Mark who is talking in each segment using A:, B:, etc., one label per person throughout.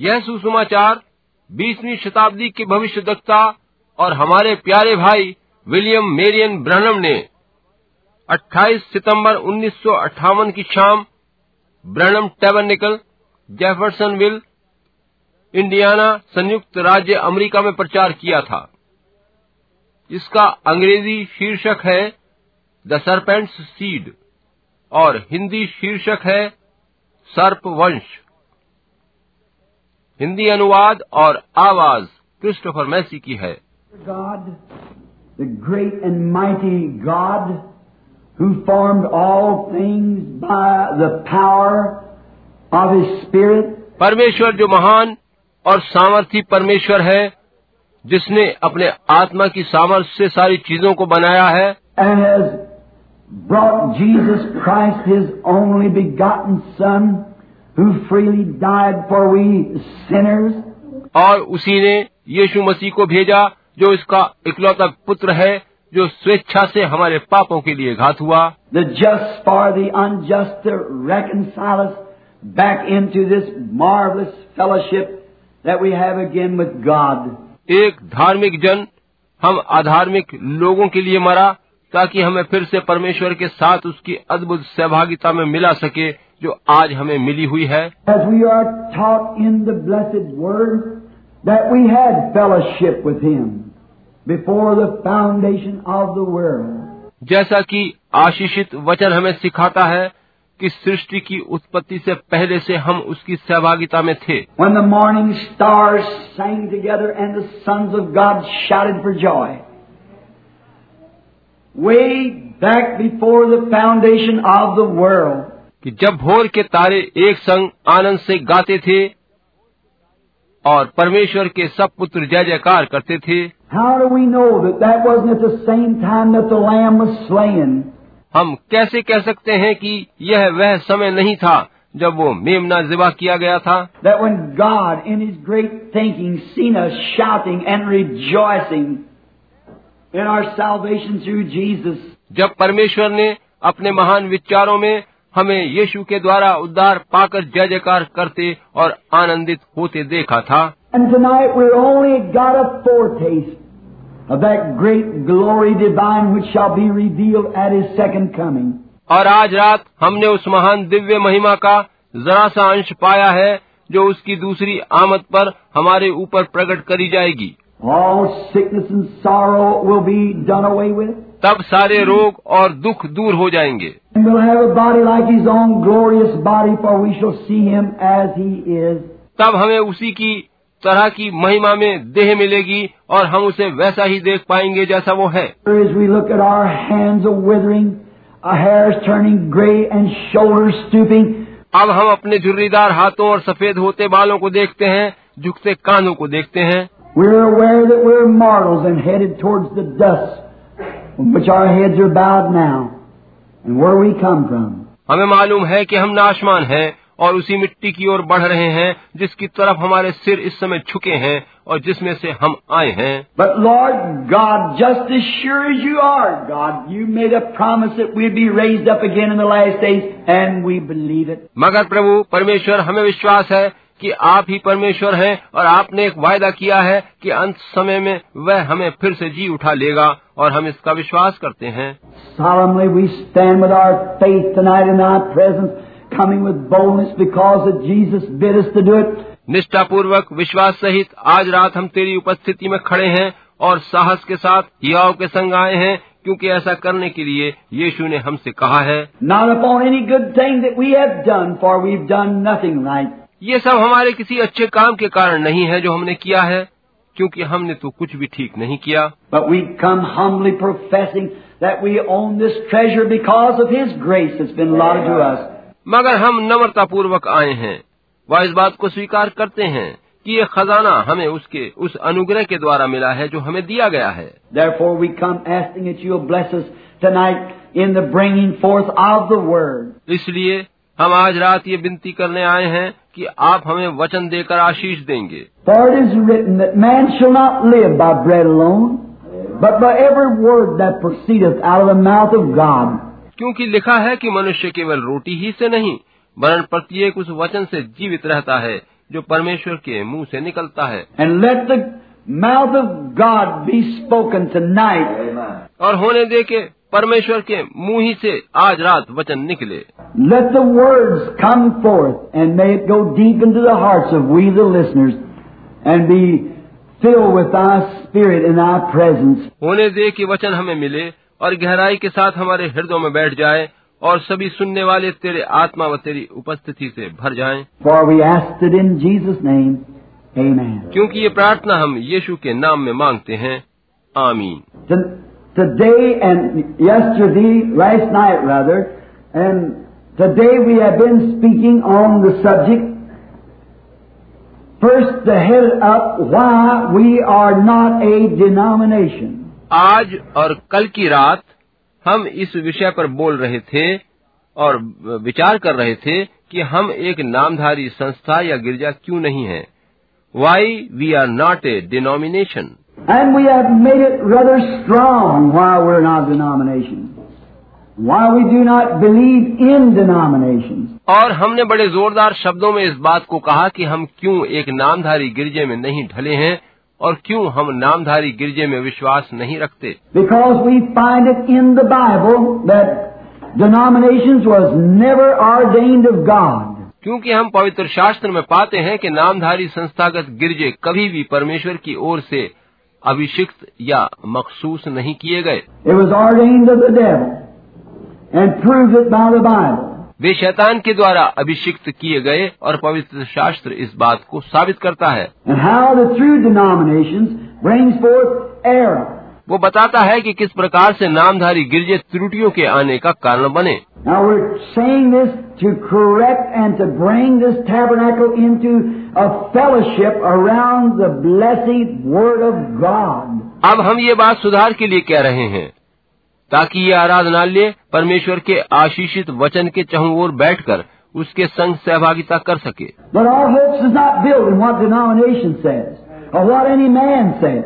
A: यह सुसमाचार बीसवीं शताब्दी के भविष्यदक्ता और हमारे प्यारे भाई विलियम मेरियन ब्रहनम ने 28 सितंबर 1958 की शाम ब्रहनम टेबरनिकल जेफरसनविल इंडियाना संयुक्त राज्य अमेरिका में प्रचार किया था इसका अंग्रेजी शीर्षक है द सरपेंट्स सीड और हिंदी शीर्षक है सर्पवंश हिंदी अनुवाद और आवाज क्रिस्टोफर मैसी की है
B: God, the great and mighty God, who formed all things by the power of His Spirit,
A: परमेश्वर जो महान और सामर्थी परमेश्वर है जिसने अपने आत्मा की सामर्थ्य से सारी चीजों को बनाया है
B: and has brought Jesus Christ, His only begotten Son, who freely died for we sinners,
A: और उसी ने यीशु मसीह को भेजा जो इसका इकलौता पुत्र है जो स्वेच्छा से हमारे पापों के लिए घात हुआ
B: the just for the unjust to reconcile us back into this marvelous fellowship that we have again with God.
A: एक धार्मिक जन हम अधार्मिक लोगों के लिए मरा ताकि हमें फिर से परमेश्वर के साथ उसकी अद्भुत सहभागिता में मिला सके जो आज हमें मिली हुई है
B: As we are taught in the blessed word that we had fellowship with him before the foundation of the world.
A: जैसा कि आशीषित वचन हमें सिखाता है कि सृष्टि की उत्पत्ति से पहले से हम उसकी सहभागिता में थे
B: When the morning stars sang together and the sons of God shouted for joy. Way back before the foundation of the world,
A: कि जब भोर के तारे एक संग आनंद से गाते थे और परमेश्वर के सब पुत्र जय जयकार करते थे
B: how do we know that that wasn't at the same time that the Lamb was slain?
A: हम कैसे कह सकते हैं कि यह वह समय नहीं था जब वो मेमना जिबा किया गया था
B: That when God, in His great thinking, seen us shouting and rejoicing in our salvation through Jesus,
A: जब परमेश्वर ने अपने महान विचारों में हमें यीशु के द्वारा उद्धार पाकर जय जयकार करते और आनंदित होते देखा था
B: and tonight we're only got a foretaste of that great glory divine which shall be revealed at His second coming.
A: और आज रात हमने उस महान दिव्य महिमा का जरा सा अंश पाया है जो उसकी दूसरी आमद पर हमारे ऊपर प्रकट करी जाएगी
B: All sickness and sorrow will be done away with,
A: तब सारे रोग और दुख दूर हो जाएंगे
B: and we'll have a body like His own glorious body, for we shall see Him as He is.
A: तब हमें उसी की तरह की महिमा में देह मिलेगी और हम उसे वैसा ही देख पाएंगे जैसा वो है
B: As we look at our hands are withering, our hairs turning gray and shoulders stooping,
A: अब हम अपने झुर्रीदार हाथों और सफेद होते बालों को देखते हैं झुकते कानों को देखते हैं
B: we're aware that we're mortals and headed towards the dust from which our heads are bowed now and where we come from.
A: हमें मालूम है कि हम नाशमान हैं और उसी मिट्टी की ओर बढ़ रहे हैं जिसकी तरफ हमारे सिर इस समय झुके हैं और जिसमें से हम आए हैं
B: But Lord God, just as sure as you are, God, you made a promise that we'd be raised up again in the last days, and we believe it.
A: मगर प्रभु परमेश्वर हमें विश्वास है कि आप ही परमेश्वर हैं और आपने एक वायदा किया है कि अंत समय में वह हमें फिर से जी उठा लेगा और हम इसका विश्वास करते हैं
B: Solemnly we stand with our faith tonight in thy presence, coming with boldness because that Jesus bid us to do it.
A: निष्ठापूर्वक विश्वास सहित आज रात हम तेरी उपस्थिति में खड़े हैं और साहस के साथ हियाव के संग आए हैं क्योंकि ऐसा करने के लिए यीशु ने हमसे कहा है
B: Not upon any good thing that we have done, for we've done nothing right.
A: ये सब हमारे किसी अच्छे काम के कारण नहीं है जो हमने किया है क्योंकि हमने तो कुछ भी ठीक नहीं किया
B: But we come humbly professing that we own this treasure because of His grace that's been allotted to us.
A: मगर हम नम्रता पूर्वक आए हैं वह इस बात को स्वीकार करते हैं कि ये खजाना हमें उसके उस अनुग्रह के द्वारा मिला है जो हमें दिया गया है
B: Therefore we come asking that you'll bless us tonight in the bringing forth of the Word.
A: इसलिए हम आज रात ये विनती करने आए हैं कि आप हमें वचन देकर आशीष देंगे
B: For it is written that man shall not live by bread alone, but by every word that proceedeth out of the mouth of God.
A: क्योंकि लिखा है कि मनुष्य केवल रोटी ही से नहीं वरन प्रत्येक उस वचन से जीवित रहता है जो परमेश्वर के मुंह से निकलता है
B: And let the mouth of God be spoken tonight. Amen.
A: और होने दे के परमेश्वर के मुंह ही से आज रात वचन निकले
B: Let the words come forth and may it go deep into the hearts of we the listeners and be filled with thy spirit in thy presence.
A: होने दे कि वचन हमें मिले और गहराई के साथ हमारे हृदयों में बैठ जाए और सभी सुनने वाले तेरे आत्मा व तेरी उपस्थिति से भर जाएं
B: For we asked it in Jesus' name. Amen.
A: क्योंकि ये प्रार्थना हम यीशु के नाम में मांगते हैं आमीन
B: To- Today and yesterday, last night rather, and today we have been speaking on the subject. First, the head up why we are not a denomination.
A: आज और कल की रात हम इस विषय पर बोल रहे थे और विचार कर रहे थे कि हम एक नामधारी संस्था या गिरजा क्यों नहीं है why we are not a denomination
B: And we have made it rather strong why we're not a denomination. Why we do not believe in denominations.
A: और हमने बड़े जोरदार शब्दों में इस बात को कहा कि हम क्यों एक नामधारी गिरजे में नहीं ढले हैं और क्यों हम नामधारी गिरजे में विश्वास नहीं रखते
B: Because we find it in the Bible that denominations was never ordained of God.
A: क्योंकि हम पवित्र शास्त्र में पाते हैं कि नामधारी संस्थागत गिरजे कभी भी परमेश्वर की ओर से अभिषिक्त या मखसूस नहीं किए गए
B: It was ordained of the devil and proved it by the Bible.
A: वे शैतान के द्वारा अभिषिक्त किए गए और पवित्र शास्त्र इस बात को साबित करता है
B: And how the true denominations brings forth error.
A: वो बताता है कि किस प्रकार से नामधारी गिरजे त्रुटियों के आने का कारण बने
B: Now we're saying this to correct and to bring this tabernacle into a fellowship around the blessed Word of God.
A: अब हम ये बात सुधार के लिए कह रहे हैं ताकि ये आराधनालय परमेश्वर के आशीषित वचन के चहुं ओर बैठकर उसके संग सहभागिता कर सके
B: But our hopes is not built in what denomination says or what any man says.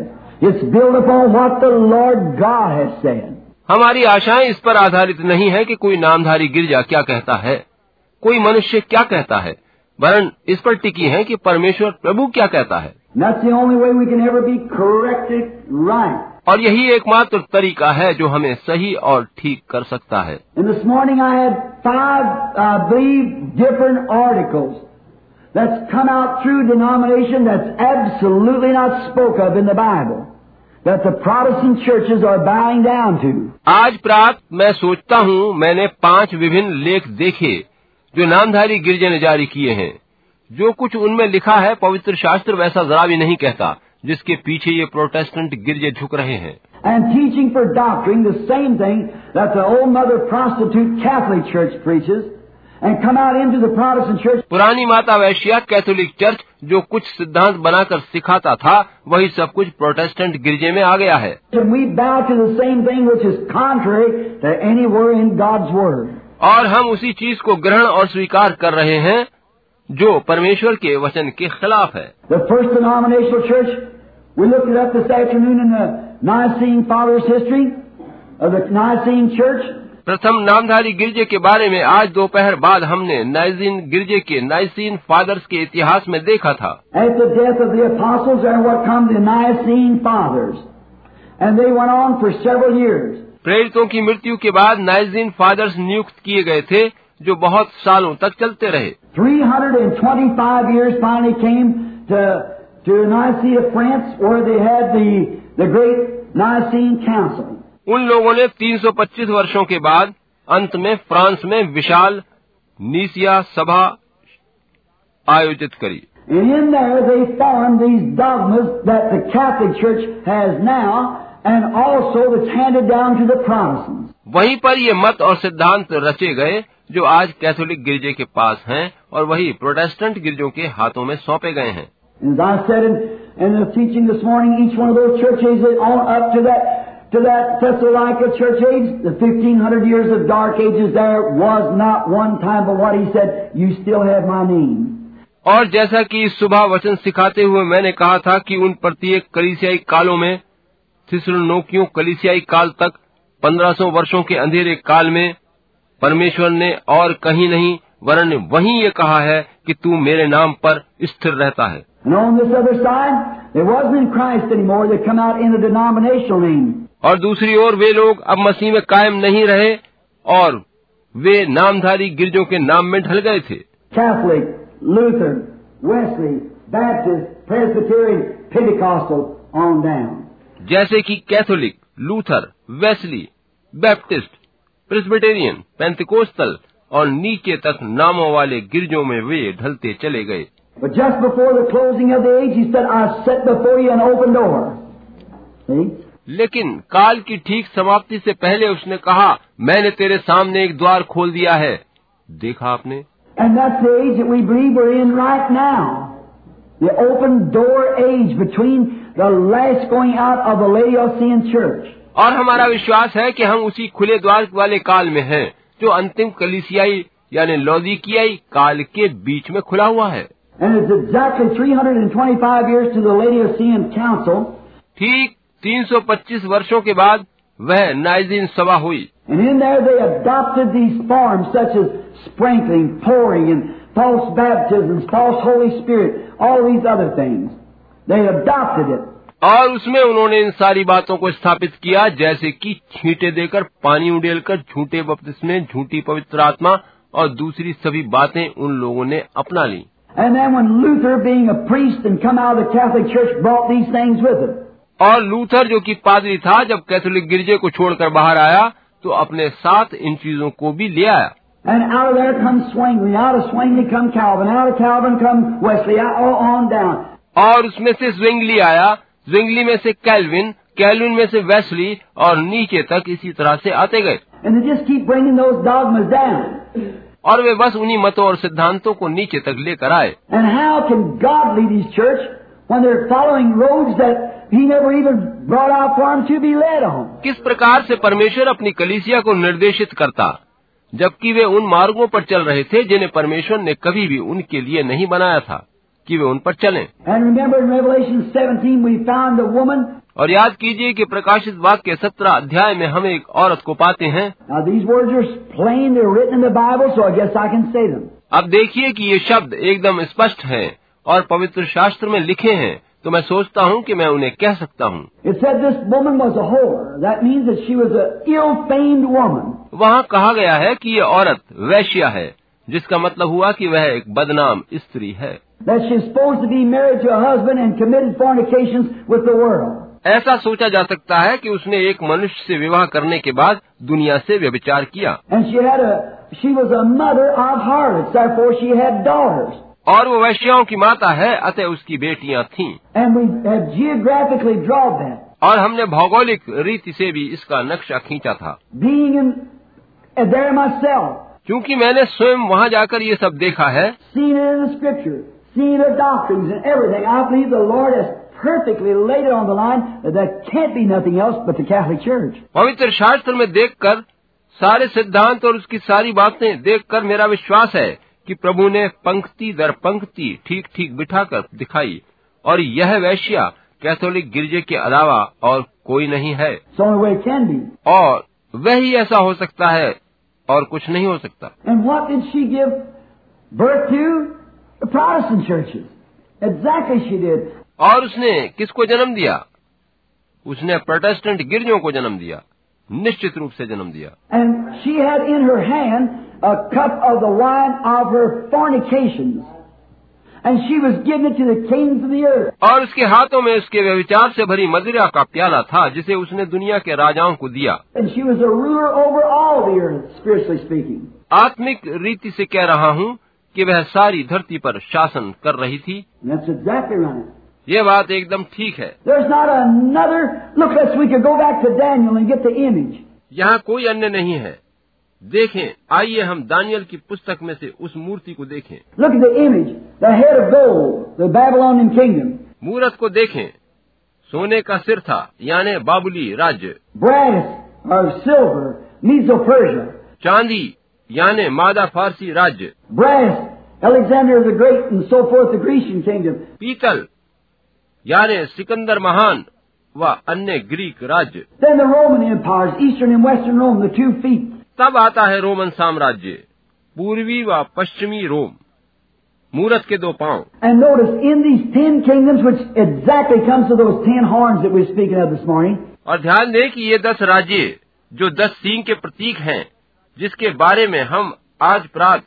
B: It's built upon what the Lord God has said.
A: हमारी आशाएं इस पर आधारित नहीं है कि कोई नामधारी गिरजा क्या कहता है कोई मनुष्य क्या कहता है वरन इस पर टिकी है कि परमेश्वर प्रभु क्या कहता है
B: And that's the only way we can ever be corrected right.
A: और यही एकमात्र तरीका है जो हमें सही और ठीक कर सकता है
B: And this morning I had five, I believe, different articles that's come out through denomination that's absolutely not spoke of in the Bible, that the Protestant churches are bowing down to.
A: आज प्रात मैं सोचता हूँ मैंने पांच विभिन्न लेख देखे जो नामधारी गिरजे ने जारी किए हैं जो कुछ उनमें लिखा है पवित्र शास्त्र वैसा जरा भी नहीं कहता जिसके पीछे ये प्रोटेस्टेंट गिरजे झुक रहे हैं
B: And teaching for doctrine the same thing that the old mother prostitute Catholic Church preaches, and come out into the Protestant church
A: पुरानी माता वैश्या कैथोलिक चर्च जो कुछ सिद्धांत बनाकर सिखाता था वही सब कुछ प्रोटेस्टेंट गिरजे में आ गया है
B: and we bow to the same thing which is contrary to anywhere in God's Word.
A: और हम उसी चीज को ग्रहण और स्वीकार कर रहे हैं जो परमेश्वर के वचन के खिलाफ है
B: The first denominational church, we looked it up this afternoon in the Nicene Fathers' history of the Nicene Church.
A: प्रथम नामधारी गिरजे के बारे में आज दोपहर बाद हमने नाइजीन गिरजे के नाइसीन फादर्स के इतिहास में देखा था
B: At the death of the apostles, there were come the Nicene Fathers. And they went on for several years.
A: प्रेरितों की मृत्यु के बाद नाइजीन फादर्स नियुक्त किए गए थे जो बहुत सालों तक चलते रहे
B: 325 years finally came to, to Nicaea, France, where they had the, the great Nicene Council.
A: उन लोगों ने 325 वर्षों के बाद अंत में फ्रांस में विशाल नीसिया सभा आयोजित करी
B: And in there they formed these dogmas that the Catholic Church has now and also that's handed down to the Protestants.
A: वहीं पर ये मत और सिद्धांत रचे गए जो आज कैथोलिक गिरजे के पास हैं और वही प्रोटेस्टेंट गिरजों के हाथों में सौंपे गए हैं
B: And as I said in, in the teaching this morning, each one of those churches is on up to that to that Thessalonica church age, the 1500 years of dark ages there was not one time but what he said, you still have my name.
A: और जैसा कि इस सुबह वचन सिखाते हुए मैंने कहा था कि उन प्रत्येक कलिसियाई कालों में थिसलुनोकियों कलिसियाई काल तक 1500 वर्षों के अंधेरे काल में परमेश्वर ने और कहीं नहीं वरन वहीं ये कहा है कि तू मेरे नाम पर स्थिर रहता है
B: And on this other side, they wasn't in Christ anymore. They come out in a denominational name.
A: और दूसरी ओर वे लोग अब मसीह में कायम नहीं रहे और वे नामधारी गिरजों के नाम में ढल गए थे
B: Catholic, Lutheran, Wesley, Baptist, Presbyterian, Pentecostal, on down.
A: जैसे कि Catholic Luther Wesley Baptist Presbyterian Pentecostal और नीचे तक नामों वाले गिरजों में वे ढलते चले गए
B: But just before the closing of the age, he said, I set before you an open door. See?
A: लेकिन काल की ठीक समाप्ति से पहले उसने कहा मैंने तेरे सामने एक द्वार खोल दिया है देखा आपने
B: And that's the age that we believe we're in right now. The open door age between the last going out of the Laodicean church.
A: और हमारा विश्वास है कि हम उसी खुले द्वार वाले काल में हैं जो अंतिम कलिसियाई यानी लौदीकियाई काल के बीच में खुला हुआ है
B: And it's exactly 325 years to the Laodicean Council.
A: ठीक 325 वर्षों के बाद वह नाइजीन सभा हुई
B: And in there they adopted these forms such as sprinkling, pouring, and false baptisms, false Holy Spirit, all these other things. They adopted it.
A: और उसमें उन्होंने इन सारी बातों को स्थापित किया जैसे कि छींटे देकर पानी उडेलकर झूठे बपतिस्मे झूठी पवित्र आत्मा और दूसरी सभी बातें उन लोगों ने अपना ली
B: And then when Luther, being a priest and come out of the Catholic Church, brought these things with him.
A: और लूथर जो कि पादरी था जब कैथोलिक गिरजे को छोड़कर बाहर आया तो अपने साथ इन चीजों को भी ले आया
B: And out of there comes Swingley, out of Swingley come Calvin, out of Calvin come Wesley, out, all on down.
A: और उसमें से ज्विंगली आया ज्विंगली में से कैलविन कैलविन में से वेस्ली और नीचे तक इसी तरह से आते गए
B: And they just keep bringing those dogmas down.
A: और वे बस उन्हीं मतों और सिद्धांतों को नीचे तक लेकर आए
B: And how can God lead His church when they're following roads that He never even brought out for them to be led on?
A: किस प्रकार से परमेश्वर अपनी कलीसिया को निर्देशित करता जबकि वे उन मार्गों पर चल रहे थे जिन्हें परमेश्वर ने कभी भी उनके लिए नहीं बनाया था कि वे उन पर चलें
B: And remember in Revelation 17 we found a woman.
A: और याद कीजिए कि प्रकाशित वाक्य सत्रह अध्याय में हम एक औरत को पाते हैं
B: Now these words are plain, they're written in the Bible, so I guess I can say them.
A: अब देखिए कि ये शब्द एकदम स्पष्ट हैं और पवित्र शास्त्र में लिखे हैं तो मैं सोचता हूँ कि मैं उन्हें कह सकता हूँ
B: It said this woman was a whore. That means that she was an ill-famed woman.
A: वहाँ कहा गया है कि ये औरत वैश्या है जिसका मतलब हुआ कि वह एक बदनाम स्त्री है
B: that she's supposed to be married to a husband and committed fornications with the world.
A: ऐसा सोचा जा सकता है कि उसने एक मनुष्य से विवाह करने के बाद दुनिया से व्यभिचार किया
B: And she had a she was a mother of harlots, therefore she had daughters.
A: और वो वैश्याओं की माता है अतः उसकी बेटियां थीं
B: And we have geographically drawn that.
A: और हमने भौगोलिक रीति से भी इसका नक्शा खींचा था
B: Being in and there myself,
A: क्योंकि मैंने स्वयं वहाँ जाकर ये सब देखा है
B: seen it in the scripture, seen the doctrines and everything. I believe the Lord has perfectly laid it on the line that there can't be nothing else but the Catholic Church.
A: पवित्र शास्त्र में देखकर सारे सिद्धांत और उसकी सारी बातें देखकर मेरा विश्वास है कि प्रभु ने पंक्ति दर पंक्ति ठीक ठीक बिठाकर दिखाई और यह वैश्या कैथोलिक गिरजे के अलावा और कोई नहीं है
B: It's the only way it can be.
A: और वह ही ऐसा हो सकता है और कुछ नहीं हो सकता
B: And what did she give birth to? The Protestant churches. Exactly she did.
A: और उसने किसको जन्म दिया उसने प्रोटेस्टेंट गिरजों को जन्म दिया निश्चित रूप से जन्म दिया
B: And she had in her hand a cup of the wine of her fornications. And she was giving it to the kings of the earth.
A: और उसके हाथों में उसके व्यविचार से भरी मदिरा का प्याला था जिसे उसने दुनिया के राजाओं को दिया
B: And she was a ruler over all the earth, spiritually speaking.
A: आत्मिक रीति से कह रहा हूँ कि वह सारी धरती पर शासन कर रही थी
B: And that's exactly right.
A: ये बात एकदम ठीक है
B: There's not another. Look, let's we could go back to Daniel and get the image.
A: यहाँ कोई अन्य नहीं है देखें आइए हम दानियल की पुस्तक में से उस मूर्ति को देखें
B: Look at the image. The head of gold, the Babylonian kingdom.
A: मूरत को देखें सोने का सिर था यानी बाबुली राज्य
B: Brass or silver, Medo-Persia.
A: चांदी यानी मादा फारसी राज्य
B: Brass, Alexander the Great and so forth, the Grecian kingdom.
A: पीतल यानी सिकंदर महान व अन्य ग्रीक राज्य
B: Then the Roman empires, Eastern and Western Rome, the two feet.
A: तब आता है रोमन साम्राज्य पूर्वी व पश्चिमी रोम मूरत के दो पांव
B: And notice in these ten kingdoms, which exactly comes to those ten horns that we we're speaking of this morning,
A: और ध्यान दें कि ये दस राज्य जो दस सींग के प्रतीक हैं जिसके बारे में हम आज प्रात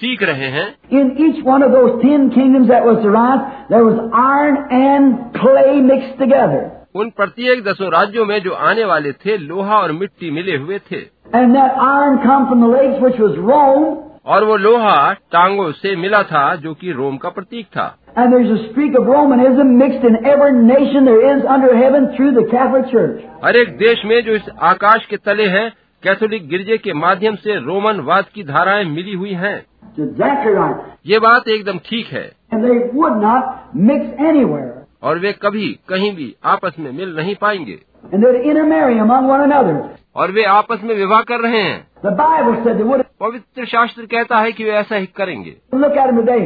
A: सीख रहे हैं
B: in each one of those ten kingdoms that was derived, there was iron and clay mixed together.
A: उन प्रत्येक दसों राज्यों में जो आने वाले थे लोहा और मिट्टी मिले हुए थे
B: And that iron come from the lakes, which was Rome,
A: और वो लोहा टांगों से मिला था जो कि रोम का प्रतीक था
B: and there's a streak of Romanism mixed in every nation there is under heaven through the Catholic Church.
A: हर एक देश में जो इस आकाश के तले हैं कैथोलिक गिरजे के माध्यम से रोमनवाद की धाराएं मिली हुई हैं
B: It's exactly right.
A: ये बात एकदम ठीक है
B: And they would not mix anywhere,
A: और वे कभी कहीं भी आपस में मिल नहीं पाएंगे
B: and they'd intermarry among one another.
A: और वे आपस में विवाह कर रहे हैं
B: The Bible said they would.
A: पवित्र शास्त्र कहता है कि वे ऐसा ही करेंगे
B: Look at them today.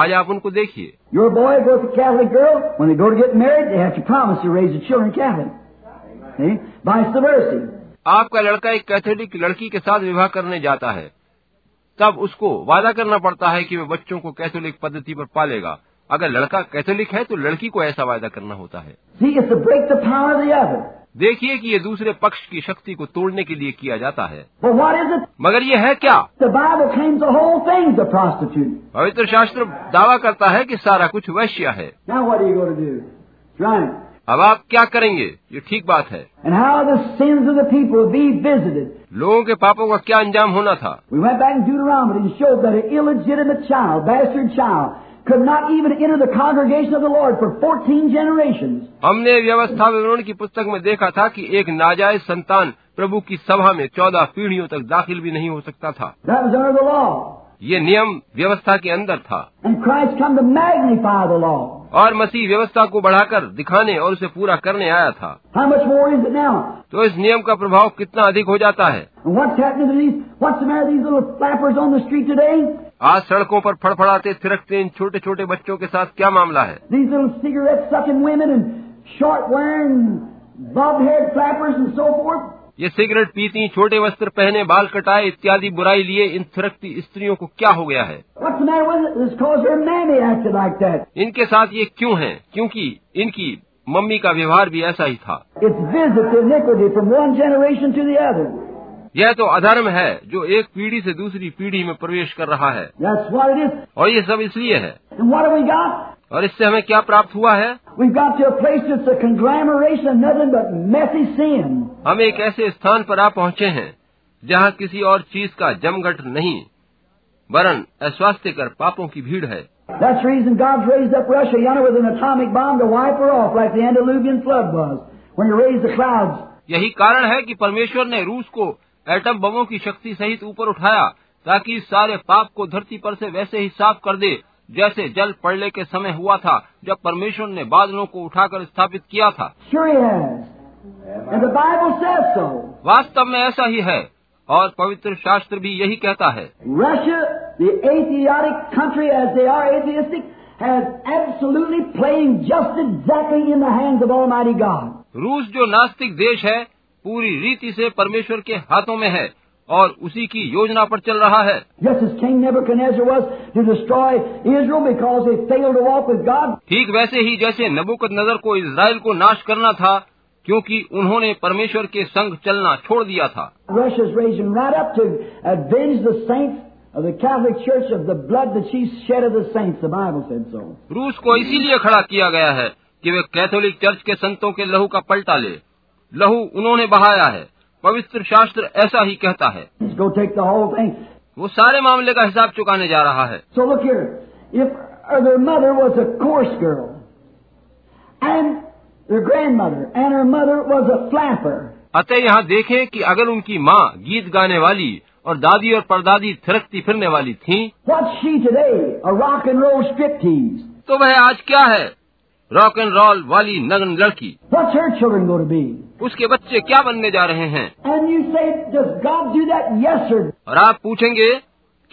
A: आज आप उनको देखिए
B: Your boy goes to Catholic girl. When they go to get married, they have to promise to raise the children Catholic. See? Vice versa.
A: आपका लड़का एक कैथोलिक लड़की के साथ विवाह करने जाता है तब उसको वादा करना पड़ता है कि वे बच्चों को कैथोलिक पद्धति पर पालेगा अगर लड़का कैथोलिक है तो लड़की को ऐसा वादा करना होता है
B: See, it's to break the power of the other.
A: देखिए कि ये दूसरे पक्ष की शक्ति को तोड़ने के लिए किया जाता है
B: But what is it?
A: मगर ये है क्या
B: The Bible claims the whole thing's a prostitute.
A: पवित्र शास्त्र दावा करता है कि सारा कुछ वैश्य है
B: Now what are you going to do? That's Right.
A: अब आप क्या करेंगे ये ठीक बात है
B: And how the sins of the people will be visited.
A: लोगों के पापों का क्या अंजाम होना था
B: We went back in Deuteronomy and showed that an illegitimate child, bastard child, could not even enter the congregation of the Lord for 14 generations.
A: हमने व्यवस्था विवरण की पुस्तक में देखा था कि एक नाजायज संतान प्रभु की सभा में चौदह पीढ़ियों तक दाखिल भी नहीं हो सकता था
B: That was under the law.
A: ये नियम व्यवस्था के अंदर था
B: And Christ come to magnify the law.
A: और मसीह व्यवस्था को बढ़ाकर दिखाने और उसे पूरा करने आया था
B: How much more is it now?
A: तो इस नियम का प्रभाव कितना अधिक हो जाता है
B: And what's happening to these? What's the matter with these little flappers on the street today?
A: आज सड़कों पर फड़फड़ाते थिरकते इन छोटे छोटे बच्चों के साथ क्या मामला है
B: These little cigarette sucking women and short wearing, bob haired flappers and so forth?
A: ये सिगरेट पीती छोटे वस्त्र पहने बाल कटाए इत्यादि बुराई लिए इन थिरकती स्त्रियों को क्या हो गया है
B: What's the matter with it? It's because their mammy acted like that.
A: इनके साथ ये क्यों है क्योंकि इनकी मम्मी का व्यवहार भी ऐसा ही था
B: It's visit the iniquity from one generation to the other.
A: यह तो अधर्म है जो एक पीढ़ी से दूसरी पीढ़ी में प्रवेश कर रहा है
B: That's what it is.
A: और ये सब इसलिए है
B: And what have we got?
A: और इससे हमें क्या प्राप्त हुआ है
B: We've got to a place that's a conglomeration of nothing but messy sin.
A: हम एक ऐसे स्थान पर आ पहुँचे हैं जहाँ किसी और चीज का जमघट नहीं वरन अस्वास्थ्यकर पापों की भीड़ है
B: That's the reason God's raised up Russia yonder with an atomic bomb to wipe her off like the Andaluvian flood was when he raised the clouds.
A: यही कारण है कि परमेश्वर ने रूस को एटम बमों की शक्ति सहित ऊपर उठाया ताकि सारे पाप को धरती पर से वैसे ही साफ कर दे जैसे जल पड़ने के समय हुआ था जब परमेश्वर ने बादलों को उठाकर स्थापित किया था
B: Sure he has. And the Bible says so.
A: वास्तव में ऐसा ही है और पवित्र शास्त्र भी यही कहता है
B: Russia, the atheistic country as they are atheistic, has absolutely playing just exactly in the hands of Almighty God.
A: रूस जो नास्तिक देश है पूरी रीति से परमेश्वर के हाथों में है और उसी की योजना पर चल रहा है
B: Just as King Nebuchadnezzar was to destroy Israel because they failed to walk with God,
A: ठीक वैसे ही जैसे नबुकद नजर को इसराइल को नाश करना था क्योंकि उन्होंने परमेश्वर के संग चलना छोड़ दिया था
B: Russia's raising right up to avenge the saints of the Catholic Church of the blood that she shed of the saints. The Bible said so.
A: रूस को इसीलिए खड़ा किया गया है कि वे कैथोलिक चर्च के संतों के लहू का पलटा ले लहू उन्होंने बहाया है पवित्र शास्त्र ऐसा ही कहता है
B: Let's go take the whole thing.
A: वो सारे मामले का हिसाब चुकाने जा रहा है
B: So look here. If uh, their mother was a coarse girl, and their grandmother, and her mother was a flapper,
A: अतः यहाँ देखें कि अगर उनकी माँ गीत गाने वाली और दादी और परदादी थिरकती फिरने वाली थीं,
B: what's she today? A rock and roll striptease.
A: तो वह आज क्या है रॉक एंड रोल वाली नग्न लड़की
B: What's her children going to be?
A: उसके बच्चे क्या बनने जा रहे हैं
B: And you say, does God do that? Yes, sir.
A: और आप पूछेंगे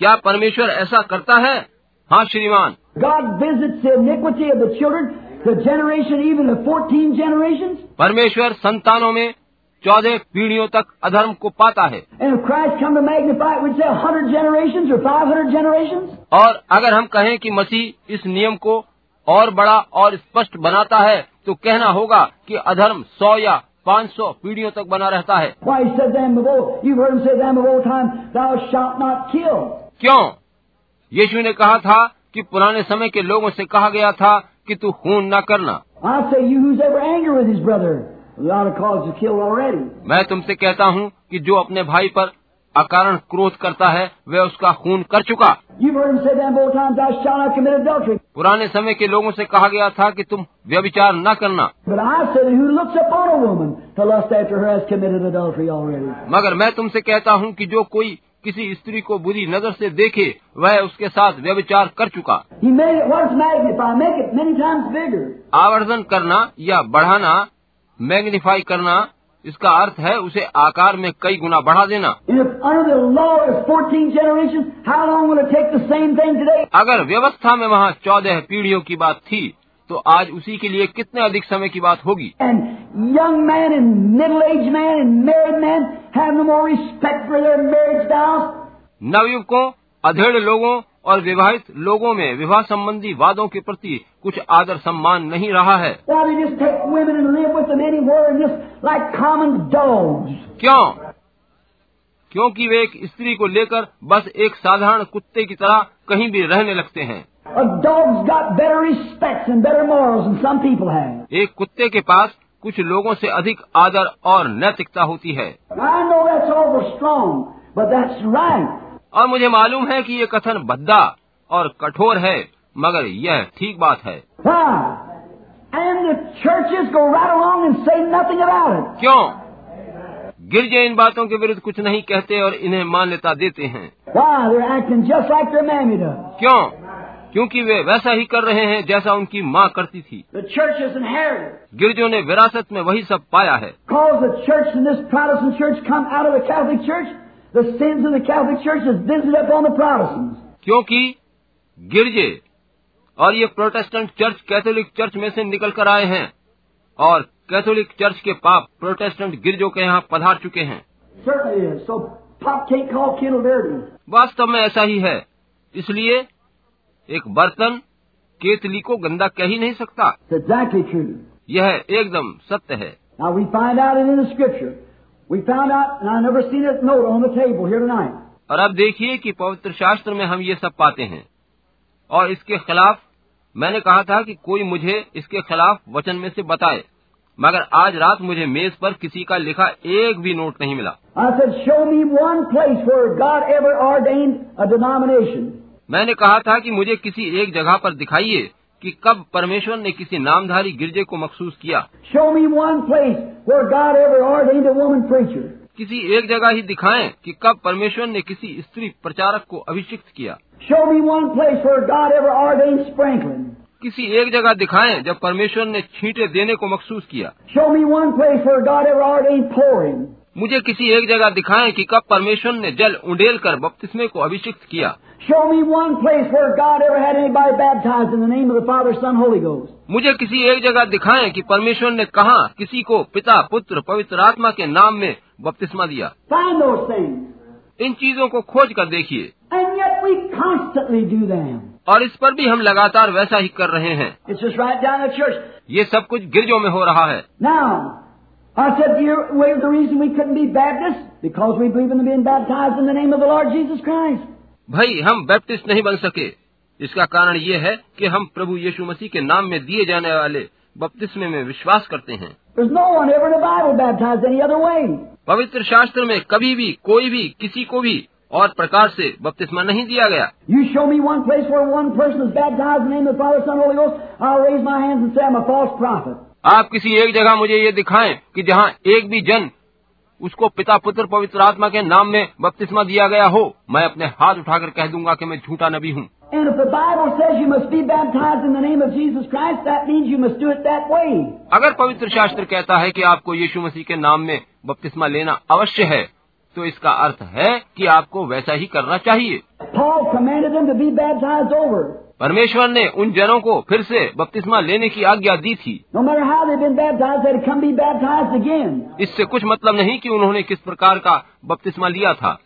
A: क्या परमेश्वर ऐसा करता है हाँ श्रीमान
B: God visits the iniquity of the children, the generation, even the 14 generations.
A: परमेश्वर संतानों में चौदह पीढ़ियों तक अधर्म को पाता है
B: And if Christ come to magnify it, we'd say a hundred generations or five hundred generations.
A: और अगर हम कहें कि मसीह इस नियम को और बड़ा और स्पष्ट बनाता है तो कहना होगा कि अधर्म सौ या पाँच सौ पीढ़ियों तक बना रहता है
B: Why he said to them of old, you've heard him say to them of old time, thou shalt not kill.
A: क्यों यीशु ने कहा था कि पुराने समय के लोगों से कहा गया था कि तू खून न करना
B: I say you who's ever angry with his brother, a lot of cause to kill already.
A: मैं तुमसे कहता हूँ कि जो अपने भाई पर अकारण क्रोध करता है वह उसका खून कर चुका
B: You've heard him say to them of old time, thou shalt not commit adultery.
A: पुराने समय के लोगों से कहा गया था कि तुम व्यभिचार न करना
B: But I say that who looks upon a woman to lust after her has committed adultery already.
A: मगर मैं तुमसे कहता हूँ कि जो कोई किसी स्त्री को बुरी नजर से देखे वह उसके साथ व्यभिचार कर चुका
B: He made it once magnify, make it many times bigger.
A: आवर्धन करना या बढ़ाना मैग्निफाई करना इसका अर्थ है उसे आकार में कई गुना बढ़ा देना
B: And if under the law is 14 generations, how long will it take the same thing today?
A: अगर व्यवस्था में वहाँ चौदह पीढ़ियों की बात थी तो आज उसी के लिए कितने अधिक समय की बात होगी
B: And young man and middle-aged man and married man have no more respect for their marriage vows.
A: नवयुवकों अधेड़ लोगों और विवाहित लोगों में विवाह संबंधी वादों के प्रति कुछ आदर सम्मान नहीं रहा है
B: Now they just take women and live with them anywhere and just like common dogs.
A: क्यों क्योंकि वे एक स्त्री को लेकर बस एक साधारण कुत्ते की तरह कहीं भी रहने लगते हैं
B: A dog's got better respects and better morals than some people have.
A: एक कुत्ते के पास कुछ लोगों से अधिक आदर और नैतिकता होती है
B: I know that's awful strong, but that's right.
A: और मुझे मालूम है कि ये कथन भद्दा और कठोर है मगर यह ठीक बात है
B: Why? And the churches go right along and say nothing about it.
A: क्यों गिरजे इन बातों के विरुद्ध कुछ नहीं कहते और इन्हें मान्यता देते हैं
B: Why? They're acting just like their mammy does.
A: क्यों क्योंकि वे वैसा ही कर रहे हैं जैसा उनकी माँ करती थी
B: The church has inherited.
A: गिरजों ने विरासत में वही सब पाया है
B: Cause the church and this Protestant church come out of the Catholic church, the sins of the Catholic church is visited upon the Protestants.
A: क्योंकि गिरजे और ये प्रोटेस्टेंट चर्च कैथोलिक चर्च में से निकल कर आए हैं और कैथोलिक चर्च के पाप प्रोटेस्टेंट गिरजों के यहाँ पधार चुके हैं
B: Certainly is. So Pop can't call kettle dirty.
A: वास्तव में ऐसा ही है इसलिए एक बर्तन केतली को गंदा कह ही नहीं सकता
B: It's exactly true.
A: यह एकदम सत्य है
B: Now we find out it in the scripture. We found out, and I never seen this note on the table here tonight.
A: और अब देखिए कि पवित्र शास्त्र में हम ये सब पाते हैं और इसके खिलाफ मैंने कहा था कि कोई मुझे इसके खिलाफ वचन में से बताए मगर आज रात मुझे मेज पर किसी का लिखा एक भी नोट नहीं मिला
B: I said, show me one place where God ever ordained a denomination.
A: मैंने कहा था कि मुझे किसी एक जगह पर दिखाइए कि कब परमेश्वर ने किसी नामधारी गिरजे को मखसूस किया
B: Show me one place where God ever ordained a woman preacher.
A: किसी एक जगह ही दिखाएं कि कब परमेश्वर ने किसी स्त्री प्रचारक को अभिषिक्त किया
B: Show me one place where God ever ordained sprinkling.
A: किसी एक जगह दिखाएं जब परमेश्वर ने छींटे देने को मखसूस किया
B: Show me one place where God ever ordained pouring.
A: मुझे किसी एक जगह दिखाएं कि कब परमेश्वर ने जल उंडेल कर बपतिस्मे को अभिषिक्त किया
B: Show me one place where God ever had anybody baptized in the name of the Father, Son, Holy Ghost.
A: मुझे किसी एक जगह दिखाएं कि परमेश्वर ने कहा किसी को पिता पुत्र पवित्र आत्मा के नाम में बपतिस्मा दिया
B: Find those things.
A: इन चीजों को खोज कर देखिए
B: And yet we constantly do them.
A: और इस पर भी हम लगातार वैसा ही कर रहे हैं
B: It's just right down the church.
A: ये सब कुछ गिरजों में हो रहा है
B: Now, I said to you, well, the reason we couldn't be Baptists, because we believe in being baptized in the name of the Lord Jesus Christ.
A: भाई हम Baptist नहीं बन सके इसका कारण ये है कि हम प्रभु यीशु मसीह के नाम में दिए जाने वाले बपतिस्मे में विश्वास करते हैं
B: There's no one ever in the Bible baptized any other way.
A: पवित्र शास्त्र में कभी भी कोई भी किसी को भी और प्रकार से बपतिस्मा नहीं दिया गया
B: You show me one place where one person is baptized in the name of the Father, Son, Holy Ghost, I'll raise my hands and say I'm a false prophet.
A: आप किसी एक जगह मुझे ये दिखाएं कि जहाँ एक भी जन उसको पिता पुत्र पवित्र आत्मा के नाम में बपतिस्मा दिया गया हो मैं अपने हाथ उठाकर कह दूंगा कि मैं झूठा नबी हूँ
B: And if the Bible says you must be baptized in the name of Jesus Christ, that means you must do it that way.
A: अगर पवित्र शास्त्र कहता है कि आपको यीशु मसीह के नाम में बपतिस्मा लेना अवश्य है तो इसका अर्थ है कि आपको वैसा ही करना चाहिए
B: Paul commanded them to be baptized over.
A: परमेश्वर ने उन जनों को फिर से बपतिस्मा लेने की आज्ञा दी थी
B: No matter how they've been baptized, they had to come be baptized again.
A: इससे कुछ मतलब नहीं कि उन्होंने किस प्रकार का बपतिस्मा लिया था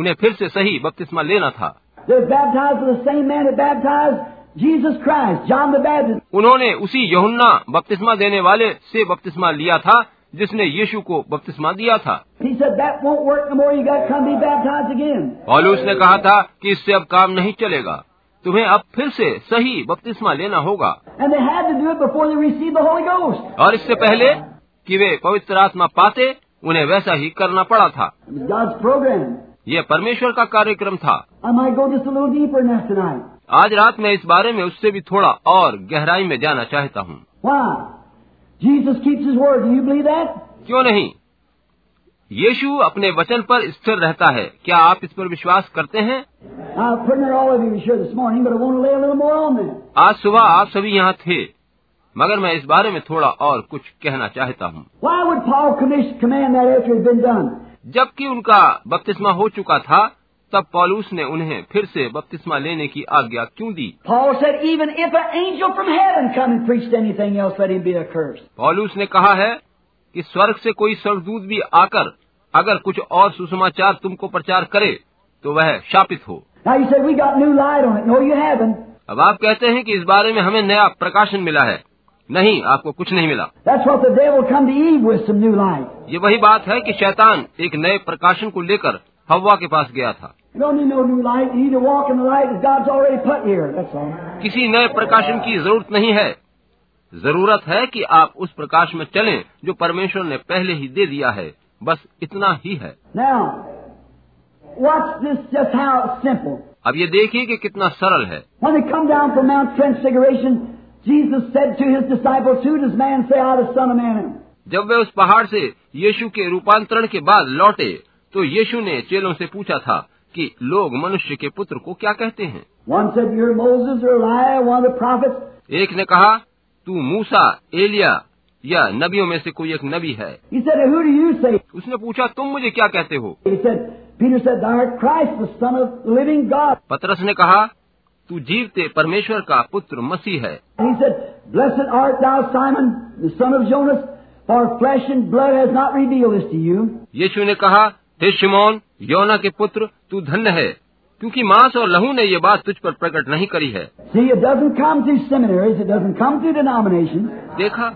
A: उन्हें फिर से सही बपतिस्मा लेना था
B: They're baptized with the same man that baptized Jesus Christ, John the Baptist.
A: उन्होंने उसी यहुन्ना बपतिस्मा देने वाले से बपतिस्मा लिया था जिसने यीशु को बपतिस्मा दिया था
B: He said, that won't work no more. you got to come be baptized again.
A: पौलुस ने कहा था कि इससे अब काम नहीं चलेगा तुम्हें अब फिर से सही बपतिस्मा लेना होगा
B: And they had to do it before they received the Holy Ghost.
A: और इससे पहले कि वे पवित्र आत्मा पाते उन्हें वैसा ही करना पड़ा था
B: It was God's program.
A: यह परमेश्वर का कार्यक्रम था
B: I might go just a little deeper in that tonight.
A: आज रात मैं इस बारे में उससे भी थोड़ा और गहराई में जाना चाहता हूँ
B: Why? Jesus keeps His word. Do you believe that?
A: क्यों नहीं यीशु अपने वचन पर स्थिर रहता है क्या आप इस पर विश्वास करते हैं
B: I've printed all of you sure this morning, but I want to lay a little more on that.
A: आज सुबह आप सभी यहाँ थे मगर मैं इस बारे में थोड़ा और कुछ कहना चाहता हूँ
B: Why would Paul commission, command that after it had been done?
A: जबकि उनका बपतिस्मा हो चुका था तब पौलुस ने उन्हें फिर से बपतिस्मा लेने की आज्ञा क्यों दी
B: Paul said, even if an angel from heaven come and preached anything else, let him be accursed.
A: पौलुस ने कहा है कि स्वर्ग से कोई स्वर्गदूत भी आकर अगर कुछ और सुसमाचार तुमको प्रचार करे तो वह शापित हो
B: Now you said, we got new light on it. No, you haven't.
A: अब आप कहते हैं कि इस बारे में हमें नया प्रकाशन मिला है नहीं आपको कुछ नहीं मिला
B: That's what the devil come to Eve with, some new light.
A: ये वही बात है कि शैतान एक नए प्रकाशन को लेकर हवा के पास गया था
B: You don't need no new light. You need to walk in the light that God's already put here. That's all.
A: किसी नए प्रकाशन की जरूरत नहीं है जरूरत है कि आप उस प्रकाश में चलें जो परमेश्वर ने पहले ही दे दिया है बस इतना ही है
B: Now, watch this just how it's simple.
A: अब ये देखिए कि कितना सरल है
B: When they come down from Mount Transfiguration, Jesus said to his disciples, Who does man say I, the Son of Man, am?
A: जब वे उस पहाड़ से यीशु के रूपांतरण के बाद लौटे तो यीशु ने चेलों से पूछा था कि लोग मनुष्य के पुत्र को क्या कहते हैं
B: One said, You're Moses or Elijah, one of the prophets.
A: एक ने कहा तू मूसा एलिया या नबियों में से कोई एक नबी है
B: He said, Who do you say?
A: उसने पूछा तुम मुझे क्या कहते हो
B: He said, Peter said, Thou art Christ, the Son of the living God.
A: पतरस ने कहा तू जीवते परमेश्वर का पुत्र मसीह है
B: And he said, Blessed art thou, Simon, the son of Jonas, for flesh and blood has not revealed this to you,
A: यीशु ने कहा हे शिमोन योना के पुत्र तू धन्य है क्योंकि मांस और लहू ने ये बात तुझ पर प्रकट नहीं करी है
B: See, it doesn't come through seminaries, it doesn't come through denominations.
A: देखा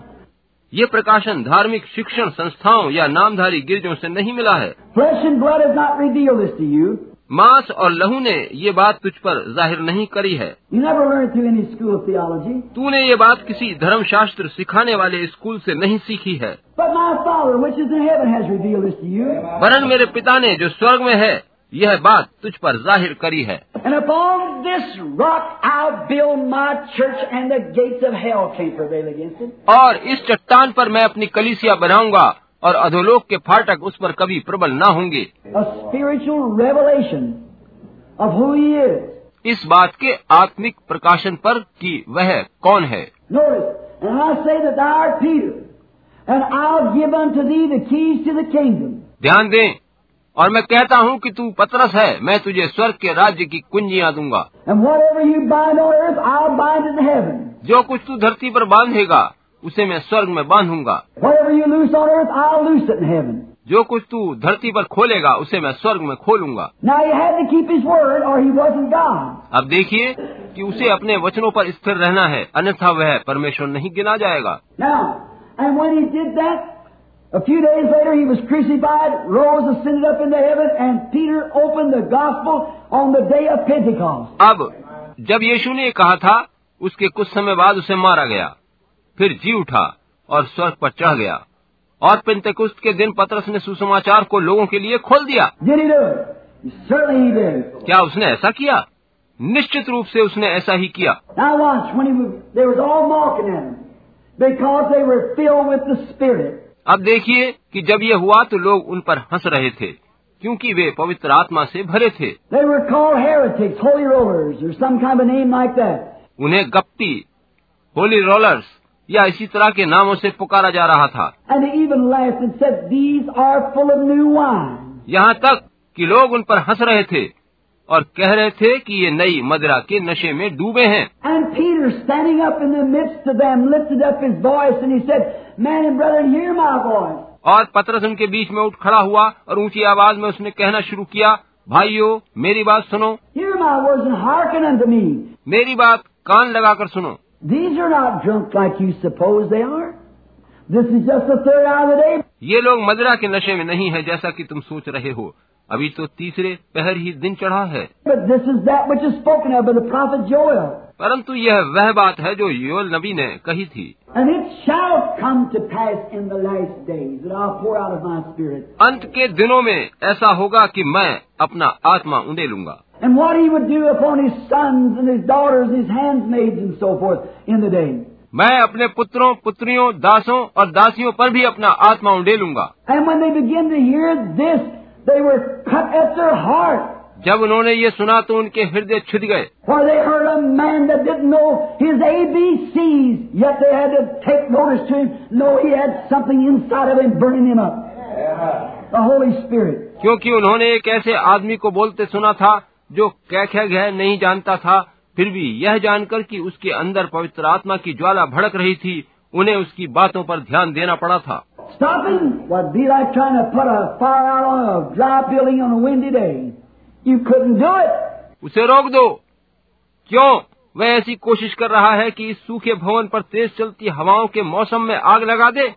A: ये प्रकाशन धार्मिक शिक्षण संस्थाओं या नामधारी गिरजों से नहीं मिला है
B: Flesh and blood has not revealed this to you.
A: मांस और लहू ने ये बात तुझ पर जाहिर नहीं करी है
B: You never learned through any school of theology.
A: तूने ये बात किसी धर्मशास्त्र सिखाने वाले स्कूल से नहीं सीखी है
B: But my Father, which is in heaven, has revealed this to you.
A: वरन मेरे पिता ने जो स्वर्ग में है यह बात तुझ पर जाहिर करी है
B: And upon this rock I'll build my church, and the gates of hell can't prevail against it.
A: और इस चट्टान पर मैं अपनी कलिसिया बनाऊंगा और अधोलोक के फाटक उस पर कभी प्रबल ना होंगे
B: A spiritual revelation of who He is.
A: इस बात के आत्मिक प्रकाशन पर कि वह कौन है
B: Notice, and I say that thou art Peter, and I'll give unto thee the keys to the kingdom.
A: ध्यान दें और मैं कहता हूँ कि तू पतरस है मैं तुझे स्वर्ग के राज्य की कुंजियाँ दूंगा
B: And whatever you bind on earth, I'll bind it in heaven.
A: जो कुछ तू धरती पर बांधेगा उसे मैं स्वर्ग में बांधूंगा
B: Whatever you loose on earth, I'll loose it in heaven.
A: जो कुछ तू धरती पर खोलेगा उसे मैं स्वर्ग में खोलूंगा
B: Now he had to keep his word, or he wasn't God.
A: अब देखिए कि उसे अपने वचनों पर स्थिर रहना है अन्यथा वह परमेश्वर नहीं गिना जाएगा
B: Now, and when he did that, a few days later he was crucified, rose, ascended up into heaven, and Peter opened the gospel on the day of Pentecost.
A: अब जब यीशु ने ये कहा था उसके कुछ समय बाद उसे मारा गया फिर जी उठा और स्वर्ग पर चढ़ गया और पिंतकुस्त के दिन पतरस ने सुसमाचार को लोगों के लिए खोल दिया
B: Did he do it? Certainly he did.
A: क्या उसने ऐसा किया निश्चित रूप से उसने ऐसा ही किया
B: Now watch, when he was, they was all mocking at him because they were filled with the Spirit.
A: अब देखिए कि जब ये हुआ तो लोग उन पर हंस रहे थे क्योंकि वे पवित्र आत्मा से भरे थे
B: They were called heretics, holy rollers, or some kind of a name like that.
A: उन्हें गप्पी होली रोलर्स या इसी तरह के नामों से पुकारा जा रहा था
B: And they even laughed and said, These are full of new wine.
A: यहाँ तक कि लोग उन पर हंस रहे थे और कह रहे थे कि ये नई मदिरा के नशे में डूबे हैं
B: And Peter, standing up in the midst of them, lifted up his voice and he said, Man and brethren, hear my voice.
A: और पतरस उनके बीच में उठ खड़ा हुआ और ऊंची आवाज में उसने कहना शुरू किया भाइयों मेरी बात सुनो
B: Hear my words and hearken unto me.
A: मेरी बात कान लगाकर सुनो
B: These are not drunk like you suppose they are. This is just the third hour of the day.
A: ये लोग मदिरा के नशे में नहीं है जैसा कि तुम सोच रहे हो अभी तो तीसरे पहर ही दिन चढ़ा है
B: But this is that which is spoken of by the prophet Joel.
A: परंतु यह वह बात है जो योल नबी ने कही थी
B: And it shall come to pass in the last days that I'll pour out of my spirit.
A: अंत के दिनों में ऐसा होगा कि मैं अपना आत्मा उंडे लूंगा
B: And what he would do upon his sons and his daughters, his handmaids and so forth in the day.
A: मैं अपने पुत्रों पुत्रियों दासों और दासियों पर भी अपना आत्मा उंडे लूंगा
B: And when they began to hear this, they were cut at their heart.
A: जब उन्होंने ये सुना तो उनके हृदय छिद गए
B: For they heard a man that didn't know his ABCs, yet they had to take notice to him, know he had something inside of him burning him up. The Holy Spirit.
A: क्योंकि उन्होंने एक ऐसे आदमी को बोलते सुना था जो कह कह गह नहीं जानता था फिर भी यह जानकर कि उसके अंदर पवित्र आत्मा की ज्वाला भड़क रही थी उन्हें उसकी बातों पर ध्यान देना पड़ा था
B: Stopping would be like trying to put a fire out on a dry building on a windy day. You couldn't do it.
A: उसे रोक दो क्यों वह ऐसी कोशिश कर रहा है कि इस सूखे भवन पर तेज चलती हवाओं के मौसम में आग लगा दे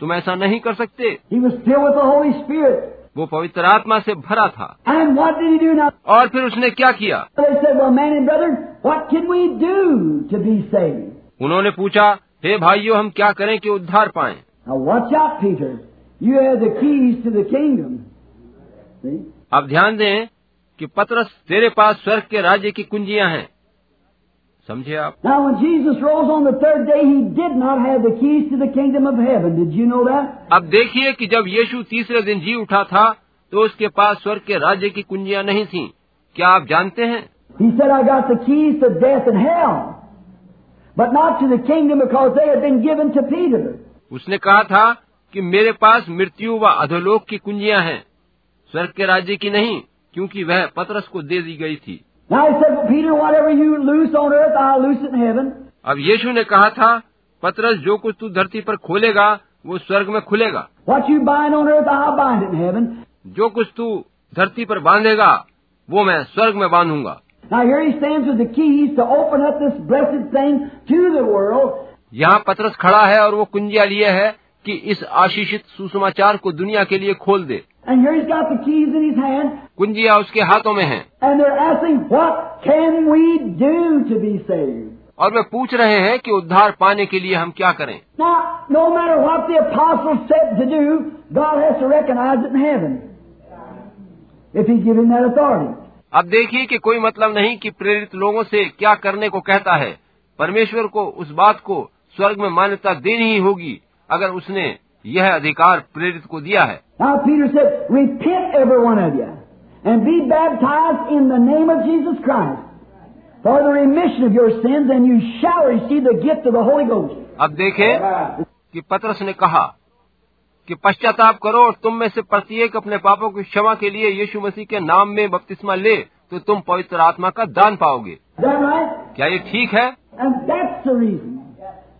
A: तुम ऐसा नहीं कर सकते
B: He was filled with the Holy Spirit.
A: वो पवित्र आत्मा से भरा था
B: And what did he do now?
A: और फिर उसने क्या किया
B: They said, Well, man and brethren, what can we do to be saved?
A: उन्होंने पूछा हे भाइयों हम क्या करें कि उद्धार पाएं
B: Now watch out, Peter. You have the keys to the kingdom. See?
A: अब ध्यान दें कि पतरस तेरे पास स्वर्ग के राज्य की कुंजियां हैं समझे आप
B: Now when Jesus rose on the third day, he did not have the keys to the kingdom of heaven. Did you know that?
A: अब देखिए कि जब यीशु तीसरे दिन जी उठा था तो उसके पास स्वर्ग के राज्य की कुंजियां नहीं थीं क्या आप जानते हैं
B: He said, I got the keys to death and hell, but not to the kingdom because they had been given to Peter.
A: उसने कहा था कि मेरे पास मृत्यु व अधोलोक की कुंजियां हैं स्वर्ग के राज्य की नहीं क्योंकि वह पतरस को दे दी गई थी
B: Now he said, well, Peter, whatever you loose on earth, I'll loose it in heaven.
A: अब यीशु ने कहा था पतरस जो कुछ तू धरती पर खोलेगा वो स्वर्ग में खुलेगा
B: What you bind on earth, I'll bind it in heaven.
A: जो कुछ तू धरती पर बांधेगा वो मैं स्वर्ग में बांधूंगा
B: Now here he stands with the keys to open up this blessed thing to the world
A: यहाँ पतरस खड़ा है और वो कुंजिया लिए है कि इस आशीषित सुसमाचार को दुनिया के लिए खोल दे
B: And here he's got the keys in his hand,
A: कुंजिया उसके हाथों में है
B: and they're asking, what can we do to be saved?
A: और वे पूछ रहे हैं कि उद्धार पाने के लिए हम क्या करें
B: Now, no matter what the apostles said to do, God has to recognize it in heaven. If he's given that authority.
A: अब देखिए कि कोई मतलब नहीं कि प्रेरित लोगों से क्या करने को कहता है परमेश्वर को उस बात को स्वर्ग में मान्यता देनी ही होगी अगर उसने यह अधिकार प्रेरित को दिया है
B: Now Peter said, repent every one of you, and be baptized in the name of Jesus Christ for the remission of your sins, and you shall receive the gift of the Holy Ghost.
A: अब देखें कि पतरस ने कहा कि पश्चाताप करो और तुम में से प्रत्येक अपने पापों की क्षमा के लिए यीशु मसीह के नाम में बपतिस्मा ले तो तुम पवित्र आत्मा का दान पाओगे
B: Is that right?
A: क्या ये ठीक है
B: And that's the reason.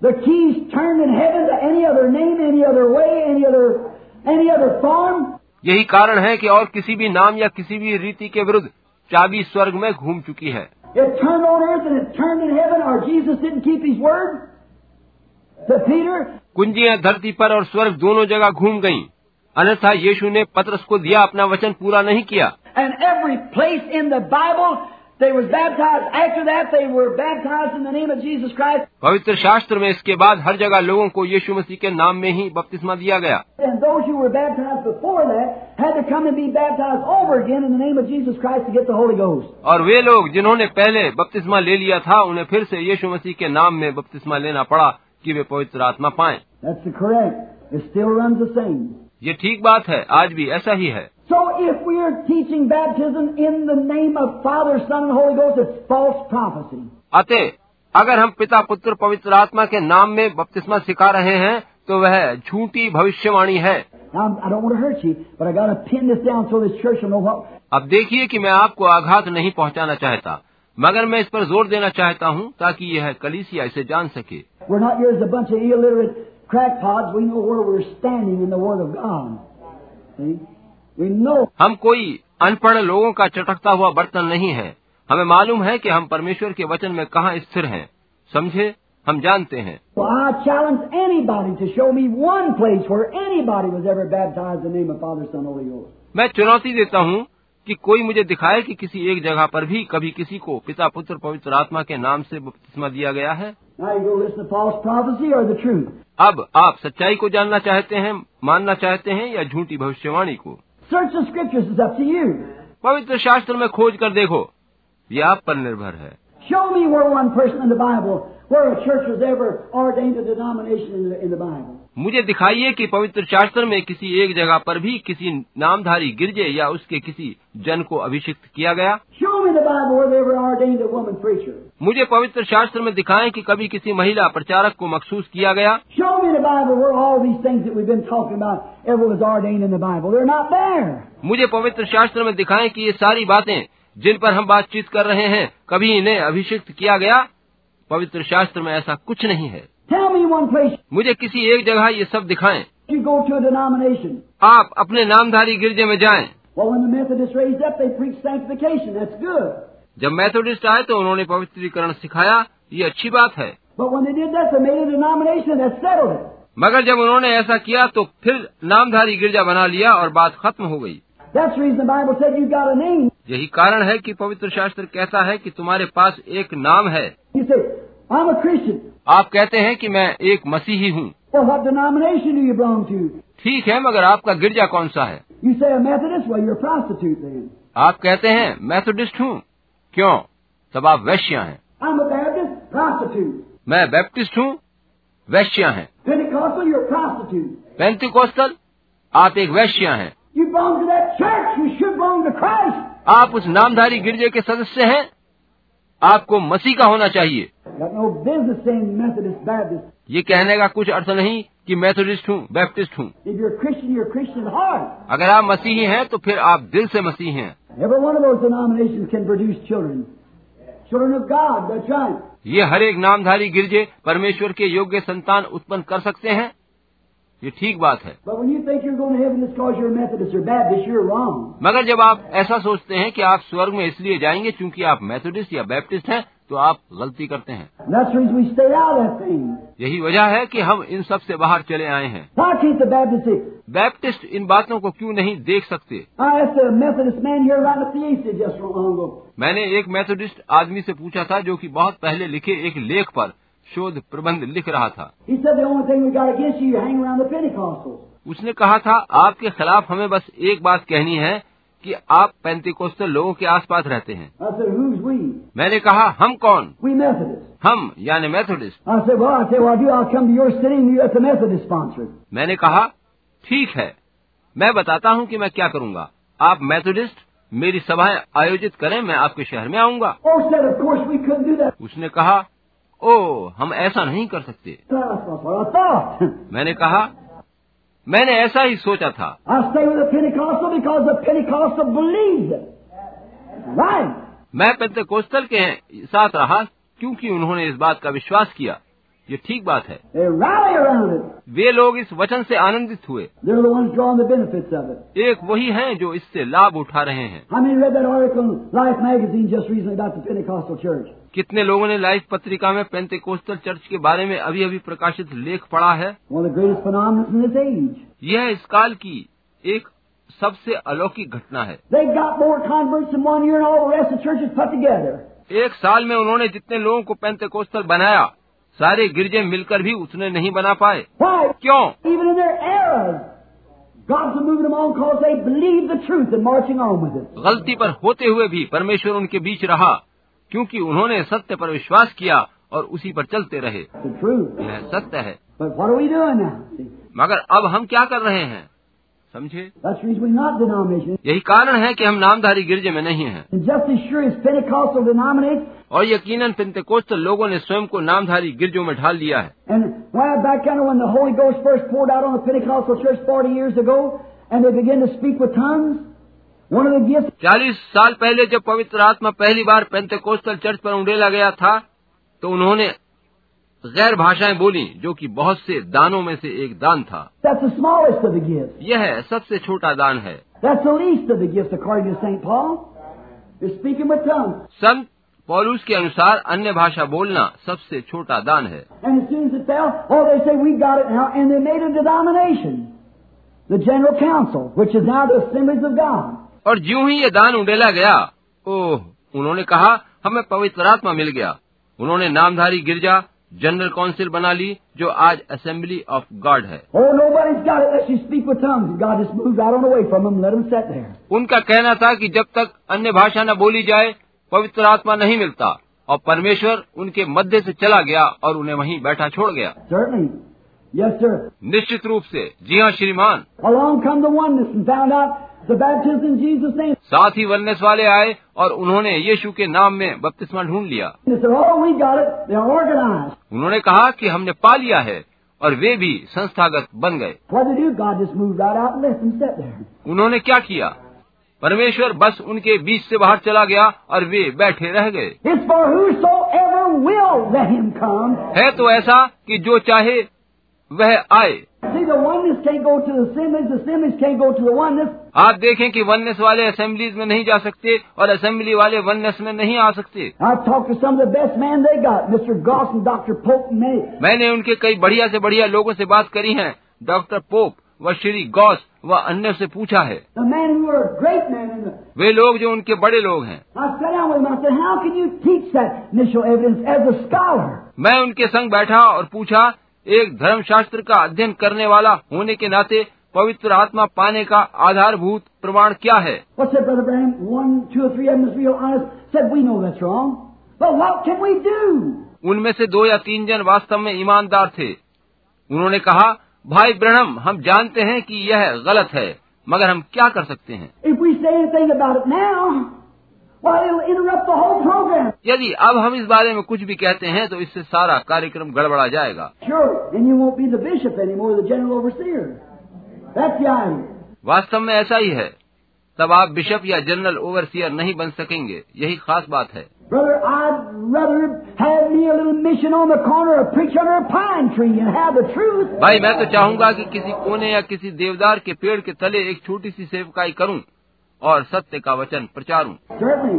B: The keys turned in heaven to any other name, any other way, any other any other form.
A: यही कारण है कि और किसी भी नाम या किसी भी रीति के विरुद्ध चाबी स्वर्ग में घूम चुकी है
B: It turned on earth and it turned in heaven, or Jesus didn't keep his word to Peter.
A: कुंजियां धरती पर और स्वर्ग दोनों जगह घूम गईं अन्यथा यीशु ने पतरस को दिया अपना वचन पूरा नहीं किया
B: And every place in the Bible they was baptized. After that they were baptized in the name of Jesus Christ.
A: पवित्र शास्त्र में इसके बाद हर जगह लोगों को यीशु मसीह के नाम में ही बपतिस्मा दिया गया
B: And those who were baptized before that had to come and be baptized over again in the name of Jesus Christ to get the Holy Ghost.
A: और वे लोग जिन्होंने पहले बपतिस्मा ले लिया था उन्हें फिर से यीशु मसीह के नाम में बपतिस्मा लेना पड़ा कि वे पवित्र आत्मा पाएं
B: That's the correct. It still runs the same.
A: ये ठीक बात है आज भी ऐसा ही है
B: So if we are teaching baptism in the name of Father, Son, and Holy Ghost, it's false prophecy.
A: अतः अगर हम पिता पुत्र पवित्र आत्मा के नाम में बपतिस्मा सिखा रहे हैं तो वह झूठी भविष्यवाणी है
B: Now, I don't want to hurt you, but I got to pin this down so this church will know what.
A: अब देखिए कि मैं आपको आघात नहीं पहुंचाना चाहता मगर मैं इस पर जोर देना चाहता हूं ताकि यह कलीसिया इसे जान सके
B: We're not here as a bunch of illiterate crackpots. We know where we're standing in the Word of God. See? We know.
A: हम कोई अनपढ़ लोगों का चटकता हुआ बर्तन नहीं है हमें मालूम है कि हम परमेश्वर के वचन में कहाँ स्थिर हैं समझे हम जानते हैं
B: Well, I challenge anybody to show me one place where anybody was ever baptized in the name of Father, Son, Holy Ghost.
A: मैं चुनौती देता हूँ कि कोई मुझे दिखाए कि किसी एक जगह पर भी कभी किसी को पिता पुत्र पवित्र आत्मा के नाम से बपतिस्मा दिया गया है
B: Now you go listen to false prophecy or the truth.
A: अब आप सच्चाई को जानना चाहते हैं मानना चाहते हैं या झूठी भविष्यवाणी को
B: Search the scriptures, it's up to you.
A: पवित्र शास्त्र में खोज कर देखो ये आप पर निर्भर है
B: Show me where one person in the Bible, where a church was ever ordained a denomination in the, in the Bible.
A: मुझे दिखाइए कि पवित्र शास्त्र में किसी एक जगह पर भी किसी नामधारी गिरजे या उसके किसी जन को अभिषिक्त किया गया
B: Show me the Bible where they ever ordained a woman preacher.
A: मुझे पवित्र शास्त्र में दिखाएं कि कभी किसी महिला प्रचारक को मखसूस किया गया
B: Show me the Bible where all these things that we've been talking about ever was ordained in the Bible. They're not there.
A: मुझे पवित्र शास्त्र में दिखाएं कि ये सारी बातें जिन पर हम बातचीत कर रहे हैं कभी इन्हें अभिषिक्त किया गया पवित्र शास्त्र में ऐसा कुछ नहीं है
B: Tell me one place
A: मुझे किसी एक जगह ये सब दिखाएं
B: you go to a denomination.
A: आप अपने नामधारी गिरजे में जाएं
B: Well, when the Methodists raised up, they preached sanctification. That's good.
A: जब मैथोडिस्ट आए तो उन्होंने पवित्रीकरण सिखाया ये अच्छी बात है
B: But when they did that, they made a denomination that settled it.
A: मगर जब उन्होंने ऐसा किया तो फिर नामधारी गिरजा बना लिया और बात खत्म हो गई
B: That's the reason the Bible said you got a name.
A: यही कारण है कि पवित्र शास्त्र कहता है कि तुम्हारे पास एक नाम है
B: You say, I'm a Christian.
A: आप कहते हैं कि मैं एक मसीही हूँ
B: Well, what denomination do you belong to?
A: ठीक है मगर आपका गिरजा कौन सा है
B: You say a Methodist? Well, you're a prostitute then.
A: आप कहते हैं मैथोडिस्ट हूँ क्यों तब आप वैश्या हैं
B: I'm a Baptist? Prostitute.
A: मैं बैप्टिस्ट हूँ वैश्या हैं
B: Pentecostal? You're a prostitute.
A: पेंतिकोस्तल आप एक वैश्या हैं
B: You belong to that church. You should belong to Christ.
A: आप उस नामधारी गिरजे के सदस्य हैं आपको मसीह का होना चाहिए
B: Got no business saying Methodist, Baptist.
A: ये कहने का कुछ अर्थ नहीं कि मैथोडिस्ट हूँ बैप्टिस्ट हूँ
B: If you're a Christian, you're a Christian at heart.
A: अगर आप मसीही हैं तो फिर आप दिल से मसीह हैं
B: Every one of those denominations can produce children. Children of God, that's right.
A: ये हर एक नामधारी गिरजे परमेश्वर के योग्य संतान उत्पन्न कर सकते हैं ये ठीक बात है
B: But when you think you're going to heaven just because you're a Methodist or Baptist, you're wrong.
A: मगर जब आप ऐसा सोचते हैं कि आप स्वर्ग में इसलिए जाएंगे क्योंकि आप मैथोडिस्ट या बैप्टिस्ट हैं तो आप गलती करते हैं
B: And that's the reason we stay out of that thing.
A: यही वजह है कि हम इन सब से बाहर चले आए हैं
B: Why can't the Baptist say,
A: Baptist इन बातों को क्यों नहीं देख सकते
B: I asked a Methodist man here right at the East just not long ago.
A: मैंने एक मैथोडिस्ट आदमी से पूछा था जो कि बहुत पहले लिखे एक लेख पर शोध प्रबंध लिख रहा था
B: He said the only thing we got against you, you hang around the Pentecostals.
A: उसने कहा था आपके खिलाफ हमें बस एक बात कहनी है कि आप पैंतीकोस्तर लोगों के आसपास रहते हैं
B: I said, who's we?
A: मैंने कहा हम कौन
B: We Methodists.
A: हम यानी Methodist
B: I said, well, I said, well, I do. I'll come to your city and you at the Methodist sponsor.
A: मैंने कहा ठीक है मैं बताता हूँ कि मैं क्या करूँगा आप मैथोडिस्ट मेरी सभाएं आयोजित करें मैं आपके शहर में आऊँगा
B: Oh, said, of course we couldn't do that.
A: उसने कहा ओ हम ऐसा नहीं कर सकते
B: That's what I thought.
A: मैंने कहा मैंने ऐसा ही सोचा था
B: I stay with the Pentecostal because the Pentecostal believes it. Right.
A: मैं पेंतकोस्तल के साथ रहा क्योंकि उन्होंने इस बात का विश्वास किया ये ठीक बात है
B: They rally around it.
A: वे लोग इस वचन से आनंदित हुए
B: They're the ones drawing the benefits of it.
A: एक वही हैं जो इससे लाभ उठा रहे हैं
B: How many read that article in Life magazine just recently about the Pentecostal church?
A: कितने लोगों ने लाइफ पत्रिका में पेंतेकोस्टल चर्च के बारे में अभी अभी प्रकाशित लेख पढ़ा है
B: One of the greatest phenomena in this age.
A: यह इस काल की एक सबसे अलौकिक घटना है
B: They've got more converts in one year than all the rest of the churches put together.
A: एक साल में उन्होंने जितने लोगों को पेंतेकोस्टल बनाया सारे गिरजे मिलकर भी उतने नहीं बना पाए
B: Why?
A: क्यों
B: Even in their errors, God's moving them on because they believe the truth and marching on with it.
A: गलती पर होते हुए भी परमेश्वर उनके बीच रहा क्योंकि उन्होंने सत्य पर विश्वास किया और उसी पर चलते रहे
B: The truth.
A: यह सत्य है
B: But what are we doing now? See,
A: मगर अब हम क्या कर रहे हैं समझे
B: That's the reason we're not denomination.
A: यही कारण है कि हम नामधारी गिरजे में नहीं हैं
B: And just as sure as Pentecostal denominates,
A: और यकीनन पिंतकोस्त लोगों ने स्वयं को नामधारी गिरजों में ढाल लिया है
B: and why back kind of when the Holy Ghost first poured out on the Pentecostal church 40 years ago, and they began to speak with tongues, one of the gifts
A: चालीस साल पहले जब पवित्र आत्मा पहली बार पेंतकोस्तल चर्च पर उंडेला गया था तो उन्होंने गैर भाषाएं बोली जो कि बहुत से दानों में से एक दान था
B: That's the smallest of the gifts.
A: यह सबसे छोटा दान है
B: That's the least of the gifts, according to St. Paul. They're speaking with tongues.
A: संत पौलुस के अनुसार अन्य भाषा बोलना सबसे छोटा दान है
B: And as soon as it fell, oh, they say, we got it now. And they made a denomination, the General Council, which is now the Assemblies of God.
A: और ज्यों ही ये दान उंडेला गया ओह उन्होंने कहा हमें पवित्र आत्मा मिल गया उन्होंने नामधारी गिरजा जनरल काउंसिल बना ली जो आज असेंबली ऑफ गॉड है
B: Oh, nobody's got it unless you speak with tongues. God just moved right on away from them and let them sit there.
A: उनका कहना था कि जब तक अन्य भाषा न बोली जाए पवित्र आत्मा नहीं मिलता और परमेश्वर उनके मध्य से चला गया और उन्हें वहीं बैठा छोड़ गया
B: Certainly. Yes, sir.
A: निश्चित रूप से जी हाँ श्रीमान
B: Along come the oneness and found out the baptism in Jesus' name.
A: साथ ही वननेस वाले आए और उन्होंने यीशु के नाम में बपतिस्मा ढूंढ लिया
B: They said, oh, we got it. They're organized.
A: उन्होंने कहा कि हमने पा लिया है और वे भी संस्थागत बन गए
B: What did they do? God just moved right out and let them sit there.
A: उन्होंने क्या किया परमेश्वर बस उनके बीच से बाहर चला गया और वे बैठे रह गए
B: It's for whosoever will let him come.
A: है तो ऐसा कि जो चाहे वह आए
B: See, the oneness can't go to the assemblies, the assemblies can't go to the oneness.
A: आप देखें कि वननेस वाले असेंबलीज में नहीं जा सकते और असेंबली वाले वननेस में नहीं आ सकते
B: I've talked to some of the best men they got, Mr. Goss and Dr. Pope and many.
A: मैंने उनके कई बढ़िया से बढ़िया लोगों से बात करी है डॉक्टर पोप व श्री गॉस व अन्य से पूछा है
B: The men who were great men. In the,
A: वे लोग जो उनके बड़े लोग हैं
B: I sat down with them. I said, how can you teach that initial evidence as a scholar?
A: मैं उनके संग बैठा और पूछा एक धर्मशास्त्र का अध्ययन करने वाला होने के नाते पवित्र आत्मा पाने का आधारभूत प्रमाण क्या है
B: What said Brother Branham? One, two, or three of them was real honest. Said, we know that's wrong. But what can we do?
A: उनमें से दो या तीन जन वास्तव में ईमानदार थे उन्होंने कहा भाई ब्रहणम हम जानते हैं कि यह गलत है मगर हम क्या कर सकते हैं
B: If we say anything about it now, well, it'll interrupt the whole program.
A: यदि अब हम इस बारे में कुछ भी कहते हैं तो इससे सारा कार्यक्रम गड़बड़ा जाएगा
B: Sure, then you won't be the bishop anymore, the general overseer. That's the idea.
A: वास्तव में ऐसा ही है तब आप बिशप या जनरल ओवरसियर नहीं बन सकेंगे यही खास बात है
B: Brother, I'd rather have me a little mission on the corner, a preacher under a pine tree, and have the truth.
A: भाई मैं तो चाहूंगा कि किसी कोने या किसी देवदार के पेड़ के तले एक छोटी सी सेवकाई करूं और सत्य का वचन प्रचारूं
B: Certainly,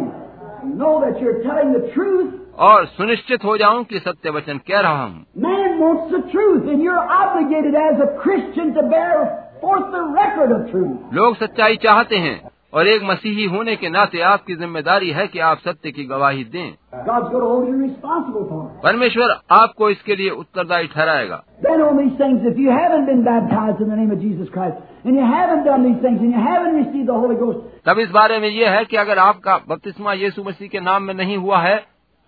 B: know that you're telling the truth.
A: और सुनिश्चित हो जाऊं कि सत्य वचन कह रहा हूं
B: Man wants the truth, and you're obligated as a Christian to bear forth the record of truth.
A: लोग सच्चाई चाहते हैं और एक मसीही होने के नाते आपकी जिम्मेदारी है कि आप सत्य की गवाही दें
B: God's going to hold you responsible for it.
A: परमेश्वर आपको इसके लिए उत्तरदायी ठहराएगा
B: Then on these things, if you haven't been baptized in the name of Jesus Christ, and you haven't done these things, and you haven't received the Holy Ghost,
A: तब इस बारे में यह है कि अगर आपका बपतिस्मा यीशु मसीह के नाम में नहीं हुआ है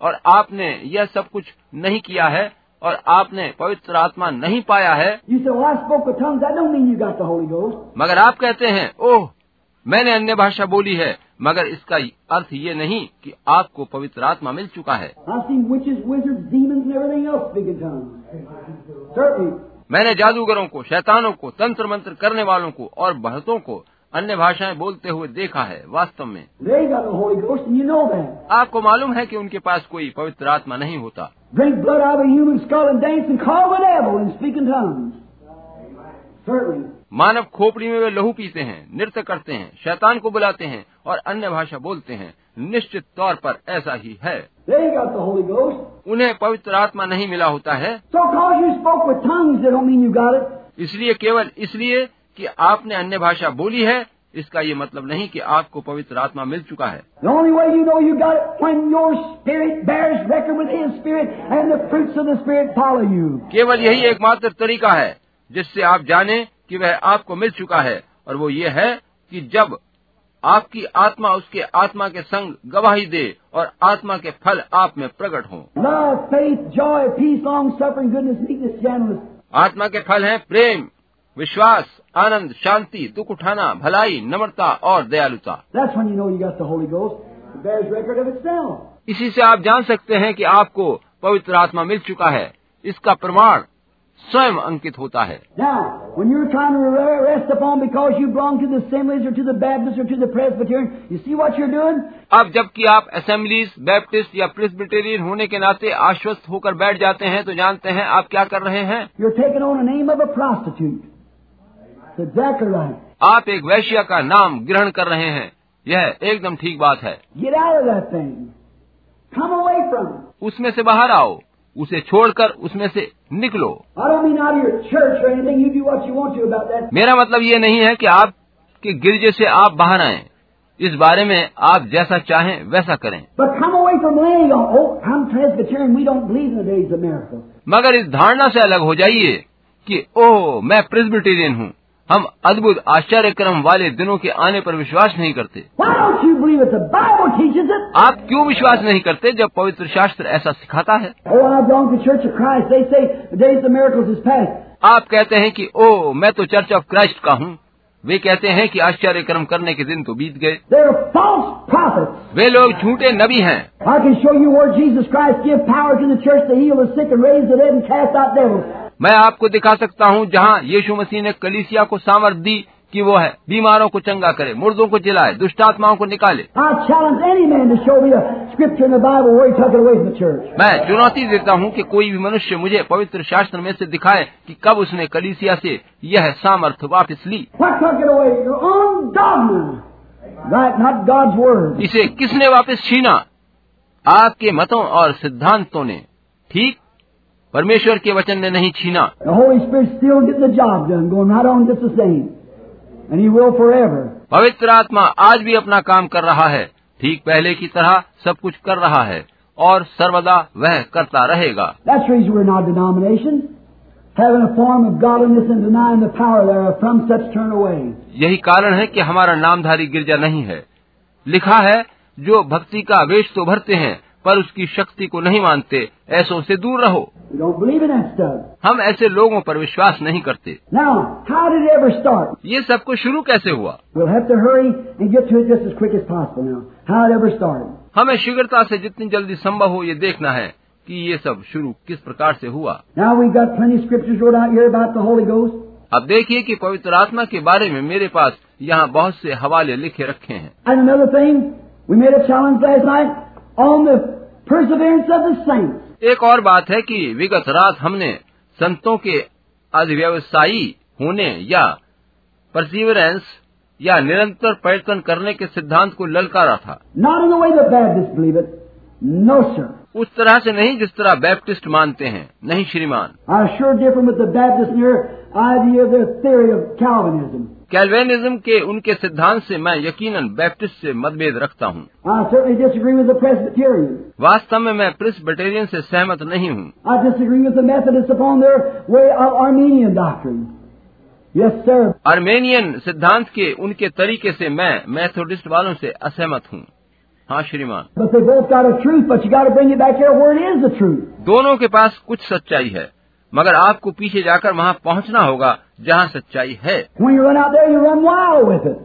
A: और आपने यह सब कुछ नहीं किया है और आपने पवित्र आत्मा नहीं पाया है
B: you say, well, I spoke with tongues. That don't mean you got the Holy Ghost.
A: मगर आप कहते हैं ओह मैंने अन्य भाषा बोली है मगर इसका अर्थ ये नहीं कि आपको पवित्र आत्मा मिल चुका है
B: I've seen witches, wizards, demons, and everything else speak in tongues. Certainly.
A: मैंने जादूगरों को शैतानों को तंत्र मंत्र करने वालों को और भरतों को अन्य भाषाएं बोलते हुए देखा है वास्तव में
B: They got the Holy Ghost, and you know that.
A: आपको मालूम है कि उनके पास कोई पवित्र आत्मा नहीं होता
B: Drink blood out of a human skull and dance and call the devil and speak in tongues. Certainly.
A: मानव खोपड़ी में वे लहू पीते हैं नृत्य करते हैं शैतान को बुलाते हैं और अन्य भाषा बोलते हैं निश्चित तौर पर ऐसा ही है
B: They got the Holy Ghost.
A: उन्हें पवित्र आत्मा नहीं मिला होता है
B: So cause you spoke with tongues, that don't mean you got it.
A: इसलिए केवल इसलिए कि आपने अन्य भाषा बोली है इसका ये मतलब नहीं कि आपको पवित्र आत्मा मिल चुका है
B: The only way you know you got it when your spirit bears record with his spirit and the fruits of the spirit follow you.
A: केवल यही एकमात्र तरीका है जिससे आप जाने कि वह आपको मिल चुका है और वो ये है कि जब आपकी आत्मा उसके आत्मा के संग गवाही दे और आत्मा के फल आप में प्रकट हों
B: Love, faith, joy, peace, long suffering, goodness, meekness, gentleness.
A: आत्मा के फल हैं प्रेम विश्वास आनंद शांति दुख उठाना भलाई नम्रता और दयालुता
B: That's when you know you got the Holy Ghost. It bears record of itself.
A: इसी से आप जान सकते हैं कि आपको पवित्र आत्मा मिल चुका है इसका प्रमाण स्वयं अंकित होता है
B: Now, when you're trying to re- rest upon because you belong to the assemblies or to the Baptists or to the Presbyterian, you see what you're doing?
A: अब जबकि आप असेंबलीज बैप्टिस्ट या प्रेस्बिटेरियन होने के नाते आश्वस्त होकर बैठ जाते हैं तो जानते हैं आप क्या कर रहे हैं
B: You're taking on the name of a prostitute. That's exactly right.
A: आप एक वैश्या का नाम ग्रहण कर रहे हैं यह एकदम ठीक बात है
B: Get out of that thing. Come away from it.
A: उसमें से बाहर आओ उसे छोड़कर उसमें से निकलो
B: I don't mean out of your church or anything. You do what you want to about that.
A: मेरा मतलब ये नहीं है कि आपके गिरजे से आप बाहर आए इस बारे में आप जैसा चाहें वैसा करें
B: But come away from laying on, oh, I'm Presbyterian. We don't believe in the days of miracles.
A: मगर इस धारणा से अलग हो जाइए कि ओह मैं प्रेस्बिटेरियन हूँ हम अद्भुत आश्चर्यक्रम वाले दिनों के आने पर विश्वास नहीं करते
B: Why don't you believe it? The Bible teaches it.
A: आप क्यों विश्वास नहीं करते जब पवित्र शास्त्र ऐसा सिखाता है
B: Oh, I belong to the Church of Christ. They say the days of miracles is past.
A: आप कहते हैं कि ओह मैं तो चर्च ऑफ क्राइस्ट का हूँ वे कहते हैं कि आश्चर्यक्रम करने के दिन तो बीत गए
B: They're false prophets.
A: वे लोग झूठे नबी हैं
B: I can show you where Jesus Christ give power to the church to heal the sick and raise the dead and cast out devils.
A: मैं आपको दिखा सकता हूँ जहाँ यीशु मसीह ने कलीसिया को सामर्थ दी कि वो है बीमारों को चंगा करे मुर्दों को जिलाए दुष्टात्माओं को निकाले
B: I challenge any man to show me a scripture in the Bible where he took it away from the church.
A: मैं चुनौती देता हूँ कि कोई भी मनुष्य मुझे पवित्र शास्त्र में से दिखाए कि कब उसने कलीसिया से यह सामर्थ वापस ली
B: What took it away? Your own dogma. Right, not God's word.
A: इसे किसने वापस छीना आपके मतों और सिद्धांतों ने ठीक परमेश्वर के वचन ने नहीं छीना
B: The Holy Spirit still getting the job done, going right on just the same. And He will forever.
A: पवित्र आत्मा आज भी अपना काम कर रहा है ठीक पहले की तरह सब कुछ कर रहा है और सर्वदा वह करता रहेगा
B: That's the reason we're not a denomination. Having a form of godliness and denying the power thereof, from such turn away.
A: यही कारण है कि हमारा नामधारी गिरजा नहीं है लिखा है जो भक्ति का वेश तो भरते हैं पर उसकी शक्ति को नहीं मानते ऐसों से दूर रहो
B: We don't believe in that stuff.
A: हम ऐसे लोगों पर विश्वास नहीं करते
B: Now, how did it ever start?
A: ये सब कुछ शुरू कैसे हुआ
B: We'll have to hurry and get to it just as quick as possible now. How it ever started.
A: हमें शीघ्रता से जितनी जल्दी संभव हो ये देखना है कि ये सब शुरू किस प्रकार से हुआ
B: Now we've got plenty of scriptures wrote out here about the Holy Ghost.
A: अब देखिए कि पवित्र आत्मा के बारे में मेरे पास यहाँ बहुत से हवाले लिखे रखे हैं
B: And another thing, we made a challenge last night on the perseverance of the saints.
A: एक और बात है कि विगत रात हमने संतों के अध्यवसायी होने या परसिवरेंस या निरंतर प्रयत्न करने के सिद्धांत को ललकारा था
B: Not in the way the Baptists believe it. No, sir.
A: उस तरह से नहीं जिस तरह बैप्टिस्ट मानते हैं नहीं श्रीमान
B: I sure differ with the Baptists in their idea of their theory of Calvinism.
A: कैल्वेनिज्म के उनके सिद्धांत से मैं यकीनन बैप्टिस्ट से मतभेद रखता हूँ
B: I certainly disagree with the Presbyterians.
A: वास्तव में मैं प्रिस्बिटेरियन से सहमत नहीं हूँ
B: I disagree with the Methodists upon their way of Armenian doctrine. Yes, sir.
A: Armenian सिद्धांत के उनके तरीके से मैं मैथोडिस्ट वालों से असहमत हूँ हाँ श्रीमान
B: But they both got a truth, but you got to bring it back here where it is the truth.
A: दोनों के पास कुछ सच्चाई है मगर आपको पीछे जाकर वहाँ पहुँचना होगा जहाँ सच्चाई है
B: When you run out there, you run wild with it.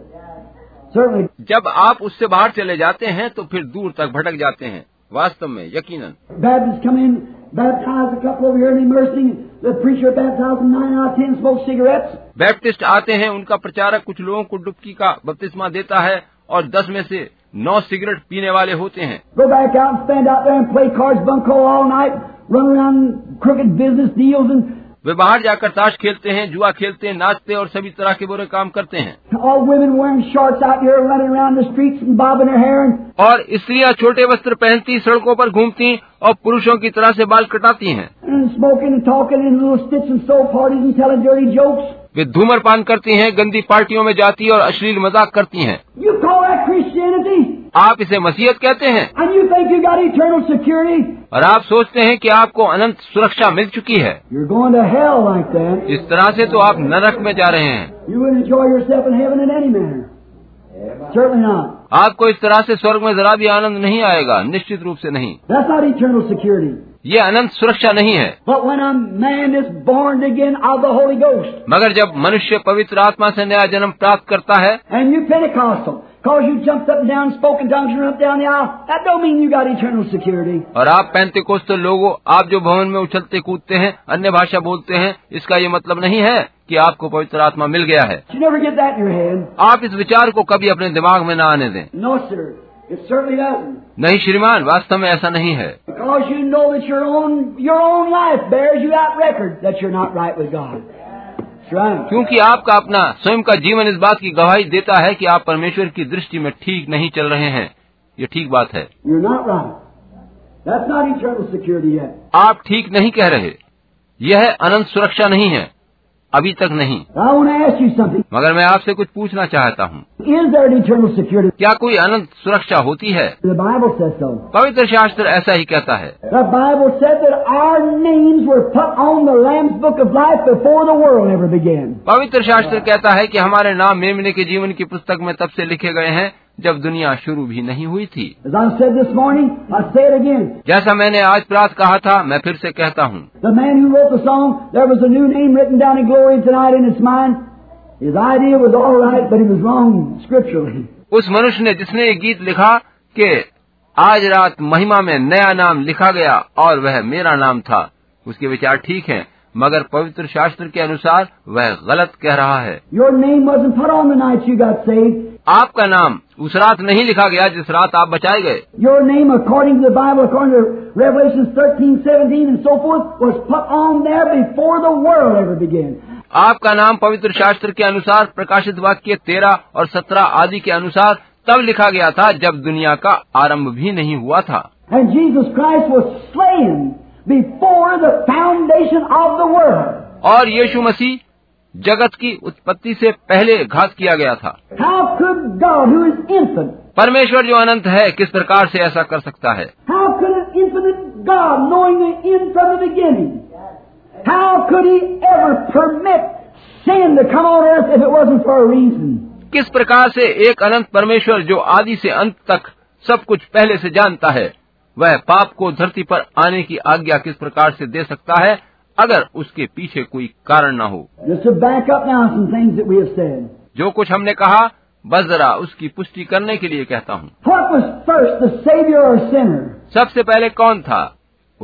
B: Certainly.
A: जब आप उससे बाहर चले जाते हैं तो फिर दूर तक भटक जाते हैं वास्तव में यकीनन
B: Baptists come in, baptize a couple over here in immersing. The preacher baptized them nine out of ten smoke cigarettes.
A: Baptist आते हैं उनका प्रचारक कुछ लोगों को डुबकी का बपतिस्मा देता है और दस में से नौ सिगरेट पीने वाले होते हैं
B: Go back out and stand out there and play cards bunco all night, run around crooked business deals and
A: वे बाहर जाकर ताश खेलते हैं जुआ खेलते हैं नाचते और सभी तरह के बुरे काम करते हैं
B: all women wearing shorts out here running around the streets and bobbing their hair and
A: और स्त्रियां छोटे वस्त्र पहनती सड़कों पर घूमती और पुरुषों की तरह से बाल कटाती हैं
B: and smoking and talking and little stitch and soul parties and telling dirty jokes.
A: वे धूम्रपान करती हैं गंदी पार्टियों में जाती हैं और अश्लील मजाक करती हैं
B: You call that Christianity?
A: आप इसे मसीहत कहते हैं
B: And you think you got eternal security?
A: और आप सोचते हैं कि आपको अनंत सुरक्षा मिल चुकी है
B: You're going to hell like that.
A: इस तरह से तो आप नरक में जा रहे हैं
B: You would enjoy yourself in heaven in any manner. Certainly not.
A: आपको इस तरह से स्वर्ग में जरा भी आनंद नहीं आएगा निश्चित रूप से नहीं
B: That's not eternal security.
A: ये अनंत सुरक्षा नहीं है
B: But when a man is born again of the Holy Ghost,
A: मगर जब मनुष्य पवित्र आत्मा से नया जन्म प्राप्त करता है
B: and you Pentecostal, cause you jumped up and down, and spoke in tongues, and run up and down the aisle, that don't mean you got eternal security.
A: और आप पैंतीकोस्त लोगों आप जो भवन में उछलते कूदते हैं अन्य भाषा बोलते हैं इसका ये मतलब नहीं है कि आपको पवित्र आत्मा मिल गया है
B: You never get that in your head.
A: आप इस विचार को कभी अपने दिमाग में न आने दें
B: No, sir. It certainly doesn't.
A: नहीं श्रीमान वास्तव में ऐसा नहीं है
B: Because you know that your own your own life bears you out record that you're not right with God. That's right.
A: क्योंकि आपका अपना स्वयं का जीवन इस बात की गवाही देता है कि आप परमेश्वर की दृष्टि में ठीक नहीं चल रहे हैं ये ठीक बात है
B: You're not right. That's not eternal security yet.
A: आप ठीक नहीं कह रहे यह अनंत सुरक्षा नहीं है अभी तक नहीं
B: But I want to ask you something.
A: मगर मैं आपसे कुछ पूछना चाहता हूँ
B: Is there an eternal security?
A: क्या कोई अनंत सुरक्षा होती है
B: The Bible says so.
A: पवित्र शास्त्र ऐसा ही कहता है
B: The Bible said that our names were put on the Lamb's Book of Life before the world ever began.
A: पवित्र शास्त्र कहता है कि हमारे नाम मेमने के जीवन की पुस्तक में तब से लिखे गए हैं जब दुनिया शुरू भी नहीं हुई थी
B: As I said this morning, I say it again.
A: जैसा मैंने आज प्रात कहा था मैं फिर से कहता हूँ
B: The man who wrote the song, there was a new name written down in glory tonight in his mind. His idea was all right, but he was wrong scripturally.
A: उस मनुष्य ने जिसने ये गीत लिखा कि आज रात महिमा में नया नाम लिखा गया और वह मेरा नाम था उसके विचार ठीक हैं मगर पवित्र शास्त्र के अनुसार वह गलत कह रहा है
B: Your name wasn't put on the night you got saved.
A: आपका नाम उस रात नहीं लिखा गया जिस रात आप बचाए गए
B: Your name, according to the Bible, according to Revelations 13, 17, and so forth, was put on there before the world ever began.
A: आपका नाम पवित्र शास्त्र के अनुसार प्रकाशित वाक्य तेरह और सत्रह आदि के अनुसार तब लिखा गया था जब दुनिया का आरंभ भी नहीं हुआ था
B: And Jesus Christ was slain before the foundation of the world.
A: और यीशु मसीह जगत की उत्पत्ति से पहले घात किया गया था
B: How could God, who is infinite,
A: परमेश्वर जो अनंत है किस प्रकार से ऐसा कर सकता है
B: how could an infinite God, knowing the end from the beginning, how could He ever permit sin to come on earth if it wasn't for a reason?
A: किस प्रकार से एक अनंत परमेश्वर जो आदि से अंत तक सब कुछ पहले से जानता है वह पाप को धरती पर आने की आज्ञा किस प्रकार से दे सकता है अगर उसके पीछे कोई कारण न हो
B: Just to back up now some things that we have said.
A: जो कुछ हमने कहा बस जरा उसकी पुष्टि करने के लिए कहता हूँ
B: What was first, the Savior or sinner?
A: सबसे पहले कौन था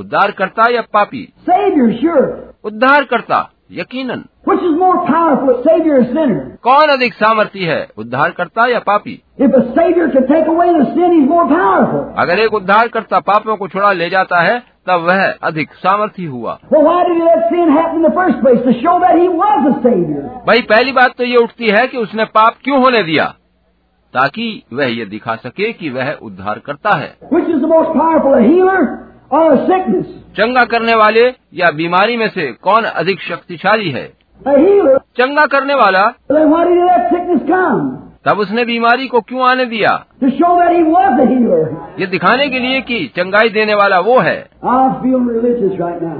A: उद्धारकर्ता या पापी
B: Savior, sure.
A: उद्धारकर्ता यकीनन
B: Which is more powerful, a Savior or sinner?
A: कौन अधिक सामर्थी है उद्धारकर्ता या पापी
B: If a Savior could take away the sin, He's more powerful.
A: अगर एक उद्धारकर्ता पापों को छुड़ा ले जाता है तब वह अधिक सामर्थी हुआ
B: Well, why did He let sin happen in the first place? To show that He was a Savior.
A: भाई पहली बात तो ये उठती है कि उसने पाप क्यों होने दिया ताकि वह ये दिखा सके कि वह उद्धारकर्ता है
B: Which is the most powerful, a healer or a sickness?
A: चंगा करने वाले या बीमारी में से कौन अधिक शक्तिशाली है
B: A healer.
A: चंगा करने वाला
B: Then why did He let sickness come?
A: तब उसने बीमारी को क्यों आने दिया
B: To show that He was a healer.
A: ये दिखाने के लिए कि चंगाई देने वाला वो है
B: I feel religious right now.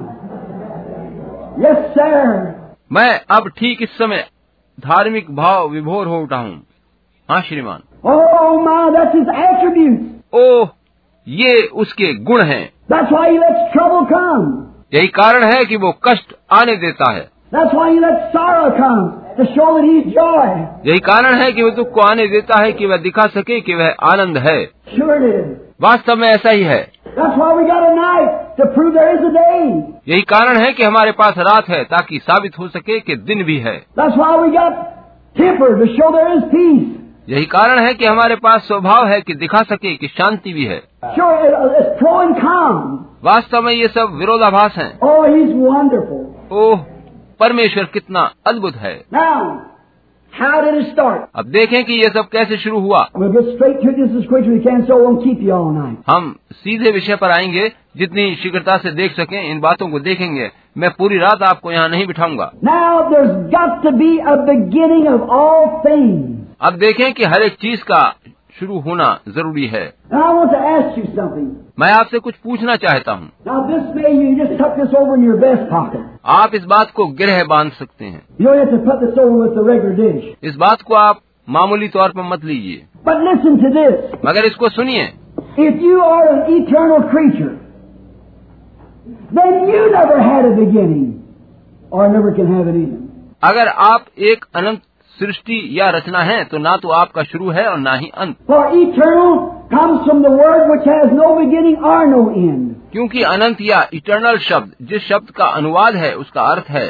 B: Yes, sir.
A: मैं अब ठीक इस समय धार्मिक भाव विभोर हो उठा हूँ हाँ श्रीमान
B: Oh, my, that's His attributes.
A: ओह ये उसके गुण हैं
B: That's why he lets trouble come.
A: यही कारण है कि वो कष्ट आने देता है
B: That's why he lets sorrow come to show that he's joy.
A: यही कारण है कि वो दुख को आने देता है कि वह दिखा सके कि वह आनंद है
B: Sure it is.
A: वास्तव में ऐसा ही है
B: That's why we got a night to prove there is a day.
A: यही कारण है कि हमारे पास रात है ताकि साबित हो सके कि दिन भी है
B: That's why we got temper to show there is peace.
A: यही कारण है कि हमारे पास स्वभाव है कि दिखा सके कि शांति भी है
B: Sure, it, uh, it's pro and con.
A: वास्तव में ये सब विरोधाभास हैं।
B: Oh, he's wonderful.
A: ओह परमेश्वर कितना अद्भुत है
B: Now, how did it start?
A: अब देखें कि ये सब कैसे शुरू हुआ
B: We'll get straight to this as quick as we can so it won't keep you all night.
A: हम सीधे विषय पर आएंगे जितनी शीघ्रता से देख सकें इन बातों को देखेंगे मैं पूरी रात आपको यहाँ नहीं बिठाऊंगा
B: Now, there's got to be a beginning of all things.
A: अब देखें कि हर एक चीज का शुरू होना जरूरी है
B: And I want to ask you something.
A: मैं आपसे कुछ पूछना चाहता हूँ
B: Now this may you just tuck this over in your vest pocket.
A: आप इस बात को गिरह बांध सकते हैं
B: You don't have to put this over with the regular dish.
A: इस बात को आप मामूली तौर पर मत लीजिए
B: But listen to this.
A: मगर इसको सुनिए
B: If you are an eternal creature, then you never had a beginning, or never can have it either.
A: अगर आप एक अनंत सृष्टि या रचना है तो ना तो आपका शुरू है और ना ही अंत
B: For eternal comes from the word which has no beginning or no end.
A: क्योंकि अनंत या इटर्नल शब्द जिस शब्द का अनुवाद है उसका अर्थ है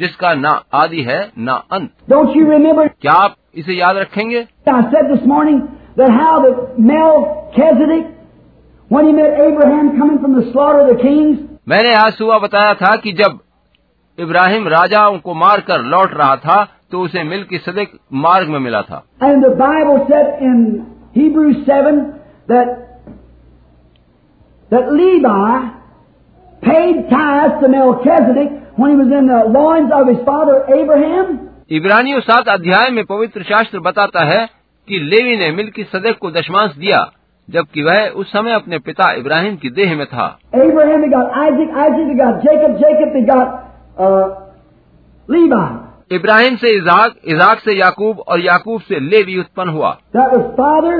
A: जिसका ना आदि है ना अंत
B: Don't you remember?
A: क्या आप इसे याद rखेंगे
B: I said this morning that how that Melchizedek, when he met Abraham coming from the slaughter of the kings,
A: मैंने आज सुबह बताया था कि जब इब्राहिम राजाओं को मारकर लौट रहा था तो उसे मिल की सदक मार्ग में मिला था
B: and the Bible said in Hebrews 7 that, that Levi paid tithes to Melchizedek when he was in the loins of his father Abraham.
A: इब्रानियों सात अध्याय में पवित्र शास्त्र बताता है कि लेवी ने मिल की सदक को दशमांश दिया जबकि वह उस समय अपने पिता इब्राहिम की देह में था
B: Abraham begot Isaac, Isaac begot Jacob, Jacob begot uh, Levi.
A: Ibrahim से इजाक इजाक से याकूब और याकूब से लेवी उत्पन्न हुआ
B: That was father,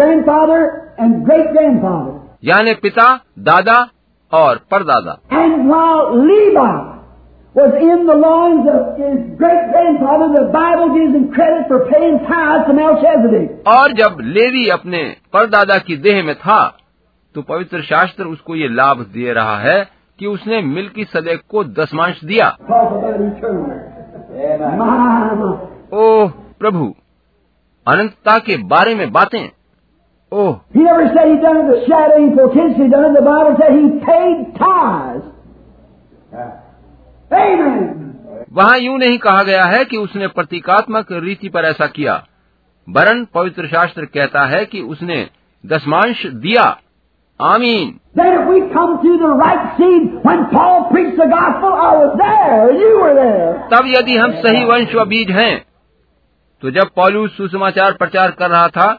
B: grandfather, and great grandfather.
A: यानी पिता दादा और परदादा
B: And while Levi was in the loins of his great grandfather, the Bible gives him credit for paying tithes to Melchizedek.
A: और जब लेवी अपने परदादा की देह में था तो पवित्र शास्त्र उसको ये लाभ दे रहा है कि उसने मिल की सदैक को दसमांश दिया
B: Talk about eternal. My, my.
A: ओह प्रभु अनंतता के बारे में बातें ओह
B: He never said he done it the shadow, he potentially done it. The Bible said he paid tithes. Amen.
A: वहाँ यूं नहीं कहा गया है कि उसने प्रतीकात्मक रीति पर ऐसा किया बरन पवित्र शास्त्र कहता है कि उसने दशमांश दिया आमीन
B: Then if we come through the right seed, when Paul preached the gospel, I was there, you were there.
A: तब यदि हम सही वंश व बीज हैं तो जब पौलुस सुसमाचार प्रचार कर रहा था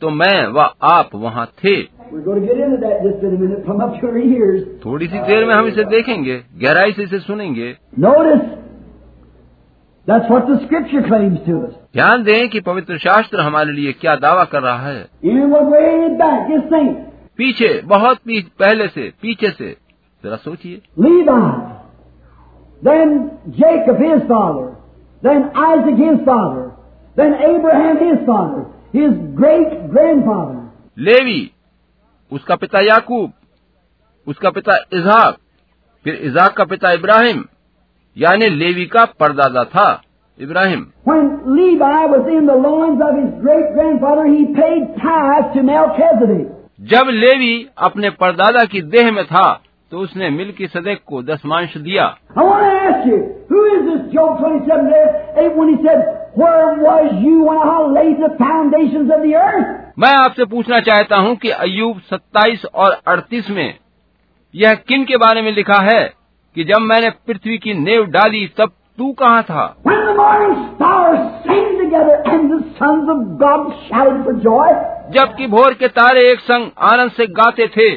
A: तो मैं व आप वहाँ थे
B: We're going to get into that just in a minute from up to our ears.
A: थोड़ी सी देर में हम इसे देखेंगे गहराई से इसे सुनेंगे
B: Notice, that's what the scripture claims to us.
A: ध्यान दें कि पवित्र शास्त्र हमारे लिए क्या दावा कर रहा है
B: And we're way back, just think.
A: पीछे बहुत पीछ, पहले से पीछे से जरा सोचिए
B: Levi, then Jacob his father, then Isaac his father, then Abraham his father, his great grandfather.
A: Levi उसका पिता याकूब उसका पिता इजहाक फिर इजहाक का पिता इब्राहिम यानी लेवी का परदादा था इब्राहिम
B: When Levi was in the loins of his great grandfather, he paid tithes to Melchizedek.
A: जब लेवी अपने परदादा की देह में था तो उसने मिल की सदैक को दसमांश दिया
B: I want to ask you, who is this Job 27 there, eh, when he said, Where was you when I laid the foundations of the earth?
A: मैं आपसे पूछना चाहता हूँ कि अयूब 27 और 38 में यह किन के बारे में लिखा है कि जब मैंने पृथ्वी की नेव डाली तब तू कहाँ था
B: When the morning stars sang together and the sons of God shouted for joy,
A: जबकि भोर के तारे एक संग आनंद से गाते थे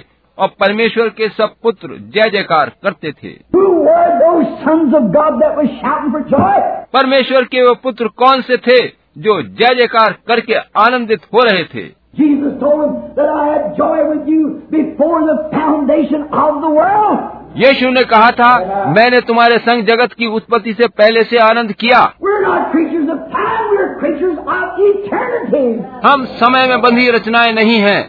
A: और परमेश्वर के सब पुत्र जय जयकार करते थे
B: Who were those sons of God that was shouting for joy?
A: परमेश्वर के वो पुत्र कौन से थे जो जय जयकार करके आनंदित हो रहे थे
B: Jesus told them that I had joy with you before the foundation of the world.
A: यीशु ने कहा था मैंने तुम्हारे संग जगत की उत्पत्ति से पहले से आनंद किया
B: We're not creatures of time, we're creatures of eternity.
A: हम समय में बंधी रचनाएं नहीं हैं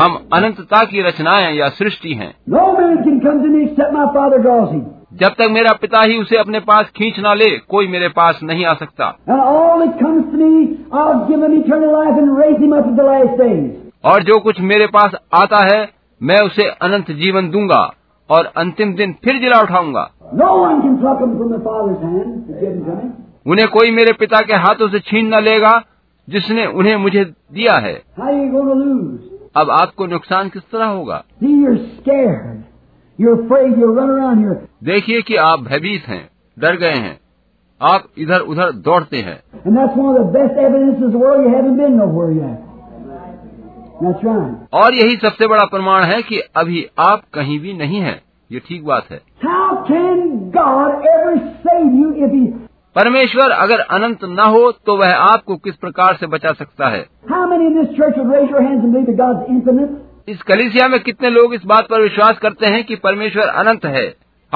A: हम अनंतता की रचनाएं या सृष्टि हैं
B: No man can come to me except my Father draws him.
A: जब तक मेरा पिता ही उसे अपने पास खींच ना ले कोई मेरे पास नहीं आ सकता
B: And all that comes to me, I'll give him eternal life and raise him up at the last days.
A: और जो कुछ मेरे पास आता है मैं uसे अनंत जीवन दूंगा और अंतिम दिन फिर जिला उठाऊंगा
B: No one can pluck him from the Father's hand. If you give him to me.
A: उन्हें कोई मेरे पिता के हाथों से छीन न लेगा जिसने उन्हें मुझे दिया है
B: How are you going to lose?
A: अब आपको नुकसान किस तरह होगा
B: See, you're scared. You're afraid. You'll run around here.
A: देखिए कि आप भयभीत हैं डर गए हैं आप इधर उधर दौड़ते हैं
B: And that's one of the best evidences in the world you haven't been nowhere yet. That's right.
A: और यही सबसे बड़ा प्रमाण है कि अभी आप कहीं भी नहीं हैं ये ठीक बात है
B: How can God ever save you if He
A: परमेश्वर अगर अनंत न हो तो वह आपको किस प्रकार से बचा सकता है
B: How many in this church would raise your hands and believe that God's infinite?
A: इस कलिसिया में कितने लोग इस बात पर विश्वास करते हैं कि परमेश्वर अनंत है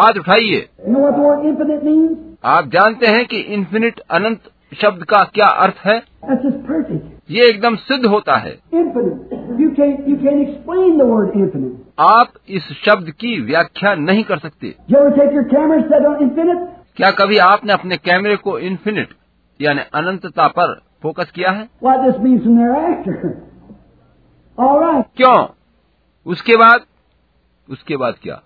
A: हाथ उठाइए
B: You know what the word infinite means?
A: आप जानते हैं कि इन्फिनिट अनंत शब्द का क्या अर्थ है
B: That's just perfect.
A: ये एकदम सिद्ध होता है
B: Infinite. You can't, you can't explain the word infinite.
A: आप इस शब्द की व्याख्या नहीं कर सकते
B: Did you ever take your camera and set it on infinite?
A: क्या कभी आपने अपने कैमरे को इन्फिनिट यानी अनंतता पर फोकस किया है
B: What this means from thereafter. All right.
A: क्यों उसके बाद उसके बाद क्या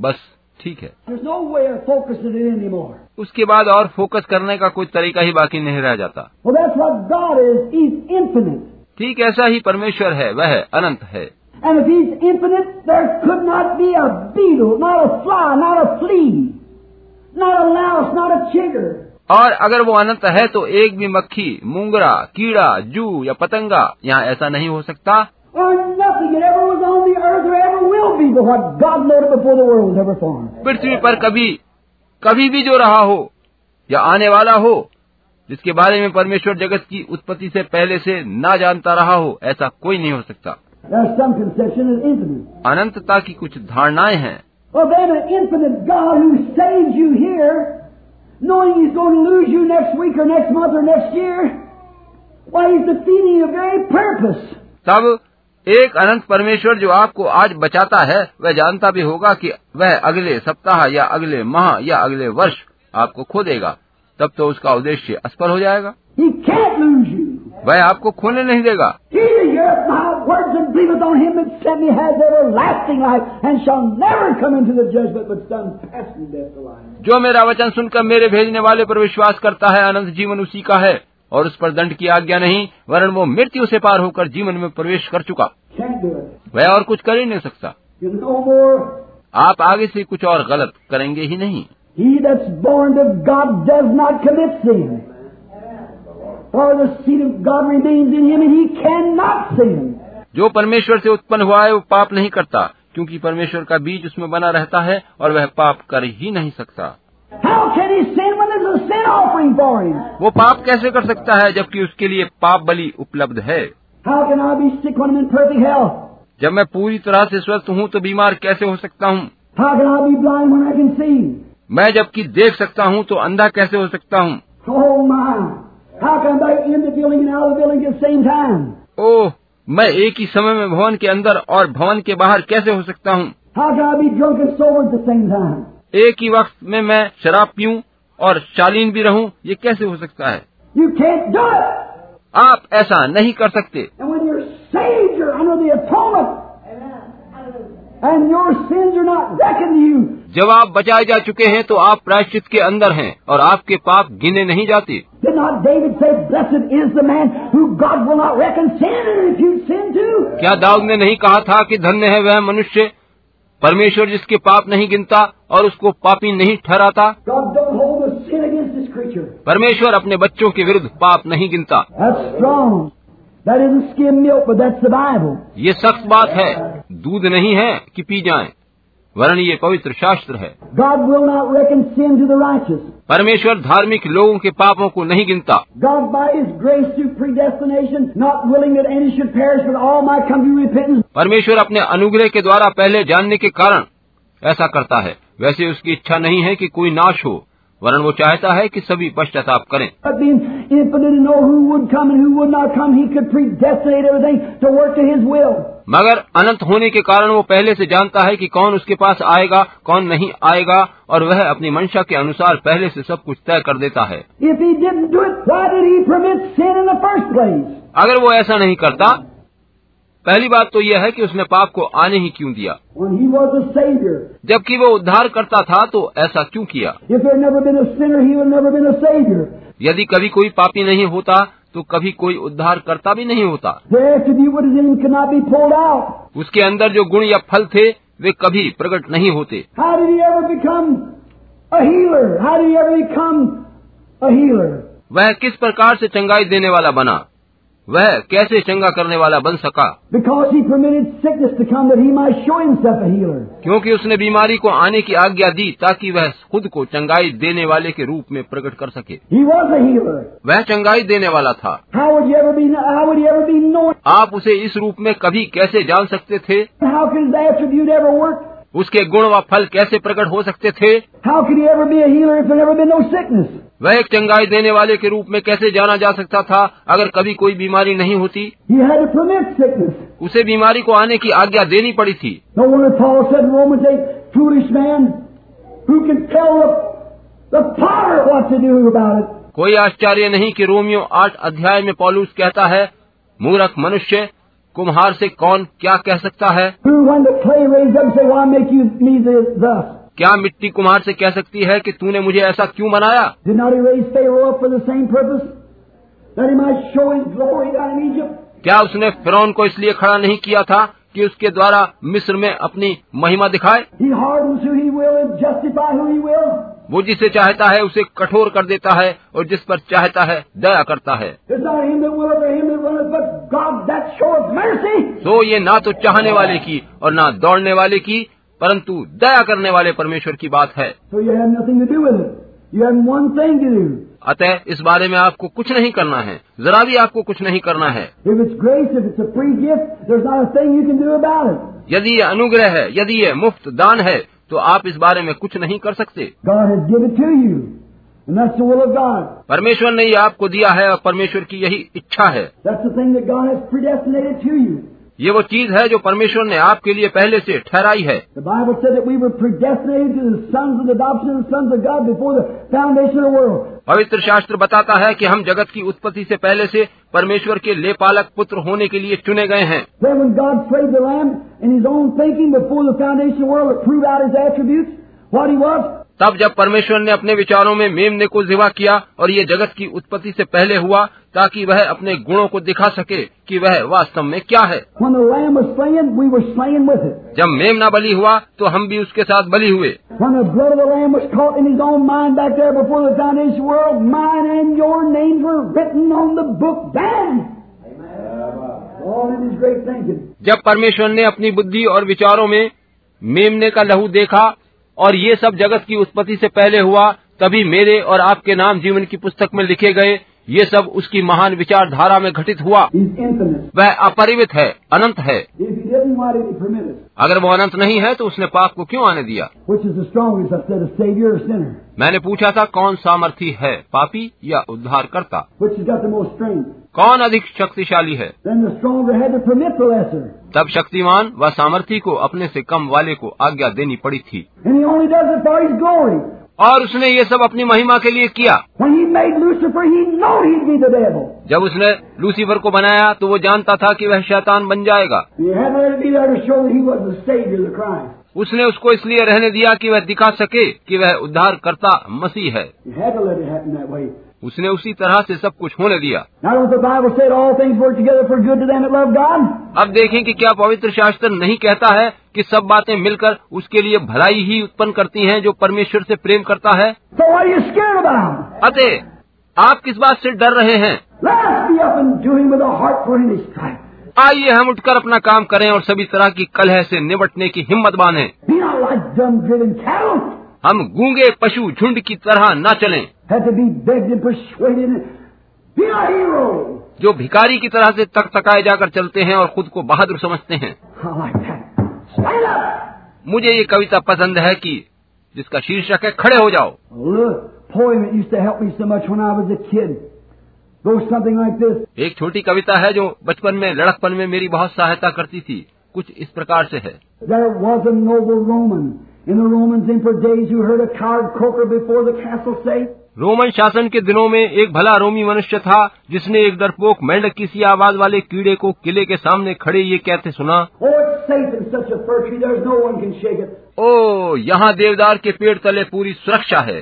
A: बस ठीक है
B: There's no way of focusing it in anymore.
A: उसके बाद और फोकस करने का कोई तरीका ही बाकी नहीं रह जाता
B: Well, that's what God is. He's infinite.
A: ठीक ऐसा ही परमेश्वर है वह अनंत है
B: And if He's infinite, there could not be a beetle, not a fly, not a flea, not a louse, not a chigger.
A: और अगर वो अनंत है तो एक भी मक्खी मूंगरा कीड़ा जू या पतंगा यहाँ ऐसा नहीं हो सकता
B: Or nothing that ever was on the earth or ever will be, but what God noted before the world was ever formed.
A: पृथ्वी पर कभी कभी भी जो रहा हो या आने वाला हो जिसके बारे में परमेश्वर जगत की उत्पत्ति से पहले से ना जानता रहा हो ऐसा कोई नहीं हो सकता
B: There's some conception of infinite.
A: अनंतता की कुछ धारणाएं हैं
B: Well, then, an infinite God who saves you here, knowing He's going to lose you next week or next month or next year, why, He's defeating your very purpose.
A: तब एक अनंत परमेश्वर जो आपको आज बचाता है वह जानता भी होगा कि वह अगले सप्ताह या अगले माह या अगले वर्ष आपको खो देगा तब तो उसका उद्देश्य असफल हो जाएगा
B: He can't lose you.
A: वह आपको खोने नहीं देगा
B: He that heareth my words and believeth on him that sent me has everlasting life, and shall never come into the judgment, but some passing death alive.
A: जो मेरा वचन सुनकर मेरे भेजने वाले पर विश्वास करता है अनंत जीवन उसी का है और उस पर दंड की आज्ञा नहीं वरन वो मृत्यु से पार होकर जीवन में प्रवेश कर चुका
B: Can't do it.
A: वह और कुछ कर ही नहीं सकता
B: There's no more.
A: आप आगे से कुछ और गलत करेंगे ही नहीं
B: He that's born of God does not commit sin. For the seed of God remains in him, and he cannot sin.
A: जो परमेश्वर से उत्पन्न हुआ है वो पाप नहीं करता क्योंकि परमेश्वर का बीज उसमें बना रहता है और वह पाप कर ही नहीं सकता
B: How can he sin when there's a sin offering for him?
A: वो पाप कैसे कर सकता है जबकि उसके लिए पाप बलि उपलब्ध है
B: How can I be sick when I'm in perfect health?
A: जब मैं पूरी तरह से स्वस्थ हूँ तो बीमार कैसे हो सकता हूँ
B: How can I be blind when I can see?
A: मैं जबकि देख सकता हूँ तो अंधा कैसे हो सकता हूँ
B: Oh my! How can I be in the building and out of the building at the same time?
A: ओह मैं एक ही समय में भवन के अंदर और भवन के बाहर कैसे हो सकता हूँ
B: How can I be drunk and sober at the same time?
A: एक ही वक्त में मैं शराब पीऊँ और शालीन भी रहूँ ये कैसे हो सकता है
B: You can't do it!
A: आप ऐसा नहीं कर सकते
B: And when you're saved, you're under the atonement. And your sins are not reckoned to you.
A: जब आप बचाए जा चुके हैं तो आप प्रायश्चित के अंदर हैं और आपके पाप गिने नहीं जाते
B: Did not David say, Blessed is the man who God will not reckon sin and impute sin to?
A: क्या दाऊद ने नहीं कहा था कि धन्य है वह मनुष्य परमेश्वर जिसके पाप नहीं गिनता और उसको पापी नहीं ठहराता
B: God don't hold the sin against his creature.
A: परमेश्वर अपने बच्चों के विरुद्ध पाप नहीं गिनता
B: That's strong. That isn't skim milk, but that's the Bible.
A: ये सख्त बात है दूध नहीं है कि पी जाए वरन ये पवित्र शास्त्र है
B: God will not reckon sin to the righteous.
A: परमेश्वर धार्मिक लोगों के पापों को नहीं गिनता
B: God, by His grace through predestination, not willing that any should perish, but all might come to repentance.
A: परमेश्वर अपने अनुग्रह के द्वारा पहले जानने के कारण ऐसा करता है वैसे उसकी इच्छा नहीं है कि कोई नाश हो वरन वो चाहता है कि सभी पश्चाताप करें
B: But being infinite to know who would come and who would not come, He could predestinate everything to work to His will.
A: मगर अनंत होने के कारण वो पहले से जानता है कि कौन उसके पास आएगा कौन नहीं आएगा और वह अपनी मंशा के अनुसार पहले से सब कुछ तय कर देता है
B: If He didn't do it, why did He permit sin in the first place?
A: अगर वो ऐसा नहीं करता पहली बात तो यह है कि उसने पाप को आने ही क्यों दिया
B: When He was the Savior.
A: जबकि वो उद्धार करता था तो ऐसा क्यों किया
B: If there had never been a sinner, He would have never been a Savior.
A: यदि कभी कोई पापी नहीं होता तो कभी कोई उद्धार करता भी नहीं होता
B: The attribute what is in Him could not be pulled out.
A: उसके अंदर जो गुण या फल थे वे कभी प्रकट नहीं होते
B: How did he ever become a healer? How did he ever become a healer?
A: वह किस प्रकार से चंगाई देने वाला बना वह कैसे चंगा करने वाला बन सका
B: Because he permitted sickness to come that he might show himself a healer.
A: क्योंकि उसने बीमारी को आने की आज्ञा दी ताकि वह खुद को चंगाई देने वाले के रूप में प्रकट कर सके
B: He was a healer.
A: वह चंगाई देने वाला था
B: How would you ever be, how would he ever be known?
A: आप उसे इस रूप में कभी कैसे जान सकते थे
B: How could his attribute ever work?
A: उसके गुण व फल कैसे प्रकट हो सकते थे
B: How could he ever be a healer if there never been no sickness?
A: वह एक चंगाई देने वाले के रूप में कैसे जाना जा सकता था अगर कभी कोई बीमारी नहीं होती
B: He had to permit sickness.
A: उसे बीमारी को आने की आज्ञा देनी पड़ी थी
B: No wonder Paul said in Romans 8, foolish man, who can tell the, the potter what to do about it?
A: कोई आश्चर्य नहीं कि रोमियो आठ अध्याय में पॉलूस कहता है मूर्ख मनुष्य कुम्हार से कौन क्या कह सकता है
B: Who, when the clay raised up, said, Why make you me th- thus?
A: क्या मिट्टी कुम्हार से कह सकती है कि तूने मुझे ऐसा क्यों बनाया
B: Did not he raise Pharaoh up for the same purpose? That he might show his glory down in Egypt?
A: क्या उसने फिरौन को इसलिए खड़ा नहीं किया था कि उसके द्वारा मिस्र में अपनी महिमा दिखाए
B: He hardens who he will and justify who he will.
A: वो जिसे चाहता है उसे कठोर कर देता है और जिस पर चाहता है दया करता है
B: It's not him that willeth or him that runneth, but God that showeth mercy.
A: तो ये ना तो चाहने वाले की और ना दौड़ने वाले की परंतु दया करने वाले परमेश्वर की बात है
B: So you have nothing to do with it. You have one thing to do.
A: अतः इस बारे में आपको कुछ नहीं करना है जरा भी आपको कुछ नहीं करना है
B: If it's grace, if it's a free gift, there's not a thing you can do about it.
A: यदि ये अनुग्रह है यदि ये मुफ्त दान है तो आप इस बारे में कुछ नहीं कर सकते
B: God has given it to you. And that's the will of God.
A: परमेश्वर ने ये आपको दिया है और परमेश्वर की यही इच्छा है
B: That's the thing that God has predestinated to you.
A: ये वो चीज है जो परमेश्वर ने आपके लिए पहले से ठहराई है
B: The Bible said that we were predestinated to the sons of adoption and sons of God before the foundation of the world.
A: पवित्र शास्त्र बताता है कि हम जगत की उत्पत्ति से पहले से परमेश्वर के लेपालक पुत्र होने के लिए चुने गए हैं
B: Then when God prayed the Lamb in His own thinking before the foundation of the world to prove out His attributes, what He was,
A: तब जब परमेश्वर ने अपने विचारों में मेमने को जिवा किया और ये जगत की उत्पत्ति से पहले हुआ ताकि वह अपने गुणों को दिखा सके कि वह वास्तव में क्या है
B: when the Lamb was slain, we were slain with it.
A: जब मेमना बलि हुआ तो हम भी उसके साथ बलि हुए
B: When the blood of the Lamb was caught in His own mind back there before the foundation of the world, mine and your names were written on the book then. Amen. All in His great thinking.
A: जब परमेश्वर ने अपनी बुद्धि और विचारों में मेमने का लहू देखा और ये सब जगत की उत्पत्ति से पहले हुआ तभी मेरे और आपके नाम जीवन की पुस्तक में लिखे गए ये सब उसकी महान विचारधारा में घटित हुआ
B: He's infinite.
A: वह अपरिमित है अनंत है
B: If He didn't, why did He permit it?
A: अगर वो अनंत नहीं है तो उसने पाप को क्यों आने दिया
B: Which is the strongest, I said, a Savior or a sinner?
A: मैंने पूछा था कौन सामर्थी है पापी या उद्धारकर्ता
B: which has got the most strength.
A: कौन अधिक शक्तिशाली है
B: Then the stronger had to permit the lesser.
A: तब शक्तिमान व सामर्थी को अपने से कम वाले को आज्ञा देनी पड़ी थी
B: And he only does it for his glory.
A: और उसने ये सब अपनी महिमा के लिए किया
B: When he made Lucifer, he knew he'd be the devil.
A: जब उसने लूसीफर को बनाया तो वो जानता था कि वह शैतान बन जाएगा
B: He had to let it be there to show that he was the Savior, the Christ.
A: उसने उसको इसलिए रहने दिया कि वह दिखा सके कि वह उद्धारकर्ता मसीह है
B: He had to let it happen that way.
A: उसने उसी तरह से सब कुछ होने दिया
B: Now don't the Bible said all things work together for good to them that love God?
A: अब देखें कि क्या पवित्र शास्त्र नहीं कहता है कि सब बातें मिलकर उसके लिए भलाई ही उत्पन्न करती हैं जो परमेश्वर से प्रेम करता है
B: So what are you scared about?
A: अतः आप किस बात से डर रहे हैं
B: Let us be up and do him with a heart for any strife.
A: आइए हम उठकर अपना काम करें और सभी तरह की कलह से निपटने की हिम्मत बांधें
B: Be not like dumb driven cattle.
A: हम गूंगे पशु झुंड की तरह न चलें
B: Had to be begged and persuaded. Be not heroes.
A: जो भिखारी की तरह से तक तकाए जाकर चलते हैं और खुद को बहादुर समझते हैं
B: I like that. Stand up!
A: मुझे ये कविता पसंद है कि जिसका शीर्षक है खड़े हो जाओ
B: Look, poem that used to help me so much when I was a kid goes something like this.
A: एक छोटी कविता है जो बचपन में लड़कपन में मेरी बहुत सहायता करती थी कुछ इस प्रकार से है
B: There was a noble Roman in the Romans' emperor days who heard a coward croaker before the castle say,
A: Roman शासन के दिनों में एक भला रोमी मनुष्य था जिसने एक डरपोक मेंढक की सी आवाज वाले कीड़े को किले के सामने खड़े ये कहते सुना
B: Oh, it's safe in such a fir tree, there's no one can shake it.
A: ओ यहाँ देवदार के पेड़ तले पूरी सुरक्षा है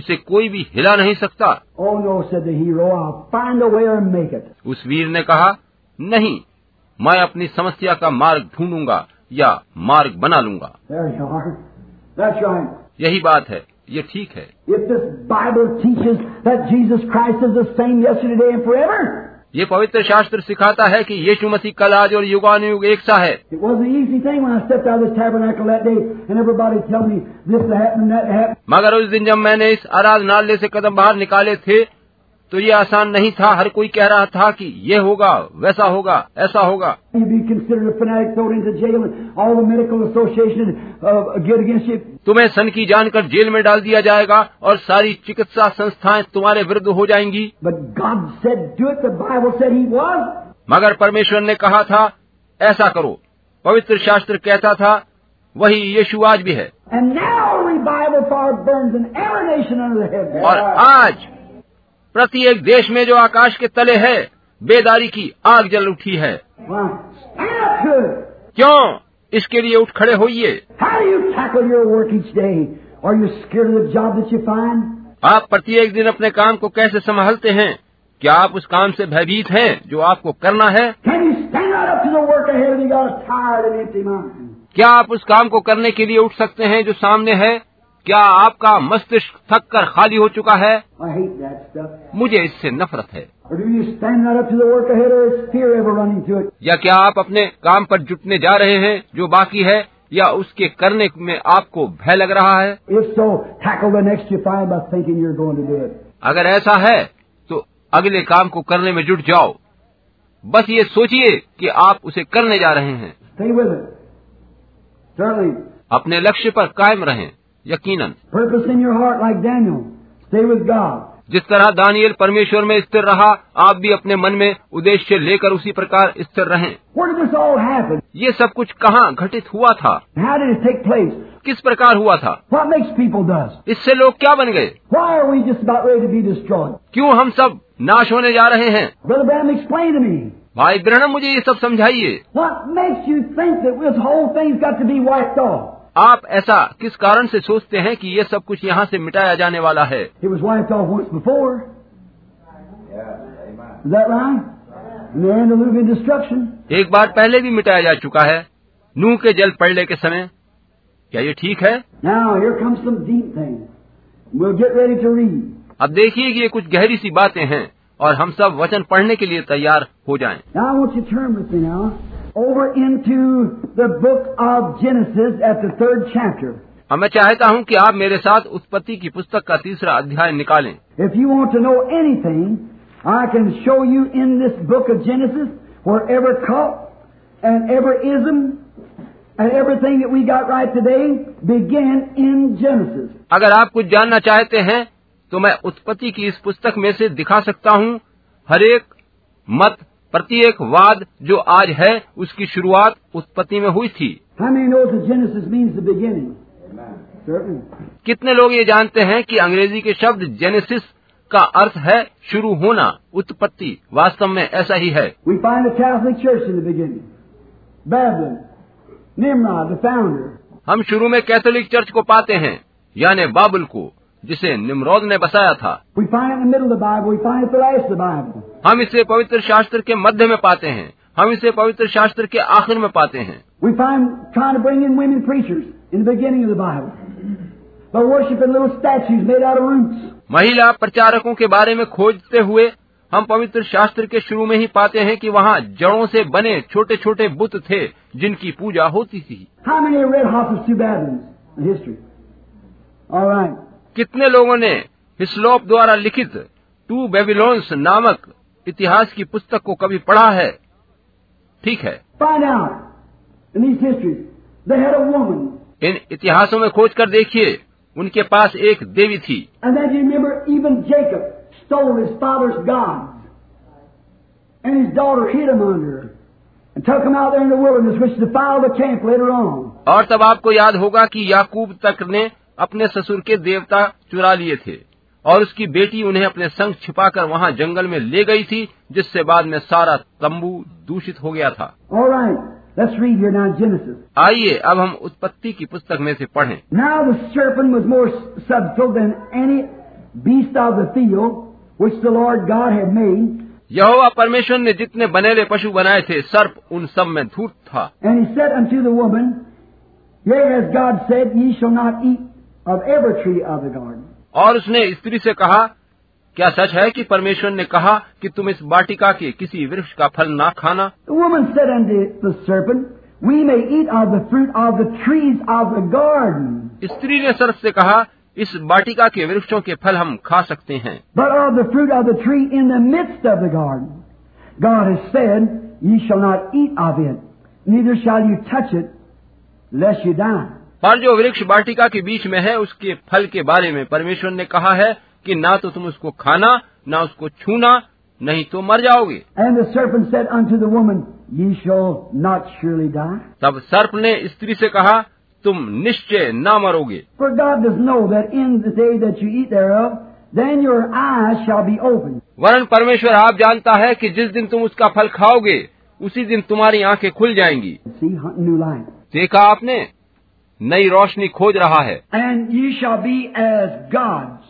A: इसे कोई भी हिला नहीं सकता
B: Oh no, said the hero, I'll find a way or make it.
A: उस वीर ने कहा नहीं मैं अपनी समस्या का मार्ग ढूंढूंगा या मार्ग बना लूंगा
B: There you are. That's right.
A: यही बात है ये ठीक है
B: If this Bible teaches that Jesus Christ is the same yesterday, today, and forever,
A: ये पवित्र शास्त्र सिखाता है कि यीशु मसीह कल आज और युगानुयुग एक सा है
B: It was an easy thing when I stepped out of this tabernacle that day and everybody tell me this happened, that happened.
A: मगर उस दिन जब मैंने इस आराधनालय से कदम बाहर निकाले थे तो ये आसान नहीं था हर कोई कह रहा था कि ये होगा वैसा होगा ऐसा होगा
B: You'd be considered a fanatic, thrown into jail, and all the medical association uh, get against you.
A: तुम्हें सन की जानकर जेल में डाल दिया जाएगा और सारी चिकित्सा संस्थाएं तुम्हारे विरुद्ध हो जाएंगी
B: But God said, do it. The Bible said He was.
A: मगर परमेश्वर ने कहा था ऐसा करो पवित्र शास्त्र कहता था वही यीशु आज भी है
B: And now revival fire burns in every nation under the heaven.
A: और आज प्रत्येक देश में जो आकाश के तले है बेदारी की आग जल उठी है
B: Wow. Stand up to it.
A: क्यों इसके लिए उठ खड़े होइए
B: How do you tackle your work each day? Are you scared of the job that you find?
A: आप प्रत्येक दिन अपने काम को कैसे संभालते हैं क्या आप उस काम से भयभीत हैं जो आपको करना है
B: Can you stand right up to the work ahead of you got a tired and empty mind?
A: क्या आप उस काम को करने के लिए उठ सकते हैं जो सामने है क्या आपका मस्तिष्क थक कर खाली हो चुका है
B: I hate that stuff.
A: मुझे इससे नफरत है
B: Or do you stand right up to the work ahead or is fear ever running to it?
A: या क्या आप अपने काम पर जुटने जा रहे हैं जो बाकी है या उसके करने में आपको भय लग रहा है
B: If so, tackle the next you find by thinking you're going to do it.
A: अगर ऐसा है तो अगले काम को करने में जुट जाओ बस ये सोचिए कि आप उसे करने जा रहे हैं
B: Stay with it. Certainly,
A: अपने लक्ष्य पर कायम रहें यकीनन
B: purpose in your heart like Daniel. Stay with God.
A: जिस तरह दानियल परमेश्वर में स्थिर रहा आप भी अपने मन में उद्देश्य लेकर उसी प्रकार स्थिर रहें
B: Where did this all happen?
A: ये सब कुछ कहाँ घटित हुआ था
B: And How did it take place?
A: किस प्रकार हुआ था
B: What makes people dust?
A: इससे लोग क्या बन गए
B: Why are we just about ready to be destroyed?
A: क्यों हम सब नाश होने जा रहे हैं
B: Brother Bram, explain to me.
A: भाई ब्रहण मुझे ये सब समझाइए
B: What makes you think that this whole thing's got to be wiped off?
A: आप ऐसा किस कारण से सोचते हैं कि ये सब कुछ यहाँ से मिटाया जाने वाला है
B: It was wiped off once before. Is that right? In the Andaluvian destruction.
A: एक बार पहले भी मिटाया जा चुका है नूह के जल पड़ने के समय क्या ये ठीक है
B: Now, here comes some deep things. We'll get ready to read.
A: अब देखिए कि ये कुछ गहरी सी बातें हैं और हम सब वचन पढ़ने के लिए तैयार हो जाएं।
B: Now, I want you to turn with me now over into the book of Genesis at the third chapter.
A: अब मैं चाहता हूँ कि आप मेरे साथ उत्पत्ति की पुस्तक का तीसरा अध्याय निकालें
B: If you want to know anything, I can show you in this book of Genesis where every cult and every ism and everything that we got right today began in Genesis.
A: अगर आप कुछ जानना चाहते हैं तो मैं उत्पत्ति की इस पुस्तक में से दिखा सकता हूँ हरेक मत प्रत्येक वाद जो आज है उसकी शुरुआत उत्पत्ति में हुई थी
B: How many knows that Genesis means the beginning? Certainly.
A: कितने लोग ये जानते हैं कि अंग्रेजी के शब्द जेनेसिस का अर्थ है शुरू होना उत्पत्ति वास्तव में ऐसा ही है
B: We find the Catholic Church in the beginning. Babylon, Nimrod, the founder.
A: हम शुरू में कैथोलिक चर्च को पाते हैं यानी बाबुल को जिसे निम्रोद ने बसाया था
B: We find it in the middle of the Bible. We find it at the last of the Bible.
A: हम इसे पवित्र शास्त्र के मध्य में पाते हैं हम इसे पवित्र शास्त्र के आखिर में पाते हैं
B: We find trying to bring in women preachers in the beginning of the Bible. By worshiping little statues made out of roots.
A: महिला प्रचारकों के बारे में खोजते हुए हम पवित्र शास्त्र के शुरू में ही पाते हैं कि वहाँ जड़ों से बने छोटे छोटे बुत थे जिनकी पूजा होती थी
B: How many have read Hoffman's Two Babylons in history? All right.
A: कितने लोगों ने हिस्लोप द्वारा लिखित टू बेबीलोन्स नामक इतिहास की पुस्तक को कभी पढ़ा है ठीक है
B: Find out in these histories. They had a woman.
A: इन इतिहासों में खोज कर देखिए उनके पास एक देवी थी
B: And then you remember even Jacob stole his father's gods. And his daughter hid him under her. And took him out there in the wilderness, which defiled the camp later on.
A: और तब आपको याद होगा कि याकूब तक ने अपने ससुर के देवता चुरा लिए थे और उसकी बेटी उन्हें अपने संग छिपाकर वहां जंगल में ले गई थी जिससे बाद में सारा तंबू दूषित हो गया था
B: All right. Let's read here now Genesis.
A: आइए अब हम उत्पत्ति की पुस्तक में से पढ़ें
B: Now the serpent was more subtle than any beast of the field which the Lord God had made.
A: यहोवा परमेश्वर ने जितने बनेले पशु बनाए थे सर्प उन सब में धूर्त था
B: And he said unto the woman, Yea, as God said, ye shall not eat of every tree of the garden.
A: और उसने स्त्री से कहा क्या सच है कि परमेश्वर ने कहा कि तुम इस वाटिका के किसी वृक्ष का फल ना खाना
B: The woman said unto the serpent, We may eat of the fruit of the trees of the garden,
A: स्त्री ने सर्प से कहा इस वाटिका के वृक्षों के फल हम खा सकते हैं
B: but of the fruit of the tree in the midst of the garden. God has said, Ye shall not eat of it, neither shall you touch it, lest you die.
A: पर जो वृक्ष वाटिका के बीच में है उसके फल के बारे में परमेश्वर ने कहा है कि ना तो तुम उसको खाना ना उसको छूना नहीं तो मर जाओगे
B: And the serpent said unto the woman, Ye shall not surely die.
A: तब सर्प ने स्त्री से कहा तुम निश्चय ना मरोगे
B: For God does know that in the day that you eat thereof, then your eyes shall be opened,
A: वरन परमेश्वर आप जानता है कि जिस दिन तुम उसका फल खाओगे उसी दिन तुम्हारी आंखें खुल जाएंगी
B: and see new light.
A: देखा आपने नई रोशनी खोज रहा है
B: And ye shall be as gods,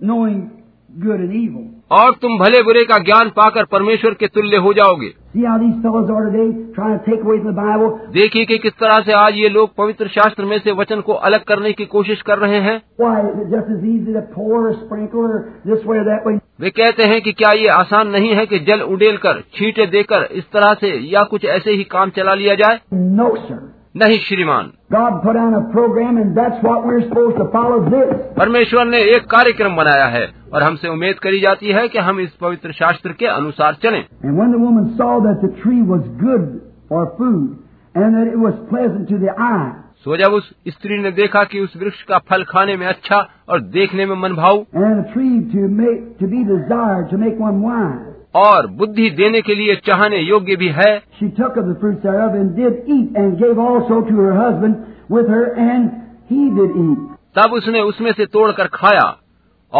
B: knowing good and evil.
A: और तुम भले बुरे का ज्ञान पाकर परमेश्वर के तुल्य हो जाओगे
B: See how these fellows are today, trying to take away from the Bible
A: देखिए कि किस तरह से आज ये लोग पवित्र शास्त्र में से वचन को अलग करने की कोशिश कर रहे हैं
B: why it's just as easy to pour or sprinkle or this way or that way.
A: वे कहते हैं कि क्या ये आसान नहीं है कि जल उडेलकर छींटे देकर इस तरह से या कुछ ऐसे ही काम चला लिया जाए
B: No, sir.
A: नहीं श्रीमान
B: God put on a program, and that's what we're supposed to follow this.
A: परमेश्वर ने एक कार्यक्रम बनाया है और हमसे उम्मीद करी जाती है कि हम इस पवित्र शास्त्र के अनुसार चलें
B: And when the woman saw that the tree was good for food, and that it was pleasant to the eye,
A: सो जब उस स्त्री ने देखा कि उस वृक्ष का फल खाने में अच्छा और देखने में मनभाव
B: and a tree to make to be desired to make one wise.
A: और बुद्धि देने के लिए चाहने योग्य भी है
B: She took of the fruits thereof and did eat, and gave also to her husband with her, and he did eat.
A: तब उसने उसमें से तोड़कर खाया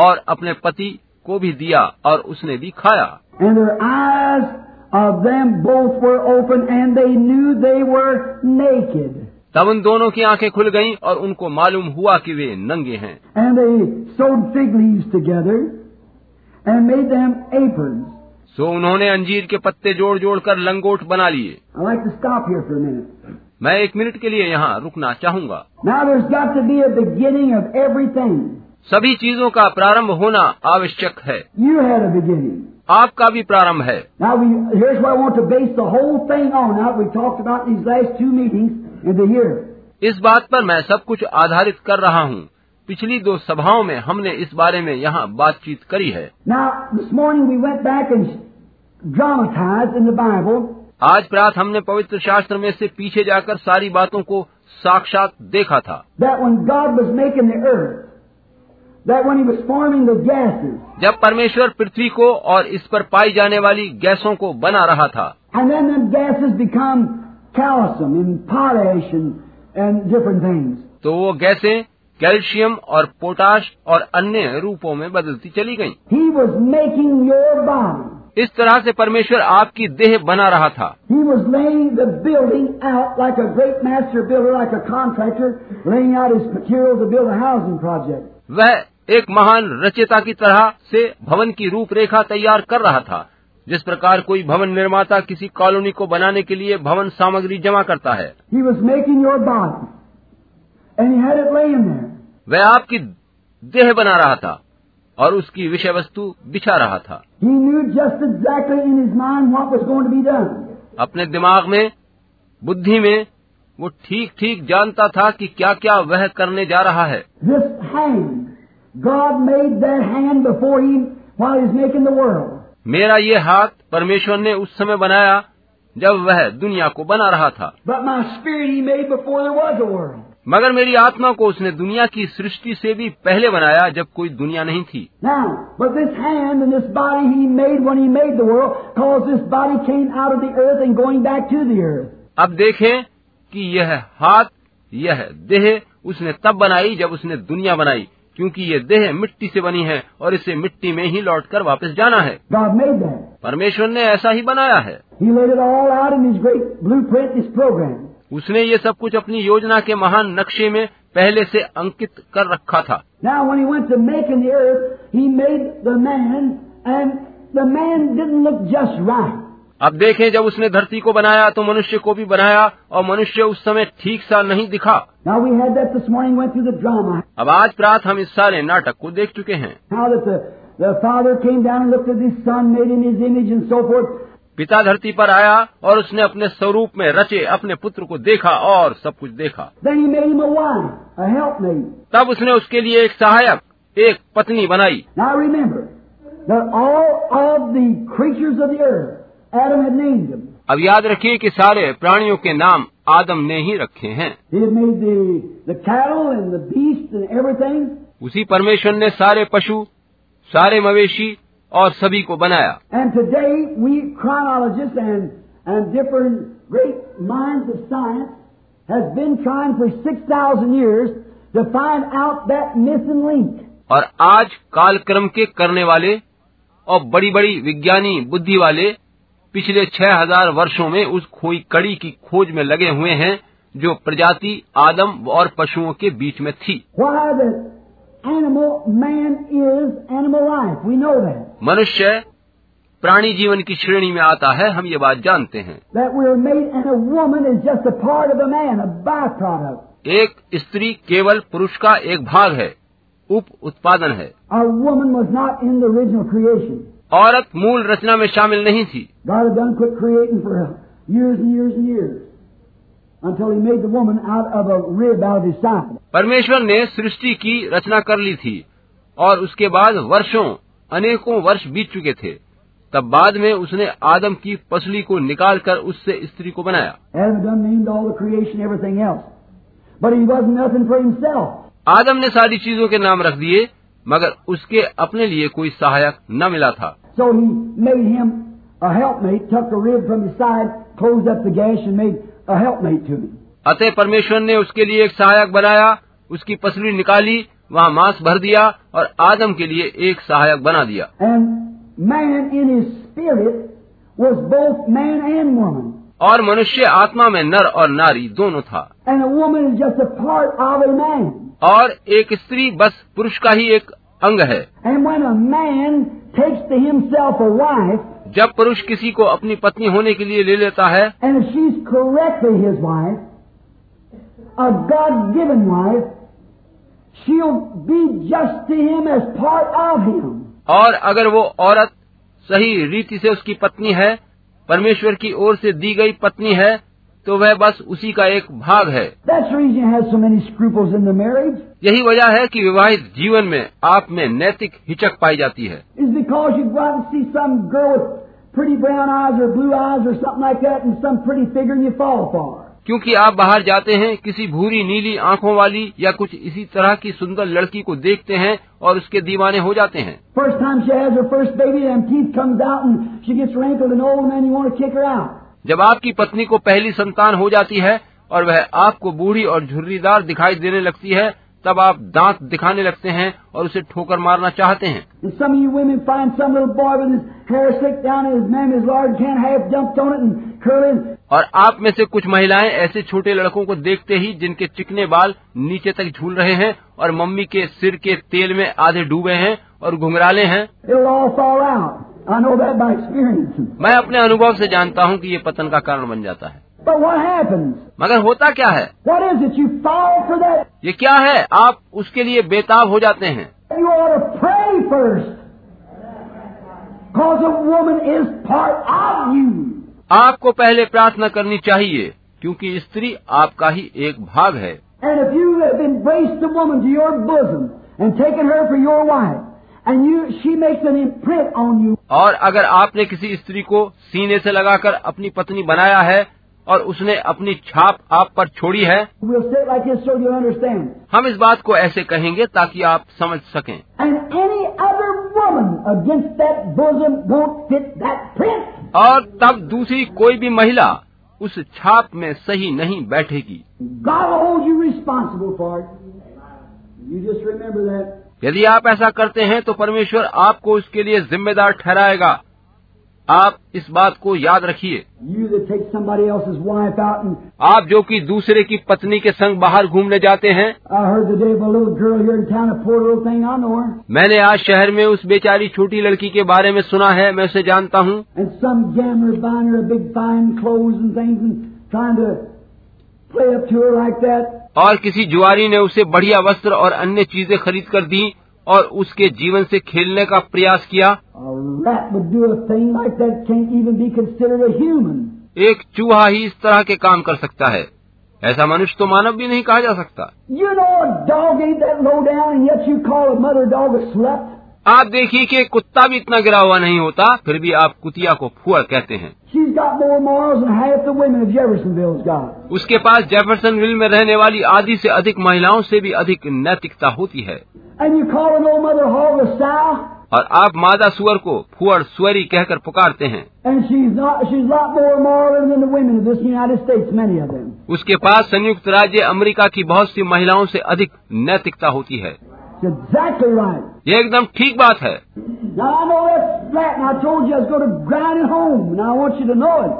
A: और अपने पति को भी दिया और उसने भी खाया
B: And their eyes of them both were open, and they knew they were naked.
A: तब उन दोनों की आंखें खुल गईं और उनको मालूम हुआ कि वे नंगे हैं
B: And they sewed fig leaves together, and made them aprons.
A: सो उन्होंने अंजीर के पत्ते जोड़ जोड़ कर लंगोट बना लिए
B: I'd like to stop here for a minute.
A: मैं एक मिनट के लिए यहाँ रुकना चाहूंगा
B: Now there's got to be a beginning of everything.
A: सभी चीजों का प्रारंभ होना आवश्यक है
B: You had a beginning.
A: आपका भी प्रारंभ है
B: Now, we, here's what I want to base the whole thing on. Now, we talked about these last two meetings in the year.
A: इस बात पर मैं सब कुछ आधारित कर रहा हूँ पिछली दो सभाओं में हमने इस बारे में यहाँ बातचीत करी है
B: Now, this morning we went back and dramatized in the Bible
A: आज प्रात हमने पवित्र शास्त्र में से पीछे जाकर सारी बातों को साक्षात देखा था
B: that when God was making the earth, that when He was forming the gases,
A: जब परमेश्वर पृथ्वी को और इस पर पाई जाने वाली गैसों को बना रहा था
B: and then them gases become calcium and potash and, and different things.
A: तो वो गैसें कैल्शियम और पोटाश और अन्य रूपों में बदलती चली गईं।
B: He was making your body.
A: इस तरह से परमेश्वर आपकी देह बना रहा था
B: He was laying the building out like a great master builder, like a contractor, laying out his material to build a housing project.
A: वह एक महान रचयिता की तरह से भवन की रूपरेखा तैयार कर रहा था जिस प्रकार कोई भवन निर्माता किसी कॉलोनी को बनाने के लिए भवन सामग्री जमा करता है
B: He was making your body. And he had it laying there.
A: वह आपकी देह बना रहा था और उसकी विषय वस्तु बिछा रहा था
B: He knew just exactly in his mind what was going to be done.
A: अपने दिमाग में बुद्धि में वो ठीक ठीक जानता था कि क्या क्या वह करने जा रहा है
B: This hand, God made that hand before he, while he was making the world.
A: मेरा ये हाथ परमेश्वर ने उस समय बनाया जब वह दुनिया को बना रहा था
B: But my spirit he made before there was a world.
A: मगर मेरी आत्मा को उसने दुनिया की सृष्टि से भी पहले बनाया जब कोई दुनिया नहीं थी
B: Now, but this hand and this body he made when he made the world, cause this body came out of the earth and going back to the earth.
A: अब देखें कि यह हाथ यह देह उसने तब बनाई जब उसने दुनिया बनाई क्योंकि ये देह मिट्टी से बनी है और इसे मिट्टी में ही लौटकर वापस जाना है
B: God made that.
A: परमेश्वर ने ऐसा ही बनाया है
B: He laid it all out in his great blueprint, his program.
A: उसने ये सब कुछ अपनी योजना के महान नक्शे में पहले से अंकित कर रखा था
B: Now, when he went to making the earth, he made the man, and the man didn't look just right.
A: अब देखें जब उसने धरती को बनाया तो मनुष्य को भी बनाया और मनुष्य उस समय ठीक सा नहीं दिखा
B: Now, we had that this morning, went through the drama,
A: अब आज प्रात हम इस सारे नाटक को देख चुके हैं
B: how that the The Father came down and looked at His Son, made in His image, and so forth.
A: पिता धरती पर आया और उसने अपने स्वरूप में रचे अपने पुत्र को देखा और सब कुछ देखा
B: Then He made Him a wife, a helpmate.
A: तब उसने उसके लिए एक सहायक एक पत्नी बनाई
B: Now remember that all of the creatures of the earth, Adam had named them.
A: अब याद रखिए कि सारे प्राणियों के नाम आदम ने ही रखे हैं
B: He had made the, the cattle and the beasts and everything.
A: उसी परमेश्वर ने सारे पशु सारे मवेशी और सभी को बनाया
B: And today we chronologists and, and different great minds of science has been trying for 6,000 years to find out that missing link.
A: और आज कालक्रम के करने वाले और बड़ी बड़ी विज्ञानी बुद्धि वाले पिछले छह हजार वर्षो में उस खोई कड़ी की खोज में लगे हुए हैं जो प्रजाति आदम और पशुओं के बीच में थी
B: Why the animal man is animal life. We know that.
A: मनुष्य प्राणी जीवन की श्रेणी में आता है हम ये बात जानते हैं
B: That we are made and a woman is just a part of a man, a byproduct.
A: एक स्त्री केवल पुरुष का एक भाग है उप उत्पादन है
B: Our woman was not in the original creation.
A: औरत मूल रचना में शामिल नहीं थी
B: God had done quit creating for years and years and years until He made the woman out of a rib out of His side.
A: परमेश्वर ने सृष्टि की रचना कर ली थी और उसके बाद वर्षों अनेकों वर्ष बीत चुके थे तब बाद में उसने आदम की पसली को निकाल कर उससे स्त्री को बनाया
B: Adam done named all the creation, everything else. But He wasn't nothing for Himself.
A: आदम ने सारी चीजों के नाम रख दिए मगर उसके अपने लिए कोई सहायक न मिला था
B: So He made Him a helpmate, took a rib from His side, closed up the gash, and made a helpmate to Him.
A: अतः परमेश्वर ने उसके लिए एक सहायक बनाया उसकी पसली निकाली वहाँ मांस भर दिया और आदम के लिए एक सहायक बना दिया
B: And man in His spirit was both man and woman.
A: और मनुष्य आत्मा में नर और नारी दोनों था
B: And a woman is just a part of a man.
A: और एक स्त्री बस पुरुष का ही एक अंग है
B: And when a man takes to himself a wife,
A: जब पुरुष किसी को अपनी पत्नी होने के लिए ले लेता है
B: and if she's correctly his wife, a God given wife, she'll be just to him as part of him.
A: और अगर वो औरत सही रीति से उसकी पत्नी है परमेश्वर की ओर से दी गई पत्नी है तो वह बस उसी का एक भाग है
B: That's the reason you have so many scruples in the marriage,
A: यही वजह है कि विवाहित जीवन में आप में नैतिक हिचक पाई जाती है
B: is because you go out and see some girl with pretty brown eyes or blue eyes or something like that and some pretty figure and you fall for her.
A: क्योंकि आप बाहर जाते हैं किसी भूरी नीली आंखों वाली या कुछ इसी तरह की सुंदर लड़की को देखते हैं और उसके दीवाने हो जाते हैं
B: First time she has her first baby, them teeth comes out and she gets wrinkled and old and then you want to kick her out.
A: जब आपकी पत्नी को पहली संतान हो जाती है और वह आपको बूढ़ी और झुर्रीदार दिखाई देने लगती है तब आप दांत दिखाने लगते हैं और उसे ठोकर मारना चाहते हैं
B: And some of you women find some little boy with his hair slicked down and his mammy's large can't half jumped on it and curling.
A: और आप में से कुछ महिलाएं ऐसे छोटे लड़कों को देखते ही जिनके चिकने बाल नीचे तक झूल रहे हैं और मम्मी के सिर के तेल में आधे डूबे हैं और घुंघराले हैं
B: It'll all fall out. I know that by experience.
A: मैं अपने अनुभव से जानता हूं कि ये पतन का कारण बन जाता है
B: But what happens?
A: मगर होता क्या है
B: What is it? You fall for that.
A: ये क्या है आप उसके लिए बेताब हो जाते हैं
B: You ought to pray first. Because a woman is part of you.
A: आपको पहले प्रार्थना करनी चाहिए क्योंकि स्त्री आपका ही एक भाग है
B: And if you have embraced the woman to your bosom and taken her for your wife, and you, she makes an imprint on you,
A: और अगर आपने किसी स्त्री को सीने से लगाकर अपनी पत्नी बनाया है और उसने अपनी छाप आप पर छोड़ी है
B: we'll say it like this so you'll understand.
A: हम इस बात को ऐसे कहेंगे ताकि आप समझ सकें
B: And any other woman against that bosom won't fit that print.
A: और तब दूसरी कोई भी महिला उस छाप में सही नहीं बैठेगी
B: God will hold you responsible for it. You just remember that.
A: यदि आप ऐसा करते हैं तो परमेश्वर आपको उसके लिए जिम्मेदार ठहराएगा आप इस बात को याद रखिए
B: You that take somebody else's wife out and
A: आप जो कि दूसरे की पत्नी के संग बाहर घूमने जाते हैं
B: I heard the day of a little girl here in town, a poor little thing, I know her.
A: मैंने आज शहर में उस बेचारी छोटी लड़की के बारे में सुना है मैं उसे जानता हूँ
B: And some gambler buying her a big fine clothes and things and trying to play up to her like that.
A: और किसी जुआरी ने उसे बढ़िया वस्त्र और अन्य चीजें खरीद कर दी और उसके जीवन से खेलने का प्रयास किया
B: A rat would do a thing like that can't even be considered a human.
A: एक चूहा ही इस तरह के काम कर सकता है ऐसा मनुष्य तो मानव भी नहीं कहा जा सकता
B: You know a dog ain't that low down and yet you call a mother dog a slut.
A: आप देखिए कि कुत्ता भी इतना गिरा हुआ नहीं होता फिर भी आप कुतिया को फुअर कहते हैं
B: She's got more morals than half the women of Jeffersonville's got.
A: उसके पास जेफरसनविल में रहने वाली आधी से अधिक महिलाओं से भी अधिक नैतिकता होती है
B: And you call an old mother hog a sow,
A: और आप मादा सुअर को फुअर सुअरी कहकर पुकारते हैं
B: and she's not she's a lot more moral than the women of this United States, many of them.
A: उसके पास संयुक्त राज्य अमेरिका की बहुत सी महिलाओं से अधिक नैतिकता होती है
B: It's exactly right.
A: ये एकदम ठीक बात है
B: Now I know that's flat, and I told you I was going to grind it home, and I want you to know it.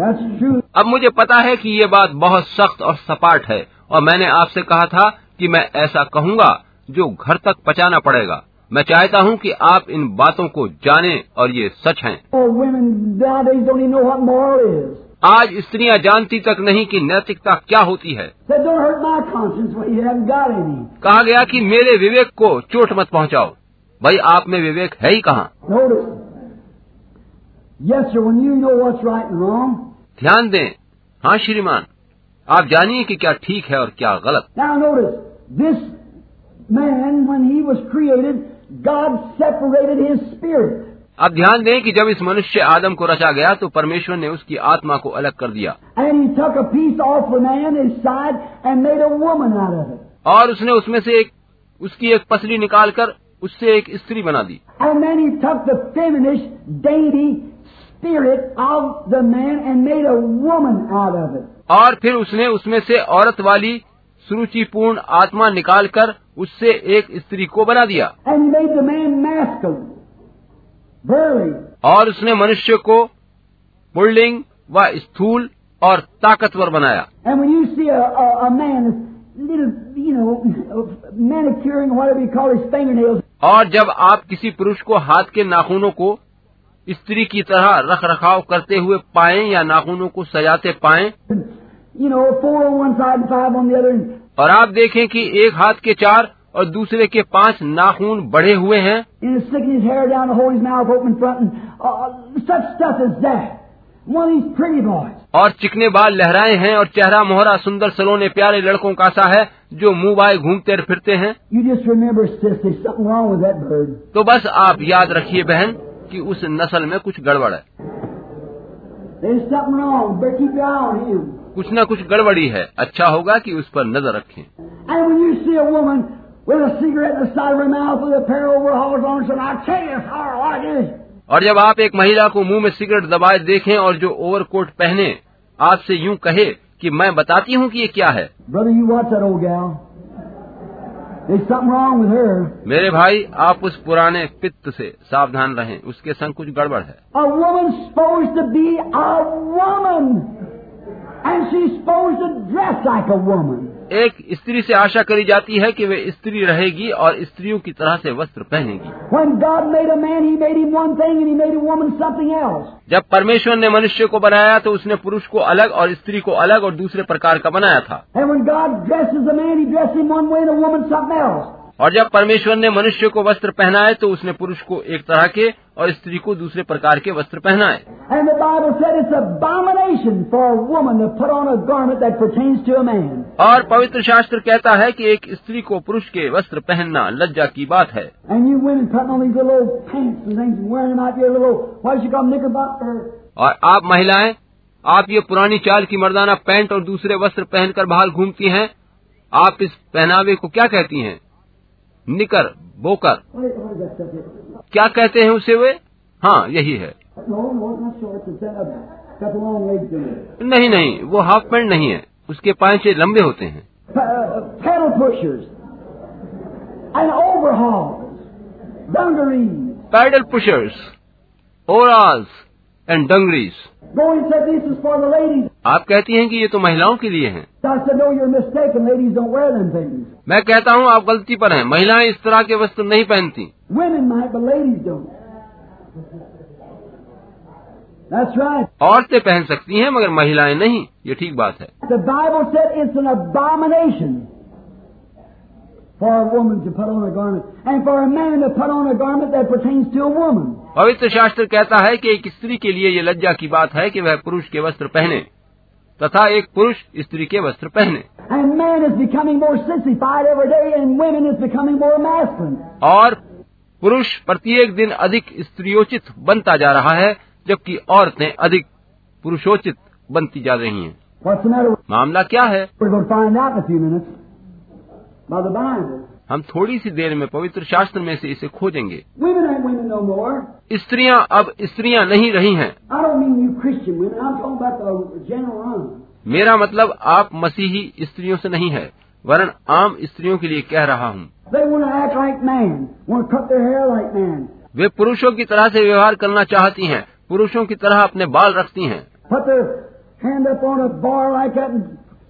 B: That's true.
A: अब मुझे पता है कि ये बात बहुत सख्त और सपाट है और मैंने आपसे कहा था कि मैं ऐसा कहूंगा जो घर तक पचाना पड़ेगा मैं चाहता हूं कि आप इन बातों को जानें और ये सच हैं
B: Oh, women nowadays don't even know what moral is.
A: आज स्त्रियां जानती तक नहीं कि नैतिकता क्या होती है
B: Said, don't hurt my conscience. Well, you haven't got any.
A: कहा गया कि मेरे विवेक को चोट मत पहुंचाओ भाई आप में विवेक है ही कहाँ
B: Notice. Yes, sir, when you know what's right and wrong.
A: ध्यान दें हाँ श्रीमान आप जानिए कि क्या ठीक है और क्या गलत
B: Now notice, this man, when he was created, God separated his spirit.
A: अब ध्यान दें कि जब इस मनुष्य आदम को रचा गया तो परमेश्वर ने उसकी आत्मा को अलग कर दिया
B: And he took a piece off a man, his side, and made a woman out of it.
A: और उसने उसमें से एक उसकी एक पसली निकालकर उससे एक स्त्री बना दी
B: And then he took the feminist, dainty spirit of the man and made a woman out of it.
A: और फिर उसने उसमें से औरत वाली सुरुचिपूर्ण आत्मा निकालकर उससे एक स्त्री को बना दिया
B: And he made the man masculine, burly,
A: और उसने मनुष्य को पुल्लिंग व स्थूल और ताकतवर बनाया
B: And when you see a, a, a man, little, you know, manicuring, whatever you call his fingernails,
A: और जब आप किसी पुरुष को हाथ के नाखूनों को स्त्री की तरह रख रखाव करते हुए पाएं या नाखूनों को सजाते पाएं
B: you know, four on one side and five on the other, and
A: और आप देखें कि एक हाथ के चार और दूसरे के पांच नाखून बढ़े हुए हैं
B: and he's sticking his hair down to hold his mouth open in front, and uh, such stuff as that. One of these pretty boys.
A: और चिकने बाल लहराए हैं और चेहरा मोहरा सुंदर सलोने प्यारे लड़कों का सा है जो मुंह बाय घूमते फिरते हैं
B: You just remember, sis, there's something wrong with that bird.
A: तो बस आप याद रखिए बहन कि उस नस्ल में कुछ गड़बड़ है
B: There's something wrong. Better keep your eye on him.
A: कुछ न कुछ गड़बड़ी है अच्छा होगा कि उस पर नजर रखें
B: And when you see a woman with a cigarette in the side of her mouth with a pair of overalls on, saying, I'll tell you, it's horrible, like this.
A: और जब आप एक महिला को मुंह में सिगरेट दबाए देखें और जो ओवरकोट पहने आपसे यूं कहे कि मैं बताती हूं कि ये क्या है
B: Brother, you watch that old gal. There's something wrong with her.
A: मेरे भाई आप उस पुराने पित्त से सावधान रहें उसके संग कुछ गड़बड़ है
B: A woman's supposed to be a woman. And she's supposed to dress like a woman.
A: एक स्त्री से आशा करी जाती है कि वे स्त्री रहेगी और स्त्रियों की तरह से वस्त्र पहनेगी
B: When God made a man, He made him one thing and He made a woman something else.
A: जब परमेश्वर ने मनुष्य को बनाया तो उसने पुरुष को अलग और स्त्री को अलग और दूसरे प्रकार का बनाया था
B: And when God dresses a man, He dresses him one way and a woman something else.
A: और जब परमेश्वर ने मनुष्य को वस्त्र पहनाए तो उसने पुरुष को एक तरह के और स्त्री को दूसरे प्रकार के वस्त्र पहनाए
B: And the Bible said it's abomination for a woman to put on a garment that pertains to a man.
A: और पवित्र शास्त्र कहता है कि एक स्त्री को पुरुष के वस्त्र पहनना लज्जा की बात है
B: And you women putting on these little old pants and things, wearing them out your little, what do you call them, knickerbocker?
A: और आप महिलाएं आप ये पुरानी चाल की मर्दाना पैंट और दूसरे वस्त्र पहनकर बाहर घूमती हैं आप इस पहनावे को क्या कहती हैं निकर बोकर
B: What is, what is that stuff here?
A: क्या कहते हैं उसे वे हाँ यही है
B: No, no, not shorts. It's that other. Got the long legs in it.
A: नहीं नहीं वो हाफ पैंट नहीं है उसके पांचे लंबे होते हैं
B: Pa- uh, pedal pushers. And overhauls. Dungarees.
A: Pedal pushers overalls and dungarees
B: Going and said this is for the ladies.
A: आप कहती हैं कि ये तो महिलाओं के लिए हैं
B: I said, no, you're mistaken. Ladies don't wear them things.
A: मैं कहता हूँ आप गलती पर हैं महिलाएं इस तरह के वस्त्र नहीं पहनती
B: Women might, but ladies don't. That's right.
A: औरतें पहन सकती हैं मगर महिलाएं नहीं ये ठीक बात है
B: The Bible said it's an abomination for a woman to put on a garment, and for a man to put on a garment that pertains to a woman.
A: पवित्र शास्त्र कहता है कि एक स्त्री के लिए ये लज्जा की बात है कि वह पुरुष के वस्त्र पहने तथा एक पुरुष स्त्री के वस्त्र पहने
B: And man is becoming more sissified every day, and women is becoming more masculine.
A: और पुरुष प्रत्येक दिन अधिक स्त्रियोचित बनता जा रहा है जबकि औरतें अधिक पुरुषोचित बनती जा रही हैं
B: What's the matter?
A: मामला क्या है
B: We're going to find out in a few minutes by the Bible.
A: हम थोड़ी सी देर में पवित्र शास्त्र में से इसे खोजेंगे
B: Women ain't women no more.
A: स्त्रियां अब स्त्रियां नहीं रही हैं
B: I don't mean you Christian women. I'm talking about the general run.
A: मेरा मतलब आप मसीही स्त्रियों से नहीं है वरन आम स्त्रियों के लिए कह रहा हूँ
B: They want to act like man, want to cut their hair like man,
A: वे पुरुषों की तरह से व्यवहार करना चाहती हैं पुरुषों की तरह अपने बाल रखती हैं
B: put their hand up on a bar like that and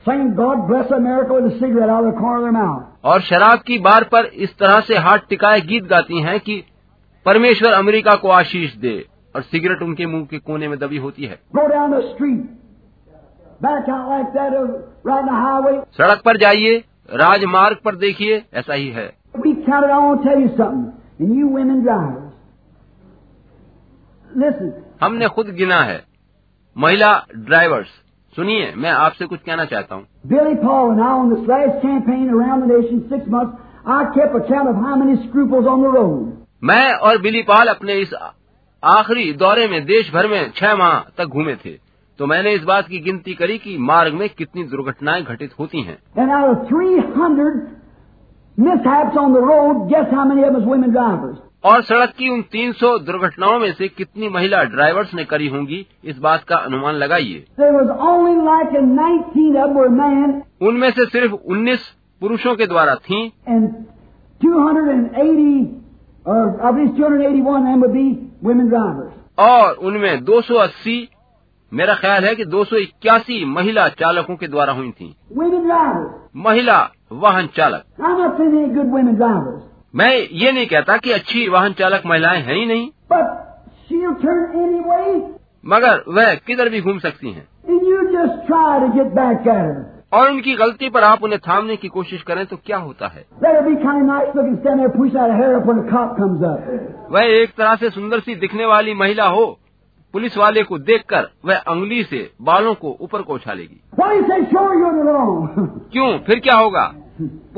B: saying, God bless America with a cigarette out of the corner of their mouth.
A: और शराब की बार पर इस तरह से हाथ टिकाए गीत गाती हैं कि परमेश्वर अमेरिका को आशीष दे और सिगरेट उनके मुंह के कोने में दबी होती है
B: Go down the street, back out like that, uh, right in the highway.
A: सड़क पर जाइए राजमार्ग पर देखिए ऐसा ही है
B: We counted, I want to tell you something. And you women drivers, listen,
A: हमने खुद गिना है महिला ड्राइवर्स सुनिए मैं आपसे कुछ कहना चाहता हूँ
B: Billy Paul and I, on this last campaign around the nation, six months, I kept a count of how many scruples on the road.
A: मैं और बिली पाल अपने इस आखिरी दौरे में देश भर में छह माह तक घूमे थे तो मैंने इस बात की गिनती करी कि मार्ग में कितनी दुर्घटनाएं घटित होती हैं
B: And out of 300 mishaps on the road, guess how many of them was women drivers?
A: और सड़क की उन 300 दुर्घटनाओं में से कितनी महिला ड्राइवर्स ने करी होंगी इस बात का अनुमान लगाइए
B: There was only like a 19 of them were men,
A: उनमें से सिर्फ 19 पुरुषों के द्वारा थीं
B: and 280, or at least 281 of them would be women drivers.
A: और उनमें 280 मेरा ख्याल है कि 281 महिला चालकों के द्वारा हुई थीं
B: Women drivers.
A: महिला वाहन चालक
B: I'm not saying they ain't good women drivers,
A: मैं ये नहीं कहता कि अच्छी वाहन चालक महिलाएं हैं ही नहीं
B: but she'll turn anyway,
A: मगर वह किधर भी घूम सकती हैं
B: and you just try to get back at her.
A: और उनकी गलती पर आप उन्हें थामने की कोशिश करें तो क्या होता है
B: That'd be kind of nice looking, stand there, push out a hair up when a cop comes up.
A: वह एक तरह से सुंदर सी दिखने वाली महिला हो पुलिस वाले को देखकर वह अंगुली से बालों को ऊपर को उछालेगी
B: What do you say? Sure, you're the wrong.
A: क्यों फिर क्या होगा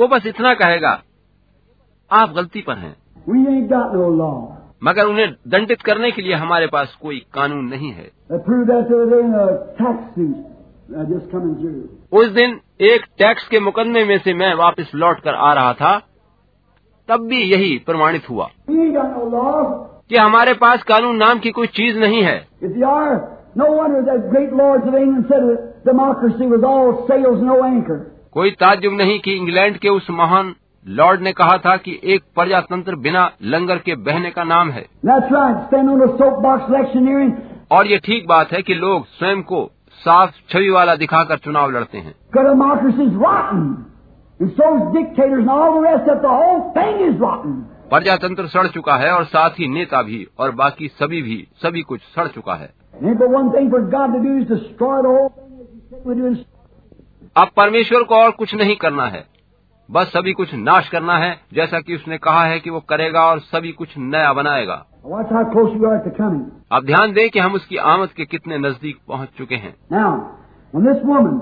A: वो बस इतना कहेगा आप गलती पर हैं
B: we ain't got no law.
A: मगर उन्हें दंडित करने के लिए हमारे पास कोई कानून नहीं है
B: They proved that the other day in a tax suit uh, just coming through.
A: उस दिन एक टैक्स के मुकदमे में से मैं वापस लौट कर आ रहा था तब भी यही प्रमाणित हुआ
B: We ain't got no law.
A: कि हमारे पास कानून नाम की कोई चीज नहीं है
B: If you are, no wonder that great lords of England said that democracy was all sails, no anchor.
A: कोई ताज्जुब नहीं कि इंग्लैंड के उस महान लॉर्ड ने कहा था कि एक प्रजातंत्र बिना लंगर के बहने का नाम है
B: That's right. Stand on a soapbox electioneering.
A: और ये ठीक बात है कि लोग स्वयं को साफ छवि वाला दिखाकर चुनाव लड़ते हैं
B: Good democracy's rotten. And so's dictators and all the rest of it. The whole thing is rotten.
A: प्रजातंत्र सड़ चुका है और साथ ही नेता भी और बाकी सभी भी सभी कुछ सड़ चुका है
B: And ain't but one thing for God to do is destroy the whole thing as He said we do. in-
A: अब परमेश्वर को और कुछ नहीं करना है बस सभी कुछ नाश करना है जैसा कि उसने कहा है कि वो करेगा और सभी कुछ नया बनाएगा
B: Watch how close we are at the coming.
A: अब ध्यान दें कि हम उसकी आमद के कितने नजदीक पहुंच चुके हैं
B: Now, when this woman,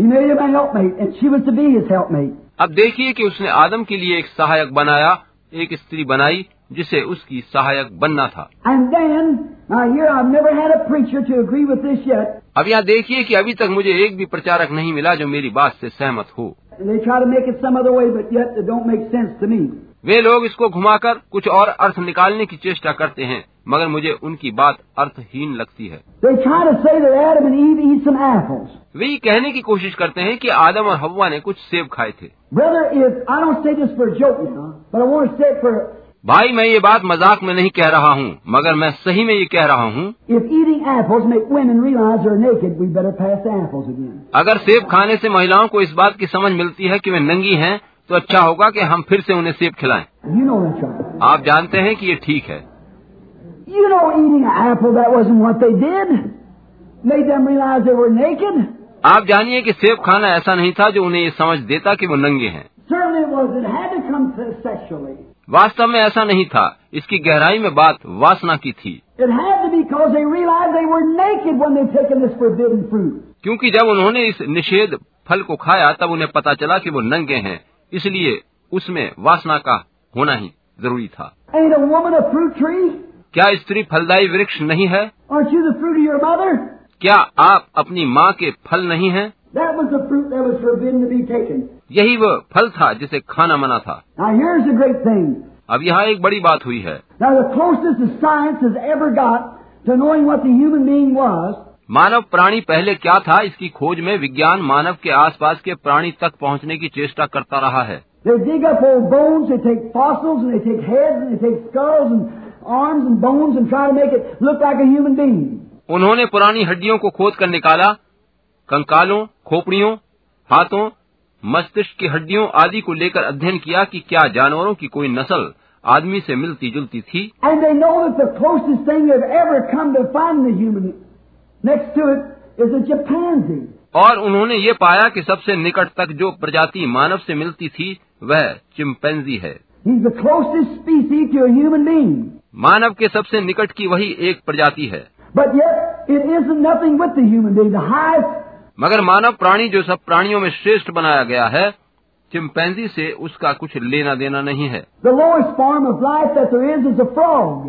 B: he made him a helpmate, and she was to be his helpmate.
A: अब देखिए कि उसने आदम के लिए एक सहायक बनाया एक स्त्री बनाई जिसे उसकी सहायक बनना था
B: And then, now here I've never had a preacher to agree with this yet,
A: अब यहाँ देखिए कि अभी तक मुझे एक भी प्रचारक नहीं मिला जो मेरी बात से सहमत हो
B: and they try to make it some other way, but yet it don't make sense to me.
A: वे लोग इसको घुमाकर कुछ और अर्थ निकालने की चेष्टा करते हैं मगर मुझे उनकी बात अर्थहीन लगती है
B: They try to say that Adam and Eve eat some apples.
A: वे ये कहने की कोशिश करते हैं कि आदम और हवा ने कुछ सेब खाए थे
B: Brother, if I don't say this for a joke now, but I want to say it for
A: भाई मैं ये बात मजाक में नहीं कह रहा हूँ मगर मैं सही में ये कह रहा हूँ
B: if eating apples make women realize they're naked, we better pass the apples again.
A: अगर सेब खाने से महिलाओं को इस बात की समझ मिलती है कि वे नंगी हैं तो अच्छा होगा कि हम फिर से उन्हें सेब खिलाएं
B: You know that's right.
A: आप जानते हैं कि ये ठीक है
B: You know, eating an apple that wasn't what they did. Made them realize they were naked.
A: आप जानिए कि सेब खाना ऐसा नहीं था जो उन्हें ये समझ देता कि वो नंगे हैं
B: Certainly, it was. It had to come to sexually.
A: वास्तव में ऐसा नहीं था इसकी गहराई में बात वासना की थी
B: It had to because they realized they were naked when they'd taken this forbidden fruit.
A: क्योंकि जब उन्होंने इस निषेध फल को खाया तब उन्हें पता चला कि वो नंगे हैं इसलिए उसमें वासना का होना ही जरूरी था
B: Ain't a woman a fruit tree?
A: क्या स्त्री फलदायी वृक्ष नहीं है
B: Aren't you the fruit of your mother?
A: क्या आप अपनी माँ के फल नहीं हैं
B: That was the fruit that was forbidden to be taken.
A: यही वह फल था जिसे खाना मना था
B: Now here's the great thing.
A: अब यहाँ एक बड़ी बात हुई है
B: Now the closest the science has ever got to knowing what the human being was
A: मानव प्राणी पहले क्या था इसकी खोज में विज्ञान मानव के आसपास के प्राणी तक पहुंचने की चेष्टा करता रहा है
B: They dig up old bones, they take fossils, and they take heads, and they take skulls, and arms, and bones, and try to make it look like a human being.
A: उन्होंने पुरानी हड्डियों को खोद कर निकाला कंकालों खोपड़ियों हाथों मस्तिष्क की हड्डियों आदि को लेकर अध्ययन किया कि क्या जानवरों की कोई नस्ल आदमी से मिलती जुलती थी
B: And they know that the closest thing they've ever come to finding a human next to it is a chimpanzee.
A: और उन्होंने ये पाया कि सबसे निकट तक जो प्रजाति मानव से मिलती थी वह चिंपैंजी है
B: He's the closest species to a human being.
A: मानव के सबसे निकट की वही एक प्रजाति है
B: But yet, it isn't nothing with the human being. The highest,
A: मगर मानव प्राणी जो सब प्राणियों में श्रेष्ठ बनाया गया है चिंपैंजी से उसका कुछ लेना देना नहीं है
B: the lowest form of life that there is is a frog.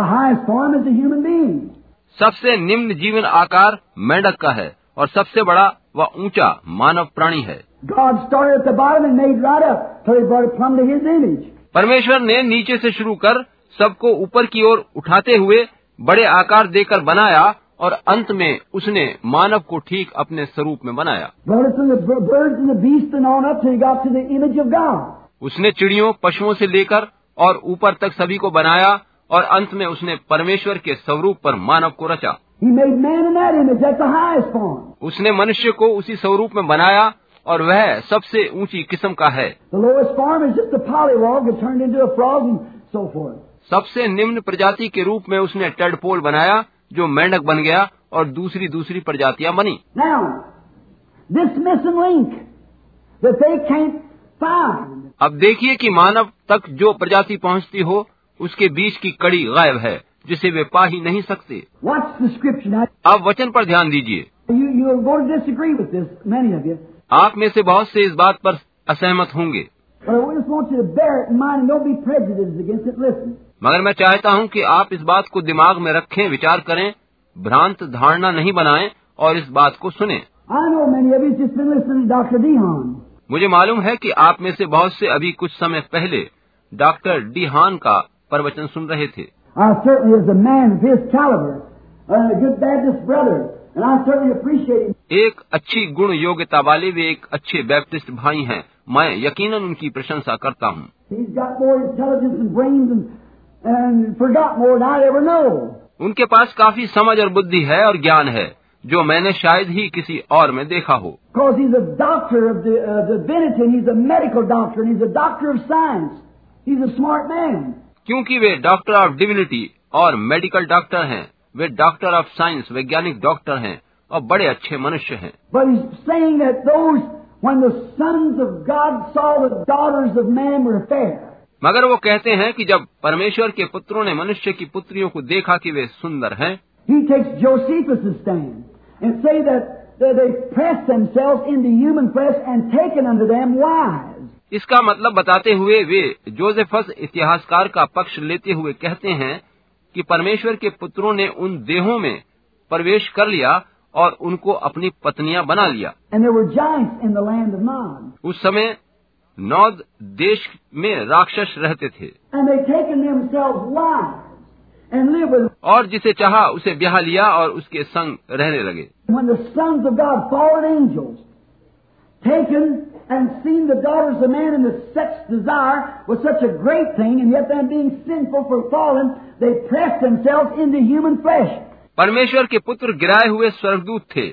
B: The highest form is a human being.
A: सबसे निम्न जीवन आकार मेंढक का है और सबसे बड़ा व ऊंचा मानव प्राणी है
B: God started at the bottom and made right up till he brought it plumb to his image.
A: परमेश्वर ने नीचे से शुरू कर सबको ऊपर की ओर उठाते हुए बड़े आकार देकर बनाया और अंत में उसने मानव को ठीक अपने स्वरूप में बनाया
B: Brought it from the b- birds and the beasts and on up till he got to the image of God.
A: उसने चिड़ियों पशुओं से लेकर और ऊपर तक सभी को बनाया और अंत में उसने परमेश्वर के स्वरूप पर मानव को रचा
B: He made man in that image. That's the highest form.
A: उसने मनुष्य को उसी स्वरूप में बनाया और वह सबसे ऊंची किस्म का है
B: The lowest form is just a polywog that turned into a frog and so forth.
A: सबसे निम्न प्रजाति के रूप में उसने टेडपोल बनाया जो मेंढक बन गया और दूसरी दूसरी प्रजातियां बनी
B: Now, this missing link that they can't find.
A: अब देखिए कि मानव तक जो प्रजाति पहुंचती हो उसके बीच की कड़ी गायब है जिसे वे पा ही नहीं सकते
B: What's the scripture? Now,
A: अब वचन पर ध्यान दीजिए
B: you, you're going to disagree with this, many of you.
A: आप में से बहुत से इस बात पर असहमत होंगे
B: But I just want you to bear it in mind and don't be prejudiced against it. Listen.
A: मगर मैं चाहता हूं कि आप इस बात को दिमाग में रखें विचार करें भ्रांत धारणा नहीं बनाएं और इस बात को सुनें
B: I know many of you just been listening to Dr. Dehan.
A: मुझे मालूम है कि आप में से बहुत से अभी कुछ समय पहले डॉक्टर डी हान का प्रवचन सुन रहे थे
B: I certainly, as a man of his caliber, and a good Baptist brother, and I certainly appreciate him.
A: एक अच्छी गुण योग्यता वाले वे एक अच्छे बैप्टिस्ट भाई हैं मैं यकीनन उनकी प्रशंसा करता हूँ
B: He's got more intelligence and brains and, and forgot more than I ever know.
A: उनके पास काफी समझ और बुद्धि है और ज्ञान है जो मैंने शायद ही किसी और में देखा हो
B: Because he's a doctor of the, uh, divinity, and he's a medical doctor, and he's a doctor of science. He's a smart man.
A: क्योंकि वे डॉक्टर ऑफ डिविनिटी और मेडिकल डॉक्टर हैं वे डॉक्टर ऑफ साइंस वैज्ञानिक doctor हैं और बड़े अच्छे मनुष्य हैं
B: But he's saying that those, when the sons of God saw the daughters of man were fair,
A: मगर वो कहते हैं कि जब परमेश्वर के पुत्रों ने मनुष्य की पुत्रियों को देखा कि वे सुंदर हैं
B: He takes Josephus' stand and say that, that they press themselves into human flesh and taken unto them wives.
A: इसका मतलब बताते हुए वे जोसेफस इतिहासकार का पक्ष लेते हुए कहते हैं कि परमेश्वर के पुत्रों ने उन देहों में प्रवेश कर लिया और उनको अपनी पत्नियां बना लिया
B: And there were giants in the land of Nod.
A: उस समय नौद देश में राक्षस रहते थे
B: And they taken themselves wives and lived with them.
A: और जिसे चाहा उसे ब्याह लिया और उसके संग रहने लगे
B: When the sons of God, fallen angels, taken and seen the daughters of man and the sex desire was such a great thing, and yet them being sinful for fallen, they pressed themselves into human flesh.
A: परमेश्वर के पुत्र गिराए हुए स्वर्गदूत थे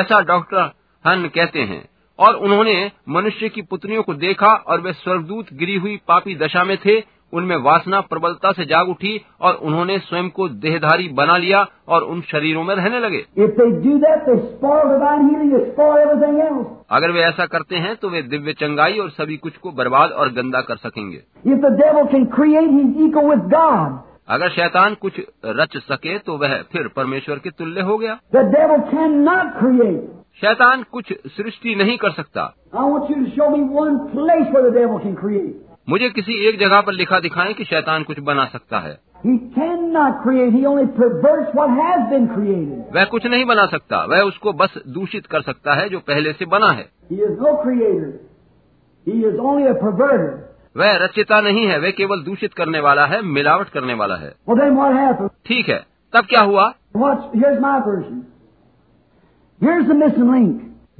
A: ऐसा doctor हन कहते हैं और उन्होंने मनुष्य की पुत्रियों को देखा और वे स्वर्गदूत गिरी हुई पापी दशा में थे उनमें वासना प्रबलता से जाग उठी और उन्होंने स्वयं को देहधारी बना लिया और उन शरीरों में रहने लगे
B: If they do that, they spoil divine healing, they spoil everything else.
A: अगर वे ऐसा करते हैं तो वे दिव्य चंगाई और सभी कुछ को बर्बाद और गंदा कर सकेंगे
B: If the devil can create his equal with God,
A: अगर शैतान कुछ रच सके तो वह फिर परमेश्वर के तुल्य हो गया
B: the devil cannot create.
A: शैतान कुछ सृष्टि नहीं कर सकता
B: I want you to show me one place where the devil can create.
A: मुझे किसी एक जगह पर लिखा दिखाएं कि शैतान कुछ बना सकता है
B: He cannot create. He only perverts what has been created.
A: वह कुछ नहीं बना सकता वह उसको बस दूषित कर सकता है जो पहले से बना है
B: He is no creator. He is only a perverter.
A: वह रचिता नहीं है वह केवल दूषित करने वाला है मिलावट करने वाला है
B: Well, then what happened?
A: ठीक है तब क्या हुआ
B: Watch. Here's my version. Here's the missing link.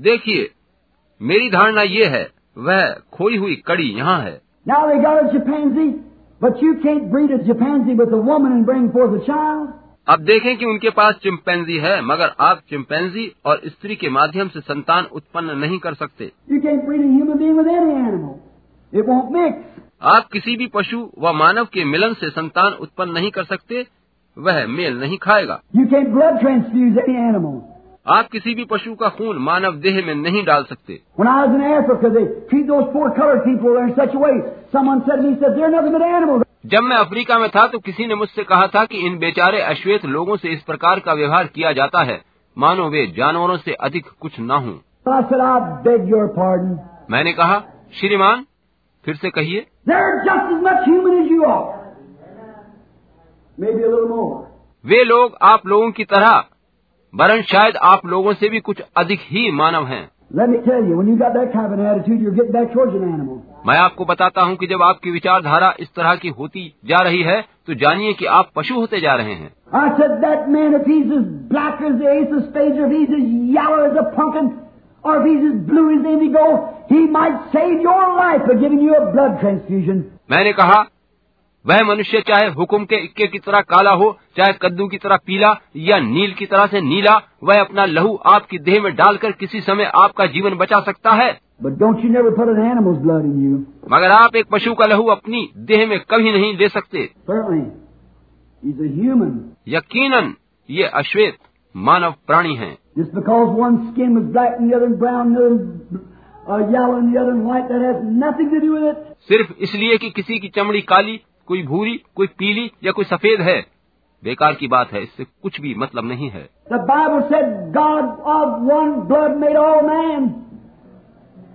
A: देखिए मेरी धारणा ये है वह खोई हुई कड़ी यहाँ है
B: Now they got a chimpanzee, but you can't breed a chimpanzee with a woman and bring forth a child.
A: अब देखें कि उनके पास चिंपैंजी है मगर आप चिंपैंजी और स्त्री के माध्यम से संतान उत्पन्न नहीं कर सकते
B: You can't breed a human being with any animal. It won't mix.
A: आप किसी भी पशु व मानव के मिलन से संतान उत्पन्न नहीं कर सकते वह मेल नहीं खाएगा
B: You can't blood transfuse any animal.
A: आप किसी भी पशु का खून मानव देह में नहीं डाल सकते
B: When I was in Africa, they treat those poor colored people there in such a way. Someone said to me, he said, they're nothing but animals.
A: जब मैं अफ्रीका में था तो किसी ने मुझसे कहा था कि इन बेचारे अश्वेत लोगों से इस प्रकार का व्यवहार किया जाता है मानो वे जानवरों से अधिक कुछ न हों
B: But I said, I beg your pardon.
A: मैंने कहा श्रीमान फिर से कहिए
B: They're just as much human as you are. Maybe a little more.
A: वे लोग आप लोगों की तरह वरन शायद आप लोगों से भी कुछ अधिक ही मानव हैं
B: Let me tell you, when you got that kind of an attitude, you're getting back towards an animal.
A: मैं आपको बताता हूँ कि जब आपकी विचारधारा इस तरह की होती जा रही है तो जानिए कि आप पशु होते जा रहे हैं
B: I said, that man, if he's as black as the ace of spades, or if he's as yellow as a pumpkin, or if he's as blue as indigo, he might save your life by giving you a blood transfusion.
A: मैंने कहा वह मनुष्य चाहे हुकुम के इक्के की तरह काला हो चाहे कद्दू की तरह पीला या नील की तरह से नीला वह अपना लहू आपकी देह में डालकर किसी समय आपका जीवन बचा सकता है
B: But don't you never put an animal's blood in you.
A: मगर आप एक पशु का लहू अपनी देह में कभी नहीं ले सकते
B: Certainly. He's a human.
A: यकीनन ये अश्वेत मानव प्राणी हैं
B: Just because one skin was black and the other brown, and the other uh, yellow and the other white, that has nothing to do with it.
A: सिर्फ इसलिए कि किसी की चमड़ी काली कोई भूरी कोई पीली या कोई सफेद है बेकार की बात है इससे कुछ भी मतलब नहीं है
B: The Bible said, God of one blood made all man.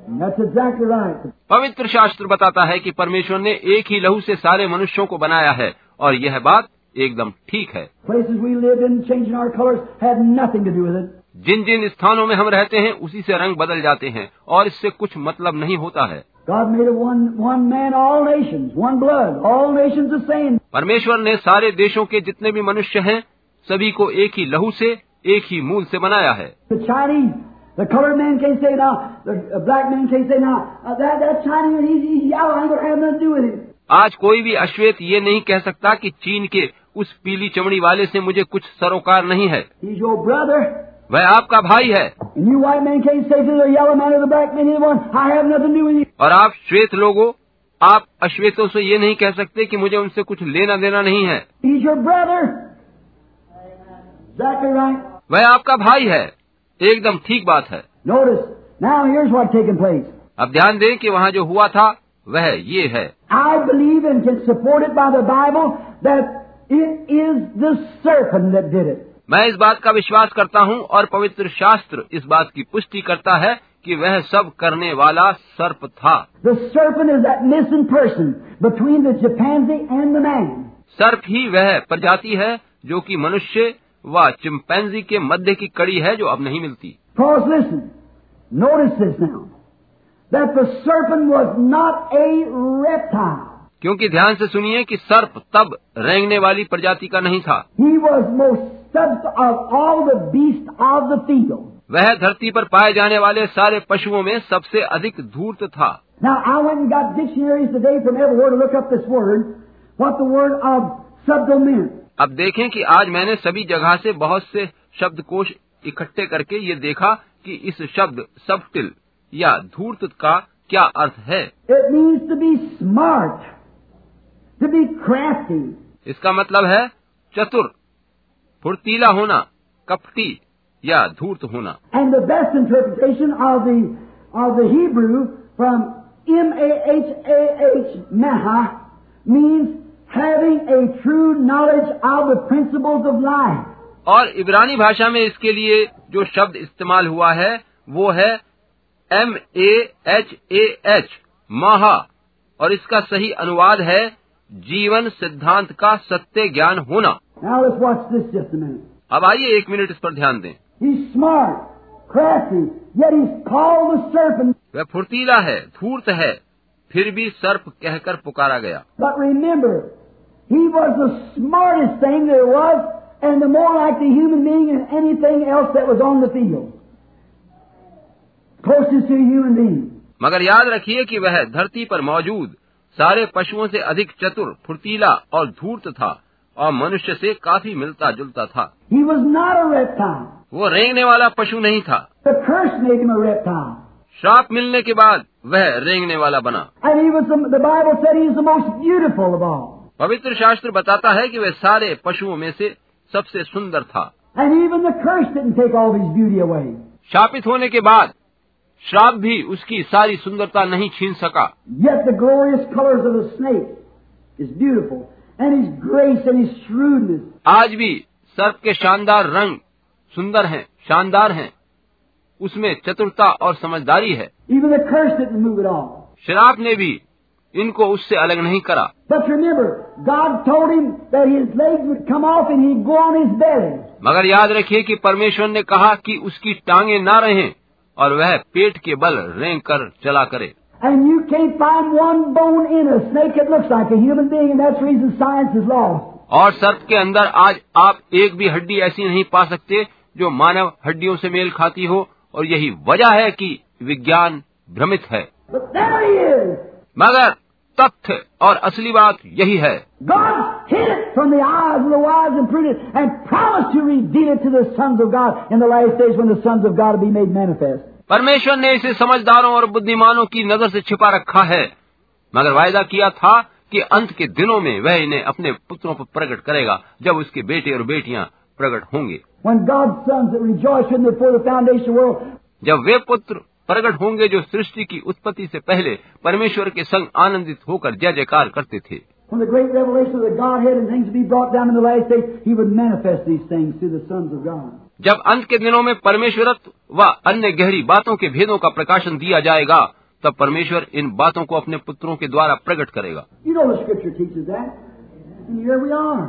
B: And that's exactly right.
A: पवित्र शास्त्र बताता है कि परमेश्वर ने एक ही लहू से सारे मनुष्यों को बनाया है और यह बात एकदम ठीक है
B: Places we lived in, changing our colors, had nothing to do with it.
A: जिन जिन स्थानों में हम रहते हैं उसी से रंग बदल जाते हैं और इससे कुछ मतलब नहीं होता है
B: God made of one, one man all nations, one blood, all nations the same.
A: परमेश्वर ने सारे देशों के जितने भी मनुष्य हैं सभी को एक ही लहू से एक ही मूल से बनाया है
B: The Chinese, the colored man can't say now, the uh, black man can't say now, uh, that, that Chinese, he's, he's yellow, I ain't gonna have nothing to do with him.
A: आज कोई भी अश्वेत ये नहीं कह सकता कि चीन के उस पीली चमड़ी वाले से मुझे कुछ सरोकार नहीं है
B: He's your brother.
A: वह आपका भाई है
B: And you white men can't say to the yellow man or the black man, either one, I have nothing to do with you.
A: और आप श्वेत लोगों आप अश्वेतों से ये नहीं कह सकते कि मुझे उनसे कुछ लेना देना नहीं है
B: He's your brother. Exactly right.
A: वह आपका भाई है एकदम ठीक बात है
B: Notice, now here's what's taking place.
A: अब ध्यान दें कि वहाँ जो हुआ था वह ये है
B: I believe and can support it by the Bible that it is the serpent that did it.
A: मैं इस बात का विश्वास करता हूँ और पवित्र शास्त्र इस बात की पुष्टि करता है कि वह सब करने वाला सर्प था
B: The serpent is that missing person between the chimpanzee and the man.
A: सर्प ही वह प्रजाति है जो कि मनुष्य व चिंपैंजी के मध्य की कड़ी है जो अब नहीं मिलती
B: Cause listen, notice this now, that the serpent was not a reptile.
A: क्योंकि ध्यान से सुनिए कि सर्प तब रेंगने वाली प्रजाति का नहीं था
B: He was most subs of all the beasts of the field.
A: वह धरती पर पाए जाने वाले सारे पशुओं में सबसे अधिक धूर्त था
B: Now I went and got dictionaries today from everywhere to look up this word, what the word of subdome meant.
A: अब देखें कि आज मैंने सभी जगह से बहुत से शब्दकोश इकट्ठे करके ये देखा कि इस शब्द सबटिल या धूर्त का क्या अर्थ है
B: It means to be smart, to be crafty.
A: इसका मतलब है चतुर फुर्तीला होना कपटी या धूर्त होना
B: And the best interpretation of the, of the Hebrew from M-A-H-A-H, Maha, means having a true knowledge of the principles of life.
A: और इब्रानी भाषा में इसके लिए जो शब्द इस्तेमाल हुआ है वो है M A H A H माहा और इसका सही अनुवाद है जीवन सिद्धांत का सत्य ज्ञान होना
B: Now let's watch this just a minute.
A: अब आइए एक मिनट इस पर ध्यान दें
B: He's smart, crafty, yet he's called the serpent.
A: वह फुर्तीला है धूर्त है फिर भी सर्प कहकर पुकारा गया
B: But remember, he was the smartest thing there was, and the more like the human being than anything else that was on the field. Closest to a human being.
A: मगर याद रखिए कि वह धरती पर मौजूद सारे पशुओं से अधिक चतुर फुर्तीला और धूर्त था और मनुष्य से काफी मिलता जुलता था
B: He was not a reptile.
A: वो रेंगने वाला पशु नहीं था
B: The curse made him a reptile.
A: श्राप मिलने के बाद वह रेंगने वाला बना
B: And he was the, the Bible said he was the most beautiful of all.
A: पवित्र शास्त्र बताता है कि वह सारे पशुओं में से सबसे सुंदर था
B: And even the curse didn't take all of his beauty away.
A: शापित होने के बाद श्राप भी उसकी सारी सुंदरता नहीं छीन सका
B: Yet the glorious colors of the snake is beautiful, and his grace and his shrewdness.
A: आज भी सर्प के शानदार रंग सुंदर हैं शानदार हैं उसमें चतुरता और समझदारी है
B: Even the curse didn't move at all.
A: शराब ने भी इनको उससे अलग नहीं करा
B: But remember, God told him that his legs would come off and he'd go on his belly.
A: मगर याद रखिए कि परमेश्वर ने कहा कि उसकी टांगे ना रहें और वह पेट के बल रेंग कर चला करे
B: And you can't find one bone in a snake that looks like a human being, and that's the reason science is lost.
A: और सर्प के अंदर आज आप एक भी हड्डी ऐसी नहीं पा सकते जो मानव हड्डियों से मेल खाती हो और यही वजह है कि विज्ञान भ्रमित है
B: But there he is.
A: मगर तथ्य और असली बात यही है
B: God hid it from the eyes of the wise and prudent and promised to reveal it to the sons of God in the last days when the sons of God will be made manifest.
A: परमेश्वर ने इसे समझदारों और बुद्धिमानों की नजर से छिपा रखा है मगर वायदा किया था कि अंत के दिनों में वह इन्हें अपने पुत्रों पर प्रकट करेगा जब उसके बेटे और बेटियां प्रकट होंगे
B: When God's sons that rejoice in before the foundation of the world
A: जब वे पुत्र प्रकट होंगे जो सृष्टि की उत्पत्ति से पहले परमेश्वर के संग आनंदित होकर जय जयकार करते थे
B: When the great revelation of the Godhead and things to be brought down in the last days, He would manifest these things through the sons of God.
A: जब अंत के दिनों में परमेश्वरत्व व अन्य गहरी बातों के भेदों का प्रकाशन दिया जाएगा तब परमेश्वर इन बातों को अपने पुत्रों के द्वारा प्रकट करेगा
B: You know the Scripture teaches that, and here we are.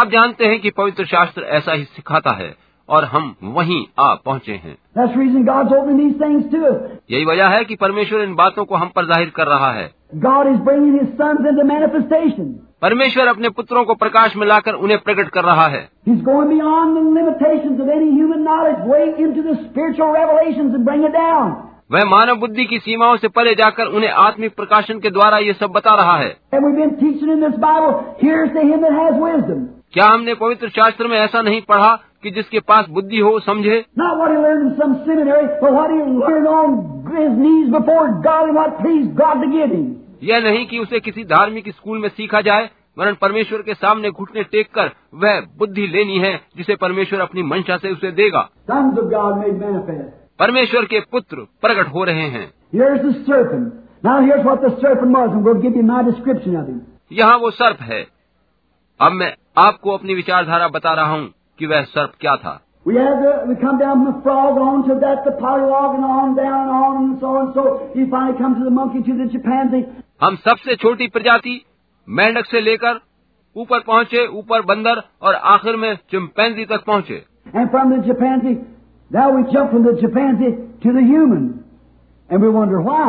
A: आप जानते हैं कि पवित्र शास्त्र ऐसा ही सिखाता है और हम वहीं आ पहुंचे हैं
B: That's the reason God's opening these things to us.
A: यही वजह है कि परमेश्वर इन बातों को हम पर जाहिर कर रहा है
B: God is bringing His sons into manifestation.
A: परमेश्वर अपने पुत्रों को प्रकाश में लाकर उन्हें प्रकट कर रहा है
B: He's going beyond the limitations of any human knowledge, way into the spiritual revelations and bring it down.
A: वह मानव बुद्धि की सीमाओं से परे जाकर उन्हें आत्मिक प्रकाशन के द्वारा ये सब बता रहा है
B: And we've been teaching in this Bible, here's to him that has wisdom.
A: क्या हमने पवित्र शास्त्र में ऐसा नहीं पढ़ा कि जिसके पास बुद्धि हो समझे
B: Not what he learned in some seminary, but what he learned on his knees before God and what pleased God to give him.
A: यह नहीं कि उसे किसी धार्मिक स्कूल में सीखा जाए वरन परमेश्वर के सामने घुटने टेक कर वह बुद्धि लेनी है जिसे परमेश्वर अपनी मंशा से उसे देगा
B: sons of God made manifest.
A: परमेश्वर के पुत्र प्रकट हो रहे हैं
B: Here's the serpent. Now here's what the serpent was, and we'll give you my description of him.
A: यहाँ वो सर्प है अब मैं आपको अपनी विचारधारा बता रहा हूँ कि वह सर्प क्या था
B: We have the, we come down from the frog on to that, the polywog, and on down and on and so on and so. You finally come to the monkey, to the chimpanzee.
A: हम सबसे छोटी प्रजाति मेंढक से लेकर ऊपर पहुँचे ऊपर बंदर और आखिर में चिंपैंजी तक पहुँचे
B: And from the chimpanzee, now we jump from the chimpanzee to the human. And we wonder why.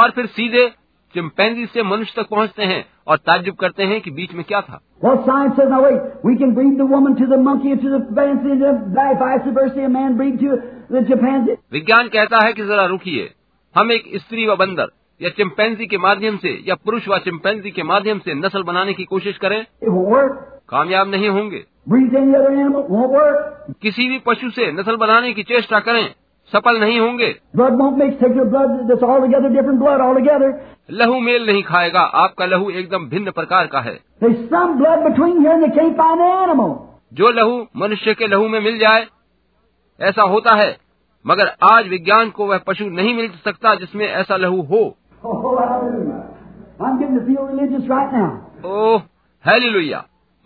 A: और फिर सीधे चिंपैंजी से मनुष्य तक पहुँचते हैं और ताज्जुब करते हैं कि बीच में क्या था
B: Well, science says, now wait, we can breed the woman to the monkey and to the chimpanzee, and the vice versa, a man breed to the chimpanzee.
A: विज्ञान कहता है कि जरा रुकिए हम एक स्त्री व बंदर या चिंपैंजी के माध्यम से या पुरुष व चिंपैंजी के माध्यम से नस्ल बनाने की कोशिश करें
B: It won't work.
A: कामयाब नहीं होंगे
B: Breed to any other animal, won't work.
A: किसी भी पशु से नस्ल बनाने की चेष्टा करें सफल नहीं होंगे
B: Blood won't mix. Take your blood that's altogether different blood altogether.
A: लहू मेल नहीं खाएगा आपका लहू एकदम भिन्न प्रकार का है
B: There's some blood between here and they can't find the animal.
A: जो लहू मनुष्य के लहू में मिल जाए ऐसा होता है मगर आज विज्ञान को वह पशु नहीं मिल सकता जिसमें ऐसा लहू हो
B: Oh, hallelujah. I'm getting to feel religious right now.
A: ओह हैलिलुया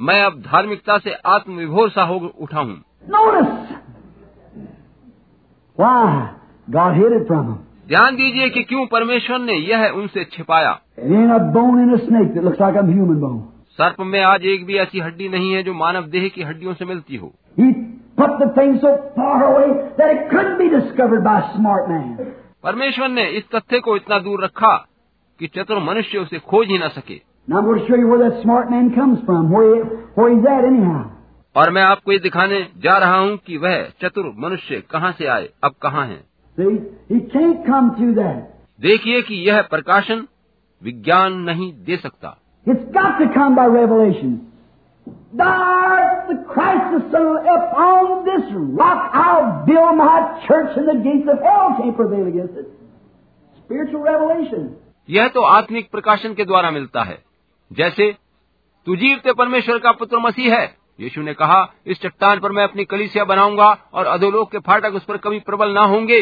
A: मैं अब धार्मिकता से आत्मविभोर सा हो उठा हूँ
B: Notice. Why? God hid it from them.
A: ध्यान दीजिए कि क्यों परमेश्वर ने यह उनसे छिपाया
B: It ain't a bone in a snake that looks like a human bone.
A: सर्प में आज एक भी ऐसी हड्डी नहीं है जो मानव देह की हड्डियों से मिलती हो
B: He put the thing so far away that it couldn't be discovered by a smart man.
A: परमेश्वर ने इस तथ्य को इतना दूर रखा कि चतुर मनुष्य उसे खोज ही न सके
B: Now I'm going to show you where that smart man comes from, where, he, where he's at anyhow.
A: और मैं आपको ये दिखाने जा रहा हूँ कि वह चतुर मनुष्य कहाँ से आए अब कहाँ हैं
B: See, he can't come through that.
A: देखिए कि यह प्रकाशन विज्ञान नहीं दे सकता
B: It's got to come by revelation. There, the Christ the Son of upon this rock I'll build my church, and the gates of hell can't prevail against it. Spiritual revelation.
A: यह तो आत्मिक प्रकाशन के द्वारा मिलता है जैसे तू जीवते परमेश्वर का पुत्र मसीह है यीशु ने कहा इस चट्टान पर मैं अपनी कलीसिया बनाऊंगा और अधोलोक के फाटक उस पर कभी प्रबल ना होंगे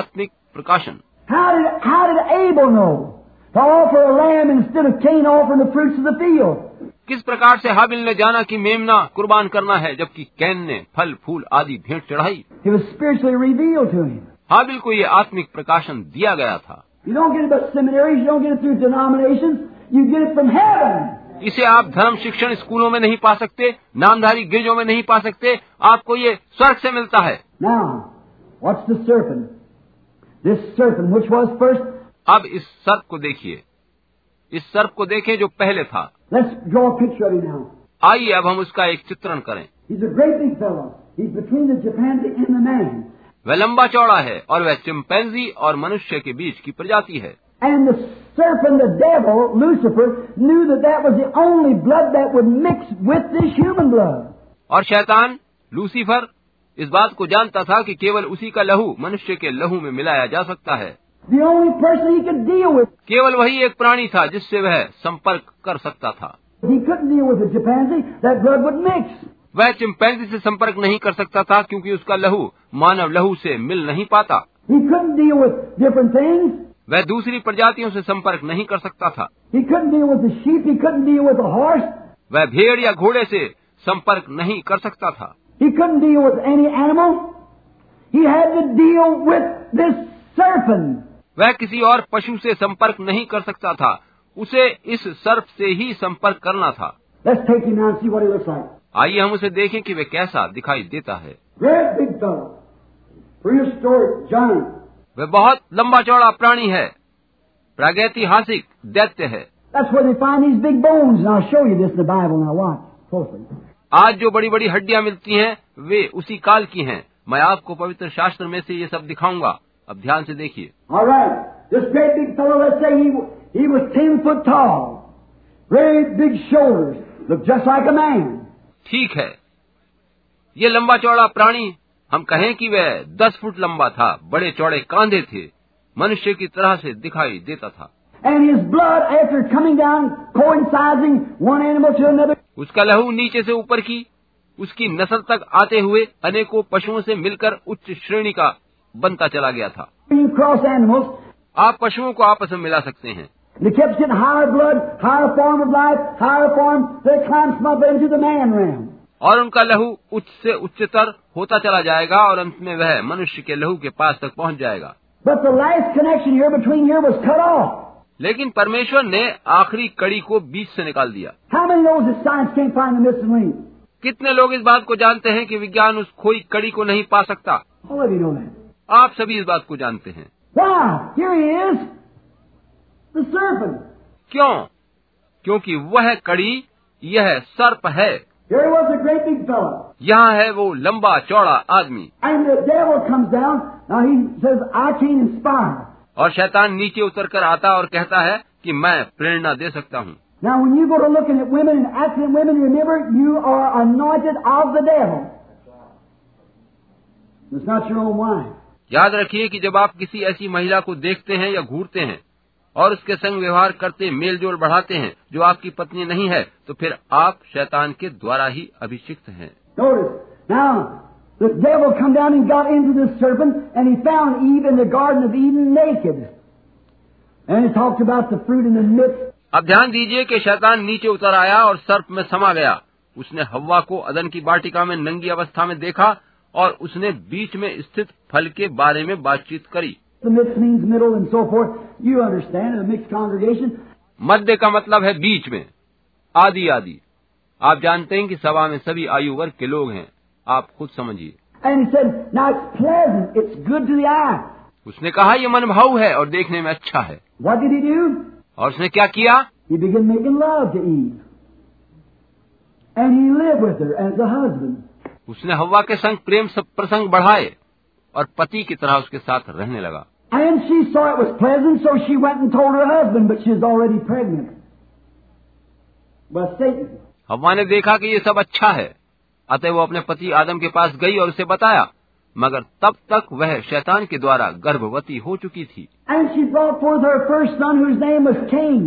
A: आत्मिक प्रकाशन
B: How did, how did Abel know to offer a lamb instead of Cain offering the fruits of the field?
A: किस प्रकार से हाबिल ने जाना कि मेमना कुर्बान करना है जबकि कैन ने फल फूल आदि भेंट चढ़ाई
B: It was spiritually revealed to him.
A: हाबिल को ये आत्मिक प्रकाशन दिया गया था
B: You don't get it but seminaries, you don't get it through denominations, you get it from heaven.
A: इसे आप धर्म शिक्षण स्कूलों में नहीं पा सकते नामधारी गिरजों में नहीं पा सकते आपको ये स्वर्ग से मिलता है
B: Now, what's the serpent? This serpent, which was first,
A: अब इस सर्प को देखिए इस सर्प को देखें जो पहले था
B: let's draw a picture of him now.
A: आइए अब हम उसका एक चित्रण करें
B: He's a great big fellow. He's between the chimpanzee and the man.
A: वह लंबा चौड़ा है और वह चिंपैंजी और मनुष्य के बीच की प्रजाति है
B: And the serpent, the devil, Lucifer, knew that that was the only blood that would mix with this human blood.
A: और शैतान लूसीफर इस बात को जानता था कि केवल उसी का लहू मनुष्य के लहू में मिलाया जा सकता है
B: The only person he could deal with.
A: केवल वही एक प्राणी था जिससे वह संपर्क कर सकता था
B: If he couldn't deal with the chimpanzee, that blood would mix.
A: वह चिंपैंजी से संपर्क नहीं कर सकता था क्योंकि उसका लहू मानव लहू से मिल नहीं पाता
B: He couldn't deal with different things.
A: वह दूसरी प्रजातियों से संपर्क नहीं कर सकता था
B: He couldn't deal with the sheep. He couldn't deal with the horse.
A: वह भेड़ या घोड़े से संपर्क नहीं कर सकता था
B: He couldn't deal with any animal. He had to deal with this serpent.
A: वह किसी और पशु से संपर्क नहीं कर सकता था उसे इस सर्प से ही संपर्क करना था
B: Let's take him out and see what he looks like.
A: आइए हम उसे देखें कि वह कैसा दिखाई देता है
B: Great big fellow. Prehistoric giant.
A: वह बहुत लंबा चौड़ा प्राणी है प्रागैतिहासिक दैत्य है
B: That's where they find these big bones, and I'll show you this in the Bible now. Watch closely.
A: आज जो बड़ी बड़ी हड्डियां मिलती हैं वे उसी काल की हैं मैं आपको पवित्र शास्त्र में से ये सब दिखाऊंगा अब ध्यान से देखिए
B: All right. This great big fellow, let's say he, he was 10 foot tall. Great big shoulders. Looked just like a man.
A: ठीक है ये लंबा चौड़ा प्राणी हम कहें कि वह दस फुट लंबा था बड़े चौड़े कांधे थे मनुष्य की तरह से दिखाई देता था
B: And his blood, after coming down, coinciding one animal to another,
A: उसका लहू नीचे से ऊपर की उसकी नस्ल तक आते हुए अनेकों पशुओं से मिलकर उच्च श्रेणी का बनता चला गया था
B: you cross animals,
A: आप पशुओं को आपस में मिला सकते हैं
B: And They kept getting higher blood, higher form of life, higher form. They climbed them up into the man realm.
A: और उनका लहू उच्च से उच्चतर होता चला जाएगा और अंत में वह मनुष्य के लहू के पास तक पहुंच जाएगा
B: But the last connection here between here was cut off.
A: लेकिन परमेश्वर ने आखिरी कड़ी को बीच से निकाल दिया
B: How many knows that science can't find the missing link?
A: कितने लोग इस बात को जानते हैं कि विज्ञान उस खोई कड़ी को नहीं पा सकता
B: All of you know that.
A: आप सभी इस बात को जानते हैं
B: Why? Here he is. The serpent.
A: क्यों क्योंकि वह कड़ी यह सर्प है
B: Here he was, the great big fellow.
A: यहाँ है वो लंबा चौड़ा आदमी
B: And the devil comes down. Now he says, I can't inspire.
A: और शैतान नीचे उतरकर आता और कहता है कि मैं प्रेरणा दे सकता हूँ
B: Now when you go to looking at women and asking women, remember, you are anointed of the devil. It's not your own wife.
A: याद रखिए कि जब आप किसी ऐसी महिला को देखते हैं या घूरते हैं और उसके संग व्यवहार करते मेल जोल बढ़ाते हैं जो आपकी पत्नी नहीं है तो फिर आप शैतान के द्वारा ही अभिषिक्त हैं
B: Notice, now, the devil come down and got into the serpent, and he found Eve in the Garden of Eden naked. And he talked about the fruit in the midst.
A: अब ध्यान दीजिए कि शैतान नीचे उतर आया और सर्प में समा गया उसने हवा को अदन की वाटिका में नंगी अवस्था में देखा और उसने बीच में स्थित फल के बारे में बातचीत करी
B: The midst means middle and so forth. You understand, in a mixed congregation.
A: मध्य का मतलब है बीच में आदि आदि आप जानते हैं कि सभा में सभी आयु वर्ग के लोग हैं आप खुद समझिए
B: And he said, now it's pleasant, it's good to the eye.
A: उसने कहा ये मनभाऊ है और देखने में अच्छा है
B: What did he do?
A: और उसने क्या किया
B: He began making love to Eve. And he lived with her as a husband.
A: उसने हवा के संग प्रेम सब प्रसंग बढ़ाए और पति की तरह उसके साथ रहने लगा
B: And she saw it was pleasant, so she went and told her husband, but she was already pregnant. By Satan.
A: हवा ने देखा कि ये सब अच्छा है अतः वो अपने पति आदम के पास गई और उसे बताया मगर तब तक वह शैतान के द्वारा गर्भवती हो चुकी थी
B: And she brought forth her first son, whose name was Cain,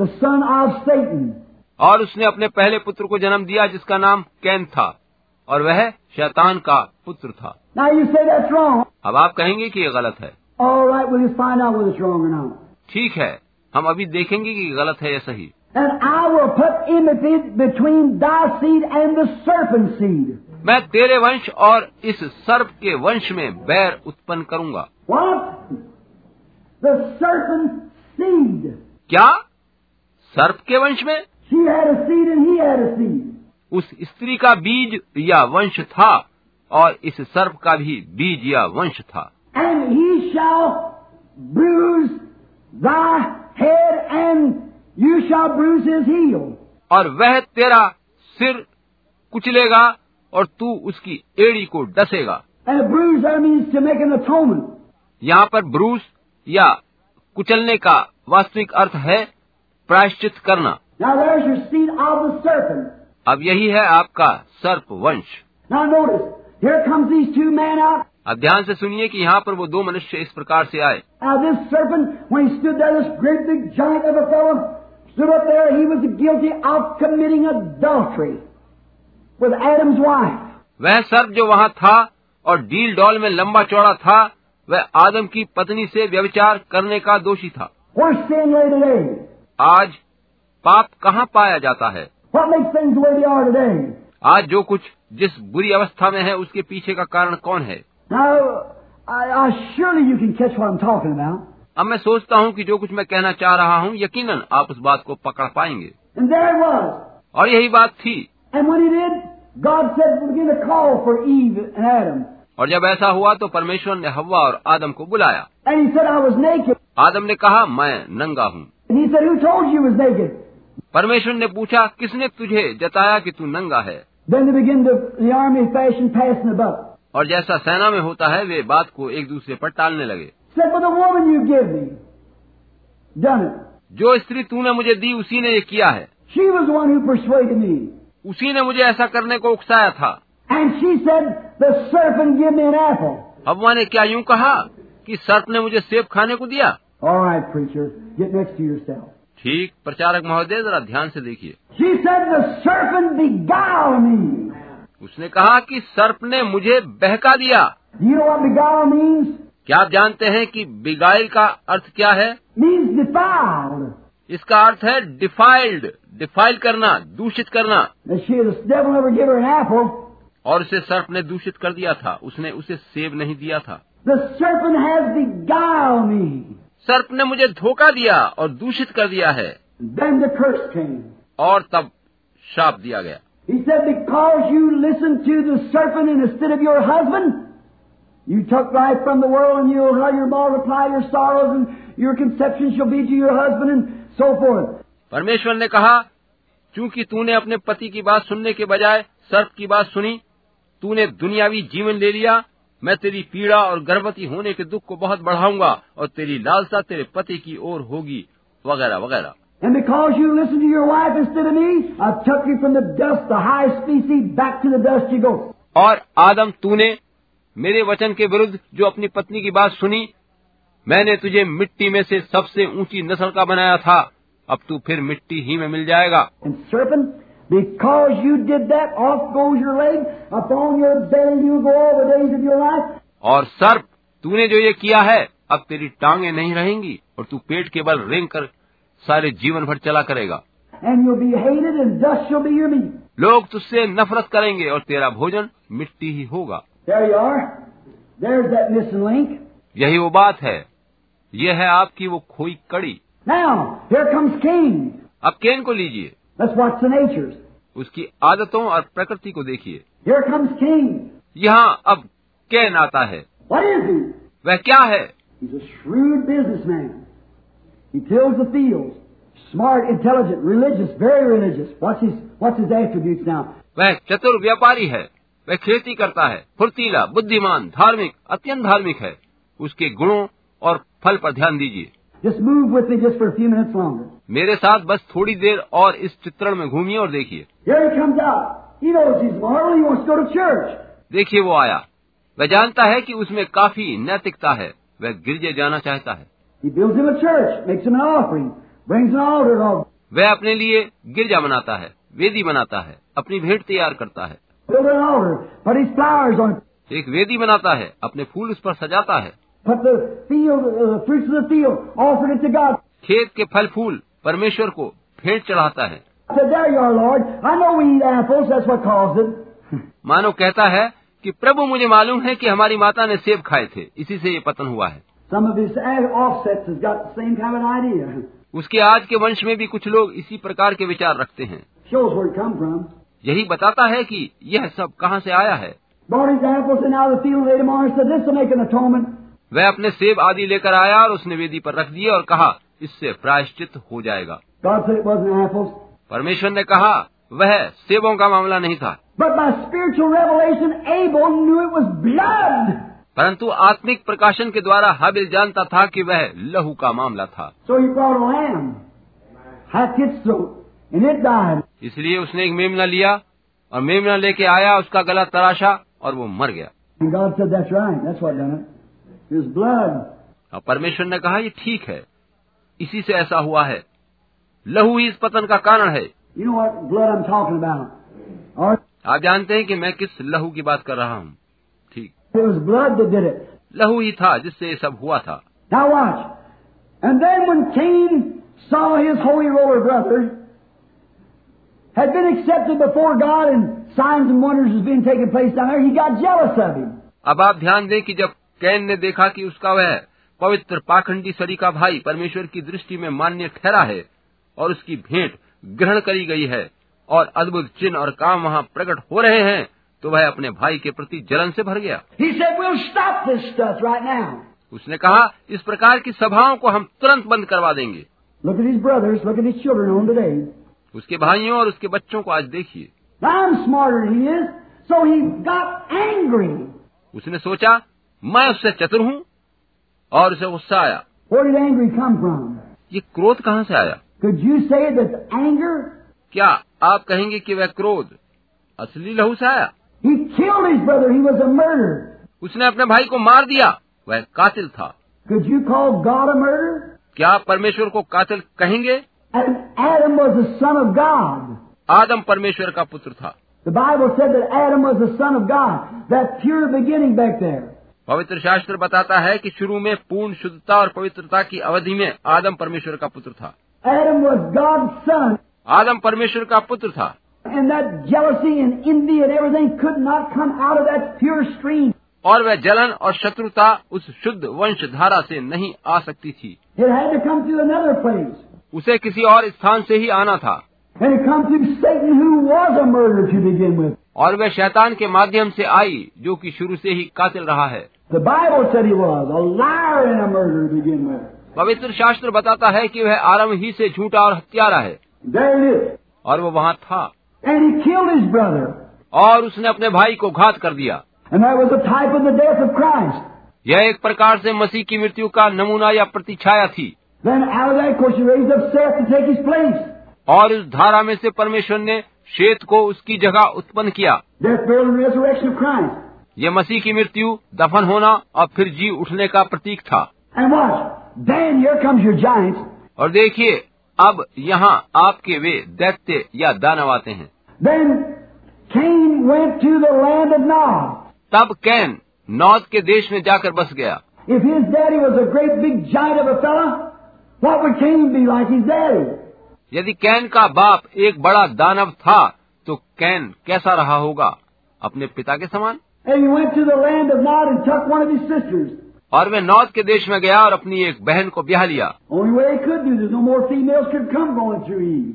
B: the son of Satan.
A: और उसने अपने पहले पुत्र को जन्म दिया जिसका नाम कैन था और वह शैतान का पुत्र था
B: Now you say that's wrong.
A: अब आप कहेंगे कि ये गलत है
B: All right, we'll just find out whether it's wrong or not.
A: ठीक है हम अभी देखेंगे कि ये गलत है या सही
B: And I will put enmity between thy seed and the serpent's seed.
A: मैं तेरे वंश और इस सर्प के वंश में बैर उत्पन्न करूंगा
B: What? The serpent's seed.
A: क्या सर्प के वंश में
B: She had a seed and he had a seed.
A: उस स्त्री का बीज या वंश था और इस सर्प का भी बीज या वंश था
B: and he shall bruise thy head, and you shall bruise his heel.
A: और वह तेरा सिर कुचलेगा और तू उसकी एड़ी को डसेगा
B: And a bruise there means to make an atonement.
A: यहाँ पर ब्रूस या कुचलने का वास्तविक अर्थ है प्रायश्चित करना
B: Now there's your seed of the serpent.
A: अब यही है आपका सर्प वंश
B: Now notice, here comes these two men out.
A: अब ध्यान से सुनिए कि यहाँ पर वो दो मनुष्य इस प्रकार से आए
B: Now this serpent, when he stood there, this great big giant of a fellow, stood up there, he was guilty of committing adultery with Adam's wife.
A: वह सर्प जो वहाँ था और डील डॉल में लंबा चौड़ा था वह आदम की पत्नी से व्यभिचार करने का दोषी था
B: Where's sin lay today?
A: आज पाप कहाँ पाया जाता है
B: What makes things the way they are today?
A: आज जो कुछ जिस बुरी अवस्था में है उसके पीछे का कारण कौन है
B: Now, I, I surely you can catch what I'm talking about.
A: अब मैं सोचता हूँ कि जो कुछ मैं कहना चाह रहा हूँ यकीनन आप उस बात को पकड़ पाएंगे
B: And there it was.
A: और यही बात थी
B: And when he did, God said, begin to call for Eve and Adam.
A: और जब ऐसा हुआ तो परमेश्वर ने हवा और आदम को बुलाया
B: And he said, I was naked.
A: आदम ने कहा मैं नंगा हूँ
B: And he said, Who told you you was naked?
A: परमेश्वर ने पूछा किसने तुझे जताया कि तू नंगा है
B: Then they begin to, the army fashion passing about.
A: और जैसा सेना में होता है वे बात को एक दूसरे पर टालने लगे
B: Said, With the woman you give me. Done it.
A: जो स्त्री तूने मुझे दी उसी ने ये किया है
B: She was the one who persuaded me.
A: उसी ने मुझे ऐसा करने को उकसाया था
B: And she said, The serpent give me an apple.
A: हवा ने क्या यूं कहा कि सर्प ने मुझे सेब खाने को दिया
B: All right, preacher, get next to yourself.
A: ठीक प्रचारक महोदय जरा ध्यान से देखिए
B: She said, The serpent beguiled me.
A: उसने कहा कि सर्प ने मुझे बहका दिया
B: Do you know what beguile means?
A: क्या आप जानते हैं कि बिगाइल का अर्थ क्या है
B: Means defiled.
A: इसका अर्थ है डिफाइल्ड डिफाइल करना दूषित करना
B: Now she, the devil never gave her an apple.
A: और उसे सर्प ने दूषित कर दिया था उसने उसे सेब नहीं दिया था
B: The serpent has beguiled me.
A: सर्प ने मुझे धोखा दिया और दूषित कर दिया है
B: Then the curse came.
A: और तब शाप दिया गया
B: He said, because you listened to the serpent and instead of your husband, you took life from the world and you'll how you multiply your sorrows and your conception shall be to your husband and so forth.
A: परमेश्वर ने कहा चूंकि तूने अपने पति की बात सुनने के बजाय सर्प की बात सुनी तूने दुनियावी जीवन ले लिया मैं तेरी पीड़ा और गर्भवती होने के दुख को बहुत बढ़ाऊंगा और तेरी लालसा तेरे पति की ओर होगी वगैरह वगैरह
B: And because you listened to your wife instead of me, I took you from the dust, the high species, back to the dust you go.
A: और आदम तूने मेरे वचन के विरुद्ध जो अपनी पत्नी की बात सुनी मैंने तुझे मिट्टी में से सबसे ऊंची नस्ल का बनाया था अब तू फिर मिट्टी ही में मिल जाएगा
B: And serpent, because you did that, off goes your leg, upon your belly you go all the days of your life.
A: और सर्प तूने जो ये किया है अब तेरी टांगे नहीं रहेंगी और तू पेट के बल रेंग कर सारे जीवन भर चला करेगा
B: And you'll be hated, and dust shall be your meat.
A: लोग तुझसे नफरत करेंगे और तेरा भोजन मिट्टी ही होगा
B: There you are. There's that missing link.
A: यही वो बात है यह है आपकी वो खोई कड़ी
B: Now, here comes Cain.
A: अब केन को लीजिए
B: Let's watch the natures.
A: उसकी आदतों और प्रकृति को देखिए
B: Here comes Cain.
A: यहाँ अब कैन आता है
B: What is he?
A: वह क्या है
B: He's a shrewd businessman. He tills the fields. Smart, intelligent, religious, very religious. What's his, what's his attributes now?
A: वह चतुर व्यापारी है वह खेती करता है फुर्तीला बुद्धिमान धार्मिक अत्यंत धार्मिक है उसके गुणों और फल पर ध्यान दीजिए
B: Just move with me just for a few minutes longer.
A: मेरे साथ बस थोड़ी देर और इस चित्रण में घूमिए और देखिए
B: Here he comes out. He knows he's moral. He wants to go to church.
A: देखिए वो आया वह जानता है कि उसमें काफी नैतिकता है वह गिरजे जाना चाहता है
B: He builds him a church, makes him an offering, brings an altar oh, and all.
A: वह अपने लिए गिरजा बनाता है वेदी बनाता है अपनी भेंट तैयार करता है
B: Build an altar, put his flowers on it,
A: एक वेदी बनाता है अपने फूल उस पर सजाता है
B: put the field, uh, the fruits of the field, offered it to God.
A: खेत के फल फूल परमेश्वर को भेंट चढ़ाता है
B: I said, there you are, Lord. I know we eat apples. That's what caused it.
A: मानो कहता है कि प्रभु मुझे मालूम है कि हमारी माता ने सेब खाए थे इसी से ये पतन हुआ है
B: Some of his ad- offsets has got the same kind of idea.
A: उसके आज के वंश में भी कुछ लोग इसी प्रकार के विचार रखते हैं
B: Shows where it come from.
A: यही बताता है कि यह सब कहाँ से आया है
B: Brought his apples and out of the field laid them on. He said, this will make an atonement.
A: वह अपने सेब आदि लेकर आया और उसने वेदी पर रख दिए और कहा इससे प्रायश्चित हो जाएगा
B: God said it wasn't apples.
A: परमेश्वर ने कहा वह सेबों का मामला नहीं था
B: But by spiritual revelation, Abel knew it was blood.
A: परंतु आत्मिक प्रकाशन के द्वारा हाबिल जानता था कि वह लहू का मामला था
B: So he brought a lamb, hacked its throat, and it died.
A: इसलिए उसने एक मेमना लिया और मेमना लेके आया उसका गला तराशा और वो मर गया
B: And God said, That's right. That's what done it. It was blood.
A: और परमेश्वर ने कहा ये ठीक है इसी से ऐसा हुआ है लहू ही इस पतन का कारण है
B: You know what blood I'm talking about? Or it
A: आप जानते हैं कि मैं किस लहू की बात कर रहा हूँ ठीक
B: was blood that did it.
A: लहू ही था जिससे ये सब हुआ था
B: Now watch. And then when Cain saw his holy roller brother had been accepted before God and signs and wonders was being taking place down there, he got jealous of him.
A: अब आप ध्यान दें कि जब can ने देखा कि उसका वह पवित्र पाखंडी सरी का भाई परमेश्वर की दृष्टि में मान्य ठहरा है और उसकी भेंट ग्रहण करी गई है और अद्भुत चिन्ह और काम वहाँ प्रकट हो रहे हैं तो वह अपने भाई के प्रति जलन से भर गया
B: He said, We'll stop this stuff right now.
A: उसने कहा इस प्रकार की सभाओं को हम तुरंत बंद करवा देंगे
B: Look at his brothers, look at his children on today.
A: उसके भाइयों और उसके बच्चों को आज देखिए
B: I'm smarter than he is. So he got angry.
A: उसने सोचा मैं उससे चतुर हूँ और उसे गुस्सा आया
B: Where did angry come from?
A: ये क्रोध कहाँ से आया
B: Could you say that anger?
A: क्या आप कहेंगे कि वह क्रोध असली लहू से आया
B: He killed his brother. He was a murderer.
A: उसने अपने भाई को मार दिया वह कातिल था
B: Could you call God a murderer?
A: क्या आप परमेश्वर को कातिल कहेंगे
B: And Adam was the son of God.
A: आदम परमेश्वर का पुत्र था
B: The Bible said that Adam was the son of God. That pure beginning back there.
A: पवित्र शास्त्र बताता है कि शुरू में पूर्ण शुद्धता और पवित्रता की अवधि में आदम परमेश्वर का पुत्र था
B: Adam was God's son.
A: आदम परमेश्वर का पुत्र था
B: And that jealousy and envy and everything could not come out of that pure stream.
A: और वह जलन और शत्रुता उस शुद्ध वंश धारा से नहीं आ सकती थी
B: It had to come through another place.
A: उसे किसी और स्थान से ही आना था
B: And it comes through Satan, who was a murderer to begin with.
A: और वह शैतान के माध्यम से आई जो कि शुरू से ही कातिल रहा है
B: The Bible said he was a liar and a murderer to begin with.
A: पवित्र शास्त्र बताता है कि वह आरंभ ही से झूठा और हत्यारा है
B: There it is.
A: और वह वहाँ था
B: And he killed his brother.
A: और उसने अपने भाई को घात कर दिया
B: And that was a type of the death of Christ.
A: यह एक प्रकार से मसीह की मृत्यु का नमूना या प्रतिछाया थी
B: Then out of that, of course, he raised up Seth to take his place.
A: और इस धारा में से परमेश्वर ने शेत को उसकी जगह उत्पन्न किया
B: Death, burial, and resurrection of Christ.
A: ये मसीह की मृत्यु दफन होना और फिर जी उठने का प्रतीक था
B: And watch. Then here comes your giants.
A: और देखिए अब यहाँ आपके वे दैत्य या दानव आते हैं
B: Then Cain went to the land of Nod.
A: तब कैन नौद के देश में जाकर बस गया
B: If his daddy was a great big giant of a fella, what would Cain be like his daddy?
A: यदि कैन का बाप एक बड़ा दानव था तो कैन कैसा रहा होगा अपने पिता के समान
B: And he went to the land of Nod and took one of his sisters.
A: और वह नौद के देश में गया और अपनी एक बहन को ब्याह लिया
B: Only way he could do this, no more females could come going through Eve.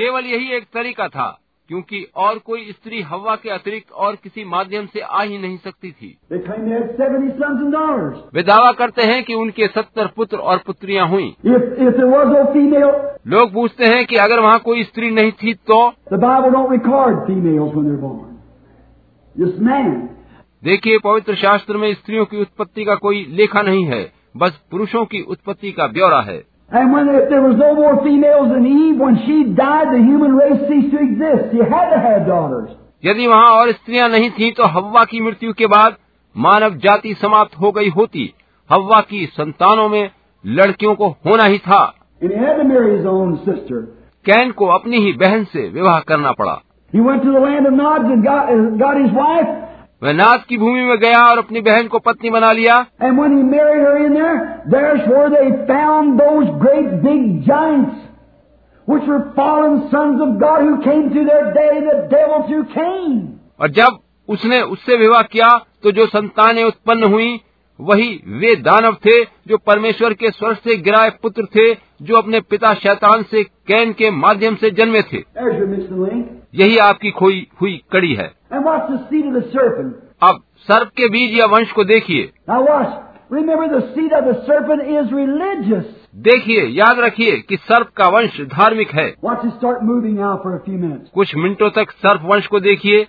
A: केवल यही एक तरीका था क्योंकि और कोई स्त्री हवा के अतिरिक्त और किसी माध्यम से आ ही नहीं सकती थी
B: They claimed they had 70 sons and daughters.
A: वे दावा करते हैं कि उनके सत्तर पुत्र और पुत्रियां हुई
B: If, if there was no female,
A: लोग पूछते हैं कि अगर वहाँ कोई स्त्री नहीं थी तो
B: the Bible don't record females when they're born. Just man.
A: देखिए पवित्र शास्त्र में स्त्रियों की उत्पत्ति का कोई लेखा नहीं है बस पुरुषों की उत्पत्ति का ब्यौरा है
B: And when if there was no more females than Eve, when she died, the human race ceased to exist. You had to have daughters.
A: यदि वहाँ और स्त्रियां नहीं थीं तो हव्वा की मृत्यु के बाद मानव जाति समाप्त हो गई होती हव्वा की संतानों में लड़कियों को होना ही था
B: And he had to marry his own sister.
A: Cain को अपनी ही बहन से विवाह करना पड़ा
B: He went to the land of Nod and got, and got his wife.
A: वह नाथ की भूमि में गया और अपनी बहन को पत्नी बना लिया
B: And when he married her in there, there's where they found those great big giants, which were fallen sons of God who came to their daddy, the devil, through Cain.
A: और जब उसने उससे विवाह किया तो जो संतानें उत्पन्न हुई वही वे दानव थे जो परमेश्वर के स्वर से गिराए पुत्र थे जो अपने पिता शैतान से कैन के माध्यम से जन्मे थे
B: There's your missing link.
A: यही आपकी खोई हुई कड़ी है
B: And watch the seed of the serpent.
A: अब सर्प के बीज या वंश को देखिए
B: Now watch. Remember the seed of the serpent is religious.
A: देखिए याद रखिए कि सर्प का वंश धार्मिक है
B: Watch it start moving now for a few minutes.
A: कुछ मिनटों तक सर्प वंश को देखिए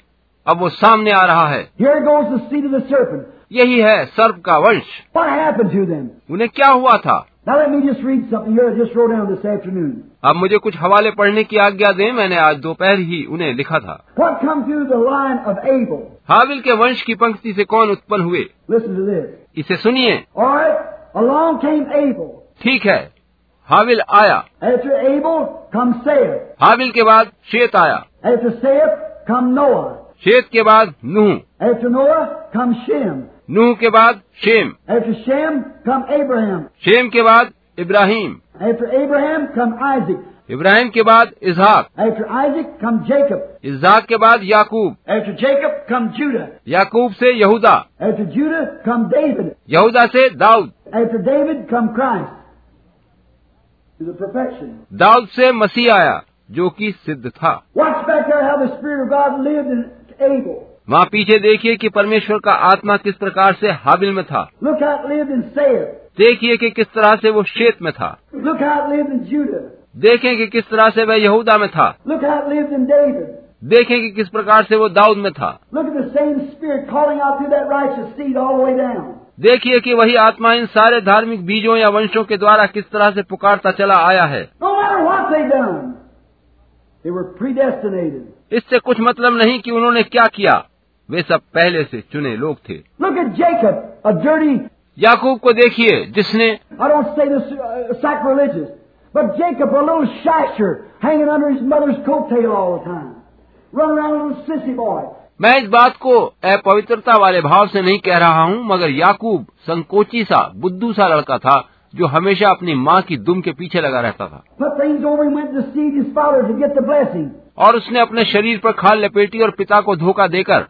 A: अब वो सामने आ रहा है
B: Here goes the seed of the serpent.
A: यही है सर्प का वंश
B: What happened to them?
A: उन्हें क्या हुआ था
B: Now let me just read something here I just wrote down this afternoon.
A: अब मुझे कुछ हवाले पढ़ने की आज्ञा दें मैंने आज दोपहर ही उन्हें लिखा था
B: What come through the line of Abel?
A: हाबिल के वंश की पंक्ति से कौन उत्पन्न हुए
B: Listen to this.
A: इसे सुनिए
B: Alright, along came Abel.
A: ठीक है हाबिल आया
B: After Abel come Seth.
A: हाबिल के बाद शेत आया
B: After Seth come Noah.
A: शेत के बाद नूह
B: After Noah come Shem.
A: नूह के बाद Shem
B: After Shem come Abraham.
A: Shem के बाद इब्राहिम
B: After Abraham come Isaac.
A: इब्राहिम के बाद इसहाक
B: After Isaac come Jacob.
A: इसहाक के बाद याकूब
B: After Jacob come Judah.
A: याकूब से यहूदा
B: After Judah come David.
A: यहूदा से दाऊद
B: After David come Christ. To the perfection.
A: दाऊद से मसीह आया जो कि सिद्ध था
B: Watch back there how the Spirit of God lived in Abel.
A: वहाँ पीछे देखिए कि परमेश्वर का आत्मा किस प्रकार से हाबिल में था
B: Look how it lived in Seth.
A: देखिए कि किस तरह से वो शेत में था
B: Look how it lived in Judah.
A: देखें कि किस तरह से वह यहूदा में था
B: Look how it lived in David.
A: देखें कि किस प्रकार से वो दाऊद में था
B: Look at the same Spirit calling out through that righteous seed all the way down.
A: देखिए कि वही आत्मा इन सारे धार्मिक बीजों या वंशों के द्वारा किस तरह से पुकारता चला आया है
B: No matter what they done, they were predestinated.
A: इससे कुछ मतलब नहीं कि उन्होंने क्या किया वे सब पहले से चुने लोग थे
B: Look at Jacob, a dirty
A: याकूब को देखिए जिसने
B: I don't say this uh, sacrilegious, but Jacob, a little shasher, hanging under his mother's coattail all the time, running around a little sissy boy.
A: मैं इस बात को अपवित्रता वाले भाव से नहीं कह रहा हूँ मगर याकूब संकोची सा बुद्धू सा लड़का था जो हमेशा अपनी माँ की दुम के पीछे लगा रहता था
B: Put things over and went to deceive his father to get the blessing.
A: और उसने अपने शरीर पर खाल लपेटी और पिता को धोखा देकर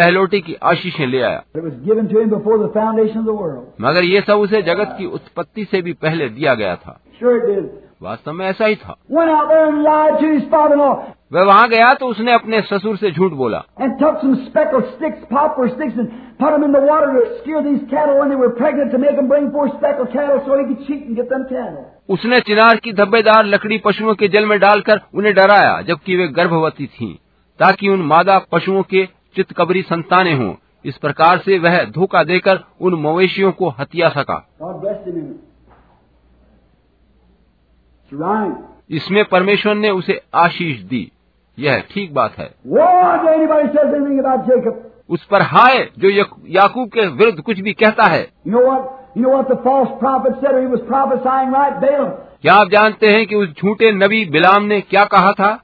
A: पहलोटी की आशीषें ले आया
B: It was given to him before the foundation of the world.
A: मगर ये सब उसे जगत की उत्पत्ति से भी पहले दिया गया था
B: Sure it did.
A: वास्तव में ऐसा ही था
B: Went out there and lied to his father-in-law
A: वह वहाँ गया तो उसने अपने ससुर से झूठ बोला
B: and took some speckled sticks, poplar sticks, and put them in the water to scare these cattle when they were pregnant to make them bring forth speckled cattle so he could cheat and get them cattle.
A: उसने चिनार की धब्बेदार लकड़ी पशुओं के जल में डालकर उन्हें डराया जबकि वे गर्भवती थीं ताकि उन मादा पशुओं के चितकबरी संतानें हों इस प्रकार से वह धोखा देकर उन मवेशियों को हत्या सका
B: God blessed him in it. It's right.
A: इसमें परमेश्वर ने उसे आशीष दी यह ठीक बात है
B: Why did anybody says anything about Jacob?
A: उस पर हाय जो यक- याकूब के विरुद्ध कुछ भी कहता है
B: You know what? You know what the false prophet said? Or he was prophesying right, Balaam.
A: क्या आप जानते हैं कि उस झूठे नबी बिलाम ने क्या कहा था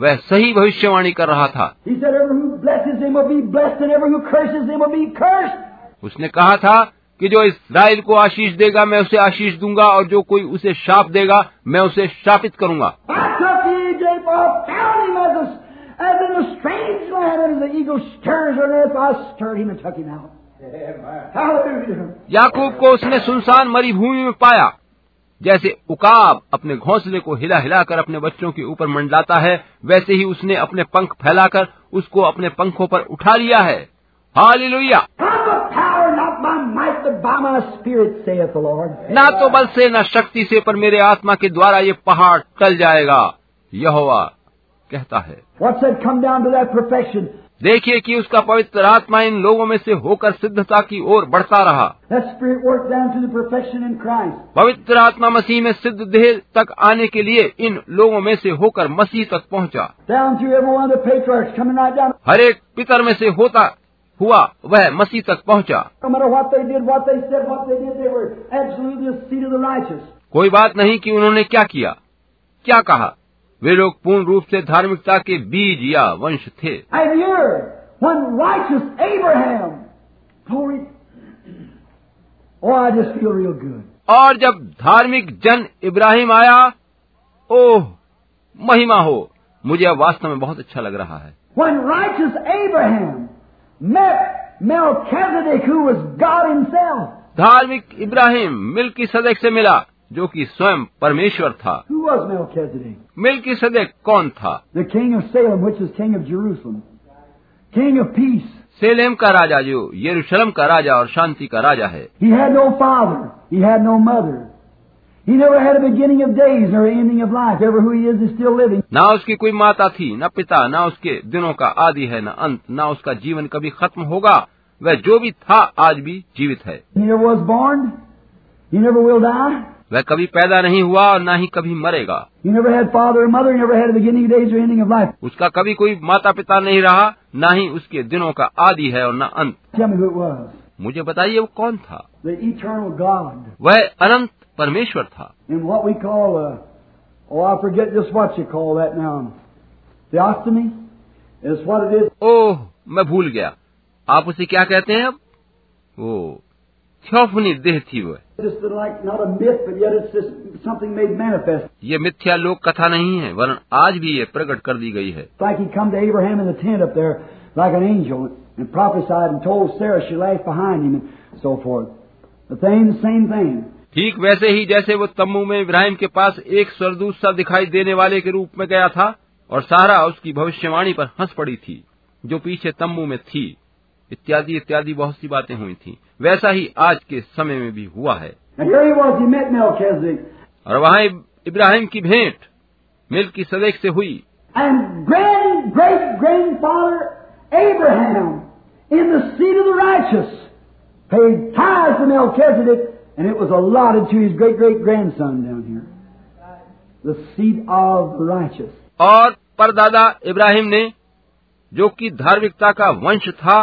A: वह सही भविष्यवाणी कर रहा था
B: He said, "Everyone who blesses him will be blessed, and everyone who curses him will be cursed."
A: उसने कहा था कि जो इसराइल को आशीष देगा मैं उसे आशीष दूंगा और जो कोई उसे शाप देगा मैं उसे शापित करूंगा
B: I took the Egypt off, found him as, a, as in a strange land, and as the eagle stirs on earth, I stirred him and took him out. Hallelujah.
A: याकूब को उसने सुनसान मरीभूमि में पाया जैसे उकाब अपने घोंसले को हिला हिलाकर अपने बच्चों के ऊपर मंडलाता है वैसे ही उसने अपने पंख फैलाकर उसको अपने पंखों पर उठा लिया है hallelujah
B: Not by power, not by might, but by my spirit, saith the Lord.
A: ना तो बल से न शक्ति से पर मेरे आत्मा के द्वारा ये पहाड़ टल जाएगा यहोवा कहता है
B: What's that come down to that perfection?
A: देखिए कि उसका पवित्र आत्मा इन लोगों में से होकर सिद्धता की ओर बढ़ता रहा
B: That spirit worked down to the perfection in Christ.
A: पवित्र आत्मा मसीह में सिद्ध देह तक आने के लिए इन लोगों में से होकर मसीह तक पहुंचा
B: Down through every one of the patriarchs, coming right down.
A: हर एक पितर में से होता हुआ वह मसीह तक पहुंचा
B: No matter what they did, what they said, what they did, they were absolutely the seed of the righteous.
A: कोई बात नहीं कि उन्होंने क्या किया क्या कहा वे लोग पूर्ण रूप से धार्मिकता के बीज या वंश थे
B: And you're one righteous Abraham. Glory. Oh, I just feel real good.
A: और जब धार्मिक जन इब्राहिम आया ओह महिमा हो मुझे अब वास्तव में बहुत अच्छा लग रहा है
B: When righteous Abraham met Melchizedek, who was God Himself,
A: धार्मिक इब्राहिम मिल्की सदक से मिला जो कि स्वयं परमेश्वर था
B: who was Melchizedek?
A: Melchizedek कौन था
B: The king of Salem, which is king of Jerusalem, king of peace.
A: सेलेम का राजा जो यरूशलेम का राजा और शांति का राजा है
B: He had no father, he had no mother. He never had a beginning of days nor an ending of life. Ever who he is is still living.
A: ना उसकी कोई माता थी न पिता न उसके दिनों का आदि है न अंत न उसका जीवन कभी खत्म होगा वह जो भी था आज भी जीवित है
B: He never was born. He never will die.
A: वह कभी पैदा नहीं हुआ और न ही कभी मरेगा
B: He never had father or mother. He never had a beginning of days or ending of life.
A: उसका कभी कोई माता पिता नहीं रहा न ही उसके दिनों का आदि है और न अंत
B: Tell me who it was.
A: मुझे बताइए वो कौन था
B: The eternal God.
A: वह अनंत परमेश्वर था
B: And what we call, uh, oh, I forget just what you call that now. Theostomy is what it is.
A: ओह मैं भूल गया आप उसे क्या कहते हैं अब वो थियोफनी देह थी वह
B: It's just like not a myth, but yet it's just something made manifest.
A: ये मिथ्या लोक कथा नहीं है वरन आज भी ये प्रकट कर दी गई है
B: It's like he come to Abraham in the tent up there like an angel and prophesied and told Sarah she lagged behind him and so forth. The thing, the same thing.
A: ठीक वैसे ही जैसे वो तम्बू में इब्राहिम के पास एक स्वरदूत सा दिखाई देने वाले के रूप में गया था और सारा उसकी भविष्यवाणी पर हंस पड़ी थी जो पीछे तम्बू में थी इत्यादि इत्यादि बहुत सी बातें हुई थी वैसा ही आज के समय में भी हुआ है
B: Now here he was, he met Melchizedek
A: और वहाँ इब- इब्राहिम की भेंट मिल की सदैक से हुई
B: and grand great grandfather Abraham in the seat of the righteous paid tithes to Melchizedek and it was allotted to his great great grandson down here. The seat of the righteous.
A: और परदादा इब्राहिम ने जो कि धार्मिकता का वंश था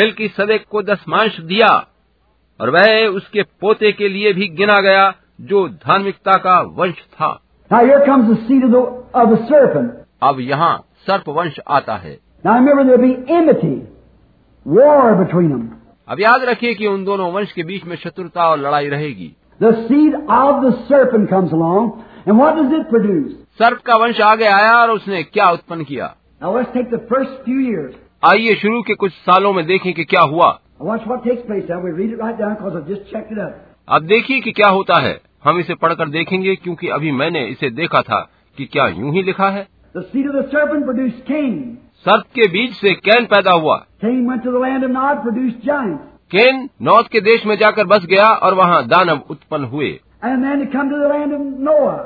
A: मिल की सदैक को दसमांश दिया और वह उसके पोते के लिए भी गिना गया जो धार्मिकता का वंश था
B: Now here comes the seat of the, of the serpent.
A: अब यहाँ सर्प वंश आता है
B: Now remember, there'll be enmity, war between them.
A: अब याद रखिए कि उन दोनों वंश के बीच में शत्रुता और लड़ाई रहेगी
B: The seed of the serpent comes along, and what does it produce?
A: सर्प का वंश आगे आया और उसने क्या उत्पन्न किया
B: Now let's take the first few years.
A: आइए शुरू के कुछ सालों में देखें कि क्या हुआ
B: Now watch what takes place. Now we read it right down because I've just checked it up.
A: अब देखिए कि क्या होता है हम इसे पढ़कर देखेंगे क्योंकि अभी मैंने इसे देखा था कि क्या यूं ही लिखा है
B: The seed of the serpent produced Cain.
A: सर्प के बीज से कैन पैदा हुआ
B: Cain went to the land of Nod, produced giants.
A: Cain Nod के देश में जाकर बस गया और वहाँ दानव उत्पन्न हुए
B: And then to come to the land of Noah.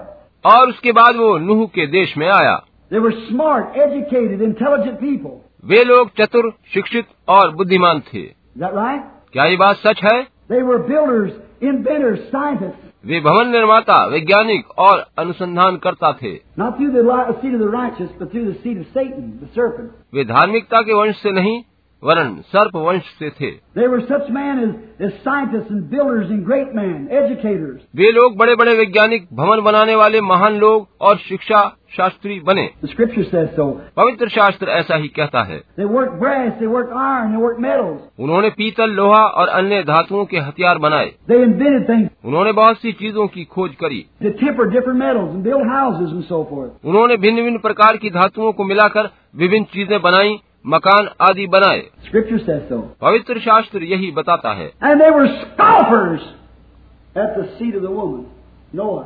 A: और उसके बाद वो नूह के देश में आया
B: They were smart, educated, intelligent people.
A: वे लोग चतुर शिक्षित और बुद्धिमान थे
B: Is that right?
A: क्या ये बात सच है
B: They were builders, inventors, scientists.
A: वे भवन निर्माता वैज्ञानिक और अनुसंधानकर्ता थे
B: Not through the li- seed of the righteous, but through the seed of Satan, the serpent.
A: वे धार्मिकता के वंश से नहीं वरन सर्प वंश से थे
B: They were such men as, as scientists and builders and great men, educators.
A: वे लोग बड़े बड़े वैज्ञानिक भवन बनाने वाले महान लोग और शिक्षा शास्त्री बने
B: The scripture says so.
A: पवित्र शास्त्र ऐसा ही कहता है
B: They worked brass, they worked iron, they worked metals.
A: उन्होंने पीतल लोहा और अन्य धातुओं के हथियार बनाए
B: They invented things
A: उन्होंने बहुत सी चीजों की खोज करी
B: to temper different metals and build houses and so forth.
A: उन्होंने भिन्न भिन्न प्रकार की धातुओं को मिलाकर विभिन्न चीजें बनाई मकान आदि बनाए
B: Scripture says so.
A: पवित्र शास्त्र यही बताता है
B: And they were scoffers at the seed of the woman, Noah,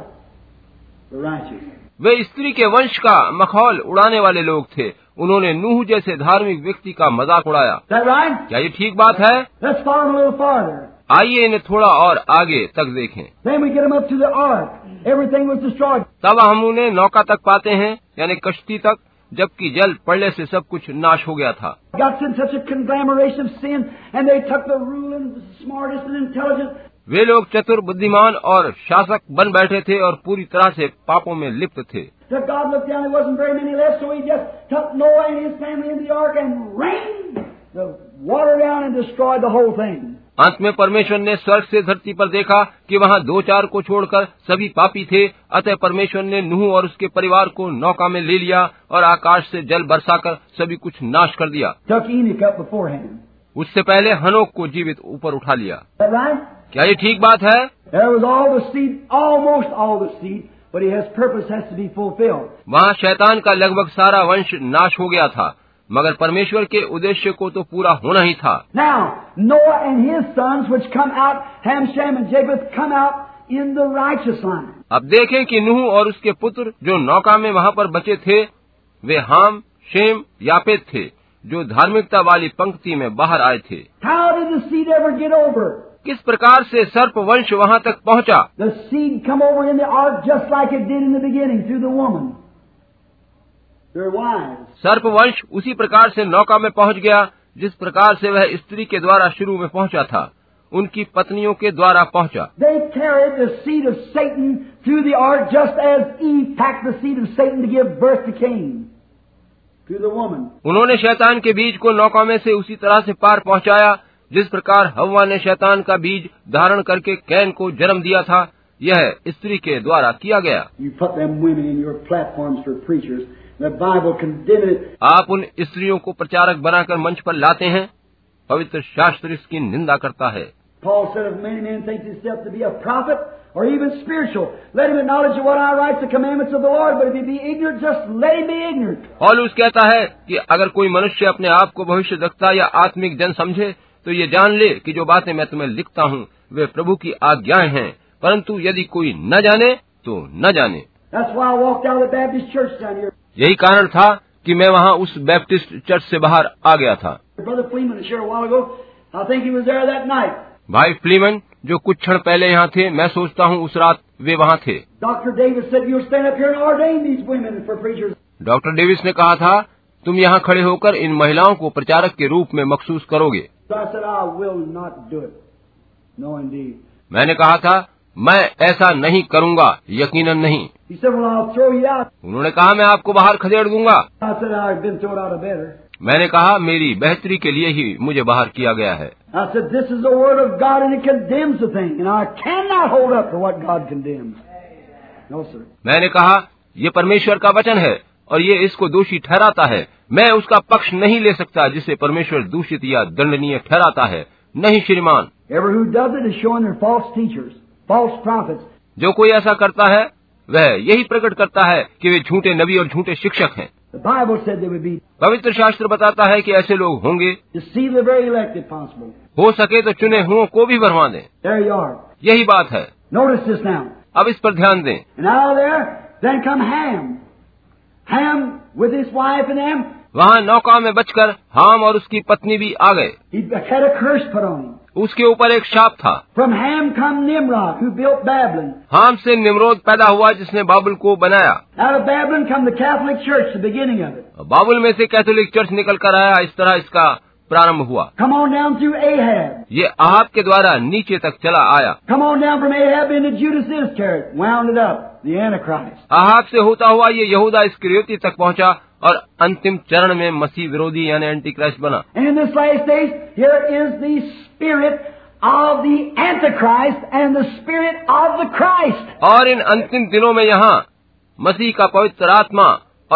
B: the righteous.
A: वे स्त्री के वंश का मखौल उड़ाने वाले लोग थे उन्होंने नूह जैसे धार्मिक व्यक्ति का मजाक उड़ाया
B: Is that right?
A: क्या ये ठीक बात है
B: Let's follow them a little farther.
A: आइए इन्हें थोड़ा और आगे तक देखें
B: Then we get them up to the ark. Everything was destroyed.
A: तब हम उन्हें नौका तक पाते हैं यानी कश्ती तक जबकि जल पड़ने से सब कुछ नाश हो गया था
B: Got in such a conglomeration of sin, and they took the ruling, smartest, and intelligent.
A: वे लोग चतुर बुद्धिमान और शासक बन बैठे थे और पूरी तरह से पापों में लिप्त थे
B: That God looked down, there wasn't very many left, so He just took Noah and his family into the ark and rained the water down and destroyed the whole thing.
A: अंत में परमेश्वर ने स्वर्ग से धरती पर देखा कि वहाँ दो चार को छोड़कर सभी पापी थे अतः परमेश्वर ने नूह और उसके परिवार को नौका में ले लिया और आकाश से जल बरसाकर सभी कुछ नाश कर दिया
B: Took Enoch up beforehand.
A: उससे पहले हनोक को जीवित ऊपर उठा लिया
B: Is that right?
A: क्या ये ठीक बात है
B: There was all the seed, almost all the seed, but he has purpose has to be fulfilled.
A: वहाँ शैतान का लगभग सारा वंश नाश हो गया था मगर परमेश्वर के उद्देश्य को तो पूरा होना ही था
B: Now, Noah and his sons, which come out, Ham, Shem, and Japheth, come out in the righteous line.
A: अब देखें कि नूह और उसके पुत्र जो नौका में वहाँ पर बचे थे वे हाम शेम यापेत थे जो धार्मिकता वाली पंक्ति में बाहर आए थे
B: How did the seed ever get over?
A: किस प्रकार से सर्प वंश वहाँ तक पहुँचा
B: The seed come over in the ark just like it did in the beginning through the woman. Their wives.
A: सर्प वंश उसी प्रकार से नौका में पहुँच गया जिस प्रकार से वह स्त्री के द्वारा शुरू में पहुँचा था उनकी पत्नियों के द्वारा पहुँचा
B: They carried the seed of Satan through the ark just as Eve packed the seed of Satan to give birth to Cain. Through the woman.
A: उन्होंने शैतान के बीज को नौका में से उसी तरह से पार पहुंचाया जिस प्रकार हवा ने शैतान का बीज धारण करके कैन को जन्म दिया था यह स्त्री के द्वारा किया गया
B: You put them women in your platforms for preachers. The Bible condemned it.
A: आप उन स्त्रियों को प्रचारक बनाकर मंच पर लाते हैं पवित्र शास्त्र इसकी निंदा करता है
B: Paul said, If any man thinks himself to be a prophet or even spiritual, let him acknowledge that what I write the commandments of the Lord. But if he be ignorant, just let him be ignorant.
A: पॉलुस कहता है कि अगर कोई मनुष्य अपने आप को भविष्य दक्षता या आत्मिक जन समझे तो ये जान ले कि जो बातें मैं तुम्हें लिखता हूँ वे प्रभु की आज्ञाएं हैं परंतु यदि कोई न जाने तो न जाने
B: That's why I walked out of the Baptist church down here.
A: यही कारण था कि मैं वहाँ उस बैप्टिस्ट चर्च से बाहर आ गया था
B: Brother Fleeman shared a while ago. I think he was there that night.
A: भाई फ्लीमन जो कुछ क्षण पहले यहाँ थे मैं सोचता हूँ उस रात वे वहाँ थे
B: Dr. Davis said, You'll stand up here and ordain these women for preachers.
A: Doctor Davis ने कहा था तुम यहाँ खड़े होकर इन महिलाओं को प्रचारक के रूप में मखसूस करोगे
B: So I said, I will not do it. No, indeed.
A: मैंने कहा था मैं ऐसा नहीं करूँगा यकीनन नहीं
B: He said, Well, I'll throw you out.
A: उन्होंने कहा मैं आपको बाहर खदेड़ दूंगा
B: I said, I've been thrown out of better.
A: मैंने कहा मेरी बेहतरी के लिए ही मुझे बाहर किया गया है
B: I said, this is the Word of God and it condemns the thing. And I cannot hold up for what God condemns. No, sir.
A: मैंने कहा ये परमेश्वर का वचन है और ये इसको दोषी ठहराता है मैं उसका पक्ष नहीं ले सकता जिसे परमेश्वर दूषित या दंडनीय ठहराता है नहीं श्रीमान
B: Ever who does it is showing they're false teachers, false prophets.
A: जो कोई ऐसा करता है वह यही प्रकट करता है कि वे झूठे नबी और झूठे शिक्षक हैं
B: The Bible said they would be
A: पवित्र शास्त्र बताता है कि ऐसे लोग होंगे
B: deceived the very elect if possible.
A: हो सके तो चुने हुओं को भी भरवा दें
B: There you are.
A: यही बात है
B: Notice this now.
A: अब इस पर ध्यान दें
B: And out of there, then come Ham. Ham with his wife and them,
A: वहाँ नौका में बचकर हाम और उसकी पत्नी भी आ गए
B: he had a curse put on him.
A: उसके ऊपर एक शाप था
B: From Ham come Nimrod, who built Babylon.
A: हाम से निमरोद पैदा हुआ जिसने बाबुल को बनाया
B: Out of Babylon come the Catholic Church, the beginning of it.
A: बाबुल में से कैथोलिक चर्च निकल कर आया इस तरह इसका प्रारंभ हुआ
B: Come on down through Ahab.
A: ये आहाब के द्वारा नीचे तक चला आया
B: Come on down from Ahab into Judas Iscariot. Wound it up. The Antichrist.
A: Ahab से होता हुआ ये यहूदा इस्करियोती तक पहुंचा और अंतिम चरण में मसीह विरोधी यानी एंटी क्राइस्ट बना
B: And in this last days, here is the spirit of the Antichrist and the spirit of the Christ.
A: और इन अंतिम दिनों में यहाँ मसीह का पवित्र आत्मा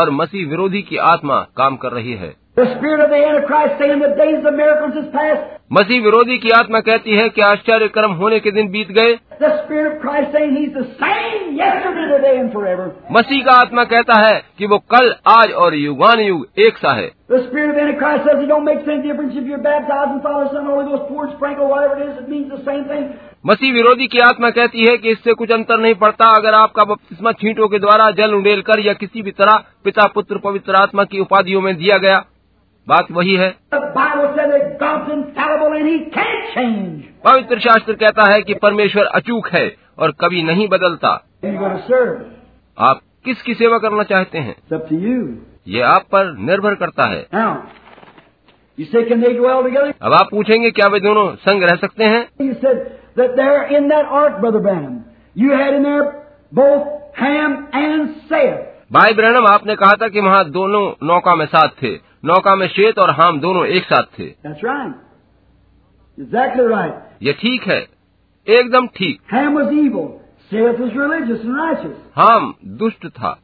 A: और मसीह विरोधी की आत्मा काम कर रही है
B: The spirit of the Antichrist saying the days of miracles is past.
A: मसीह विरोधी की आत्मा कहती है कि आश्चर्य कर्म होने के दिन बीत गए
B: The spirit of Christ saying he's the same yesterday, today, and forever.
A: मसीह का आत्मा कहता है कि वो कल आज और युगान युग एक सा है
B: The spirit of Antichrist says it don't make any difference if you're baptized in Father, Son, Holy Ghost, poured, sprinkled, whatever it is, it means the same thing.
A: मसीह विरोधी की आत्मा कहती है कि इससे कुछ अंतर नहीं पड़ता अगर आपका बपतिस्मा छींटों के द्वारा जल उड़ेल कर या किसी भी तरह पिता पुत्र पवित्र आत्मा की उपाधियों में दिया गया बात वही है
B: The Bible says that God's infallible and he can't change.
A: पवित्र शास्त्र कहता है कि परमेश्वर अचूक है और कभी नहीं बदलता
B: Who you going to serve?
A: आप किसकी सेवा करना चाहते हैं
B: It's up to you.
A: ये आप पर निर्भर करता है
B: Now, you say, can they dwell together?
A: अब आप पूछेंगे क्या वे दोनों संग रह सकते हैं
B: You said that they're in that ark, Brother Branham. You had in there both Ham and Seth.
A: भाई ब्रहणम आपने कहा था कि वहाँ दोनों नौका में साथ थे नौका में शेत और हाम दोनों एक साथ थे
B: That's right. Exactly right.
A: ये ठीक है एकदम ठीक
B: Ham was evil. Seth was religious and righteous.
A: हाम दुष्ट था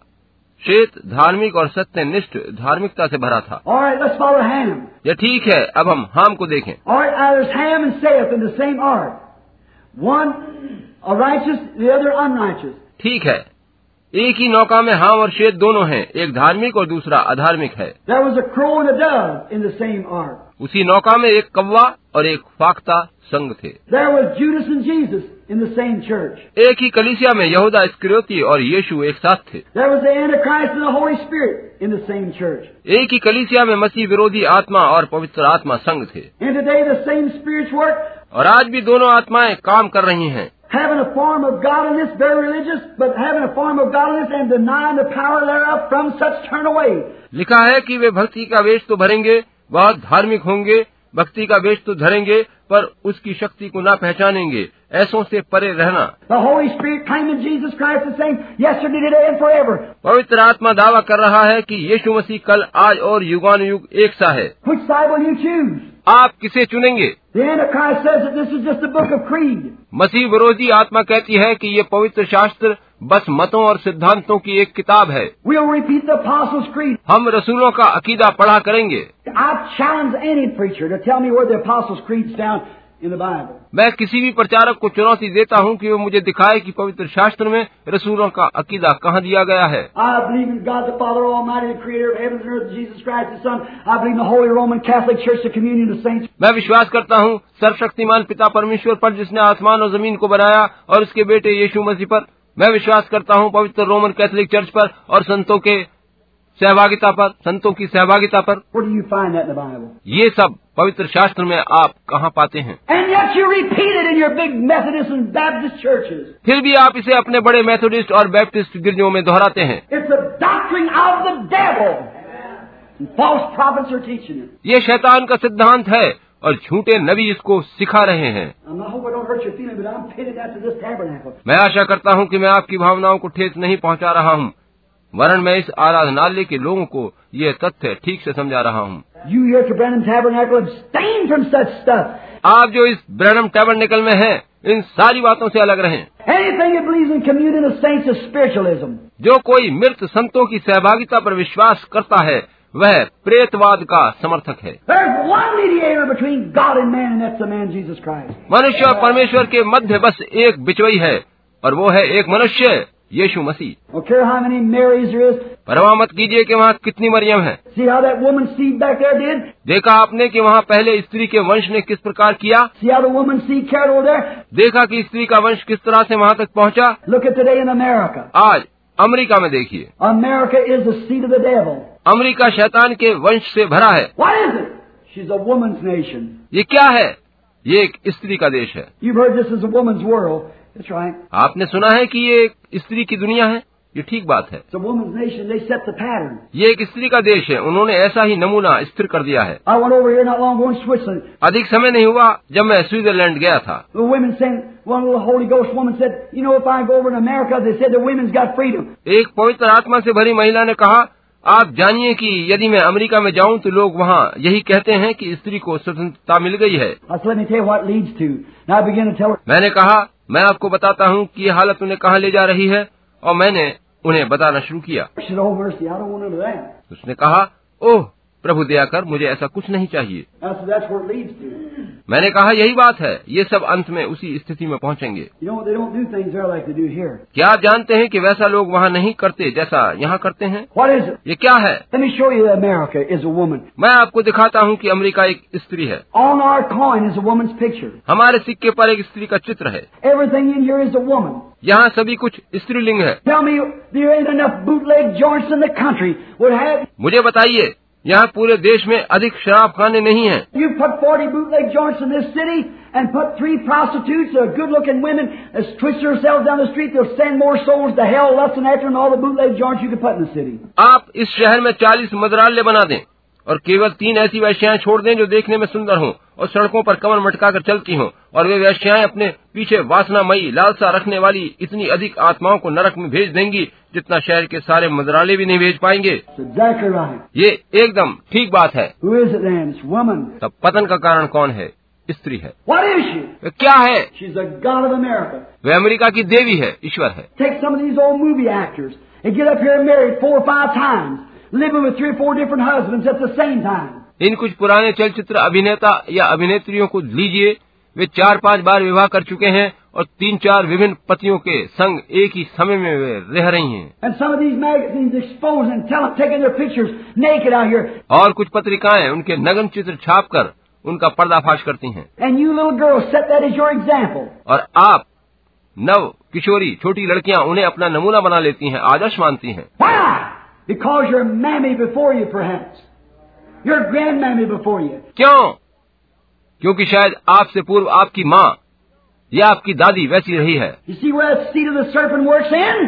A: शेत धार्मिक और सत्यनिष्ठ धार्मिकता से भरा था
B: All right, let's follow Ham.
A: यह ठीक है अब हम हाम को देखें
B: All right, now there's Ham and Seth in the same ark. One a righteous, the other unrighteous.
A: ठीक है एक ही नौका में हाम और शेत दोनों हैं एक धार्मिक और दूसरा अधार्मिक है
B: There was a crow and a dove in the same ark.
A: उसी नौका में एक कौवा और एक फाख्ता संग थे
B: There was Judas and Jesus in the same church.
A: एक ही कलिसिया में यहूदा इस्करियोती और यीशु एक साथ थे
B: There was the Antichrist and the Holy Spirit in the same church.
A: एक ही कलिसिया में मसीह विरोधी आत्मा और पवित्र आत्मा संग थे
B: And today the same spirits work,
A: और आज भी दोनों आत्माएं काम कर रही हैं
B: having a form of godliness, very religious, but having a form of godliness and denying the power thereof, from such turn away.
A: लिखा है कि वे भक्ति का वेश तो भरेंगे बहुत धार्मिक होंगे भक्ति का वेश तो धरेंगे पर उसकी शक्ति को ना पहचानेंगे ऐसों से परे रहना
B: The Holy Spirit claiming Jesus Christ the same yesterday, today, and forever.
A: पवित्र आत्मा दावा कर रहा है कि यीशु मसीह कल आज और युगानुयुग एक सा है
B: Which side will you choose?
A: आप किसे चुनेंगे
B: The Antichrist says that this is just a book of creed.
A: मसीह विरोधी आत्मा कहती है कि ये पवित्र शास्त्र बस मतों और सिद्धांतों की एक किताब है
B: We'll repeat the Apostles' Creed.
A: हम रसूलों का अकीदा पढ़ा करेंगे
B: I challenge any preacher to tell me where the Apostles' Creed's down in the Bible.
A: मैं किसी भी प्रचारक को चुनौती देता हूँ कि वो मुझे दिखाए कि पवित्र शास्त्र में रसूलों का अकीदा कहाँ दिया गया है
B: I believe in God the Father Almighty, the Creator of heavens and earth, Jesus Christ the Son. I believe in the Holy Roman Catholic Church, the communion of saints.
A: मैं विश्वास करता हूँ सर्वशक्तिमान पिता परमेश्वर पर जिसने आसमान और जमीन को बनाया और उसके बेटे यीशु मसीह पर मैं विश्वास करता हूँ पवित्र रोमन कैथोलिक चर्च पर और संतों के सहभागिता पर संतों की सहभागिता पर
B: Where do you find that in the Bible?
A: ये सब पवित्र शास्त्र में आप कहाँ पाते हैं
B: And yet you repeat it in your big Methodist and Baptist churches.
A: फिर भी आप इसे अपने बड़े मेथोडिस्ट और बैप्टिस्ट गिरजों में दोहराते हैं
B: It's the doctrine of the devil. And false prophets are teaching it.
A: ये शैतान का सिद्धांत है और झूठे नबी इसको सिखा रहे हैं
B: And I hope I don't hurt your feelings, but I'm pitted after this tabernacle.
A: मैं आशा करता हूँ कि मैं आपकी भावनाओं को ठेस नहीं पहुँचा रहा हूँ वरन मैं इस आराधनालय के लोगों को ये तथ्य ठीक से समझा रहा हूँ
B: You here at the Brandon Tabernacle abstain from such stuff.
A: आप जो इस ब्रैनम टेबरनिकल में हैं इन सारी बातों से अलग रहें
B: Anything that believes in communion of saints is spiritualism.
A: जो कोई मृत संतों की सहभागिता पर विश्वास करता है वह प्रेतवाद का समर्थक है
B: There's one mediator between God and man, and that's the man Jesus Christ.
A: मनुष्य और परमेश्वर के मध्य बस एक बिचवई है और वो है एक मनुष्य यीशु मसीह
B: I don't care how many Marys there is.
A: परवा मत कीजिए कि वहाँ कितनी मरियम है
B: See how that woman's seed back there did?
A: देखा आपने कि वहाँ पहले स्त्री के वंश ने किस प्रकार किया
B: See how the woman's seed carried over there?
A: देखा कि स्त्री का वंश किस तरह से वहाँ तक पहुँचा
B: Look at today in America.
A: आज अमेरिका में देखिए
B: America is the seed of the devil.
A: America शैतान के वंश से भरा है
B: What is it? She's a woman's nation.
A: ये क्या है ये एक स्त्री का देश है
B: You've heard this is a woman's world. That's right.
A: आपने सुना है कि ये एक स्त्री की दुनिया है ये ठीक बात है
B: It's a woman's nation. They set the pattern.
A: ये एक स्त्री का देश है उन्होंने ऐसा ही नमूना स्थिर कर दिया है
B: I went over here not long ago in Switzerland.
A: अधिक समय नहीं हुआ जब मैं स्विट्जरलैंड गया था
B: The women saying, one little Holy Ghost woman said, you know, if I go over to America, they said the women's got freedom.
A: एक पवित्र आत्मा से भरी महिला ने कहा आप जानिए कि यदि मैं अमेरिका में जाऊं तो लोग वहाँ यही कहते हैं कि स्त्री को स्वतंत्रता मिल गई है
B: I said, let me tell you what it leads to. Now I began to tell her,
A: मैंने कहा मैं आपको बताता हूँ कि ये हालत उन्हें कहाँ ले जा रही है और मैंने उन्हें बताना शुरू किया
B: she said, oh mercy, I don't want none of that.
A: उसने कहा ओह प्रभु दया कर मुझे ऐसा कुछ नहीं चाहिए
B: I said, that's where it leads to.
A: मैंने कहा यही बात है ये सब अंत में उसी स्थिति में पहुंचेंगे
B: You know what? They don't do things there like they do here.
A: क्या आप जानते हैं कि वैसा लोग वहाँ नहीं करते जैसा यहाँ करते हैं
B: What is it?
A: ये क्या है
B: Let me show you that America is a woman.
A: मैं आपको दिखाता हूँ कि अमेरिका एक स्त्री है
B: On our coin is a woman's picture.
A: हमारे सिक्के पर एक स्त्री का चित्र है
B: Everything in here is a woman.
A: यहाँ सभी कुछ स्त्रीलिंग है
B: Tell me there ain't enough bootleg joints in the country would have
A: मुझे बताइए यहाँ पूरे देश में अधिक शराब खाने नहीं है
B: you put 40 bootleg joints in this city and put three prostitutes or good looking women as twist themselves down the street, they'll send more souls to hell lusting after them than all the bootleg joints you could put in the city.
A: आप इस शहर में चालीस मदरालय बना दें और केवल तीन ऐसी वैश्याएं छोड़ दें जो देखने में सुंदर हों और सड़कों पर कमर मटकाकर चलती हों और वे वैश्याएं अपने पीछे वासनामयी लालसा रखने वाली इतनी अधिक आत्माओं को नरक में भेज देंगी जितना शहर के सारे मदरालय भी नहीं भेज पाएंगे
B: That's exactly right.
A: ये एकदम ठीक बात है
B: Who is it then? It's woman.
A: तब पतन का कारण कौन है स्त्री है
B: What is she?
A: वे क्या है
B: She's the God of America.
A: वे अमेरिका की देवी है ईश्वर है
B: Take some of these old movie actors and get up here and married four or five times, living with three or four different husbands at the same time.
A: इन कुछ पुराने चलचित्र अभिनेता या अभिनेत्रियों को लीजिए वे चार पांच बार विवाह कर चुके हैं और तीन चार विभिन्न पतियों के संग एक ही समय में वे रह रही हैं
B: And some of these magazines exposing talent, taking their pictures naked out here.
A: और कुछ पत्रिकाएं उनके नग्न चित्र छापकर उनका पर्दाफाश करती हैं
B: And you little girls set that as your example.
A: और आप नव किशोरी छोटी लड़कियां उन्हें अपना नमूना बना लेती हैं आदर्श मानती हैं
B: Why? Because your mammy before you, perhaps. Your grandmammy before you.
A: क्यों क्योंकि शायद आपसे पूर्व आपकी माँ या आपकी दादी वैसी रही है
B: You see where that seed of the serpent works in?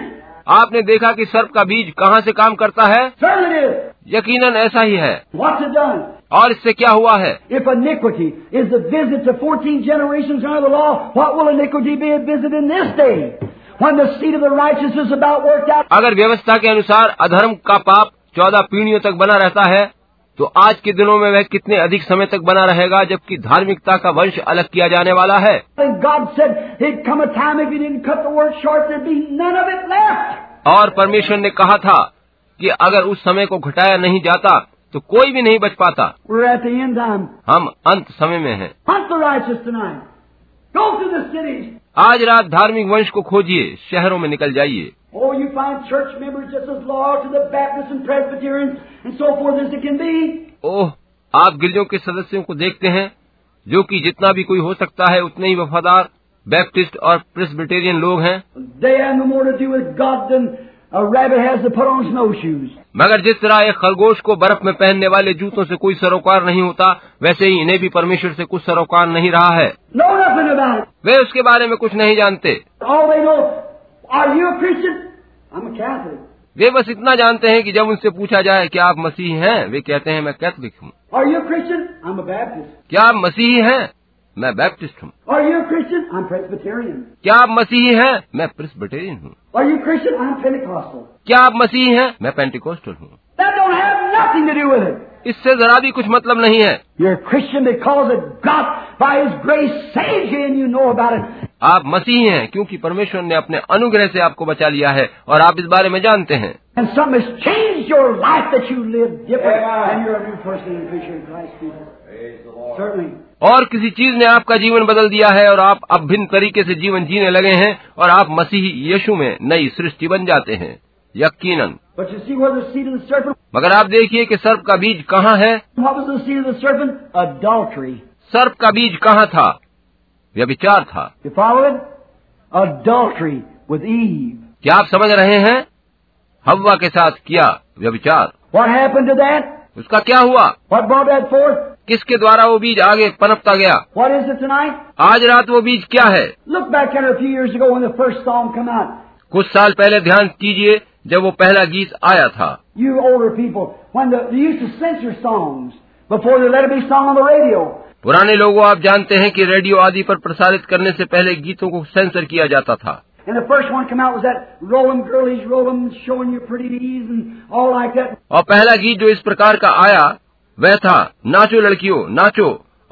A: आपने देखा कि सर्प का बीज कहाँ से काम करता है
B: Certainly it is.
A: यकीनन ऐसा ही है
B: What's it done?
A: और इससे क्या हुआ है
B: If iniquity is the visit to 14 generations under the law, what will iniquity be a visit in this day? When the seed of the righteous is about worked out,
A: अगर व्यवस्था के अनुसार अधर्म का पाप चौदह पीढ़ियों तक बना रहता है तो आज के दिनों में वह कितने अधिक समय तक बना रहेगा जबकि धार्मिकता का वंश अलग किया जाने वाला है
B: then God said, There'd come a time if you didn't cut the word short, there'd be none of it left.
A: और परमेश्वर ने कहा था कि अगर उस समय को घटाया नहीं जाता तो कोई भी नहीं बच पाता
B: We're at the end time.
A: हम अंत समय में हैं
B: Hunt the righteous tonight. Go through the cities.
A: आज रात धार्मिक वंश को खोजिए शहरों में निकल जाइए
B: Oh, you find church members just as loyal to the Baptists and Presbyterians and so forth as it can be.
A: ओह आप गिरजों के सदस्यों को देखते हैं जो कि जितना भी कोई हो सकता है उतने ही वफादार बैप्टिस्ट और प्रेस्बिटेरियन लोग हैं
B: They have no more to do with God than a rabbit has to put on snowshoes.
A: मगर जिस तरह एक खरगोश को बर्फ में पहनने वाले जूतों से कोई सरोकार नहीं होता वैसे ही इन्हें भी परमेश्वर से कुछ सरोकार नहीं रहा है
B: Know nothing about it.
A: वे उसके बारे में कुछ नहीं जानते
B: All they know, are you a Christian? I'm a Catholic.
A: वे बस इतना जानते हैं कि जब उनसे पूछा जाए कि आप मसीह हैं वे कहते हैं मैं कैथलिक हूँ
B: Are you a Christian? I'm a Baptist.
A: क्या आप मसीही हैं मैं बैप्टिस्ट हूँ
B: Are you a Christian? I'm Presbyterian.
A: क्या आप मसीही हैं मैं प्रेस्बिटेरियन हूँ
B: Are you a Christian? I'm Pentecostal.
A: क्या आप मसीही हैं मैं पेंटिकोस्टल हूँ
B: That don't have nothing to do with it.
A: इससे जरा भी कुछ मतलब नहीं है
B: You're a Christian because of God, by His grace, saved you and you know about it.
A: आप मसीही हैं क्योंकि परमेश्वर ने अपने अनुग्रह से आपको बचा लिया है और आप इस बारे में जानते हैं
B: And something has changed your life that you live different and you're a new person in Christ, in Christ Jesus. Certainly.
A: और किसी चीज ने आपका जीवन बदल दिया है और आप अब भिन्न तरीके से जीवन जीने लगे हैं और आप मसीही यीशु में नई सृष्टि बन जाते हैं यकीनन
B: But you see where the seed of the serpent,
A: मगर आप देखिए कि सर्प का बीज कहाँ है
B: what was the seed of the serpent? Adultery.
A: सर्प का बीज कहाँ था व्यभिचार था
B: You follow it? Adultery with Eve.
A: क्या आप समझ रहे हैं हवा के साथ किया व्यभिचार
B: What happened to that?
A: उसका क्या हुआ
B: What brought that forth?
A: किसके द्वारा वो बीज आगे पनपता गया
B: What is it tonight?
A: आज रात वो बीज क्या है
B: Look back at it a few years ago when the first song came out.
A: कुछ साल पहले ध्यान कीजिए जब वो पहला गीत आया था
B: You older people, when the, they used to censor songs before they let it be sung on the radio.
A: पुराने लोगों आप जानते हैं कि रेडियो आदि पर प्रसारित करने से पहले गीतों को सेंसर किया जाता था
B: And the first one come out was that roll 'em girlies, roll 'em, showing your pretty knees and all like that.
A: और पहला गीत जो इस प्रकार का आया वह था नाचो लड़कियों नाचो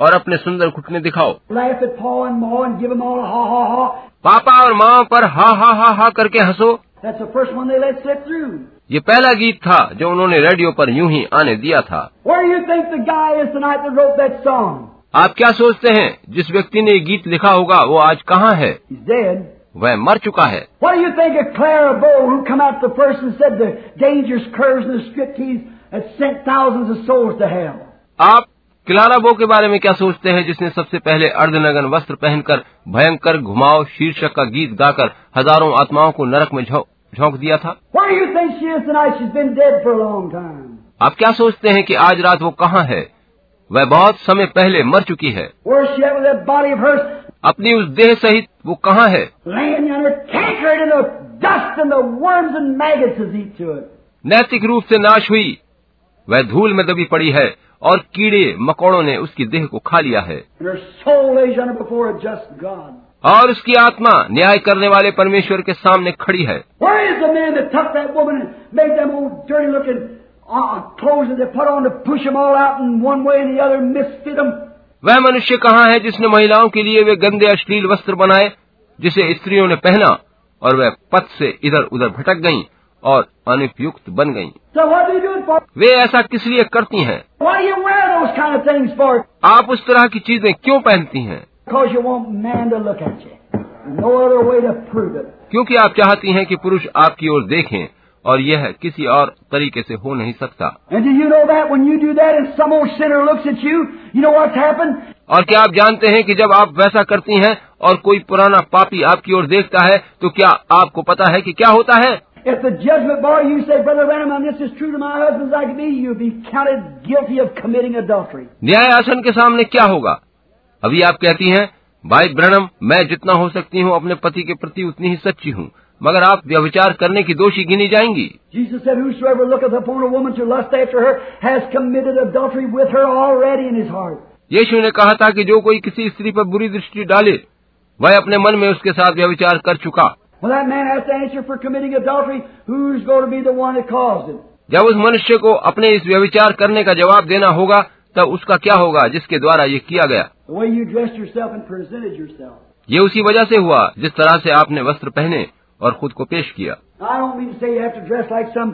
A: और अपने सुंदर घुटने दिखाओ
B: Laugh at Pa and Ma and give 'em all a ha ha ha.
A: पापा और माँ पर हा हा हा हा करके हंसो
B: That's the first one they let slip through.
A: ये पहला गीत था जो उन्होंने रेडियो पर यूं ही आने दिया था
B: Where do you think the guy is tonight that wrote that song?
A: आप क्या सोचते हैं जिस व्यक्ति ने ये गीत लिखा होगा वो आज कहाँ है
B: He's dead.
A: वह मर चुका है
B: What do you think of Clara Bow, who come out the first and said the dangerous curves and the striptease that sent thousands of souls to hell?
A: आप क्लारा बो के बारे में क्या सोचते हैं जिसने सबसे पहले अर्धनगन वस्त्र पहनकर भयंकर घुमाव शीर्षक का गीत गाकर हजारों आत्माओं को नरक में झों- झोंक दिया था
B: Where do you think she is tonight? She's been dead for a long time.
A: आप क्या सोचते हैं कि आज रात वो कहाँ है वह बहुत समय पहले मर चुकी है
B: Where's she at with that body of hers?
A: अपनी उस देह सहित वो कहाँ है
B: Laying on her cankered in the dust and the worms and maggots has eat to it.
A: नैतिक रूप से नाश हुई वह धूल में दबी पड़ी है और कीड़े मकोड़ों ने उसकी देह को खा लिया है
B: And her soul lays under before a just God.
A: और उसकी आत्मा न्याय करने वाले परमेश्वर के सामने खड़ी है
B: Where is the man that took that woman and made them old dirty looking uh, clothes that they put on to push them all out in one way and the other and misfit them?
A: वह मनुष्य कहाँ है जिसने महिलाओं के लिए वे गंदे अश्लील वस्त्र बनाए जिसे स्त्रियों ने पहना और वह पथ से इधर उधर भटक गईं और अनुपयुक्त बन गईं
B: So what do you do it for?
A: वे ऐसा किस लिए करती हैं
B: Why do you wear those kind of things for?
A: आप उस तरह की चीजें क्यों पहनती हैं
B: Because you want man to look at you. No other way to prove it.
A: क्योंकि आप चाहती हैं कि पुरुष आपकी ओर देखें और यह किसी और तरीके से हो नहीं सकता
B: And do you know that when you do that and some old sinner looks at you, you know what's happened?
A: और क्या आप जानते हैं कि जब आप वैसा करती हैं और कोई पुराना पापी आपकी ओर देखता है तो क्या आपको पता है कि क्या होता है
B: If the judgment bar you say, Brother Branham, and this is true to my husband as I can be, you'll be counted guilty of committing adultery.
A: न्याय आसन के सामने क्या होगा अभी आप कहती हैं भाई ब्रणम मैं जितना हो सकती हूँ अपने पति के प्रति उतनी ही सच्ची हूँ मगर आप व्यभिचार करने की दोषी गिनी जाएंगी
B: Jesus said, Whosoever looketh upon a woman to lust after her has committed adultery with her already in his heart.
A: यीशु ने कहा था कि जो कोई किसी स्त्री पर बुरी दृष्टि डाले वह अपने मन में उसके साथ व्यभिचार कर चुका
B: Well, that man has to answer for committing adultery. Who's going to be the one that caused it?
A: जब उस मनुष्य को अपने इस व्यभिचार करने का जवाब देना होगा तब उसका क्या होगा जिसके द्वारा ये किया गया
B: The way you dressed yourself and presented yourself.
A: ये उसी वजह से हुआ जिस तरह से आपने वस्त्र पहने और खुद को पेश किया
B: Now, I don't mean to say you have to dress like some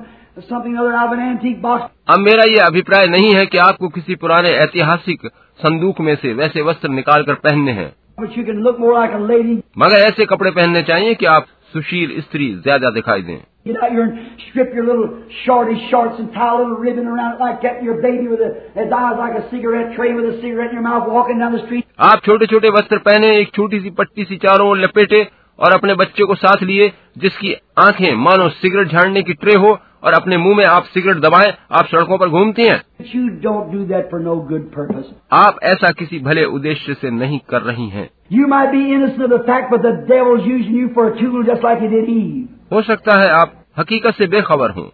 B: something other out of an antique box.
A: अब मेरा ये अभिप्राय नहीं है कि आपको किसी पुराने ऐतिहासिक संदूक में से वैसे वस्त्र निकालकर पहनने हैं
B: But you can look more like a lady.
A: मगर ऐसे कपड़े पहनने चाहिए कि आप सुशील स्त्री ज्यादा दिखाई दें
B: Get out here and strip your little shorty shorts and tie a little ribbon around it like that. And your baby with a, his eyes like a cigarette tray with a cigarette in your mouth walking down the street.
A: आप छोटे छोटे वस्त्र पहने एक छोटी सी पट्टी सी चारों ओर लपेटे और अपने बच्चे को साथ लिए जिसकी आंखें मानो सिगरेट झाड़ने की ट्रे हो और अपने मुंह में आप सिगरेट दबाएं आप सड़कों पर घूमती हैं
B: But you don't do that for no good purpose.
A: आप ऐसा किसी भले उद्देश्य से नहीं कर रही हैं
B: You might be innocent of the fact, but the devil's using you for a tool just like he did Eve.
A: हो सकता है आप हकीकत से बेखबर हों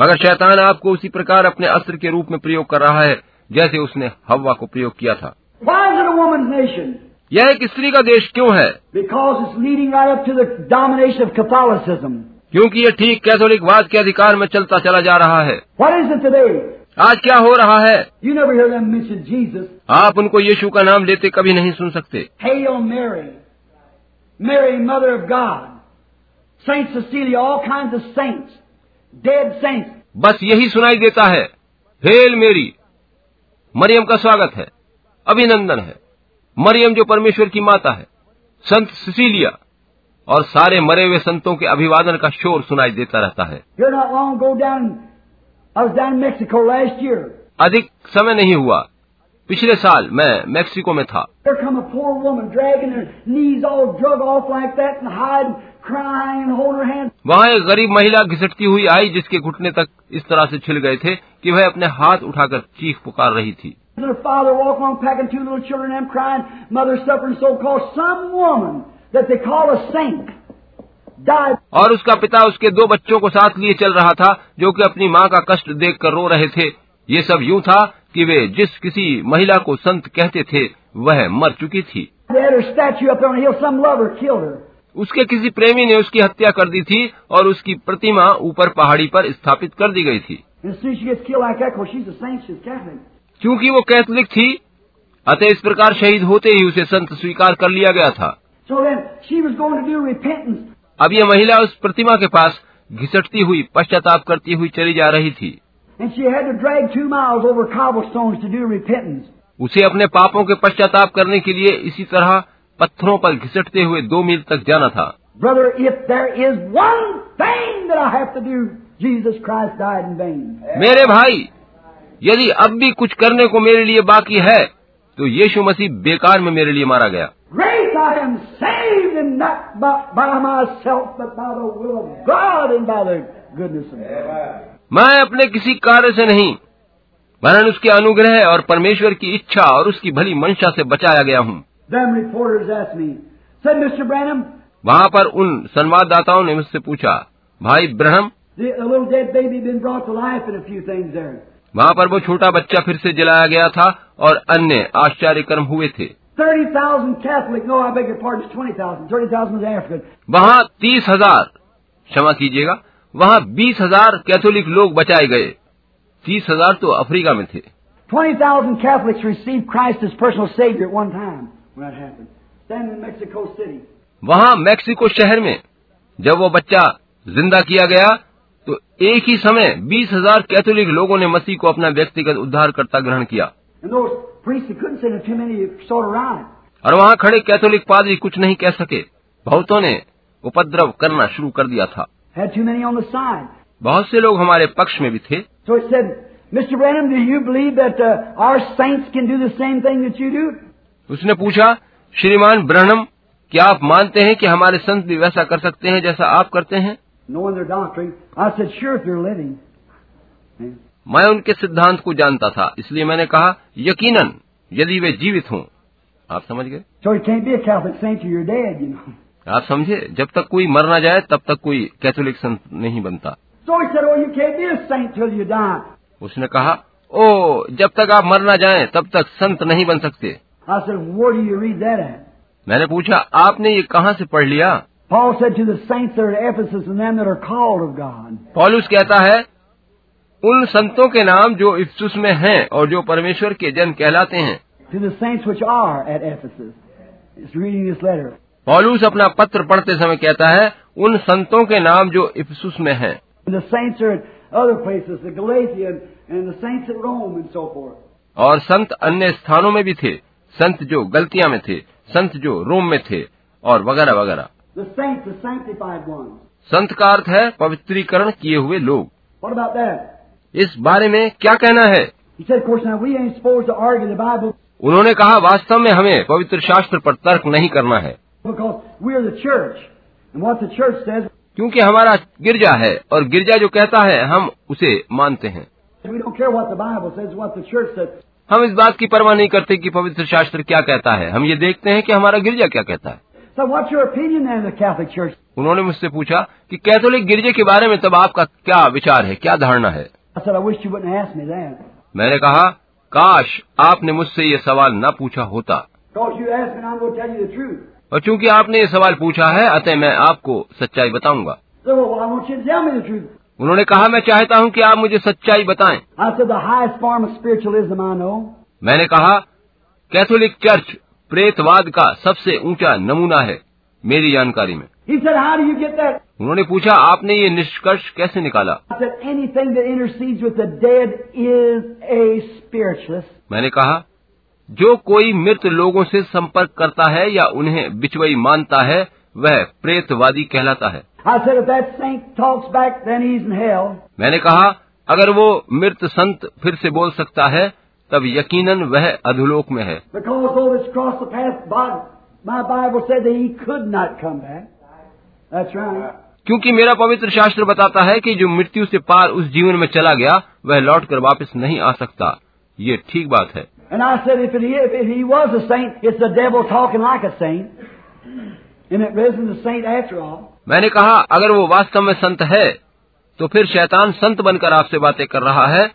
A: मगर शैतान आपको उसी प्रकार अपने अस्त्र के रूप में प्रयोग कर रहा है जैसे उसने हवा को प्रयोग किया था
B: Why is it a woman's nation?
A: यह एक स्त्री का देश क्यों है
B: Because it's leading right up to the domination of Catholicism.
A: क्योंकि यह ठीक कैथोलिकवाद के अधिकार में चलता चला जा रहा है
B: What is it today?
A: आज क्या हो रहा है
B: You never hear them mention Jesus.
A: आप उनको यीशु का नाम लेते कभी नहीं सुन सकते
B: Hail Mary. Mary, Mother of God. Saint Cecilia, all kinds of saints. Dead saints.
A: बस यही सुनाई देता है हेल मेरी मरियम का स्वागत है अभिनंदन है मरियम जो परमेश्वर की माता है संत सिसीलिया और सारे मरे हुए संतों के अभिवादन का शोर सुनाई देता रहता है
B: Here not long ago down, I was down in Mexico last year.
A: अधिक समय नहीं हुआ पिछले साल मैं मेक्सिको में था
B: Here come a poor woman dragging her knees all drug off like that and hiding, crying and holding her hands.
A: वहाँ एक गरीब महिला घिसटती हुई आई जिसके घुटने तक इस तरह से छिल गए थे कि वह अपने हाथ उठाकर चीख पुकार रही थी
B: And her father walking along packing two little children and them crying, mother suffering so called some woman that they call a saint died.
A: और उसका पिता उसके दो बच्चों को साथ लिए चल रहा था जो कि अपनी माँ का कष्ट देख कर रो रहे थे ये सब यूं था कि वे जिस किसी महिला को संत कहते थे वह मर चुकी थी
B: They had her statue up there on a hill. Some lover killed her.
A: उसके किसी प्रेमी ने उसकी हत्या कर दी थी और उसकी प्रतिमा ऊपर पहाड़ी पर स्थापित कर दी गई थी
B: And as soon as she gets killed like that, 'course, she's a saint, she's Catholic.
A: क्योंकि वो कैथलिक थी अतः इस प्रकार शहीद होते ही उसे संत स्वीकार कर लिया गया था
B: So then, she was going to do repentance.
A: अब ये महिला उस प्रतिमा के पास घिसटती हुई पश्चाताप करती हुई चली जा रही थी
B: And she had to drag two miles over cobblestones to do repentance.
A: उसे अपने पापों के पश्चाताप करने के लिए इसी तरह पत्थरों पर घिसटते हुए दो मील तक जाना था
B: Brother, if there is one thing that I have to do, Jesus Christ died in vain.
A: मेरे भाई यदि अब भी कुछ करने को मेरे लिए बाकी है तो यीशु मसीह बेकार में मेरे लिए मारा गया
B: Grace, I am saved, and not by, by myself, but by the will of God and by the goodness of God.
A: मैं अपने किसी कार्य से नहीं वरन उसके अनुग्रह और परमेश्वर की इच्छा और उसकी भली मंशा से बचाया गया हूँ
B: Them reporters asked me, said Mr. Branham,
A: वहाँ पर उन संवाददाताओं ने मुझसे पूछा भाई ब्रह्म
B: the, the little dead baby been brought to life and a few things there.
A: वहाँ पर वो छोटा बच्चा फिर से जलाया गया था और अन्य आश्चर्यकर्म हुए थे
B: 30,000 Catholic, no, I beg your pardon, it's 20,000. 30,000 was African.
A: वहाँ तीस हजार क्षमा कीजिएगा वहाँ बीस हजार कैथोलिक लोग बचाए गए तीस हजार तो अफ्रीका में थे
B: 20,000 Catholics received Christ as personal Savior at one time when that happened. Then in Mexico City.
A: वहाँ मेक्सिको शहर में जब वो बच्चा जिंदा किया गया तो एक ही समय बीस हजार कैथोलिक लोगों ने मसीह को अपना व्यक्तिगत उद्धारकर्ता ग्रहण किया
B: And those priests, they couldn't send too many sort of riot.
A: और वहाँ खड़े कैथोलिक पादरी कुछ नहीं कह सके बहुतों ने उपद्रव करना शुरू कर दिया था
B: Had too many on the side.
A: बहुत से लोग हमारे पक्ष में भी थे
B: So it said, Mr. Branham, do you believe that uh, our saints can do the same thing that you do?
A: उसने पूछा श्रीमान ब्रहणम क्या आप मानते हैं कि हमारे संत भी वैसा कर सकते हैं जैसा आप करते हैं
B: Knowing their doctrine. I said, sure, if they're living.
A: मैं उनके सिद्धांत को जानता था इसलिए मैंने कहा यकीनन यदि वे जीवित हों आप समझ गए
B: So you can't be a Catholic saint till you're dead, you know.
A: आप समझे जब तक कोई मर ना जाए तब तक कोई कैथोलिक संत नहीं बनता
B: So he said, oh, you can't be a saint till you die.
A: उसने कहा ओ जब तक आप मर ना जाए तब तक संत नहीं बन सकते
B: I said, where do you read that at?
A: मैंने पूछा आपने ये कहाँ से पढ़ लिया
B: Paul said to the saints that are at Ephesus and them that are called of God.
A: पॉलुस कहता है उन संतों के नाम जो इफ्सुस में हैं और जो परमेश्वर के जन कहलाते हैं
B: to the saints which are at Ephesus. It's reading this letter.
A: पॉलूस अपना पत्र पढ़ते समय कहता है उन संतों के नाम जो इफिसुस में हैं
B: And the saints are at other places, the Galatia and, and the saints at Rome and so forth.
A: और संत अन्य स्थानों में भी थे संत जो गलतिया में थे संत जो रोम में थे और वगैरह वगैरह
B: The saints, the sanctified ones.
A: संत का अर्थ है पवित्रीकरण किए हुए लोग
B: What about that?
A: इस बारे में क्या कहना है
B: He said, of course, now we ain't supposed to argue the Bible
A: उन्होंने कहा वास्तव में हमें पवित्र शास्त्र पर तर्क नहीं करना है
B: because we're the church. And what the church says,
A: क्योंकि हमारा गिरजा है और गिरजा जो कहता है हम उसे मानते हैं
B: we don't care what the Bible says, what the church says.
A: हम इस बात की परवाह नहीं करते कि पवित्र शास्त्र क्या कहता है हम ये देखते हैं कि हमारा गिरजा क्या कहता है
B: So what's your opinion then of the Catholic Church?
A: उन्होंने मुझसे पूछा कि कैथोलिक गिरजे के बारे में तब आपका क्या विचार है क्या धारणा है
B: I said, I wish you wouldn't ask me that.
A: मैंने कहा काश आपने मुझसे ये सवाल न पूछा होता
B: Because you asked me and I'm going to tell you the truth.
A: और चूंकि आपने ये सवाल पूछा है अतः मैं आपको सच्चाई बताऊंगा
B: So well, I want you to tell me the truth.
A: उन्होंने कहा मैं चाहता हूं कि आप मुझे सच्चाई बताएं
B: I said, the highest form of spiritualism I know
A: मैंने कहा कैथोलिक चर्च प्रेतवाद का सबसे ऊंचा नमूना है मेरी जानकारी में
B: He said, How do you get that?
A: उन्होंने पूछा आपने ये निष्कर्ष कैसे निकाला
B: I said, Anything that intercedes with the dead is a spiritualist.
A: मैंने कहा जो कोई मृत लोगों से संपर्क करता है या उन्हें बिचवई मानता है वह प्रेतवादी कहलाता है
B: I said, If that saint talks back, then he's in hell.
A: मैंने कहा अगर वो मृत संत फिर से बोल सकता है तब यकीनन वह अधोलोक में है
B: Because though it's crossed the path, God, my Bible said that he could not come back. That's right.
A: क्योंकि मेरा पवित्र शास्त्र बताता है कि जो मृत्यु से पार उस जीवन में चला गया वह लौटकर वापस नहीं आ सकता ये ठीक बात है
B: And I said, if, it, if he was a saint, it's the devil talking like a saint. And it isn't a saint after all.
A: मैंने कहा अगर वो वास्तव में संत है तो फिर शैतान संत बनकर आपसे बातें कर रहा है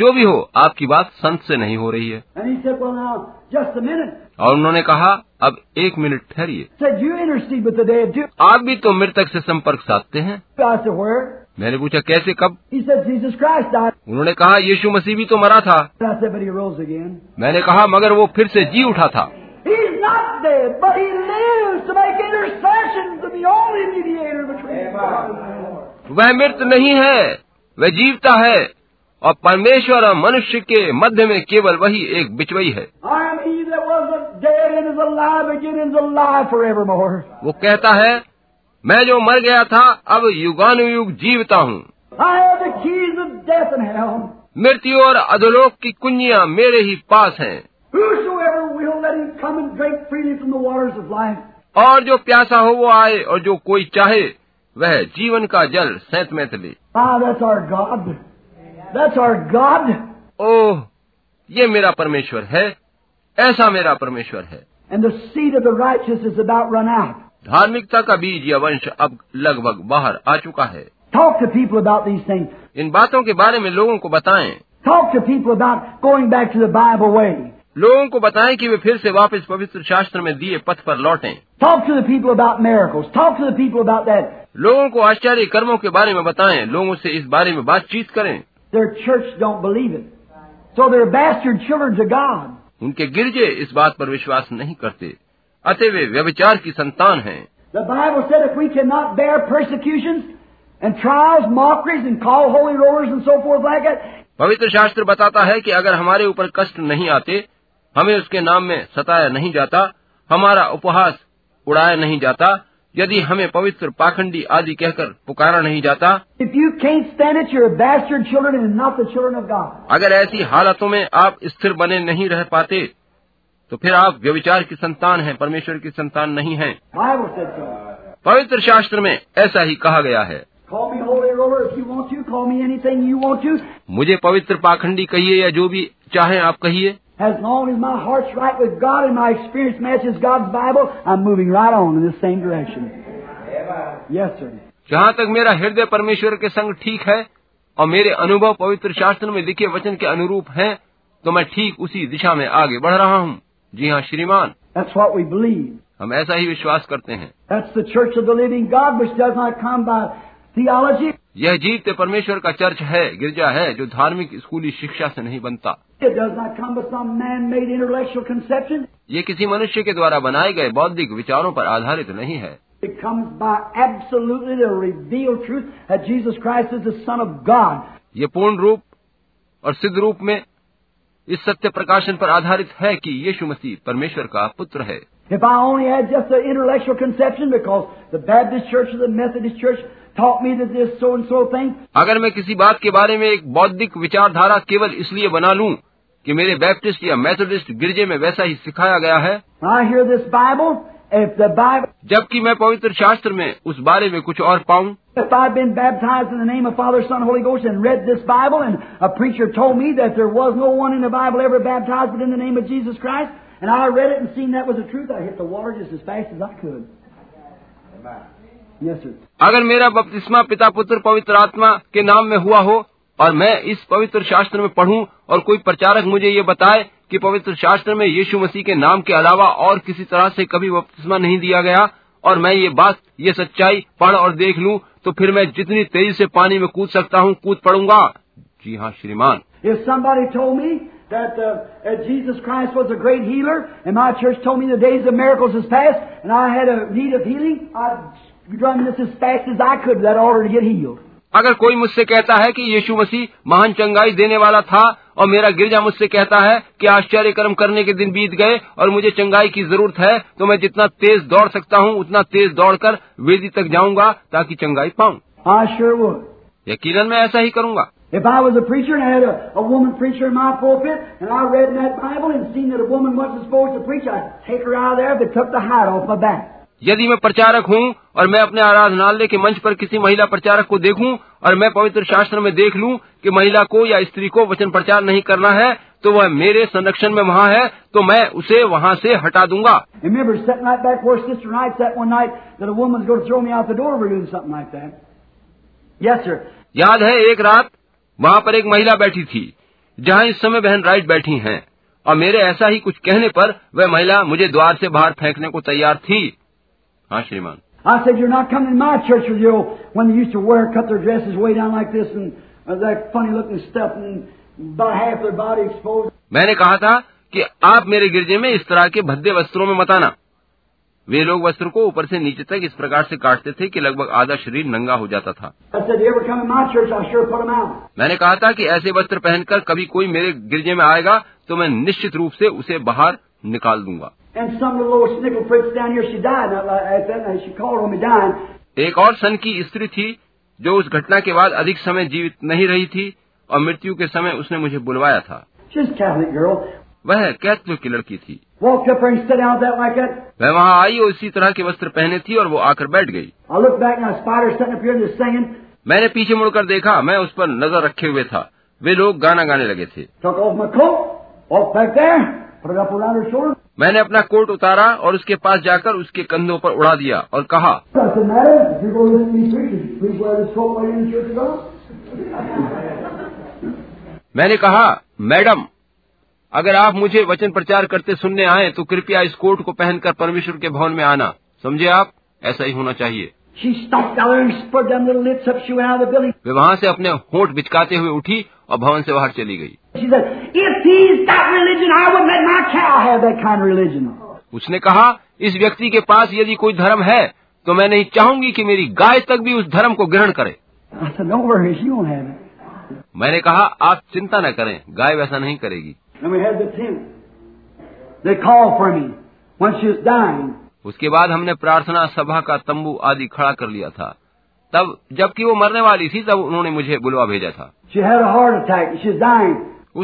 A: जो भी हो आपकी बात संत से नहीं हो रही है
B: And he said, Well, now, just a minute.
A: और उन्होंने कहा अब एक मिनट ठहरिए
B: He said, You intercede with the day of Jubilee.
A: आप भी तो मृतक से संपर्क साधते हैं
B: I said, Where?
A: मैंने पूछा कैसे कब
B: He said, Jesus Christ died.
A: उन्होंने कहा यीशु मसीह भी तो मरा था
B: And I said, But he rose again.
A: मैंने कहा मगर वो फिर से जी उठा था
B: He's not dead, but he lives to make intercession to the only mediator between God and the Lord.
A: वह मृत नहीं है वह जीवता है और परमेश्वर और मनुष्य के मध्य में केवल वही एक बिचवई है
B: I am he that wasn't dead and is alive again and is alive forevermore.
A: वो कहता है मैं जो मर गया था अब युगानुयुग जीवता हूँ
B: I have the keys of death and hell.
A: मृत्यु और अधोलोक की कुंजियाँ मेरे ही पास हैं
B: Whosoever will, let him come and drink freely from the waters of life.
A: और जो प्यासा हो वो आए और जो कोई चाहे वह जीवन का जल सैत में ले
B: Ah, that's our God. That's our God.
A: ओह ये मेरा परमेश्वर है ऐसा मेरा परमेश्वर है
B: And the seed of the righteous is about run out.
A: धार्मिकता का बीज या वंश अब लगभग बाहर आ चुका है
B: Talk to people about these things.
A: इन बातों के बारे में लोगों को बताएं
B: Talk to people about going back to the Bible way.
A: लोगों को बताएं कि वे फिर से वापस पवित्र शास्त्र में दिए पथ पर लौटें
B: Talk to the people about miracles. Talk to the people about that.
A: लोगों को आश्चर्य कर्मों के बारे में बताएं लोगों से इस बारे में बातचीत करें
B: Their church don't believe it. So they're bastard children to God.
A: उनके गिरजे इस बात पर विश्वास नहीं करते अतः वे व्यभिचार की संतान हैं
B: The Bible said if we cannot bear persecutions and trials, mockeries, and call holy rollers and so forth like that,
A: पवित्र शास्त्र बताता है कि अगर हमारे ऊपर कष्ट नहीं आते हमें उसके नाम में सताया नहीं जाता हमारा उपहास उड़ाया नहीं जाता यदि हमें पवित्र पाखंडी आदि कहकर पुकारा नहीं जाता
B: if you can't stand it, you're bastard children and not the children of God.
A: अगर ऐसी हालतों में आप स्थिर बने नहीं रह पाते तो फिर आप व्यविचार की संतान हैं परमेश्वर की संतान नहीं हैं
B: Bible said so.
A: पवित्र शास्त्र में ऐसा ही कहा गया है
B: Call me holy roller if you want to. Call me anything you want to.
A: मुझे पवित्र पाखंडी कहिए या जो भी चाहे आप कहिए
B: As long as my heart's right with God and my experience matches God's Bible, I'm moving right on in this same direction. Yes, sir.
A: जहाँ तक मेरा हृदय परमेश्वर के संग ठीक है और मेरे अनुभव पवित्र शास्त्र में लिखे वचन के अनुरूप हैं, तो मैं ठीक उसी दिशा में आगे बढ़ रहा हूँ जी हाँ श्रीमान
B: That's what we believe.
A: हम ऐसा ही विश्वास करते हैं
B: That's the church of the living God, which does not come by theology.
A: यह जीते परमेश्वर का चर्च है गिरजा है जो धार्मिक स्कूली शिक्षा से नहीं बनता
B: It does not come by some man-made intellectual conception.
A: ये किसी मनुष्य के द्वारा बनाए गए बौद्धिक विचारों पर आधारित नहीं है
B: It comes by absolutely the revealed truth that Jesus Christ is the Son of God.
A: ये पूर्ण रूप और सिद्ध रूप में इस सत्य प्रकाशन पर आधारित है कि यीशु मसीह परमेश्वर का पुत्र है
B: If I only had just an intellectual conception because the Baptist church or the Methodist church taught me that this so-and-so thing,
A: अगर मैं किसी बात के बारे में एक बौद्धिक विचारधारा केवल इसलिए बना लूं कि मेरे बैप्टिस्ट या मेथोडिस्ट गिरजे में वैसा ही सिखाया गया है
B: When I hear this Bible, if the Bible,
A: जबकि मैं पवित्र शास्त्र में उस बारे में कुछ और पाऊं
B: if I've been baptized in the name of Father, Son, Holy Ghost, and read this Bible, and a preacher told me that there was no one in the Bible ever baptized but in the name of Jesus Christ, and I read it and seen that was the truth, I hit the water just as fast as I could. Yes, sir.
A: अगर मेरा बपतिस्मा पिता पुत्र पवित्र आत्मा के नाम में हुआ हो और मैं इस पवित्र शास्त्र में पढ़ूं और कोई प्रचारक मुझे ये बताए कि पवित्र शास्त्र में यीशु मसीह के नाम के अलावा और किसी तरह से कभी बपतिस्मा नहीं दिया गया और मैं ये बात ये सच्चाई पढ़ और देख लूं तो फिर मैं जितनी तेजी से पानी में कूद सकता हूं कूद पड़ूंगा जी हाँ श्रीमान
B: If somebody told me that, uh, that Jesus Christ was a great healer, and my church told me the days of miracles is past, and I had a need of healing, I'd run this as fast as I could to that order to get healed.
A: अगर कोई मुझसे कहता है कि यीशु मसीह महान चंगाई देने वाला था और मेरा गिरजा मुझसे कहता है कि आश्चर्य कर्म करने के दिन बीत गए और मुझे चंगाई की जरूरत है तो मैं जितना तेज दौड़ सकता हूँ उतना तेज दौड़कर वेदी तक जाऊंगा ताकि चंगाई पाऊं
B: I sure would.
A: यकीनन मैं ऐसा ही करूंगा
B: If I was a preacher and I had a, a woman preacher in my pulpit and I read in that Bible and seen that a woman wasn't supposed to preach, I'd take her out of there if it took the hide off my back.
A: यदि मैं प्रचारक हूँ और मैं अपने आराधनालय के मंच पर किसी महिला प्रचारक को देखूं और मैं पवित्र शास्त्र में देख लूं कि महिला को या स्त्री को वचन प्रचार नहीं करना है तो वह मेरे संरक्षण में वहाँ है तो मैं उसे वहाँ से हटा दूंगा
B: And remember sitting right back where Sister Knight sat one night that a woman was going to throw me out the door for doing something like that. Yes, sir.
A: याद है एक रात वहाँ पर एक महिला बैठी थी जहाँ इस समय बहन राइट बैठी हैं और मेरे ऐसा ही कुछ कहने पर वह महिला मुझे द्वार से बाहर फेंकने को तैयार थी हाँ श्रीमान
B: I said, You're not coming to my church with you when they used to wear, cut their dresses way down like this and uh, that funny looking stuff and about half their body exposed.
A: मैंने कहा था कि आप मेरे गिरजे में इस तरह के भद्दे वस्त्रों में मत आना वे लोग वस्त्र को ऊपर से नीचे तक इस प्रकार से काटते थे कि लगभग आधा शरीर नंगा हो जाता था
B: I said, You ever come to my church, I'll sure put them out.
A: मैंने कहा था कि ऐसे वस्त्र पहनकर कभी कोई मेरे गिरजे में आएगा तो मैं निश्चित रूप से उसे बाहर निकाल दूंगा
B: And some little old snickle freaks down here, she died not like, at that night. She called on me dying.
A: एक और सन की स्त्री थी जो उस घटना के बाद अधिक समय जीवित नहीं रही थी और मृत्यु के समय उसने मुझे बुलवाया था
B: She's a Catholic girl.
A: वह कैथलिक की लड़की थी
B: Walked up there and sat down that like that.
A: वह वहाँ आई और इसी तरह के वस्त्र पहने थी और वो आकर बैठ गई
B: I looked back and I spied her sitting up here and just singing.
A: मैंने पीछे मुड़कर देखा मैं उस पर नजर रखे हुए था वे लोग गाना गाने लगे थे
B: Took off my coat, walked back there, put it up around her shoulder.
A: मैंने अपना कोट उतारा और उसके पास जाकर उसके कंधों पर उड़ा दिया और कहा
B: What's the matter? If you're going to let me preach, you preach while this coat while you're in the church at all?
A: मैंने कहा मैडम अगर आप मुझे वचन प्रचार करते सुनने आए तो कृपया इस कोट को पहनकर परमेश्वर के भवन में आना समझे आप ऐसा ही होना चाहिए
B: She stopped out there and spread them little lips up. She went out of the building.
A: वे वहां से अपने होंठ बिचकाते हुए उठी और भवन से बाहर चली गई
B: She said, If he's got religion, I wouldn't let my cow have that kind of religion.
A: उसने कहा इस व्यक्ति के पास यदि कोई धर्म है तो मैं नहीं चाहूंगी कि मेरी गाय तक भी उस धर्म को ग्रहण करे
B: I said, Don't worry, she won't have it.
A: मैंने कहा आप चिंता न करें गाय वैसा नहीं करेगी
B: And we had the tent. They called for me when she was dying.
A: उसके बाद हमने प्रार्थना सभा का तंबू आदि खड़ा कर लिया था तब जबकि वो मरने वाली थी तब उन्होंने मुझे बुलवा भेजा था
B: She had a heart attack and she was dying.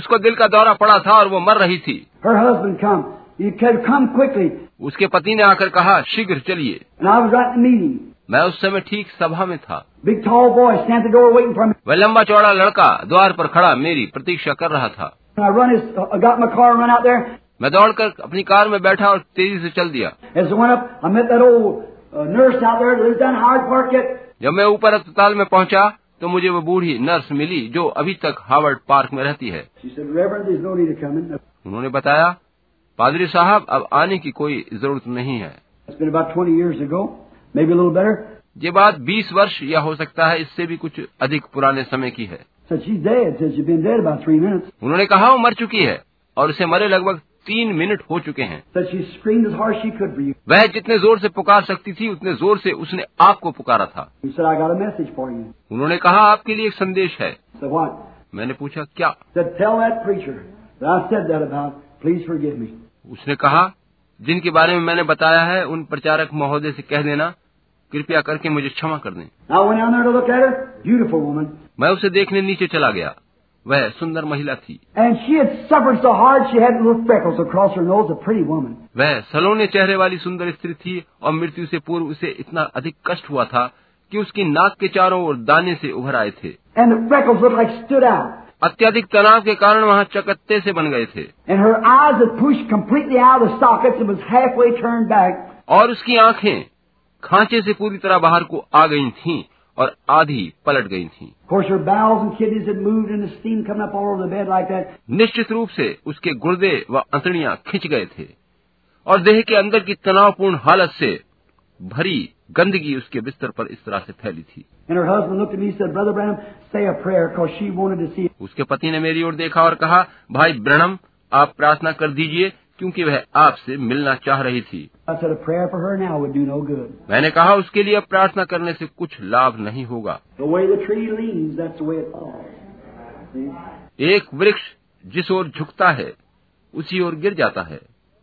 A: उसको दिल का दौरा पड़ा था और वो मर रही थी
B: Her husband come. He said, Come quickly.
A: उसके पति ने आकर कहा शीघ्र चलिए
B: And I was right in the meeting.
A: मैं उस समय ठीक सभा में था
B: Big tall boy standing at the door waiting for me.
A: वह लंबा चौड़ा लड़का द्वार पर खड़ा मेरी प्रतीक्षा कर रहा था
B: And I run his, I got in my car and run out there.
A: मैं दौड़कर अपनी कार में बैठा और तेजी से चल दिया
B: As I went up, I met that old uh, nurse out there that lives down in Howard Park. Yet
A: जब मैं ऊपर अस्पताल में पहुंचा तो मुझे वो बूढ़ी नर्स मिली जो अभी तक हार्वर्ड पार्क में रहती है
B: she said, Reverend, there's no need of coming.
A: उन्होंने बताया पादरी साहब अब आने की कोई जरूरत नहीं है
B: It's been about 20 years ago, maybe a little better.
A: ये बात 20 वर्ष या हो सकता है इससे भी कुछ अधिक पुराने समय की है
B: Said she's dead. Said she's been dead about three minutes.
A: उन्होंने कहा वो मर चुकी है और उसे मरे लगभग तीन मिनट हो चुके हैं
B: Said she screamed as hard as she could for you.
A: वह जितने जोर से पुकार सकती थी उतने जोर से उसने आपको पुकारा था
B: He said, I got a message for you.
A: उन्होंने कहा आपके लिए एक संदेश है
B: Said what?
A: मैंने पूछा क्या
B: Said tell that preacher that I said that about. Please forgive me.
A: उसने कहा जिनके बारे में मैंने बताया है उन प्रचारक महोदय से कह देना कृपया करके मुझे क्षमा कर दें
B: I went down there to look at her. Beautiful woman.
A: मैं उसे देखने नीचे चला गया वह सुंदर महिला थी
B: And she had suffered so hard she had little freckles across her nose. A pretty woman.
A: वह सलोने चेहरे वाली सुंदर स्त्री थी और मृत्यु से पूर्व उसे इतना अधिक कष्ट हुआ था कि उसकी नाक के चारों ओर दाने से उभर आए थे
B: And the freckles looked like stood out.
A: अत्यधिक तनाव के कारण वहाँ चकत्ते से बन गए थे
B: And her eyes had pushed completely out of the sockets and was halfway turned back.
A: और उसकी आंखें खांचे से पूरी तरह बाहर को आ गई थीं और आधी पलट गई थीं।
B: Of course, her bowels and kidneys had moved and the steam coming up all over the bed like that.
A: निश्चित रूप से उसके गुर्दे व अंतड़ियां खिंच गए थे और देह के अंदर की तनावपूर्ण हालत से भरी गंदगी उसके बिस्तर पर इस तरह से फैली थी
B: And her husband looked at me and said, Brother Branham, say a prayer because she wanted to see it.
A: उसके पति ने मेरी ओर देखा और कहा भाई ब्रणम आप प्रार्थना कर दीजिए क्योंकि वह आपसे मिलना चाह रही थी
B: I said, a prayer for her now would do no good.
A: मैंने कहा उसके लिए अब प्रार्थना करने से कुछ लाभ नहीं होगा
B: The way the tree leans, that's the way it falls. See?
A: एक वृक्ष जिस ओर झुकता है उसी ओर गिर जाता है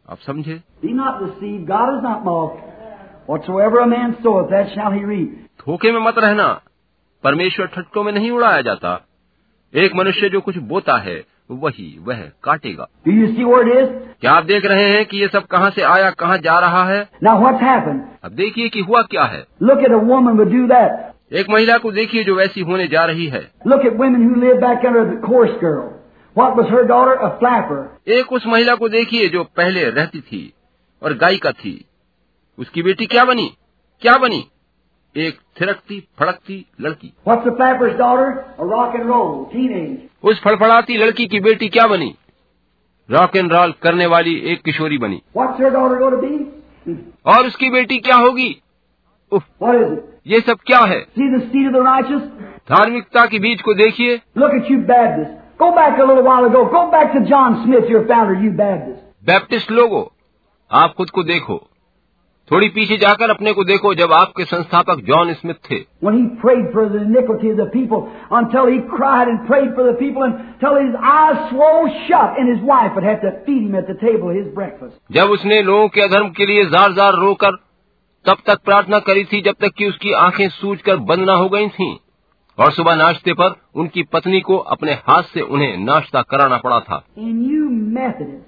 A: आप समझे
B: Be not deceived. God is not mocked. Whatsoever a man soweth, that shall he reap.
A: धोखे में मत रहना परमेश्वर ठटकों में नहीं उड़ाया जाता एक मनुष्य जो कुछ बोता है वही वह काटेगा
B: Do you see where it is?
A: क्या आप देख रहे हैं कि ये सब कहाँ से आया कहाँ जा रहा है
B: Now what's happened?
A: अब देखिए कि हुआ क्या है
B: Look at a woman would do that.
A: एक महिला को देखिए जो वैसी होने जा रही है
B: Look at women who lived back under the course girl. What was her daughter? A flapper.
A: एक उस महिला को देखिए जो पहले रहती थी और गायिका थी उसकी बेटी क्या बनी क्या बनी एक थिरकती फड़कती लड़की
B: What's the flapper's daughter? A rock and roll teenage.
A: उस फड़फड़ाती लड़की की बेटी क्या बनी रॉक एंड रोल करने वाली एक किशोरी बनी
B: What's her daughter going to be? Hmm.
A: और उसकी बेटी क्या होगी
B: What is it?
A: ये सब क्या है
B: See the seed of the righteous?
A: धार्मिकता के बीज को देखिए
B: Look at you Baptists. Go back a little while ago. Go back to John Smith, your founder, you Baptist.
A: Baptist लोगो आप खुद को देखो थोड़ी पीछे जाकर अपने को देखो जब आपके संस्थापक जॉन स्मिथ थे
B: When he prayed for the iniquity of the people until he cried and prayed for the people until his eyes swole shut and his wife would have to feed him at the table his breakfast.
A: जब उसने लोगों के अधर्म के लिए jar jar रोकर तब तक प्रार्थना करी थी जब तक कि उसकी आंखें सूजकर बंद न हो गई थीं और सुबह नाश्ते पर उनकी पत्नी को अपने हाथ से उन्हें नाश्ता कराना पड़ा था
B: And you Methodists,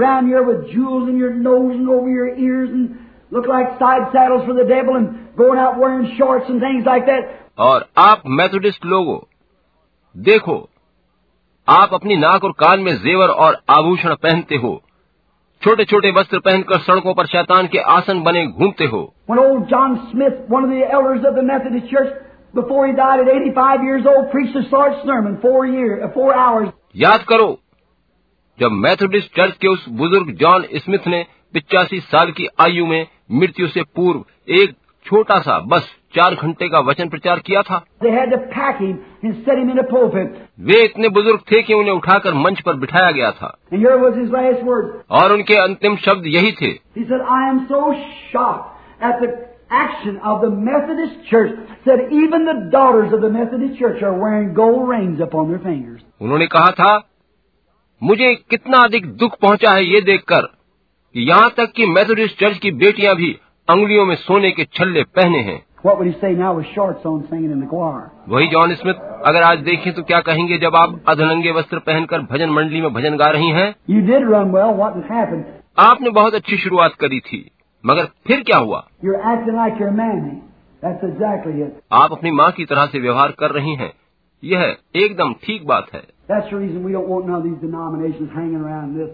B: round here with jewels in your nose and over your ears and look like side saddles for the devil and going out wearing shorts and things like that.
A: और आप Methodist लोगों देखो आप अपनी नाक और कान में जेवर और आभूषण पहनते हो छोटे छोटे वस्त्र पहनकर सड़कों पर शैतान के आसन बने घूमते हो
B: When old John Smith, one of the elders of the Methodist Church, before he died at 85 years old, preached a short sermon, four year, uh, four hours.
A: याद करो जब मेथोडिस्ट चर्च के उस बुजुर्ग जॉन स्मिथ ने पिचासी साल की आयु में मृत्यु से पूर्व एक छोटा सा बस चार घंटे का वचन प्रचार किया था
B: They had to pack him and set him in a pulpit.
A: वे इतने बुजुर्ग थे कि उन्हें उठाकर मंच पर बिठाया गया था
B: And here was his last words.
A: और उनके अंतिम शब्द यही थे
B: He said, I am so shocked at the action of the Methodist Church. Said even the daughters of the Methodist Church are wearing gold rings upon their fingers.
A: उन्होंने कहा था मुझे कितना अधिक दुख पहुंचा है ये देखकर कि यहाँ तक कि मेथोडिस्ट चर्च की बेटियां भी अंगुलियों में सोने के छल्ले पहने हैं
B: What would he say now with shorts on singing in the choir?
A: वही जॉन स्मिथ अगर आज देखें तो क्या कहेंगे जब आप अधनंगे वस्त्र पहनकर भजन मंडली में भजन गा रही हैं
B: You did run well. What has happened?
A: आपने बहुत अच्छी शुरुआत करी थी मगर फिर क्या हुआ
B: You're acting like your mammy. That's exactly it.
A: आप अपनी माँ की तरह से व्यवहार कर रही हैं यह एकदम ठीक बात है
B: That's the reason we don't want none of these denominations hanging around this.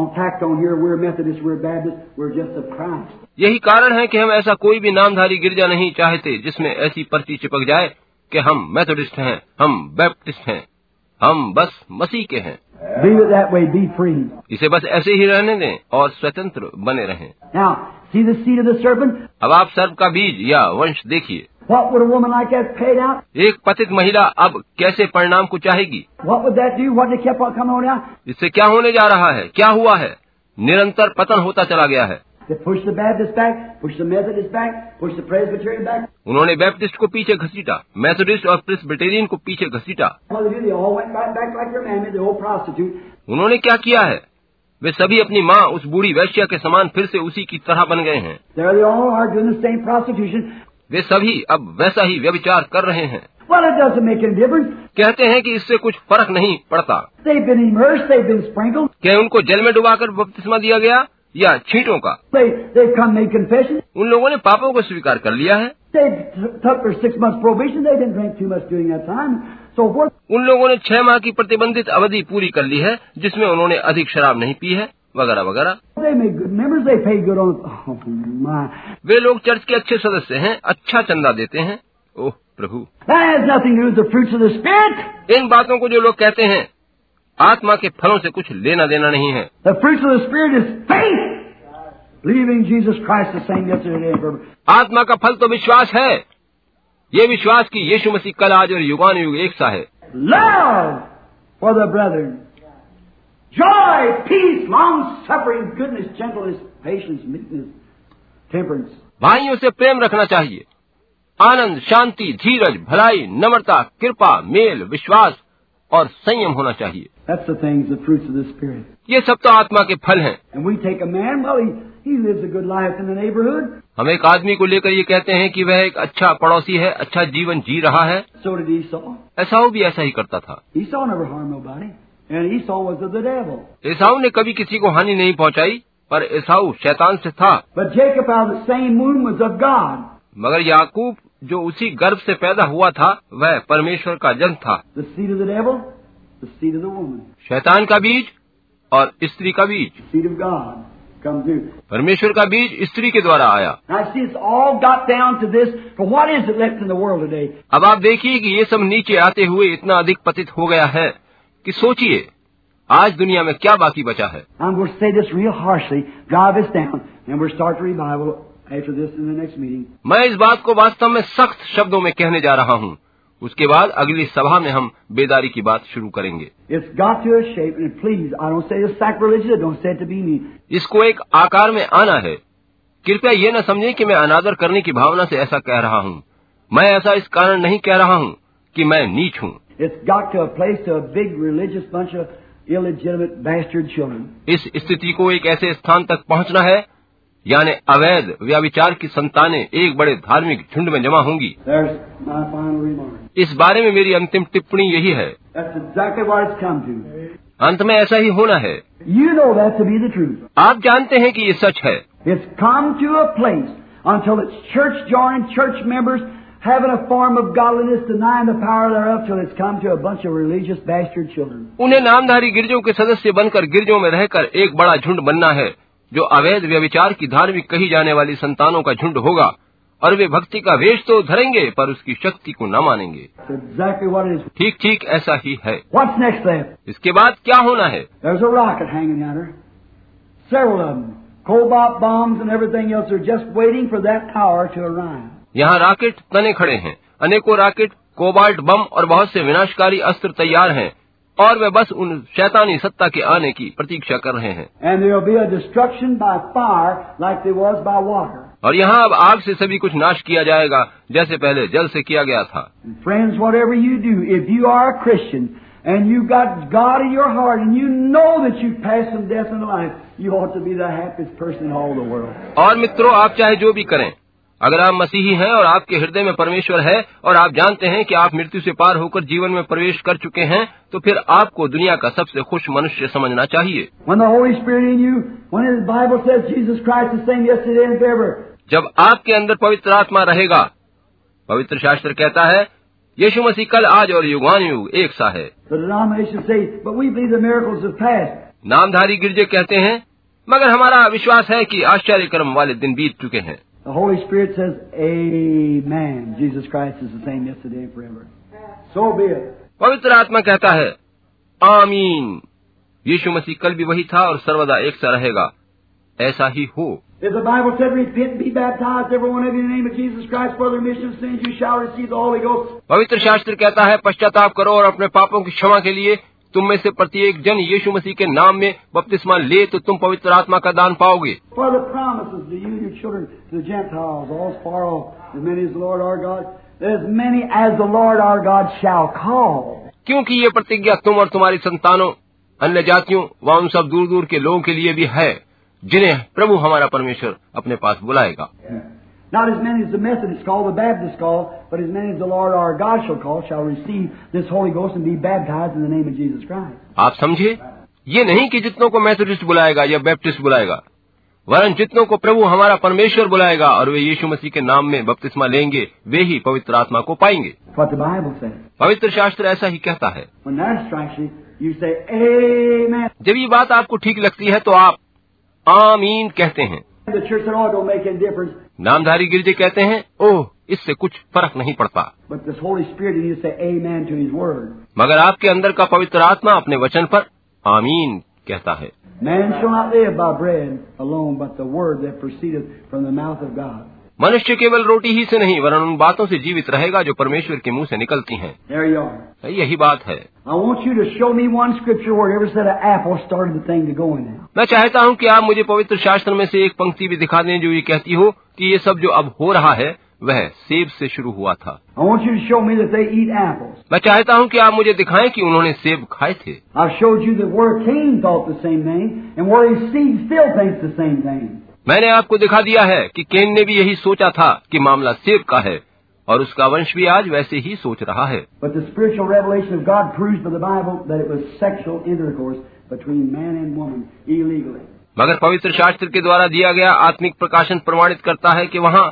B: On tacked on here, we're Methodist, we're Baptist, we're just of Christ.
A: यही कारण है कि हम ऐसा कोई भी नामधारी गिरजा नहीं चाहते जिसमें ऐसी पर्ची चिपक जाए कि हम मेथोडिस्ट हैं हम बैप्टिस्ट हैं हम बस मसीह के हैं
B: Be it that way, be free.
A: इसे बस ऐसे ही रहने दें और स्वतंत्र बने रहें
B: Now, see the seed of the serpent?
A: अब आप सर्व का बीज या वंश देखिए
B: What would a woman like that paid out?
A: एक पतित महिला अब कैसे परिणाम को चाहेगी
B: What would that do? What they kept on coming on out?
A: इससे क्या होने जा रहा है क्या हुआ है निरंतर पतन होता चला गया है
B: They pushed the Baptist back, pushed the Methodist back, pushed the Presbyterian back.
A: उन्होंने बैप्टिस्ट को पीछे घसीटा मेथोडिस्ट और प्रेस्बिटेरियन को पीछे घसीटा
B: What did they do? They all went right back like their mammy, the old prostitute.
A: उन्होंने क्या किया है वे सभी अपनी माँ उस बूढ़ी वैश्या के समान फिर से उसी की तरह बन गए हैं
B: There they all are doing the same prostitution.
A: वे सभी अब वैसा ही व्यभिचार कर रहे हैं
B: Well, it doesn't make any difference.
A: कहते हैं कि इससे कुछ फर्क नहीं पड़ता
B: They've been immersed, they've been sprinkled,
A: क्या उनको जल में डुबाकर बपतिस्मा दिया गया या छींटों का
B: they, they've come made confession.
A: उन लोगों ने पापों को स्वीकार कर लिया है
B: They t- took their six months probation. They didn't drink too much during that time. So what?
A: उन लोगों ने छह माह की प्रतिबंधित अवधि पूरी कर ली है जिसमें उन्होंने अधिक शराब नहीं पी है वगैरह वगैरह
B: They made good members. They paid good on. Oh my!
A: वे लोग चर्च के अच्छे सदस्य हैं अच्छा चंदा देते हैं ओह प्रभु
B: That has nothing to do with the fruits of the spirit.
A: इन बातों को जो लोग कहते हैं आत्मा के फलों से कुछ लेना देना नहीं है
B: The fruits of the spirit is faith, believing Jesus Christ the same yesterday and forever.
A: आत्मा का फल तो विश्वास है ये विश्वास कि यीशु मसीह कल आज और युगान युग एक सा है
B: Love for the brethren. Joy, peace, long suffering, goodness, gentleness, patience, meekness, temperance.
A: भाइयों से प्रेम रखना चाहिए आनंद शांति धीरज भलाई नम्रता कृपा मेल विश्वास और संयम होना चाहिए
B: That's the things, the fruits of the spirit.
A: ये सब तो आत्मा के फल हैं
B: And we take a man, well, he, he lives a good life in the neighborhood.
A: हम एक आदमी को लेकर ये कहते हैं कि वह एक अच्छा पड़ोसी है अच्छा जीवन जी रहा है
B: So did Esau.
A: ऐसाऊ भी ऐसा ही करता था
B: Esau never harmed nobody. And Esau was of the devil.
A: ऐसाऊ ने कभी किसी को हानि नहीं पहुंचाई पर ऐसाऊ शैतान से था
B: But Jacob out of the same womb was of God.
A: मगर याकूब जो उसी गर्भ से पैदा हुआ था वह परमेश्वर का जन था
B: The seed of the devil, the seed of the woman,
A: शैतान का बीज और स्त्री का बीज
B: the seed of God. come through.
A: परमेश्वर का बीज स्त्री के द्वारा आया
B: Now, see, it's all got down to this. For what is it left in the world today?
A: अब आप देखिए कि ये सब नीचे आते हुए इतना अधिक पतित हो गया है कि सोचिए आज दुनिया में क्या बाकी बचा है
B: I'm going to say this real harshly, drive us down, and we'll start the revival after this in the next meeting.
A: मैं इस बात को वास्तव में सख्त शब्दों में कहने जा रहा हूँ उसके बाद अगली सभा में हम बेदारी की बात शुरू करेंगे
B: It's got to a shape, and please, I don't say this sacrilegious, I don't say it to be mean.
A: इसको एक आकार में आना है कृपया ये न समझें कि मैं अनादर करने की भावना से ऐसा कह रहा हूँ मैं ऐसा इस कारण नहीं कह रहा हूँ कि मैं नीच हूँ
B: It's got to a place to a big religious bunch of illegitimate bastard children.
A: इस स्थिति को एक ऐसे स्थान तक पहुँचना है यानी अवैध व्याविचार की संतानें एक बड़े धार्मिक झुंड में जमा होंगी
B: There's my final remark.
A: इस बारे में मेरी अंतिम टिप्पणी यही है
B: That's exactly what it's come to.
A: अंत में ऐसा ही होना है
B: You know that to be the truth.
A: आप जानते हैं कि ये सच है
B: It's come to a place until it's church joined, church members having a form of godliness, denying the power thereof, till it's come to a bunch of religious bastard children.
A: उन्हें नामधारी गिरजों के सदस्य बनकर गिरजों में रहकर एक बड़ा झुंड बनना है जो अवैध व्यविचार की धार्मिक कही जाने वाली संतानों का झुंड होगा और वे भक्ति का वेश तो धरेंगे पर उसकी शक्ति को न मानेंगे
B: That's exactly what it is.
A: ठीक ठीक ऐसा ही है
B: What's next left?
A: इसके बाद क्या होना है
B: There's a rocket hanging out her. Several of them. Cobalt bombs and everything else are just waiting for that hour to arrive.
A: यहाँ राकेट तने खड़े हैं अनेकों राकेट कोबाल्ट बम और बहुत से विनाशकारी अस्त्र तैयार हैं और वे बस उन शैतानी सत्ता के आने की प्रतीक्षा कर रहे हैं
B: And there'll be a destruction by fire like there was by water.
A: और यहाँ अब आग से सभी कुछ नाश किया जाएगा जैसे पहले जल से किया गया था
B: And friends, whatever you do, if you are a Christian and you've got God in your heart and you know that you've passed from death into life, you ought to be the happiest person in all the world.
A: और मित्रों आप चाहे जो भी करें अगर आप मसीही हैं और आपके हृदय में परमेश्वर है और आप जानते हैं कि आप मृत्यु से पार होकर जीवन में प्रवेश कर चुके हैं तो फिर आपको दुनिया का सबसे खुश मनुष्य समझना चाहिए
B: When the Holy Spirit in you, when the Bible says Jesus Christ is the same yesterday and forever,
A: जब आपके अंदर पवित्र आत्मा रहेगा पवित्र शास्त्र कहता है यीशु मसीह कल आज और युगान युग एक सा है
B: the denomination say, but we believe the miracles have passed.
A: नामधारी गिरजे कहते हैं मगर हमारा विश्वास है कि आश्चर्य कर्म वाले दिन बीत चुके हैं
B: The Holy Spirit says, Amen. Jesus Christ is the same yesterday and forever. So be it.
A: पवित्र आत्मा कहता है आमीन यीशु मसीह कल भी वही था और सर्वदा एक सा रहेगा ऐसा ही हो
B: If the Bible said, repent, be baptized, every one of you in the name of Jesus Christ for the remission of sins, you shall receive the Holy Ghost.
A: पवित्र शास्त्र कहता है पश्चाताप करो और अपने पापों की क्षमा के लिए तुम में से प्रत्येक जन यीशु मसीह के नाम में बपतिस्मा ले तो तुम पवित्र आत्मा का दान पाओगे
B: For the promises to you and your children, to the Gentiles, all as far off, as many as the Lord our God, as many as the Lord our God shall call.
A: क्योंकि ये प्रतिज्ञा तुम और तुम्हारी संतानों अन्य जातियों व उन सब दूर दूर के लोगों के लिए भी है जिन्हें प्रभु हमारा परमेश्वर अपने पास बुलाएगा
B: Not as many as the Methodists call, the Baptists call, but as many as the Lord our God shall call, shall receive this Holy Ghost and be baptized in the name of Jesus Christ.
A: आप समझे ये नहीं कि जितनों को Methodist बुलाएगा या Baptist बुलाएगा वरन जितनों को प्रभु हमारा परमेश्वर बुलाएगा और वे यीशु मसीह के नाम में बपतिस्मा लेंगे वे ही पवित्र आत्मा को पाएंगे
B: That's what the Bible says.
A: पवित्र शास्त्र ऐसा ही कहता है
B: When that strikes you, you say, Amen.
A: जब ये बात आपको ठीक लगती है तो आप आमीन कहते हैं
B: The church said, Oh, it don't make any difference.
A: नामधारी गिरजे कहते हैं ओह इससे कुछ फर्क नहीं पड़ता
B: But this Holy Spirit, and you say, Amen to His Word.
A: मगर आपके अंदर का पवित्र आत्मा अपने वचन पर आमीन कहता है
B: Man shall not live by bread alone, but the Word that proceedeth from the mouth of God.
A: मनुष्य केवल रोटी ही से नहीं वरन उन बातों से जीवित रहेगा जो परमेश्वर के मुंह से निकलती हैं
B: There you are.
A: यही बात है
B: I want you to show me one scripture where it ever said an apple started the thing to go in now.
A: मैं चाहता हूं कि आप मुझे पवित्र शास्त्र में से एक पंक्ति भी दिखा दें जो ये कहती हो कि ये सब जो अब हो रहा है वह सेब से शुरू हुआ था
B: I want you to show me that they eat apples.
A: मैं चाहता हूं कि आप मुझे दिखाएं कि उन्होंने सेब खाए थे
B: I've showed you that where Cain thought the same thing and where his seed still thinks the same thing.
A: मैंने आपको दिखा दिया है कि केन ने भी यही सोचा था कि मामला सेब का है और उसका वंश भी आज वैसे ही सोच रहा है
B: But the spiritual revelation of God proves by the Bible that it was sexual intercourse between man and woman illegally.
A: मगर पवित्र शास्त्र के द्वारा दिया गया आत्मिक प्रकाशन प्रमाणित करता है कि वहाँ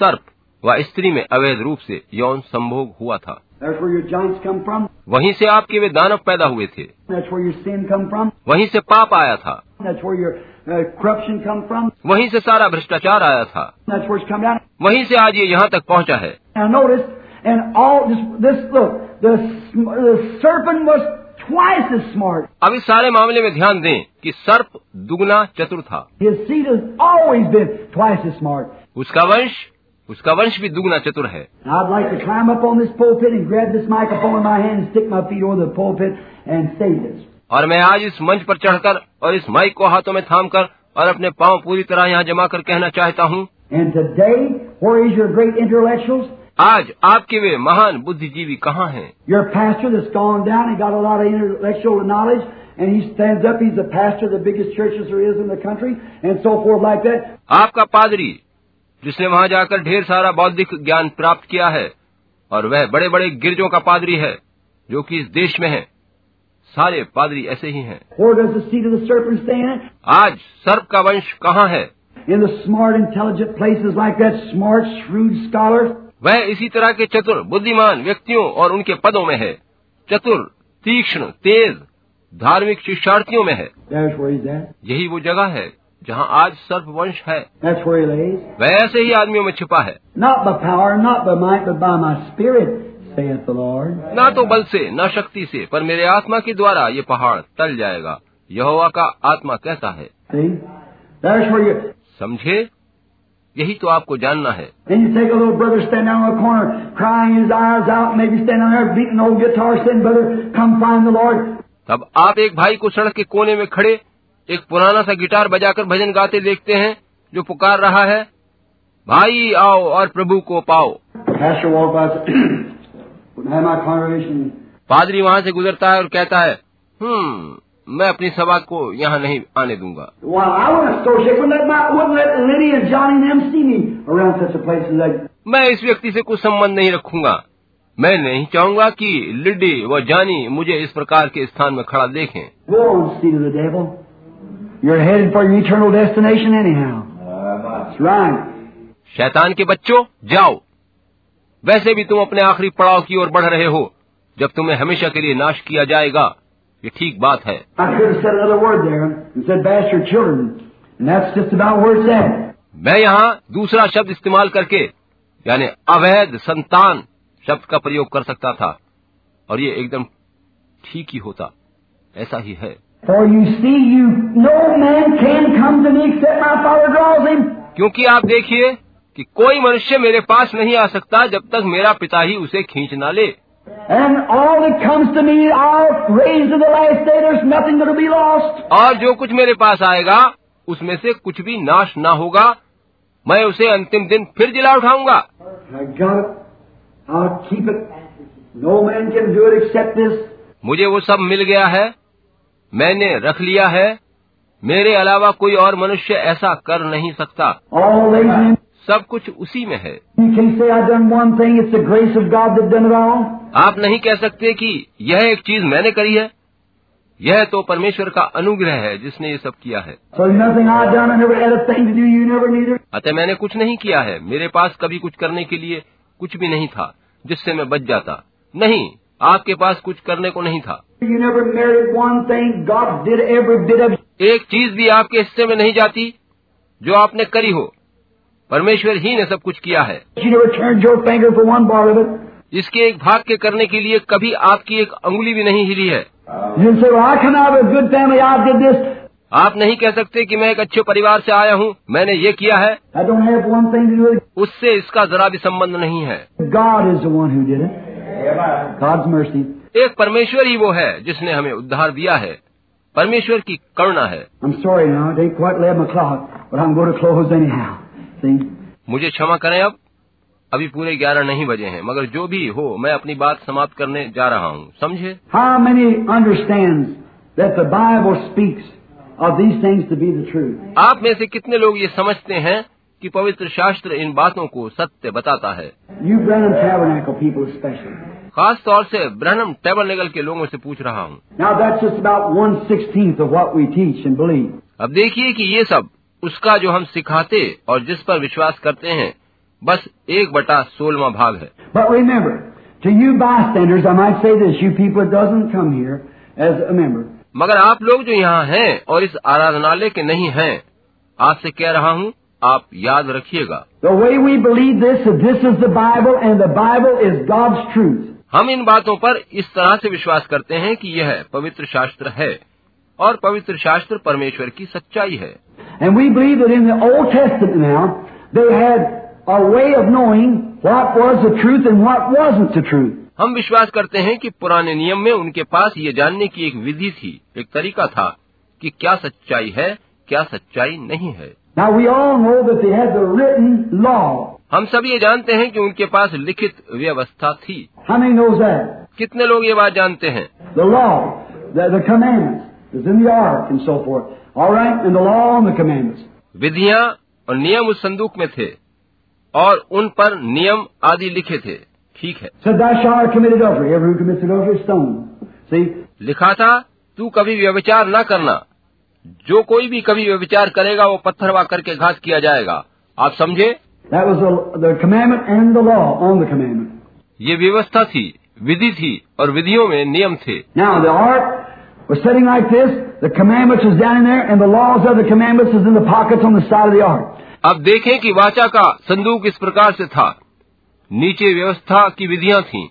A: सर्प व स्त्री में अवैध रूप से यौन संभोग हुआ था
B: That's where your giants come from.
A: वहीं से आपके वे दानव पैदा हुए थे
B: That's where your sin come from.
A: वहीं से पाप आया था
B: That's where your uh, corruption come from.
A: वहीं से सारा भ्रष्टाचार आया था
B: That's where it's come down.
A: वहीं से आज ये यहाँ तक पहुँचा है
B: Now notice, and all this, this look, the, sm- the serpent was twice as smart.
A: अब इस सारे मामले में ध्यान दें कि सर्प दुगना चतुर था
B: His seed has always been twice as smart.
A: उसका वंश उसका वंश भी दुगना चतुर है
B: And I'd like to climb up on this pulpit and grab this microphone in my hand and stick my feet over the pulpit and say this.
A: और मैं आज इस मंच पर चढ़कर और इस माइक को हाथों में थामकर और अपने पांव पूरी तरह यहाँ जमा कर कहना चाहता हूँ
B: And today, where is your great intellectuals?
A: आज आपके वे महान बुद्धिजीवी कहाँ हैं
B: Your pastor that's gone down and got a lot of intellectual knowledge, and he stands up, he's the pastor of the biggest churches there is in the country, and so forth like that.
A: आपका पादरी जिसने वहाँ जाकर ढेर सारा बौद्धिक ज्ञान प्राप्त किया है और वह बड़े बड़े गिरजों का पादरी है जो कि इस देश में है सारे पादरी ऐसे ही हैं
B: Where does the seed of the serpent stand?
A: आज सर्प का वंश कहाँ है
B: In the smart, intelligent places like that, smart, shrewd scholars.
A: वह इसी तरह के चतुर बुद्धिमान व्यक्तियों और उनके पदों में है चतुर तीक्ष्ण तेज धार्मिक शिक्षार्थियों में है
B: There's where he's at.
A: यही वो जगह है जहाँ आज सर्प वंश है
B: That's where he lays.
A: वह ऐसे ही आदमियों में छिपा है
B: Not by power, not by might, but by my spirit, saith the Lord.
A: ना तो बल से ना शक्ति से पर मेरे आत्मा के द्वारा ये पहाड़ टल जाएगा यहोवा का आत्मा कहता है
B: See? There's where you
A: समझे यही तो आपको जानना है
B: then you take a little brother standing down in the corner, crying his eyes out, maybe standing down there beating an old guitar, saying, Brother, come find the Lord.
A: तब आप एक भाई को सड़क के कोने में खड़े एक पुराना सा गिटार बजाकर भजन गाते देखते हैं जो पुकार रहा है भाई आओ और प्रभु को पाओ
B: Pastor walked by and said, Wouldn't have my congregation
A: पादरी वहां से गुजरता है और कहता है हम्म मैं अपनी सभा को यहाँ नहीं आने दूंगा
B: Well, I wouldn't associate, wouldn't let my wouldn't let Lenny and Johnny and them see me around such a place as that.
A: मैं इस व्यक्ति से कुछ संबंध नहीं रखूंगा मैं नहीं चाहूंगा कि लिड्डी व जानी मुझे इस प्रकार के स्थान में खड़ा देखें
B: Go on, seed of the devil. You're headed for your eternal destination anyhow. That's right.
A: शैतान के बच्चों जाओ वैसे भी तुम अपने आखिरी पड़ाव की ओर बढ़ रहे हो जब तुम्हें हमेशा के लिए नाश किया जाएगा ये ठीक बात है
B: I could have said another word there and said bash your children. And that's just about where it's at.
A: मैं यहाँ दूसरा शब्द इस्तेमाल करके यानी अवैध संतान शब्द का प्रयोग कर सकता था और ये एकदम ठीक ही होता ऐसा ही है
B: For you see, you no man can come to me except my Father draws him.
A: क्योंकि आप देखिए कि कोई मनुष्य मेरे पास नहीं आ सकता जब तक मेरा पिता ही उसे खींच ना ले
B: And all that comes to me, I'll raise to the last day. There's nothing that'll be lost.
A: और जो कुछ मेरे पास आएगा उसमें से कुछ भी नाश ना होगा मैं उसे अंतिम दिन फिर जिला उठाऊंगा
B: I got it. I'll keep it. No man can do it except this.
A: मुझे वो सब मिल गया है मैंने रख लिया है मेरे अलावा कोई और मनुष्य ऐसा कर नहीं सकता
B: All lays in him.
A: सब कुछ उसी में है
B: You can't say I've done one thing. It's the grace of God that done it all.
A: आप नहीं कह सकते कि यह एक चीज मैंने करी है यह तो परमेश्वर का अनुग्रह है जिसने ये सब किया है
B: So nothing I've done. I never had a thing to do. You never neither.
A: अतः मैंने कुछ नहीं किया है मेरे पास कभी कुछ करने के लिए कुछ भी नहीं था जिससे मैं बच जाता नहीं आपके पास कुछ करने को नहीं था
B: You never merited one thing. God did every bit of it.
A: एक चीज भी आपके हिस्से में नहीं जाती जो आपने करी हो परमेश्वर ही ने सब कुछ किया है
B: You never turned your finger for one part of it.
A: इसके एक भाग के करने के लिए कभी आपकी एक अंगुली भी नहीं हिली है
B: You didn't say, well, I come out of a good family. I did this.
A: आप नहीं कह सकते कि मैं एक अच्छे परिवार से आया हूँ मैंने ये किया है
B: I don't have one thing to do with
A: उससे इसका जरा भी संबंध नहीं है
B: it. God is the one who did it. God's mercy.
A: एक परमेश्वर ही वो है जिसने हमें उद्धार दिया है परमेश्वर की करुणा है
B: I'm sorry now, it ain't quite 11 o'clock, but I'm going to close anyhow. See?
A: मुझे क्षमा करें अब अभी पूरे ग्यारह नहीं बजे हैं मगर जो भी हो मैं अपनी बात समाप्त करने जा रहा हूँ समझे
B: How many understands that the Bible speaks of these things to be the truth?
A: आप में से कितने लोग ये समझते हैं कि पवित्र शास्त्र इन बातों को सत्य बताता है
B: You Brenham Tabernacle people especially.
A: खास तौर से ब्रहणम टेबल के लोगों से पूछ रहा हूँ
B: Now that's just about one sixteenth of what we teach and believe.
A: अब देखिए कि ये सब उसका जो हम सिखाते और जिस पर विश्वास करते हैं बस एक बटा सोलवा भाग है
B: But remember, To you bystanders, I might say this, you people that doesn't come here as a member.
A: मगर आप लोग जो यहाँ हैं और इस आराधनालय के नहीं हैं आपसे कह रहा हूँ आप याद रखिएगा
B: The way we believe this, that this is the Bible and the Bible is God's truth.
A: हम इन बातों पर इस तरह से विश्वास करते हैं कि यह पवित्र शास्त्र है और पवित्र शास्त्र परमेश्वर की सच्चाई है
B: And we believe that in the Old Testament now, they had a way of knowing what was the truth and what wasn't the truth.
A: हम विश्वास करते हैं कि पुराने नियम में उनके पास ये जानने की एक विधि थी एक तरीका था कि क्या सच्चाई है क्या सच्चाई नहीं है
B: Now we all know that they had the written law.
A: हम सब ये जानते हैं कि उनके पास लिखित व्यवस्था थी
B: How many knows that?
A: कितने लोग ये बात जानते हैं
B: The law, the, the commandments, is in the ark and so forth. All right, and the law and the commandments.
A: विधियां और नियम उस संदूक में थे और उन पर नियम आदि लिखे थे ठीक है
B: Said, "Thou shalt not commit adultery. Everyone who commits adultery is stoned." See,
A: लिखा था तू कभी व्यभिचार न करना जो कोई भी कभी व्यभिचार करेगा वो पत्थरवा करके घात किया जाएगा आप समझे
B: that was the, the commandment and the law on the commandment.
A: ये व्यवस्था थी विधि थी और विधियों में नियम थे
B: Now the ark was sitting like this. The commandments was down in there, and the laws of the commandments is in the pockets on the side of the ark.
A: अब देखें कि वाचा का संदूक इस प्रकार से था नीचे व्यवस्था की विधियां थीं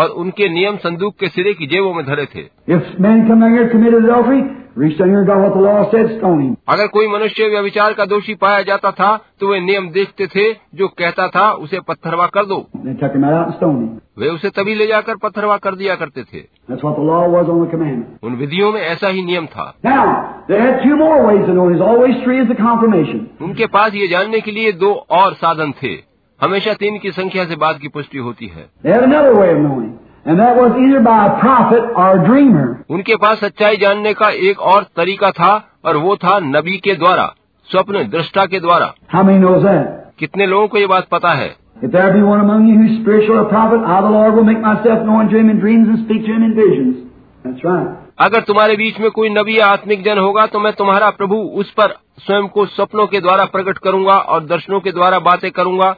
A: और उनके नियम संदूक के सिरे की जेबों में धरे थे
B: If man come down here and committed adultery, reached down here and got what the law said, stone him.
A: अगर कोई मनुष्य व्यभिचार का दोषी पाया जाता था तो वे नियम देखते थे जो कहता था उसे पत्थरवा कर दो
B: They took him out and stoned him.
A: वे उसे तभी ले जाकर पत्थरवा कर दिया करते थे
B: That's what the law was on the commandment.
A: उन विधियों में ऐसा ही नियम था
B: Now they had two more ways to know. There's always three is the confirmation.
A: उनके पास ये जानने के लिए दो और साधन थे हमेशा तीन की संख्या से बात की पुष्टि होती है
B: They had another way of knowing, and that was either by a prophet or a dreamer.
A: उनके पास सच्चाई जानने का एक और तरीका था और वो था नबी के द्वारा स्वप्न दृष्टा के द्वारा
B: How many knows that?
A: कितने लोगों को ये बात पता है
B: If there be one among you who's spiritual or prophet, I the Lord will make myself known to him in dreams and speak to him in visions. That's right.
A: अगर तुम्हारे बीच में कोई नबी या आत्मिक जन होगा तो मैं तुम्हारा प्रभु उस पर स्वयं को सपनों के द्वारा प्रकट करूंगा और दर्शनों के द्वारा बातें करूंगा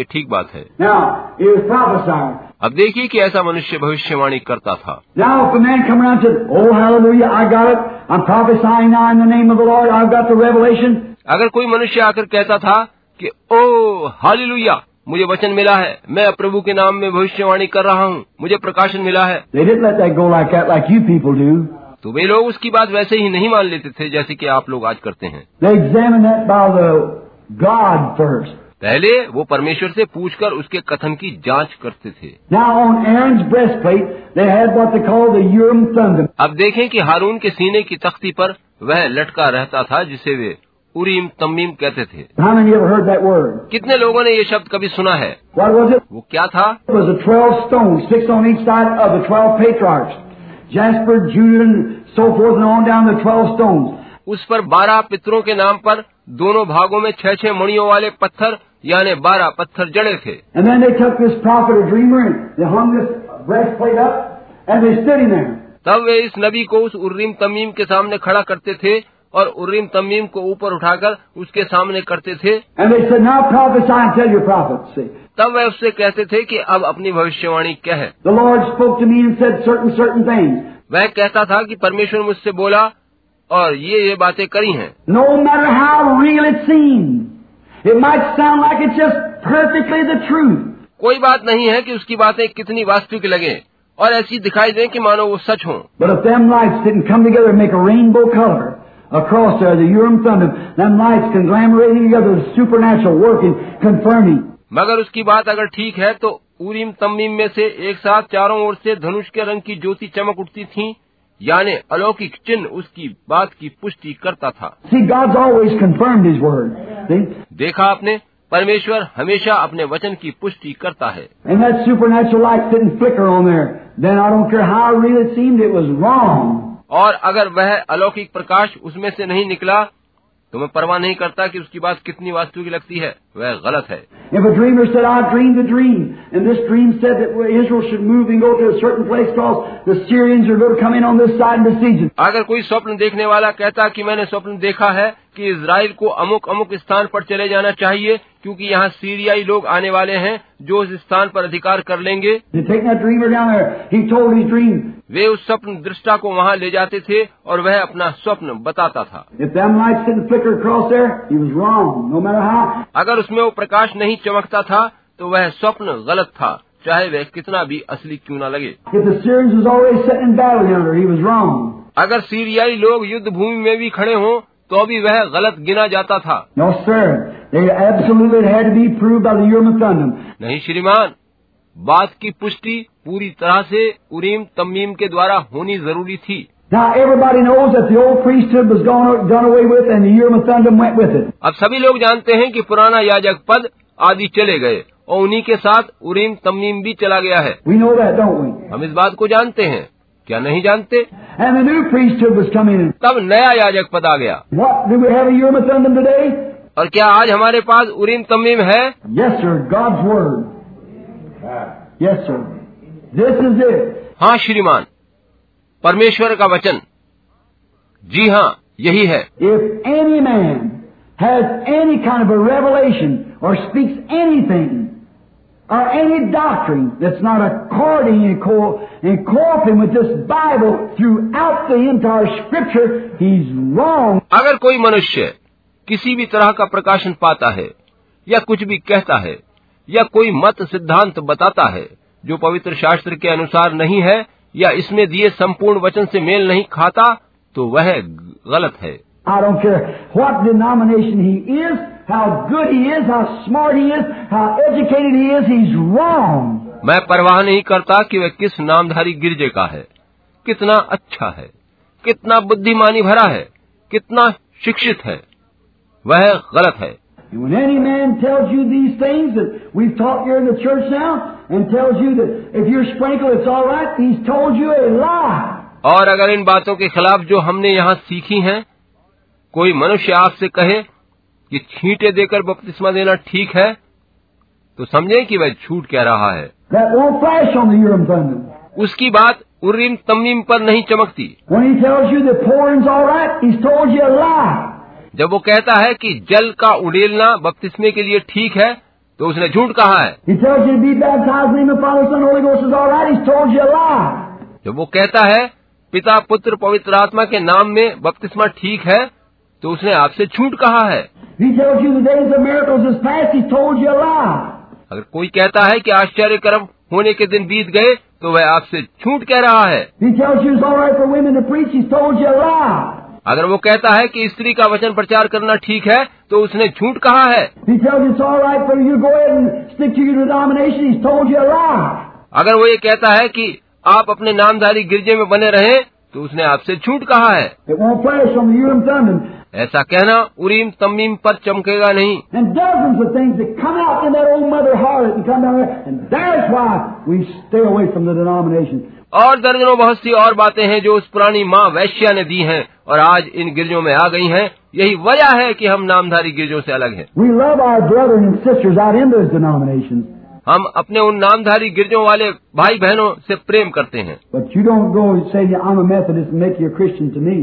A: ये ठीक बात है
B: Now, it was prophesied.
A: अब देखिए कि ऐसा मनुष्य भविष्यवाणी करता था
B: Now, if a man come around and says, Oh, hallelujah, I got it. I'm prophesying now in the name of the Lord. I've got the revelation.
A: अगर कोई मनुष्य आकर कहता था कि ओ हालेलुया मुझे वचन मिला है मैं प्रभु के नाम में भविष्यवाणी कर रहा हूँ मुझे प्रकाशन मिला है
B: They didn't let that go like that, like you people do.
A: तो वे लोग उसकी बात वैसे ही नहीं मान लेते थे जैसे कि आप लोग आज करते हैं
B: They examined that by the God first.
A: पहले वो परमेश्वर से पूछकर उसके कथन की जांच करते थे
B: Now, on Aaron's breastplate, they had what they call the Urim Thummim.
A: अब देखें कि हारून के सीने की तख्ती पर वह लटका रहता था जिसे वे उरीम तमीम कहते थे
B: How many ever heard that word?
A: कितने लोगों ने ये शब्द कभी सुना है
B: What was it?
A: वो क्या था
B: It was the twelve stones, six on each side of the twelve patriarchs. Jasper, Judah, and so forth and on down the twelve stones.
A: उस पर बारह पितरों के नाम पर दोनों भागों में छह छह मणियों वाले पत्थर यानी बारह पत्थर जड़े थे
B: And then they took this prophet or dreamer and they hung this breastplate up and they stood him there.
A: तब वे इस नबी को उस उर्रीम तमीम के सामने खड़ा करते थे और उर्रीम तमीम को ऊपर उठाकर उसके सामने करते थे
B: And they said, Now prophesy and tell your prophets. See,
A: तब वह उससे कहते थे कि अब अपनी भविष्यवाणी कह
B: the Lord spoke to me and said certain, certain things.
A: वह कहता था कि परमेश्वर मुझसे बोला और ये ये बातें करी हैं
B: No matter how real it seemed, it might sound like it's just perfectly the truth.
A: कोई बात नहीं है कि उसकी बातें कितनी वास्तविक लगें और ऐसी दिखाई दें कि मानो वो सच हों
B: But if them lights didn't come together and make a rainbow color across there, the Urim Thummim, them lights conglomerating together, the supernatural working, confirming.
A: मगर उसकी बात अगर ठीक है तो उरीम तम्मीम में से एक साथ चारों ओर से धनुष के रंग की ज्योति चमक उठती थी यानी अलौकिक चिन्ह उसकी बात की पुष्टि करता था
B: See, God's always confirmed His Word. See?
A: देखा आपने परमेश्वर हमेशा अपने वचन की पुष्टि करता है
B: And that supernatural light didn't flicker on there. Then I don't care how real it seemed, it was wrong.
A: और अगर वह अलौकिक प्रकाश उसमें से नहीं निकला तो मैं परवाह नहीं करता कि उसकी बात कितनी वास्तविक लगती है वह गलत है
B: If a dreamer said, I dreamed a dream, and this dream said that Israel should move and go to a certain place because the Syrians are going to come in on this side and besiege it.
A: अगर कोई स्वप्न देखने वाला कहता कि मैंने स्वप्न देखा है कि इसराइल को अमुक अमुक स्थान पर चले जाना चाहिए क्योंकि यहाँ सीरियाई लोग आने वाले हैं जो उस स्थान पर अधिकार कर लेंगे
B: They're taking that dreamer down there. He told his dream.
A: वे उस स्वप्न दृष्टा को वहाँ ले जाते थे और वह अपना स्वप्न बताता था
B: If them lights didn't flicker across there, he was wrong. No matter how,
A: अगर उसमें वो प्रकाश नहीं चमकता था तो वह स्वप्न गलत था चाहे वह कितना भी असली क्यों न लगे
B: if the Syrians was already sitting in battle down there, he was wrong.
A: अगर सीरियाई लोग युद्ध भूमि में भी खड़े हों तो भी वह गलत गिना जाता था
B: No, sir. They absolutely had to be proved by the Urim and Thummim.
A: नहीं श्रीमान बात की पुष्टि पूरी तरह से उरीम तमीम के द्वारा होनी जरूरी थी
B: Now everybody knows that the old priesthood was gone, done away with, and the Urim and Thummim went with it.
A: अब सभी लोग जानते हैं कि पुराना याजक पद आदि चले गए और उन्हीं के साथ उरीम तमीम भी चला गया है
B: We know that, don't we?
A: हम इस बात को जानते हैं क्या नहीं जानते
B: And the new priesthood was coming in.
A: तब नया याजक पद आ गया
B: What do we have a Urim and Thummim today?
A: और क्या आज हमारे पास उरीम तमीम है
B: Yes, sir. God's word. Yes, sir. This is it.
A: हाँ श्रीमान परमेश्वर का वचन जी हाँ यही है
B: If any man has any kind of a revelation or speaks anything or any doctrine that's not according and, co- and cooperating with this Bible throughout the entire Scripture, he's wrong.
A: अगर कोई मनुष्य किसी भी तरह का प्रकाशन पाता है या कुछ भी कहता है या कोई मत सिद्धांत बताता है जो पवित्र शास्त्र के अनुसार नहीं है या इसमें दिए संपूर्ण वचन से मेल नहीं खाता तो वह गलत है
B: I don't care what denomination he is, how good he is, how smart he is, how educated he is, he's wrong.
A: मैं परवाह नहीं करता कि वह किस नामधारी गिरजे का है कितना अच्छा है कितना बुद्धिमानी भरा है कितना शिक्षित है वह गलत है
B: And when any man tells you these things that we've taught here in the church now, and tells you that if you're sprinkled it's all right, he's told you a lie.
A: और अगर इन बातों के खिलाफ जो हमने यहाँ सीखी हैं कोई मनुष्य आपसे कहे कि छींटे देकर बपतिस्मा देना ठीक है तो समझें कि वह झूठ कह रहा है
B: That won't flash on the Urim Thummim.
A: उसकी बात उर्रीम तमीम पर नहीं चमकती
B: When he tells you that pouring's all right, he's told you a lie.
A: जब वो कहता है कि जल का उड़ेलना बपतिस्मे के लिए ठीक है तो उसने झूठ कहा है
B: He tells you to be baptized in the name of the Father, Son, and Holy Ghost is all right, he's told you a lie.
A: जब वो कहता है पिता पुत्र पवित्र आत्मा के नाम में बपतिस्मा ठीक है तो उसने आपसे झूठ कहा है
B: If he tells you the days of miracles is past, he's told you a lie.
A: अगर कोई कहता है कि आश्चर्य कर्म होने के दिन बीत गए तो वह आपसे झूठ कह रहा है
B: If he tells you it's all right for women to preach, he's told you a lie.
A: अगर वो कहता है कि स्त्री का वचन प्रचार करना ठीक है तो उसने झूठ कहा है
B: If he tells you it's all right for you to go ahead and stick to your denomination, he's told you a lie.
A: अगर वो ये कहता है कि आप अपने नामधारी गिरजे में बने रहें तो उसने आपसे झूठ कहा है
B: It won't flash on the Urim Thummim.
A: ऐसा कहना उरीम तमीम पर चमकेगा नहीं
B: And dozens of things that come out in that old mother harlot and come down there. And that's why we stay away from the denomination.
A: और दर्जनों बहुत सी और बातें हैं जो उस पुरानी माँ वैश्या ने दी हैं और आज इन गिरजों में आ गई हैं यही वजह है कि हम नामधारी गिरजों से अलग हैं
B: We love our brethren and sisters out in those denominations.
A: हम अपने उन नामधारी गिरजों वाले भाई बहनों से प्रेम करते हैं
B: But you don't go and say, I'm a Methodist and make you a Christian to me.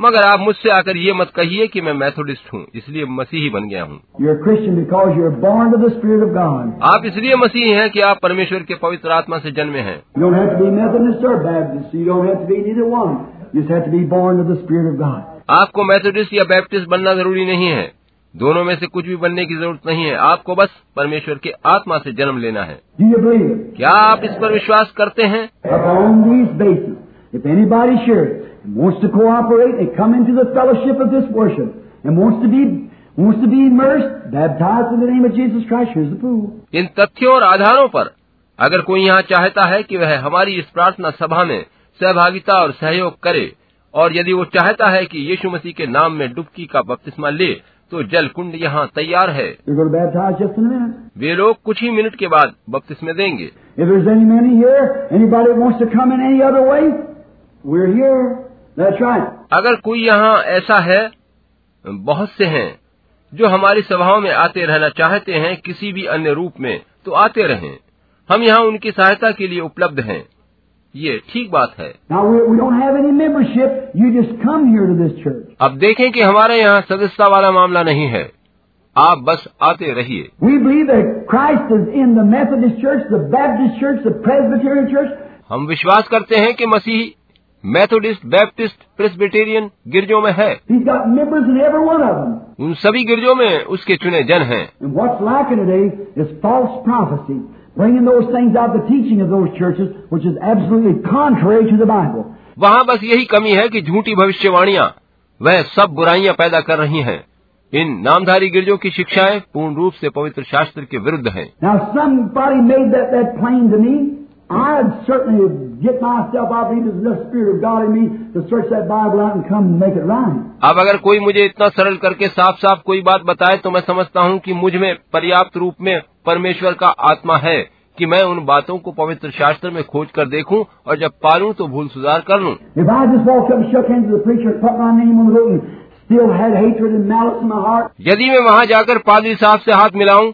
A: मगर आप मुझसे आकर ये मत कहिए कि मैं मैथोडिस्ट हूँ इसलिए मसीही बन गया हूँ
B: You're a Christian because you're born of the Spirit of God.
A: आप इसलिए मसीही हैं कि आप परमेश्वर के पवित्र आत्मा से जन्मे हैं
B: You don't have to be Methodist or Baptist. You don't have to be neither one. You just have to be born of the Spirit of God.
A: आपको मैथोडिस्ट या बैप्टिस्ट बनना जरूरी नहीं है दोनों में से कुछ भी बनने की जरूरत नहीं है आपको बस परमेश्वर के आत्मा से जन्म लेना है
B: Do you believe it?
A: क्या आप इस पर विश्वास करते हैं
B: upon these bases. If anybody shares and wants to cooperate and come into the fellowship of this worship and wants to be wants to be immersed, baptized in the name of Jesus Christ, here's the pool.
A: इन तथ्यों और आधारों पर अगर कोई यहाँ चाहता है कि वह हमारी इस प्रार्थना सभा में सहभागिता और सहयोग करे और यदि वो चाहता है कि यीशु मसीह के नाम में डुबकी का बपतिस्मा ले तो जल कुंड यहाँ तैयार है
B: They're going to baptize just in a minute.
A: वे लोग कुछ ही मिनट के बाद बपतिस्मे देंगे
B: If there's any man here, anybody that wants to come in any other way, we're here. That's right.
A: अगर कोई यहाँ ऐसा है बहुत से हैं जो हमारी सभाओं में आते रहना चाहते हैं किसी भी अन्य रूप में तो आते रहें हम यहाँ उनकी सहायता के लिए उपलब्ध हैं ये ठीक बात है
B: Now we, we don't have any membership. You just come here to this church.
A: अब देखें कि हमारे यहाँ सदस्यता वाला मामला नहीं है आप बस आते रहिए
B: We believe that Christ is in the Methodist Church, the Baptist Church, the Presbyterian Church,
A: हम विश्वास करते हैं कि मसीह मेथोडिस्ट बैप्टिस्ट प्रेस्बिटेरियन गिरजों में है
B: He's got members in every one of them.
A: उन सभी गिरजों में उसके चुने जन हैं
B: And what's lacking today is false prophecy, bringing those things out the teaching of those churches, which is absolutely contrary to the Bible.
A: वहाँ बस यही कमी है कि झूठी भविष्यवाणियाँ वह सब बुराइयां पैदा कर रही हैं इन नामधारी गिरजों की शिक्षाएं पूर्ण रूप से पवित्र शास्त्र के विरुद्ध हैं
B: Now, if somebody made that, that plain to me. I'd certainly get myself out of even the Spirit of God in me to search that Bible out and come and make it right.
A: अब अगर कोई मुझे इतना सरल करके साफ साफ कोई बात बताए तो मैं समझता हूँ कि मुझ में पर्याप्त रूप में परमेश्वर का आत्मा है कि मैं उन बातों को पवित्र शास्त्र में खोज कर देखूं और जब पालूं तो भूल सुधार कर लूं
B: If I just walked up and shook hands with the preacher and put my name on the book and still had hatred and malice in my heart,
A: यदि मैं वहां जाकर पादरी साहब से हाथ मिलाऊं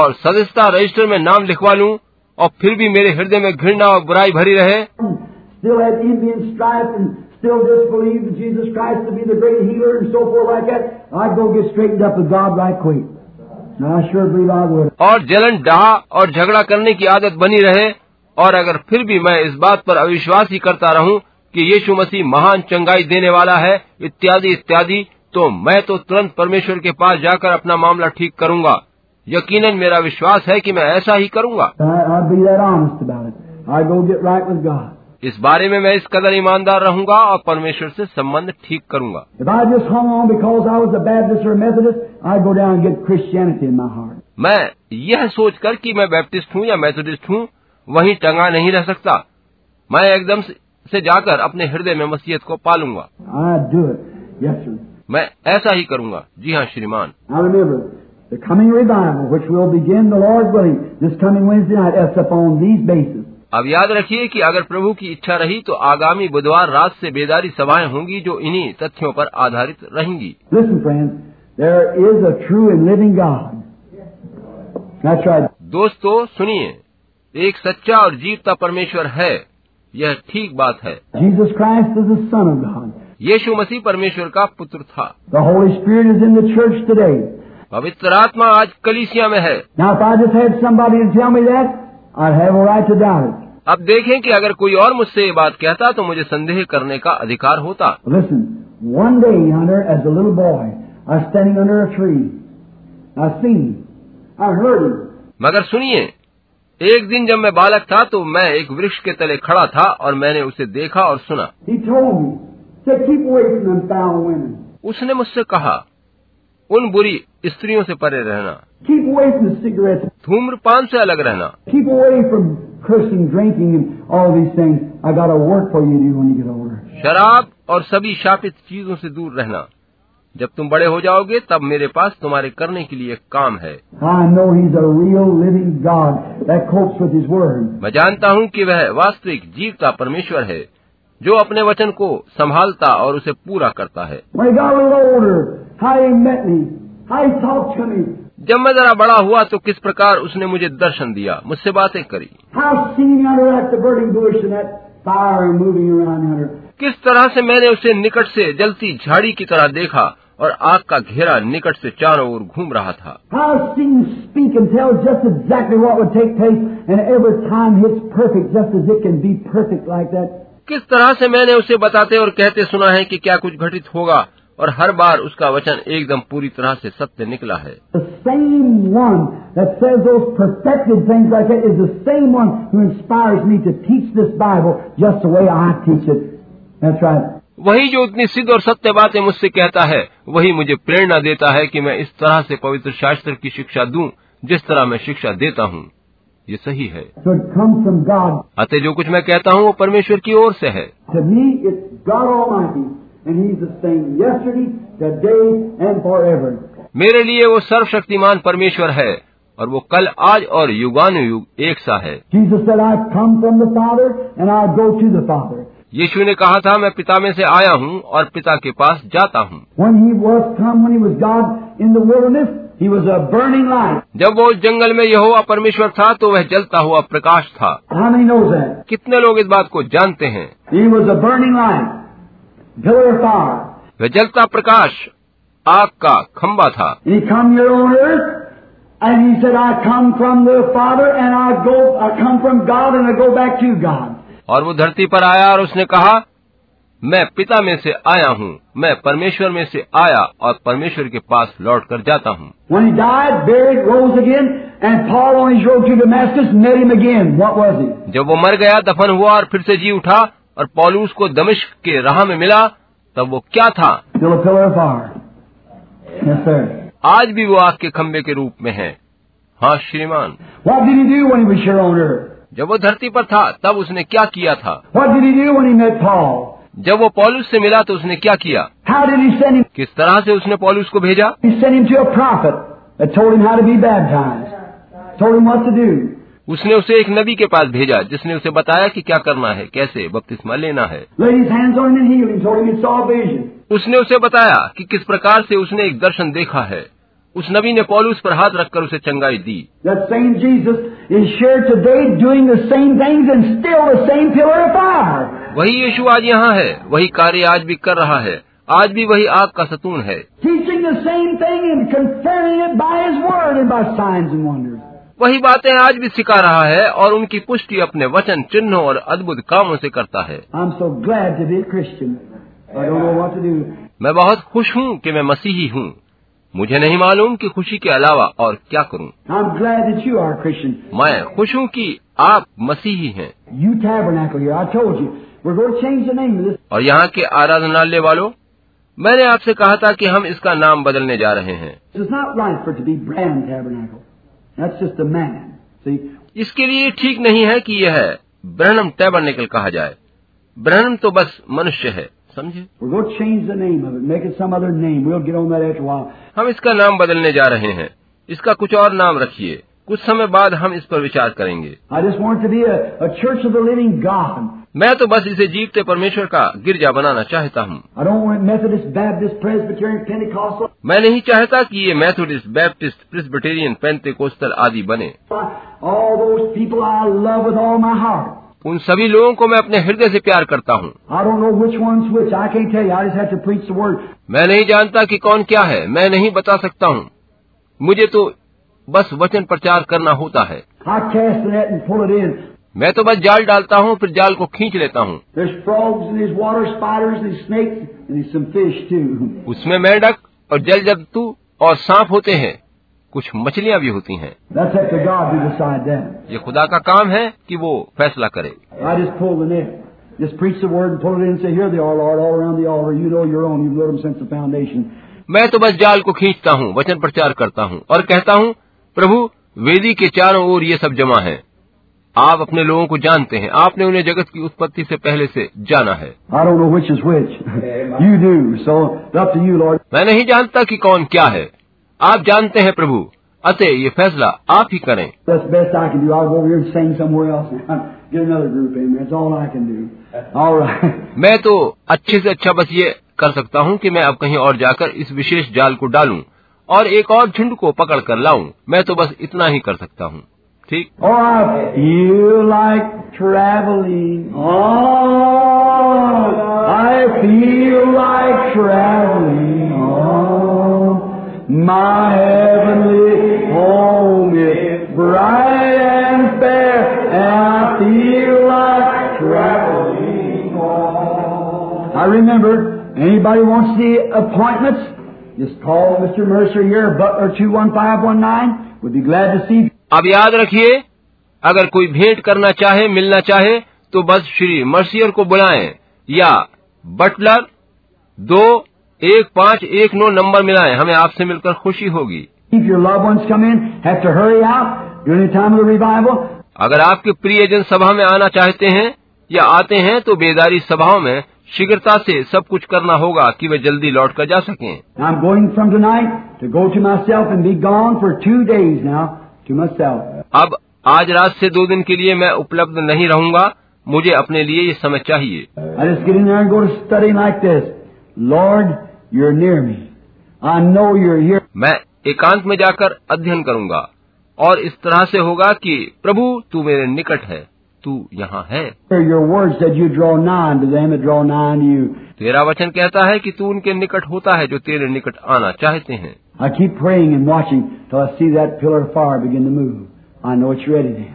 A: और सदस्यता रजिस्टर में नाम लिखवा लूं और फिर भी मेरे हृदय में घृणा और बुराई भरी रहे
B: still had envy and strife and still disbelieved in Jesus Christ to be the great healer and so forth like that, I'd go get straightened up with God right quick. And I sure believe I would.
A: और जलन डहा और झगड़ा करने की आदत बनी रहे और अगर फिर भी मैं इस बात पर अविश्वास ही करता रहूं कि यीशु मसीह महान चंगाई देने वाला है इत्यादि इत्यादि तो मैं तो तुरंत परमेश्वर के पास जाकर अपना मामला ठीक करूंगा यकीनन मेरा विश्वास है कि मैं ऐसा ही करूंगा
B: And I, I'd be that honest about it. I'd go get right with God.
A: इस बारे में मैं इस कदर ईमानदार रहूंगा और परमेश्वर से संबंध ठीक करूंगा
B: If I just hung on because I was a Baptist or a Methodist, I'd go down and get Christianity in my heart.
A: मैं यह सोचकर कि मैं बैप्टिस्ट हूँ या मेथोडिस्ट हूँ वहीं टंगा नहीं रह सकता मैं एकदम से- से जाकर अपने हृदय में मसीहत को पालूंगा
B: I'd do it. Yes, sir.
A: मैं ऐसा ही करूंगा जी हाँ श्रीमान
B: Now remember, the coming revival, which will begin, the Lord's willing, this coming Wednesday night, that's upon these bases.
A: अब याद रखिए कि अगर प्रभु की इच्छा रही तो आगामी बुधवार रात से बेदारी सभाएं होंगी जो इन्हीं तथ्यों पर आधारित रहेंगी
B: Listen, friends, there is a true and living God. That's right.
A: दोस्तों सुनिए एक सच्चा और जीवता परमेश्वर है यह ठीक बात है
B: Jesus Christ is the Son of God.
A: यीशु मसीह परमेश्वर का पुत्र था
B: The Holy Spirit is in the church today.
A: पवित्र आत्मा आज कलीसिया में है
B: Now, if I just had somebody to tell me that, I'd have a right to doubt it.
A: अब देखें कि अगर कोई और मुझसे ये बात कहता तो मुझे संदेह करने का अधिकार होता
B: Listen, one day, Hunter, as a little boy, I was standing under a tree. I seen him. I heard him.
A: मगर सुनिए एक दिन जब मैं बालक था तो मैं एक वृक्ष के तले खड़ा था और मैंने उसे देखा और सुना
B: He told me, said, keep away from them foul women.
A: उसने मुझसे कहा उन बुरी स्त्रियों से परे रहना
B: Keep away from the cigarettes.
A: धूम्रपान से अलग रहना
B: Keep away from cursing, drinking, and all these things. I got a work for you to do when you get older.
A: शराब और सभी शापित चीजों से दूर रहना जब तुम बड़े हो जाओगे तब मेरे पास तुम्हारे करने के लिए एक काम है
B: I know He's a real living God that copes with His Word.
A: मैं जानता हूँ कि वह वास्तविक जीवता परमेश्वर है जो अपने वचन को संभालता और उसे पूरा करता है
B: When he got a little older, how He met me, how He talked to me,
A: जब मैं जरा बड़ा हुआ तो किस प्रकार उसने मुझे दर्शन दिया मुझसे बातें करी
B: how I've seen under that the burning bush and that fire moving around under.
A: किस तरह से मैंने उसे निकट से जलती झाड़ी की तरह देखा और आग का घेरा निकट से चारों ओर घूम रहा था
B: How I've seen him speak and tell just exactly what would take place, and every time it's perfect, just as it can be perfect like that.
A: किस तरह से मैंने उसे बताते और कहते सुना है कि क्या कुछ घटित होगा और हर बार उसका वचन एकदम पूरी तरह से सत्य निकला है
B: The same one that says those perfected things like that is the same one who inspires me to teach this Bible just the way I teach it. That's right.
A: वही जो उतनी सिद्ध और सत्य बातें मुझसे कहता है वही मुझे प्रेरणा देता है कि मैं इस तरह से पवित्र शास्त्र की शिक्षा दूं जिस तरह मैं शिक्षा देता हूँ ये सही है
B: So it comes from God.
A: अतः जो कुछ मैं कहता हूँ वो परमेश्वर की ओर से है
B: To me, it's God Almighty, and He's the same yesterday, today, and forever.
A: मेरे लिए वो सर्वशक्तिमान परमेश्वर है और वो कल आज और युगानुयुग एक सा है
B: Jesus said, I come from the Father and I go to the Father.
A: यीशु ने कहा था मैं पिता में से आया हूँ और पिता के पास जाता हूँ
B: When he was come, when he was God in the wilderness, he was a burning light.
A: जब वो उस जंगल में यहोवा परमेश्वर था तो वह जलता हुआ प्रकाश था
B: How many knows that?
A: कितने लोग इस बात को जानते हैं
B: He was a burning light, pillar of fire.
A: वह जलता प्रकाश आग का खंबा था
B: And he come here on earth, and he said, I come from the Father, and I go, I come from God, and I go back to God.
A: और वो धरती पर आया और उसने कहा मैं पिता में से आया हूँ मैं परमेश्वर में से आया और परमेश्वर के पास लौट कर जाता हूँ
B: When he died, buried, rose again, and Paul on his road to Damascus met him again. What was he?
A: जब वो मर गया दफन हुआ और फिर से जी उठा और पौलूस को दमिश्क के राह में मिला तब वो क्या था
B: Still a pillar of fire. Yes, sir.
A: आज भी वो आग के खंबे के रूप में है हाँ श्रीमान
B: What did he do when he was here on earth?
A: जब वो धरती पर था तब उसने क्या किया था
B: What did he do when he met Paul?
A: जब वो पौलुस से मिला तो उसने क्या किया
B: How did he send him?
A: किस तरह से उसने पौलुस को भेजा
B: He sent him to a prophet that told him how to be baptized, told him what to do.
A: उसने उसे एक नबी के पास भेजा जिसने उसे बताया कि क्या करना है कैसे बपतिस्मा लेना है
B: Laid his hands on him and healed him, told him he saw a vision.
A: उसने उसे बताया कि किस प्रकार से उसने एक दर्शन देखा है उस नबी ने पौलुस पर हाथ रखकर उसे चंगाई दी
B: That same Jesus is here today doing the same things and still the same pillar of fire.
A: वही यीशु आज यहाँ है वही कार्य आज भी कर रहा है आज भी वही आग का सतून है
B: Teaching the same thing and confirming it by his word and by signs and wonders.
A: वही बातें आज भी सिखा रहा है और उनकी पुष्टि अपने वचन चिन्हों और अद्भुत कामों से करता है
B: I'm so glad to be a Christian. I don't know what to do.
A: मैं बहुत खुश हूँ कि मैं मसीही हूँ मुझे नहीं मालूम कि खुशी के अलावा और क्या करूँ
B: I'm glad that you are a Christian.
A: मैं खुश हूँ कि आप मसीही हैं
B: You tabernacle here. I told you. We're going to change the name of this.
A: और यहाँ के आराधनालय वालों मैंने आपसे कहा था कि हम इसका नाम बदलने जा रहे हैं
B: It's not right for it to be brand tabernacle. That's just a man. See?
A: इसके लिए ठीक नहीं है कि यह ब्रहणम टैबरनेकल कहा जाए ब्रहणम तो बस मनुष्य है समझे
B: We're going to change the name of it. Make it some other name. We'll get on that after a while.
A: हम इसका नाम बदलने जा रहे हैं इसका कुछ और नाम रखिए कुछ समय बाद हम इस पर विचार करेंगे
B: I just want it to be a, a church of the living God.
A: मैं तो बस इसे जीवते परमेश्वर का गिरजा बनाना चाहता हूँ
B: I don't want it Methodist, Baptist, Presbyterian, Pentecostal.
A: मैं नहीं चाहता कि ये मैथोडिस्ट बैप्टिस्ट प्रिस्बिटेरियन पेंतेकोस्तर आदि बने
B: All those people I love with all my heart.
A: उन सभी लोगों को मैं अपने हृदय से प्यार करता हूँ
B: I don't know which one's which. I can't tell you. I just have to preach the word.
A: मैं नहीं जानता कि कौन क्या है मैं नहीं बता सकता हूँ मुझे तो बस वचन प्रचार करना होता है
B: I cast the net and pull it in.
A: मैं तो बस जाल डालता हूँ फिर जाल को खींच लेता हूँ
B: There's frogs and there's water spiders and there's snakes and there's some fish too.
A: उसमें मेंढक और जल जंतु और सांप होते हैं कुछ मछलियाँ भी होती हैं
B: That's up to God to decide that.
A: ये खुदा का काम है कि वो फैसला करे
B: I just pull the net. Just preach the word and pull it in and say, Here they are, Lord, all around the altar. You know your own. You've known them since the foundation.
A: मैं तो बस जाल को खींचता हूँ वचन प्रचार करता हूँ और कहता हूँ प्रभु वेदी के चारों ओर ये सब जमा है आप अपने लोगों को जानते हैं आपने उन्हें जगत की उत्पत्ति से पहले से जाना है
B: I don't know which is which. you do. So it's up to you, Lord.
A: मैं नहीं जानता कि कौन क्या है आप जानते हैं प्रभु अतः ये फैसला आप ही करें
B: That's the best I can do. I'll go over here and sing somewhere else now. Get another group in there. That's all I can do. All right.
A: मैं तो अच्छे से अच्छा बस ये कर सकता हूँ कि मैं अब कहीं और जाकर इस विशेष जाल को डालूं और एक और झुंड को पकड़ कर लाऊं मैं तो बस इतना ही कर सकता हूँ ठीक
B: All right. You like traveling. Oh, I feel like traveling. Oh, my heavenly home is bright and fair, and I feel like traveling. Oh. I remember, anybody wants the appointments, just call Mr. Mercer here, Butler 21519. We'd be glad to see you.
A: अब याद रखिए अगर कोई भेंट करना चाहे मिलना चाहे तो बस श्री मर्सियर को बुलाएं या बटलर दो एक पाँच एक नौ नंबर मिलाएं हमें आपसे मिलकर खुशी होगी
B: If your loved ones come in, have to hurry out during the time of the revival.
A: अगर आपके प्रियजन सभा में आना चाहते हैं या आते हैं तो बेदारी सभाओं में शीघ्रता से सब कुछ करना होगा कि वे जल्दी लौट कर जा सकें
B: I'm going from tonight to go to myself and be gone for two days now to myself.
A: अब आज रात से दो दिन के लिए मैं उपलब्ध नहीं रहूंगा मुझे अपने लिए ये समय चाहिए
B: I just get in there and go to study like this. Lord, you're near me. I know you're here.
A: मैं एकांत में जाकर अध्ययन करूंगा और इस तरह से होगा कि प्रभु तू मेरे निकट है तू यहाँ है
B: Your word said you draw nigh to them that draw nigh to you.
A: तेरा वचन कहता है कि तू उनके निकट होता है जो तेरे निकट आना चाहते हैं
B: I keep praying and watching till I see that pillar of fire begin to move. I know it's ready then.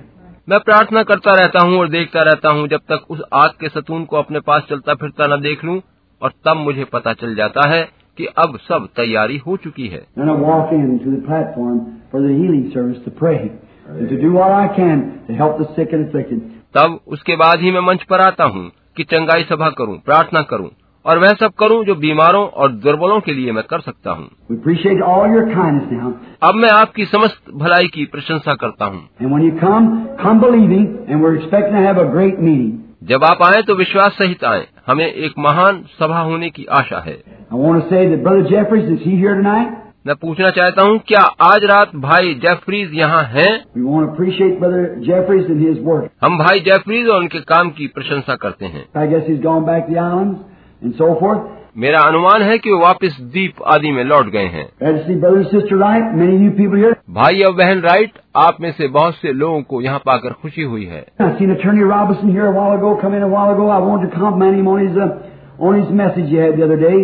A: मैं प्रार्थना करता रहता हूँ और देखता रहता हूँ जब तक उस आग के सतून को अपने पास चलता फिरता न देख लूँ और तब मुझे पता चल जाता है कि अब सब तैयारी हो चुकी है
B: And I walk into the platform for the healing service to pray and to do what I can to help the sick and afflicted.
A: तब उसके बाद ही मैं मंच पर आता हूँ कि चंगाई सभा करूँ प्रार्थना करूँ और वह सब करूँ जो बीमारों और दुर्बलों के लिए मैं कर सकता हूँ
B: We appreciate all your kindness now.
A: अब मैं आपकी समस्त भलाई की प्रशंसा करता हूँ
B: And when you come, come believing, and we're expecting to have a great meeting.
A: जब आप आए तो विश्वास सहित आए हमें एक महान सभा होने की आशा है
B: I want to say that Brother Jeffries, is he here tonight?
A: मैं पूछना चाहता हूँ क्या आज रात भाई जेफरीज यहाँ हैं
B: We want to appreciate Brother Jeffries and his work.
A: हम भाई जेफरीज और उनके काम की प्रशंसा करते हैं
B: I guess he's gone back to the islands and so forth.
A: मेरा अनुमान है कि वो वापस द्वीप आदि में लौट गए हैं
B: Glad to see Brother and Sister Wright, many of you people here.
A: भाई और बहन राइट आप में से बहुत से लोगों को यहाँ पाकर खुशी हुई है
B: I seen Attorney Robinson here a while ago, come in a while ago. I wanted to compliment him on his, uh, on his message you had the other day.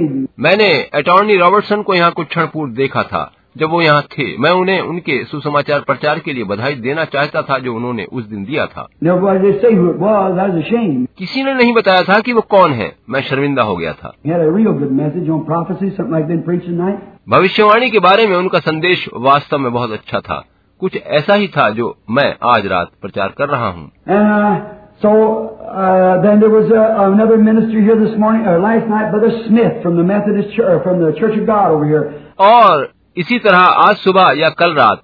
A: मैंने अटॉर्नी रॉबर्टसन को यहाँ कुछ क्षण पूर्व देखा था जब वो यहाँ थे मैं उन्हें उनके सुसमाचार प्रचार के लिए बधाई देना चाहता था जो उन्होंने उस दिन दिया था
B: Nobody did say who it was. That was a shame.
A: किसी ने नहीं बताया था कि वो कौन है मैं शर्मिंदा हो गया था
B: He had a real good message on prophecy, something like been preached tonight.
A: भविष्यवाणी के बारे में उनका संदेश वास्तव में बहुत अच्छा था कुछ ऐसा ही था जो मैं आज रात प्रचार कर रहा हूँ
B: And uh, so uh, then there was uh, another minister here this morning or last night, Brother Smith from the Methodist Church, from the Church of God over here.
A: और इसी तरह आज सुबह या कल रात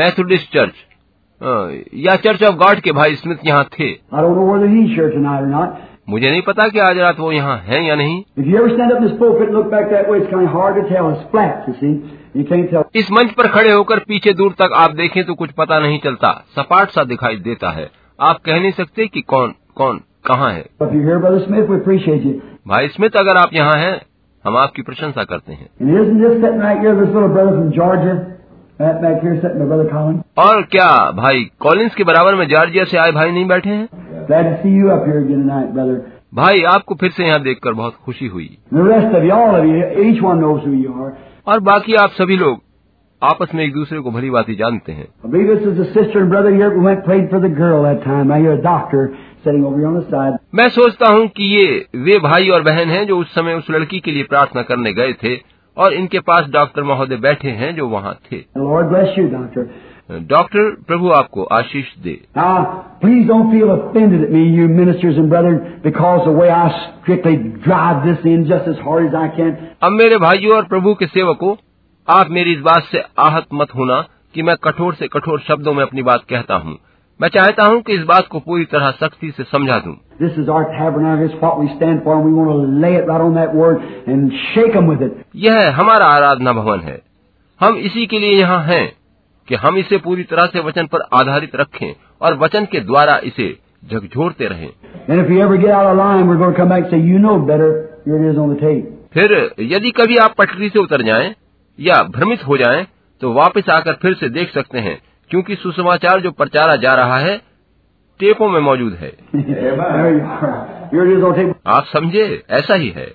A: मैथोडिस्ट चर्च अ, या चर्च ऑफ गॉड के भाई स्मिथ यहाँ थे
B: I don't know whether he's here tonight or not.
A: मुझे नहीं पता कि आज रात वो यहाँ हैं या नहीं
B: If you ever stand up in this pulpit and look back that way, it's kind of hard to tell. It's flat, you see. You can't tell.
A: इस मंच पर खड़े होकर पीछे दूर तक आप देखें तो कुछ पता नहीं चलता सपाट सा दिखाई देता है आप कह नहीं सकते कि कौन कौन कहाँ है
B: But if you're here, Brother Smith, we appreciate you.
A: भाई स्मिथ अगर आप यहाँ हैं हम आपकी प्रशंसा करते हैं
B: And isn't this sitting right here, this little brother from Georgia? Right back here sitting, my brother Colin.
A: और क्या भाई कॉलिंस के बराबर में जॉर्जिया से आए भाई नहीं बैठे हैं
B: Glad to see you up here again tonight, brother.
A: भाई आपको फिर से यहाँ देखकर बहुत खुशी हुई
B: And the rest of you, all of you, each one knows who you are.
A: और बाकी आप सभी लोग आपस में एक दूसरे को भली बात जानते हैं
B: I believe this is a sister and brother here who went and prayed for the girl that time. Now you're a doctor sitting over here on the side.
A: मैं सोचता हूँ कि ये वे भाई और बहन हैं जो उस समय उस लड़की के लिए प्रार्थना करने गए थे और इनके पास डॉक्टर महोदय बैठे हैं जो वहाँ थे
B: And Lord bless you, doctor.
A: Doctor प्रभु आपको आशीष दे
B: Now, please don't feel offended at me, you ministers and brethren, because the way I strictly drive this in just as hard as I can.
A: अब मेरे भाइयों और प्रभु के सेवकों आप मेरी इस बात से आहत मत होना कि मैं कठोर से कठोर शब्दों में अपनी बात कहता हूँ मैं चाहता हूँ कि इस बात को पूरी तरह सख्ती से समझा दूँ
B: This is our tabernacle. It's what we stand for, and we want to lay it right on that word and shake them with it.
A: यह हमारा आराधना भवन है हम इसी के लिए यहाँ हैं कि हम इसे पूरी तरह से वचन पर आधारित रखें और वचन के द्वारा इसे झकझोरते रहें
B: And if you ever get out of line, we're going to come back and say, you know better. Here it is on the tape.
A: फिर यदि कभी आप पटरी से उतर जाएं या भ्रमित हो जाएं तो वापस आकर फिर से देख सकते हैं क्योंकि सुसमाचार जो प्रचारा जा रहा है टेपों में मौजूद है
B: there you are. Here it is on the tape.
A: आप समझे ऐसा ही है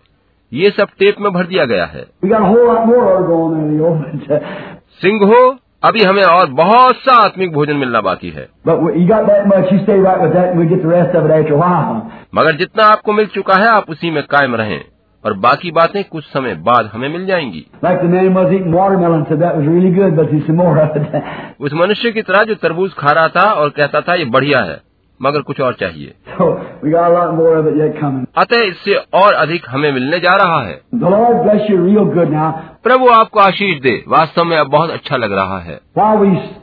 A: ये सब टेप में भर दिया गया है
B: We got a whole lot more order on there, Leo. But, uh,
A: सिंघो अभी हमें और बहुत सा आत्मिक भोजन मिलना बाकी है
B: But w- you got that much, you stay right with that, and we get the rest of it after a while.
A: मगर जितना आपको मिल चुका है आप उसी में कायम रहें और बाकी बातें कुछ समय बाद हमें मिल जाएंगी
B: Like the man who was eating watermelon said, that was really good, but there's some more of it.
A: उस मनुष्य की तरह जो तरबूज खा रहा था और कहता था ये बढ़िया है मगर कुछ और चाहिए
B: so we got a lot more of it yet coming.
A: अतः इससे और अधिक हमें मिलने जा रहा है
B: The Lord bless you real good now.
A: प्रभु आपको आशीष दे वास्तव में अब बहुत अच्छा लग रहा है
B: While we s-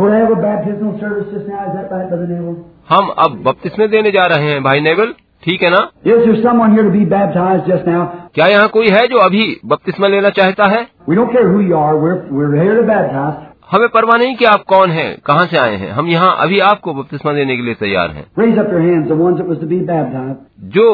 B: going to have a baptismal service just now, is that right, Brother Neville?
A: हम अब बपतिस्मे देने जा रहे हैं भाई नेवल ठीक है ना
B: Is there someone here to be baptized just now?
A: क्या यहाँ कोई है जो अभी बपतिस्मा लेना चाहता है
B: We don't care who you are. We're, we're here to baptize.
A: हमें परवाह नहीं कि आप कौन हैं कहाँ से आए हैं हम यहाँ अभी आपको बपतिस्मा देने के लिए तैयार हैं
B: Raise up your hands, the ones that was to be baptized.
A: जो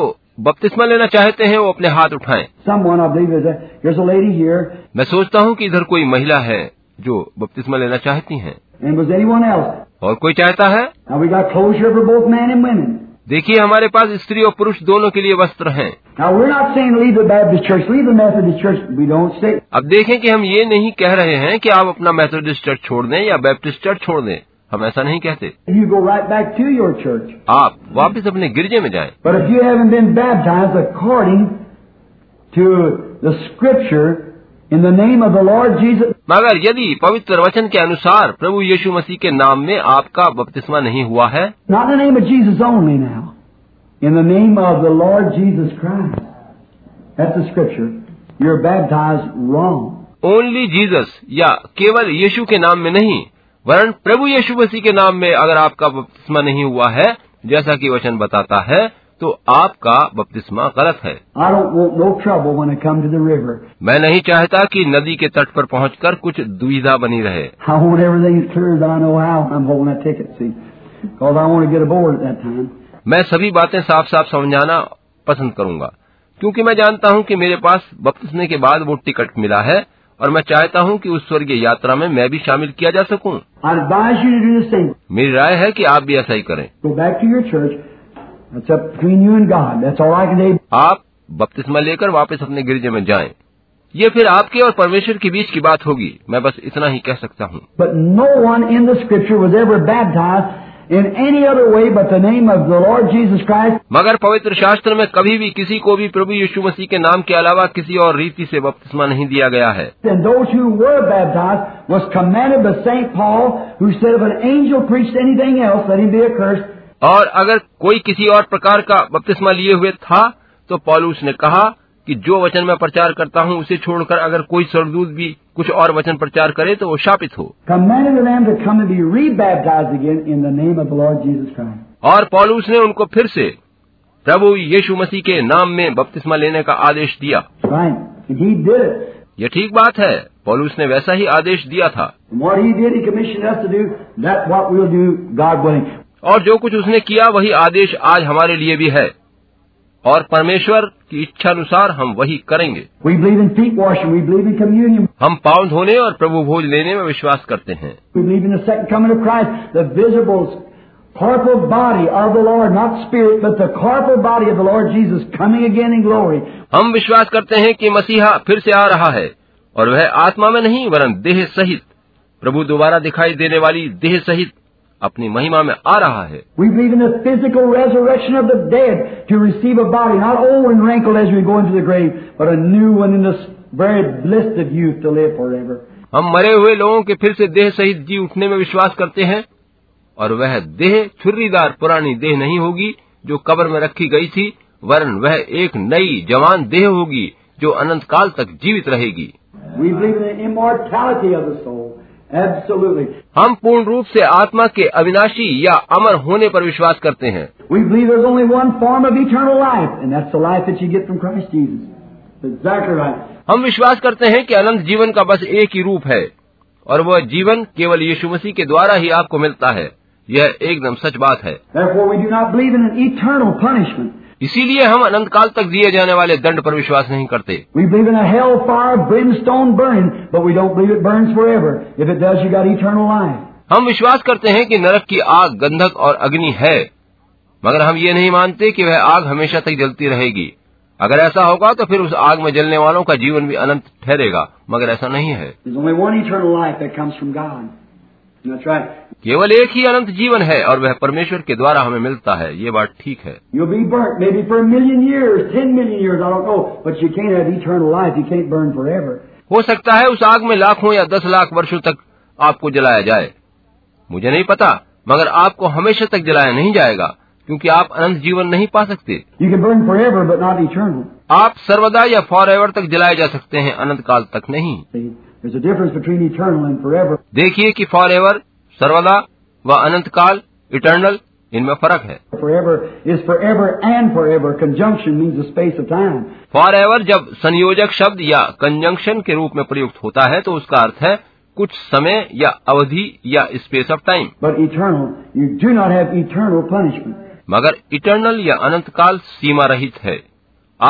A: बपतिस्मा लेना चाहते हैं वो अपने हाथ उठाएं
B: Someone, I believe, is a, there's a lady here.
A: मैं सोचता हूँ कि इधर कोई महिला है जो बपतिस्मा लेना चाहती हैं
B: And was anyone else?
A: और कोई चाहता है
B: Now we got closure for both men and women.
A: देखिए हमारे पास स्त्री और पुरुष दोनों के लिए वस्त्र हैं
B: Now we're not saying leave the Baptist church, leave the Methodist church. We don't say.
A: अब देखें कि हम ये नहीं कह रहे हैं कि आप अपना मेथोडिस्ट चर्च छोड़ दें या बैप्टिस्ट चर्च छोड़ दें हम ऐसा नहीं कहते
B: You go right back to your church.
A: आप वापस अपने गिरजे में जाएं
B: But if you haven't been baptized according to the Scripture in the name of the Lord Jesus,
A: मगर यदि पवित्र वचन के अनुसार प्रभु यीशु मसीह के नाम में आपका बपतिस्मा नहीं हुआ है
B: not in the name of Jesus only now, in the name of the Lord Jesus Christ. That's the Scripture. You're baptized wrong.
A: Only Jesus या केवल यीशु के नाम में नहीं वरन प्रभु यीशु मसीह के नाम में अगर आपका बपतिस्मा नहीं हुआ है जैसा कि वचन बताता है तो आपका बपतिस्मा गलत है
B: I don't want no trouble when I come to the river.
A: मैं नहीं चाहता कि नदी के तट पर पहुंचकर कुछ दुविधा बनी रहे
B: I want everything as clear as I know how. I'm holding that ticket, see, because I want to get aboard at that time.
A: मैं सभी बातें साफ साफ समझाना पसंद करूंगा क्योंकि मैं जानता हूं कि मेरे पास बपतिस्मे के बाद वो टिकट मिला है और मैं चाहता हूं कि उस स्वर्गीय यात्रा में मैं भी शामिल किया जा सकूं
B: I'd advise you to do the same.
A: मेरी राय है कि आप भी ऐसा ही करें
B: Go back to your church. That's up between you and God. That's all I can say.
A: आप बपतिस्मा लेकर वापस अपने गिरजे में जाएं। ये फिर आपके और परमेश्वर के बीच की बात होगी मैं बस इतना ही कह सकता हूँ
B: But no one in the Scripture was ever baptized in any other way but the name of the Lord Jesus Christ.
A: मगर पवित्र शास्त्र में कभी भी किसी को भी प्रभु यीशु मसीह के नाम के अलावा किसी और रीति से बपतिस्मा नहीं दिया गया है
B: And those who were baptized was commanded by St. Paul, who said, if an angel preached anything else, let him be accursed.
A: और अगर कोई किसी और प्रकार का बपतिस्मा लिए हुए था तो पौलुस ने कहा कि जो वचन मैं प्रचार करता हूँ उसे छोड़कर अगर कोई सरदूत भी कुछ और वचन प्रचार करे तो वो शापित हो
B: Commanded them to come and be rebaptized again in the name of the Lord Jesus Christ.
A: और पौलुस ने उनको फिर से प्रभु यीशु मसीह के नाम में बपतिस्मा लेने का आदेश दिया
B: Right. And he did it.
A: ये ठीक बात है पौलुस ने वैसा ही आदेश दिया था
B: And what he did, he commissioned us to do, that's what we'll do, God willing.
A: और जो कुछ उसने किया वही आदेश आज हमारे लिए भी है और परमेश्वर की इच्छा अनुसार हम वही करेंगे
B: We believe in feet washing, we believe in communion,
A: हम पांव धोने और प्रभु भोज लेने में विश्वास करते हैं
B: we believe in the second coming of Christ, the visible corporal body of the Lord, not spirit, but the corporal body of the Lord Jesus coming again in glory.
A: हम विश्वास करते हैं कि मसीहा फिर से आ रहा है और वह आत्मा में नहीं वरन देह सहित प्रभु दोबारा दिखाई देने वाली देह सहित अपनी महिमा में आ रहा है
B: We believe in the physical resurrection of the dead to receive a body, not old and wrinkled as we go into the grave, but a new one in this very blessed of youth to live forever.
A: हम मरे हुए लोगों के फिर से देह सहित जी उठने में विश्वास करते हैं और वह देह छुर्रीदार पुरानी देह नहीं होगी जो कब्र में रखी गई थी वरन वह एक नई जवान देह होगी जो अनंत काल तक जीवित रहेगी
B: We believe in the immortality of the soul. Absolutely.
A: हम पूर्ण रूप से आत्मा के अविनाशी या अमर होने पर विश्वास करते हैं
B: We believe there's only one form of eternal life, and that's the life that you get from Christ Jesus. Exactly right.
A: हम विश्वास करते हैं कि अनंत जीवन का बस एक ही रूप है और वह जीवन केवल यीशु मसीह के द्वारा ही आपको मिलता है यह एकदम सच बात है
B: Therefore, we do not believe in an eternal punishment.
A: इसीलिए हम अनंत काल तक दिए जाने वाले दंड पर विश्वास नहीं करते
B: We believe in a hellfire of brimstone burning, but we don't believe it burns forever. If it does, you got eternal life.
A: हम विश्वास करते हैं कि नरक की आग गंधक और अग्नि है मगर हम ये नहीं मानते कि वह आग हमेशा तक जलती रहेगी अगर ऐसा होगा तो फिर उस आग में जलने वालों का जीवन भी अनंत ठहरेगा मगर ऐसा नहीं है
B: There's only one eternal life that comes from God. And that's right.
A: केवल एक ही अनंत जीवन है और वह परमेश्वर के द्वारा हमें मिलता है ये बात ठीक है
B: You'll be burnt maybe for a million years, ten million years, I don't know, but you can't have eternal life. You can't burn forever.
A: हो सकता है उस आग में लाखों या दस लाख वर्षों तक आपको जलाया जाए मुझे नहीं पता मगर आपको हमेशा तक जलाया नहीं जाएगा क्योंकि आप अनंत जीवन नहीं पा सकते
B: You can burn forever, but not eternal.
A: आप सर्वदा या फॉर एवर तक जलाए जा सकते हैं अनंत काल तक नहीं
B: See, there's a difference between eternal and forever.
A: देखिए कि फॉर एवर सर्वदा व अनंत काल इटर्नल इनमें फर्क है
B: Forever is forever and forever. Conjunction means the space of time.
A: Forever जब संयोजक शब्द या कंजंक्शन के रूप में प्रयुक्त होता है तो उसका अर्थ है कुछ समय या अवधि या space of time
B: But eternal, you do not have eternal punishment.
A: मगर इटर्नल या अनंत काल सीमा रहित है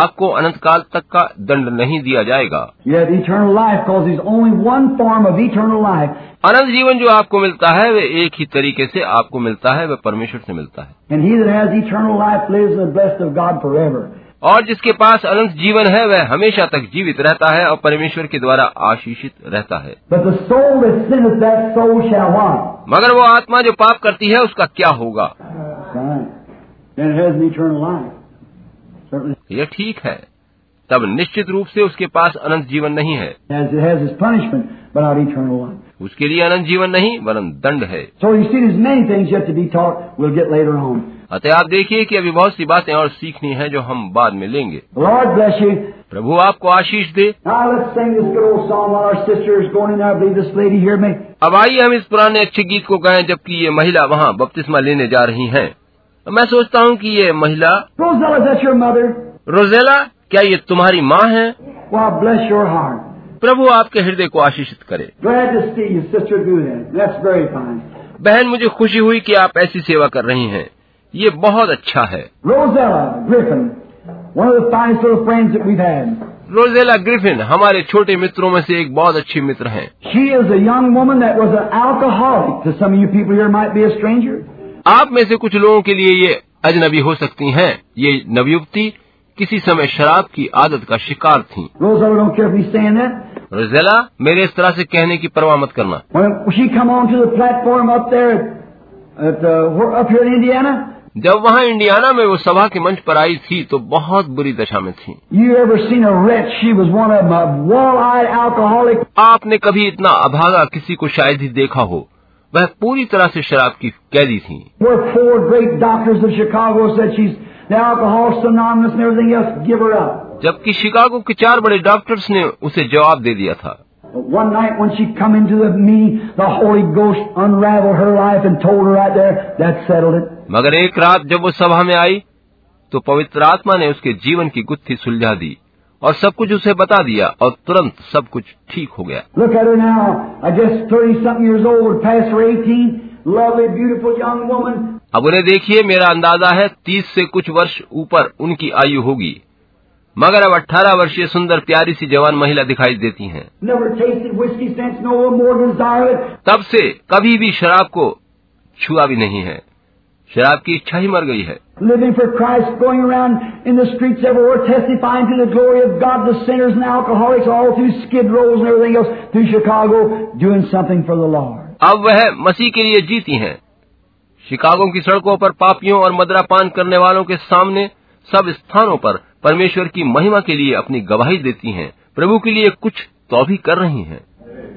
A: आपको अनंत काल तक का दंड नहीं दिया जाएगा
B: You have eternal life because there's only one form of eternal life.
A: अनंत जीवन जो आपको मिलता है वह एक ही तरीके से आपको मिलता है वह परमेश्वर से मिलता है
B: And he that has eternal life lives in the blessed of God forever.
A: और जिसके पास अनंत जीवन है वह हमेशा तक जीवित रहता है और परमेश्वर के द्वारा आशीषित रहता है
B: But the soul that sinneth, that soul shall what?
A: मगर वो आत्मा जो पाप करती है उसका क्या होगा
B: Fine. Then it has an eternal life. Certainly
A: यह ठीक है तब निश्चित रूप से उसके पास अनंत जीवन नहीं है
B: it has, it has its punishment, but not eternal life.
A: उसके लिए अनंत जीवन नहीं वरन दंड है
B: So you see, there's many things yet to be taught. We'll get later on.
A: अतः आप देखिए कि अभी बहुत सी बातें और सीखनी है जो हम बाद में लेंगे
B: The Lord bless you.
A: प्रभु आपको आशीष दे
B: Now let's sing this good old song while our sister is going in there. I believe this lady hear me.
A: अब आइए हम इस पुराने अच्छे गीत को गाएं जबकि ये महिला वहाँ बपतिस्मा लेने जा रही हैं मैं सोचता हूँ कि ये महिला
B: Rosella, is that your mother?
A: Rosella क्या ये तुम्हारी माँ है
B: Well, bless your heart.
A: प्रभु आपके हृदय को आशीषित करे
B: Glad to see you, Sister Gulen. That's very fine.
A: बहन मुझे खुशी हुई कि आप ऐसी सेवा कर रही हैं ये बहुत अच्छा है
B: Rosella Griffin, one of the finest little friends that we've had.
A: Rosella Griffin हमारे छोटे मित्रों में से एक बहुत अच्छी मित्र हैं
B: She is a young woman that was an alcoholic. To some of you people here might be a stranger.
A: आप में से कुछ लोगों के लिए ये अजनबी हो सकती हैं ये नवयुवती किसी समय शराब की आदत का शिकार थी
B: Rosella don't care if he's saying that.
A: Rosella मेरे इस तरह से कहने की परवाह मत करना
B: When she come onto the platform up there at, at uh, where- up here in Indiana,
A: जब वहाँ इंडियाना में वो सभा के मंच पर आई थी तो बहुत बुरी दशा में थी
B: you ever seen a wretch? She was one of them, a wall-eyed alcoholic.
A: आपने कभी इतना अभागा किसी को शायद ही देखा हो वह पूरी तरह से शराब की कैदी थी
B: Where four great doctors of Chicago said she's the alcohol synonymous and everything else. Give her up.
A: जबकि शिकागो के चार बड़े डॉक्टर्स ने उसे जवाब दे दिया था
B: But one night when she come into the meeting, the Holy Ghost unraveled her life and told her right there, that settled it.
A: मगर एक रात जब वो सभा में आई तो पवित्र आत्मा ने उसके जीवन की गुत्थी सुलझा दी और सब कुछ उसे बता दिया और तुरंत सब कुछ ठीक हो गया
B: Look at her now. I guess 30 something years old, past her 18. Lovely, beautiful young woman.
A: अब उन्हें देखिए मेरा अंदाजा है तीस से कुछ वर्ष ऊपर उनकी आयु होगी मगर अब अट्ठारह वर्षीय सुंदर प्यारी सी जवान महिला दिखाई देती हैं
B: Never tasted whiskey since, no more desire it.
A: तब से कभी भी शराब को छुआ भी नहीं है शराब की इच्छा ही मर गई है
B: Living for Christ, going around in the streets everywhere, testifying to the glory of God to sinners and alcoholics all through Skid Rows and everything else, through Chicago, doing something for the Lord.
A: अब वह मसीह के लिए जीती हैं Chicago की सड़कों पर पापियों और मदरापान करने वालों के सामने सब स्थानों पर परमेश्वर की महिमा के लिए अपनी गवाही देती हैं प्रभु के लिए कुछ तो भी कर रही हैं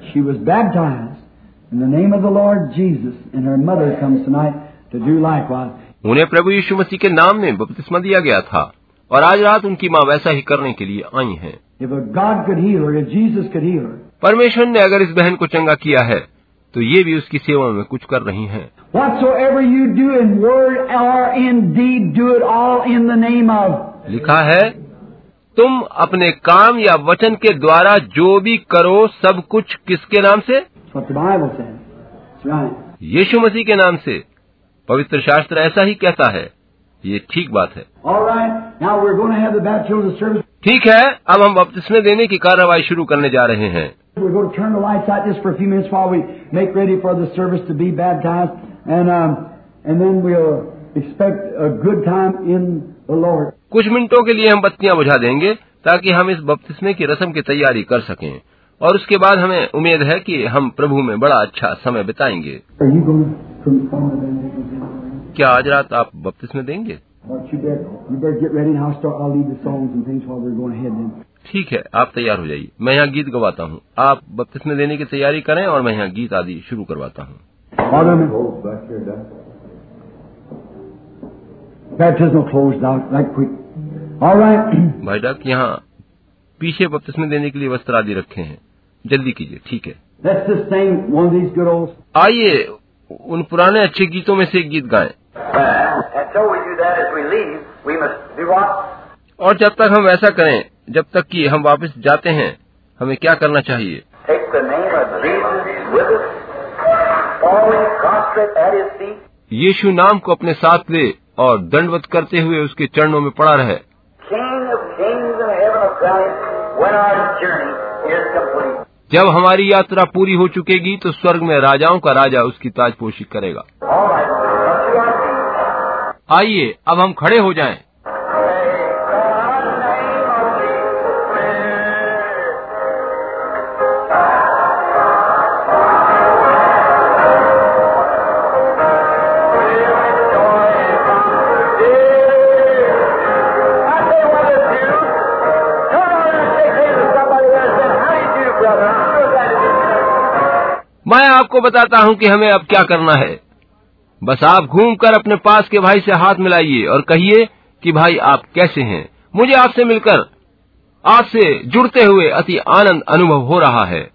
B: She was baptized in the name of the Lord Jesus, and her mother comes tonight to do likewise.
A: उन्हें प्रभु यीशु मसीह के नाम में बपतिस्मा दिया गया था और आज रात उनकी माँ वैसा ही करने के लिए आई हैं
B: If a God could heal her, if Jesus could heal her,
A: परमेश्वर ने अगर इस बहन को चंगा किया है तो ये भी उसकी सेवा में कुछ कर रही हैं
B: whatsoever you do in word or in deed, do it all in the name of.
A: लिखा है तुम अपने काम या वचन के द्वारा जो भी करो सब कुछ किसके नाम से
B: That's what the Bible says. That's right.
A: यीशु मसीह के नाम से पवित्र शास्त्र ऐसा ही कहता है ये ठीक बात है
B: All right. Now we're going to have the baptismal service.
A: ठीक है अब हम बपतिस्मे देने की कार्रवाई शुरू करने जा रहे हैं
B: We're going to turn the lights out just for a few minutes while we make ready for the service to be baptized, and um, and then we'll expect a good time in the Lord.
A: कुछ मिनटों के लिए हम बत्तियां बुझा देंगे ताकि हम इस बपतिस्मे की रस्म की तैयारी कर सकें और उसके बाद हमें उम्मीद है कि हम प्रभु में बड़ा अच्छा समय बिताएंगे
B: Are you going from from
A: क्या आज रात आप बपतिस्मे देंगे
B: But you better you better get ready and I'll start I'll lead the songs and things while we're going ahead then.
A: ठीक है आप तैयार हो जाइए मैं यहाँ गीत गवाता हूँ आप बपतिस्मे देने की तैयारी करें और मैं यहाँ गीत आदि शुरू करवाता हूँ
B: Father, back here, Baptismal closed out right quick. All right.
A: भाई डाक यहाँ पीछे बपतिस्मे देने के लिए वस्त्र आदि रखे हैं जल्दी कीजिए ठीक है
B: Let's just sing one of these good old
A: आइए उन पुराने अच्छे गीतों में से एक गीत गाएं
C: And so we do that as we leave. We must do what?
A: और जब तक हम ऐसा करें जब तक कि हम वापस जाते हैं हमें क्या करना चाहिए
C: Take the name of Jesus with us, falling prostrate at his feet,
A: यीशु नाम को अपने साथ ले और दंडवत करते हुए उसके चरणों में पड़ा रहे
C: King of kings valley when our journey is complete.
A: जब हमारी यात्रा पूरी हो चुकेगी तो स्वर्ग में राजाओं का राजा उसकी ताजपोशी करेगा
C: All right, up to our feet.
A: आइए अब हम खड़े हो जाएं।
C: Praise the name of Jesus.
A: मैं आपको बताता हूँ कि हमें अब क्या करना है बस आप घूमकर अपने पास के भाई से हाथ मिलाइए और कहिए कि भाई आप कैसे हैं मुझे आपसे मिलकर आपसे जुड़ते हुए अति आनंद अनुभव हो रहा है